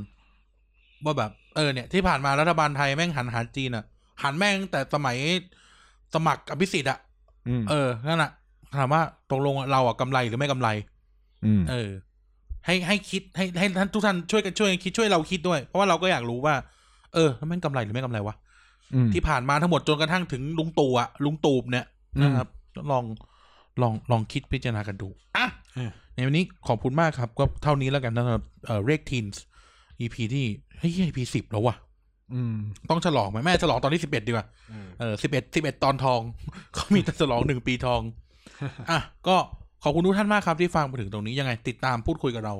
Speaker 2: ว่าแบบ เออเนี่ย ที่ผ่านมารัฐบาลไทยแม่งหันหาจีนอะหันแม่งตั้งแต่สมัยสมัครอภิสิทธิ์อะ
Speaker 1: อืม
Speaker 2: เออนั่นแหะถามว่าตกลงเราอะกำไรหรือไม่กำไร
Speaker 1: อืม
Speaker 2: เออ ให้ให้คิดให้ให้ท่านทุกท่านช่วยกันช่วยกันคิดช่วยเราคิดด้วย เพราะว่าเราก็อยากรู้ว่า เออแล้วแม่งกำไรหรือไม่กำไรวะ
Speaker 1: อืม
Speaker 2: ที่ผ่านมาทั้งหมดจนกระทั่งถึงลุงตู่อะลุงตู่เนี่ย
Speaker 1: อืม
Speaker 2: นะครับลองลองลองคิดพิจารณากันดูอ่ะ
Speaker 1: อ่ะ
Speaker 2: ในวันนี้ขอบคุณมากครับ ก็เท่านี้แล้วกันนะครับเอ่อเรกทีนส์ EP ที่เฮ้ย EP สิบแล้ววะ
Speaker 1: อืม
Speaker 2: ต้องฉลองไหมแม่ฉลองตอนที่สิบเอ็ดดีกว่า
Speaker 1: เออ
Speaker 2: เออสิบเอ็ดสิบเอ็ดตอนทอง เขามีแต่ฉลองหนึ่งปีทอง อ่ะก็ขอบคุณทุกท่านมากครับที่ฟังมาถึงตรงนี้ยังไงติดตามพูดคุยกับเรา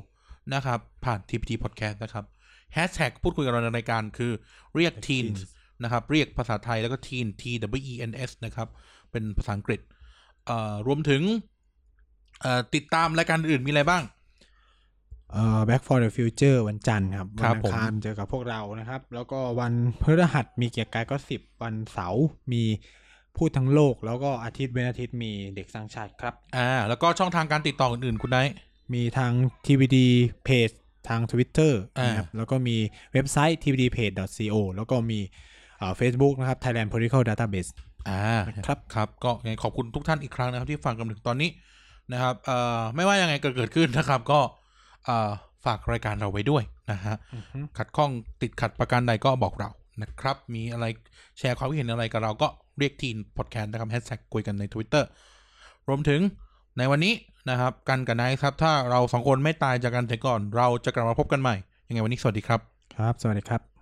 Speaker 2: นะครับ ผ่าน TPT Podcast นะครับแฮชแท็กพูดคุยกับเราในรายการคือเรียก teens นะครับ เรียกภาษาไทยแล้วก็ teen T W E N S นะครับ เป็นภาษาอังกฤษเอ่อรวมถึงเอ่อติดตามรายการอื่นมีอะไรบ้าง
Speaker 1: เอ่อ Back for the Future วันจันทร์ครับ
Speaker 2: ค
Speaker 1: วั
Speaker 2: รับ
Speaker 1: อัง
Speaker 2: ผม
Speaker 1: คารเจอกับพวกเรานะครับ แล้วก็วันพฤหัสมีเกียร์กายก็สิบวันเสาร์มีพูดทั้งโลก แล้วก็อาทิตย์เว้นอาทิตย์มีเด็กสร้างชาติครับ
Speaker 2: อ่าแล้วก็ช่องทางการติดต่ออื่นๆ คุณไนท์
Speaker 1: มีทาง TVD Page ทาง Twitter
Speaker 2: อ่า
Speaker 1: นะครับแล้วก็มีเว็บไซต์ tvdpage.co แล้วก็มีเอ่อ Facebook นะครับ Thailand Political Database
Speaker 2: อ่า
Speaker 1: นะครับ
Speaker 2: ครับก็ยังไงขอบคุณทุกท่านอีกครั้งนะครับ ที่ฟังกันถึงตอนนี้นะครับเอ่อไม่ว่ายังไงเกิดเกิดขึ้นนะครับ ก็เอ่อฝากรายการเราไว้ด้วยนะฮะขัดข้องติดขัดประการใดก็บอกเรานะครับ มีอะไรแชร์ความคิดเห็นอะไรกับเราก็เรียกทีนพอดแคสต์นะครับแฮชแท็กคุยกันใน Twitter รวมถึงในวันนี้นะครับ กันกับนายครับ ถ้าเราสองคนไม่ตายจากกันเสียก่อน เราจะกลับมาพบกันใหม่ยังไงวันนี้สวัสดีครับ
Speaker 1: ครับ สวัสดีครับ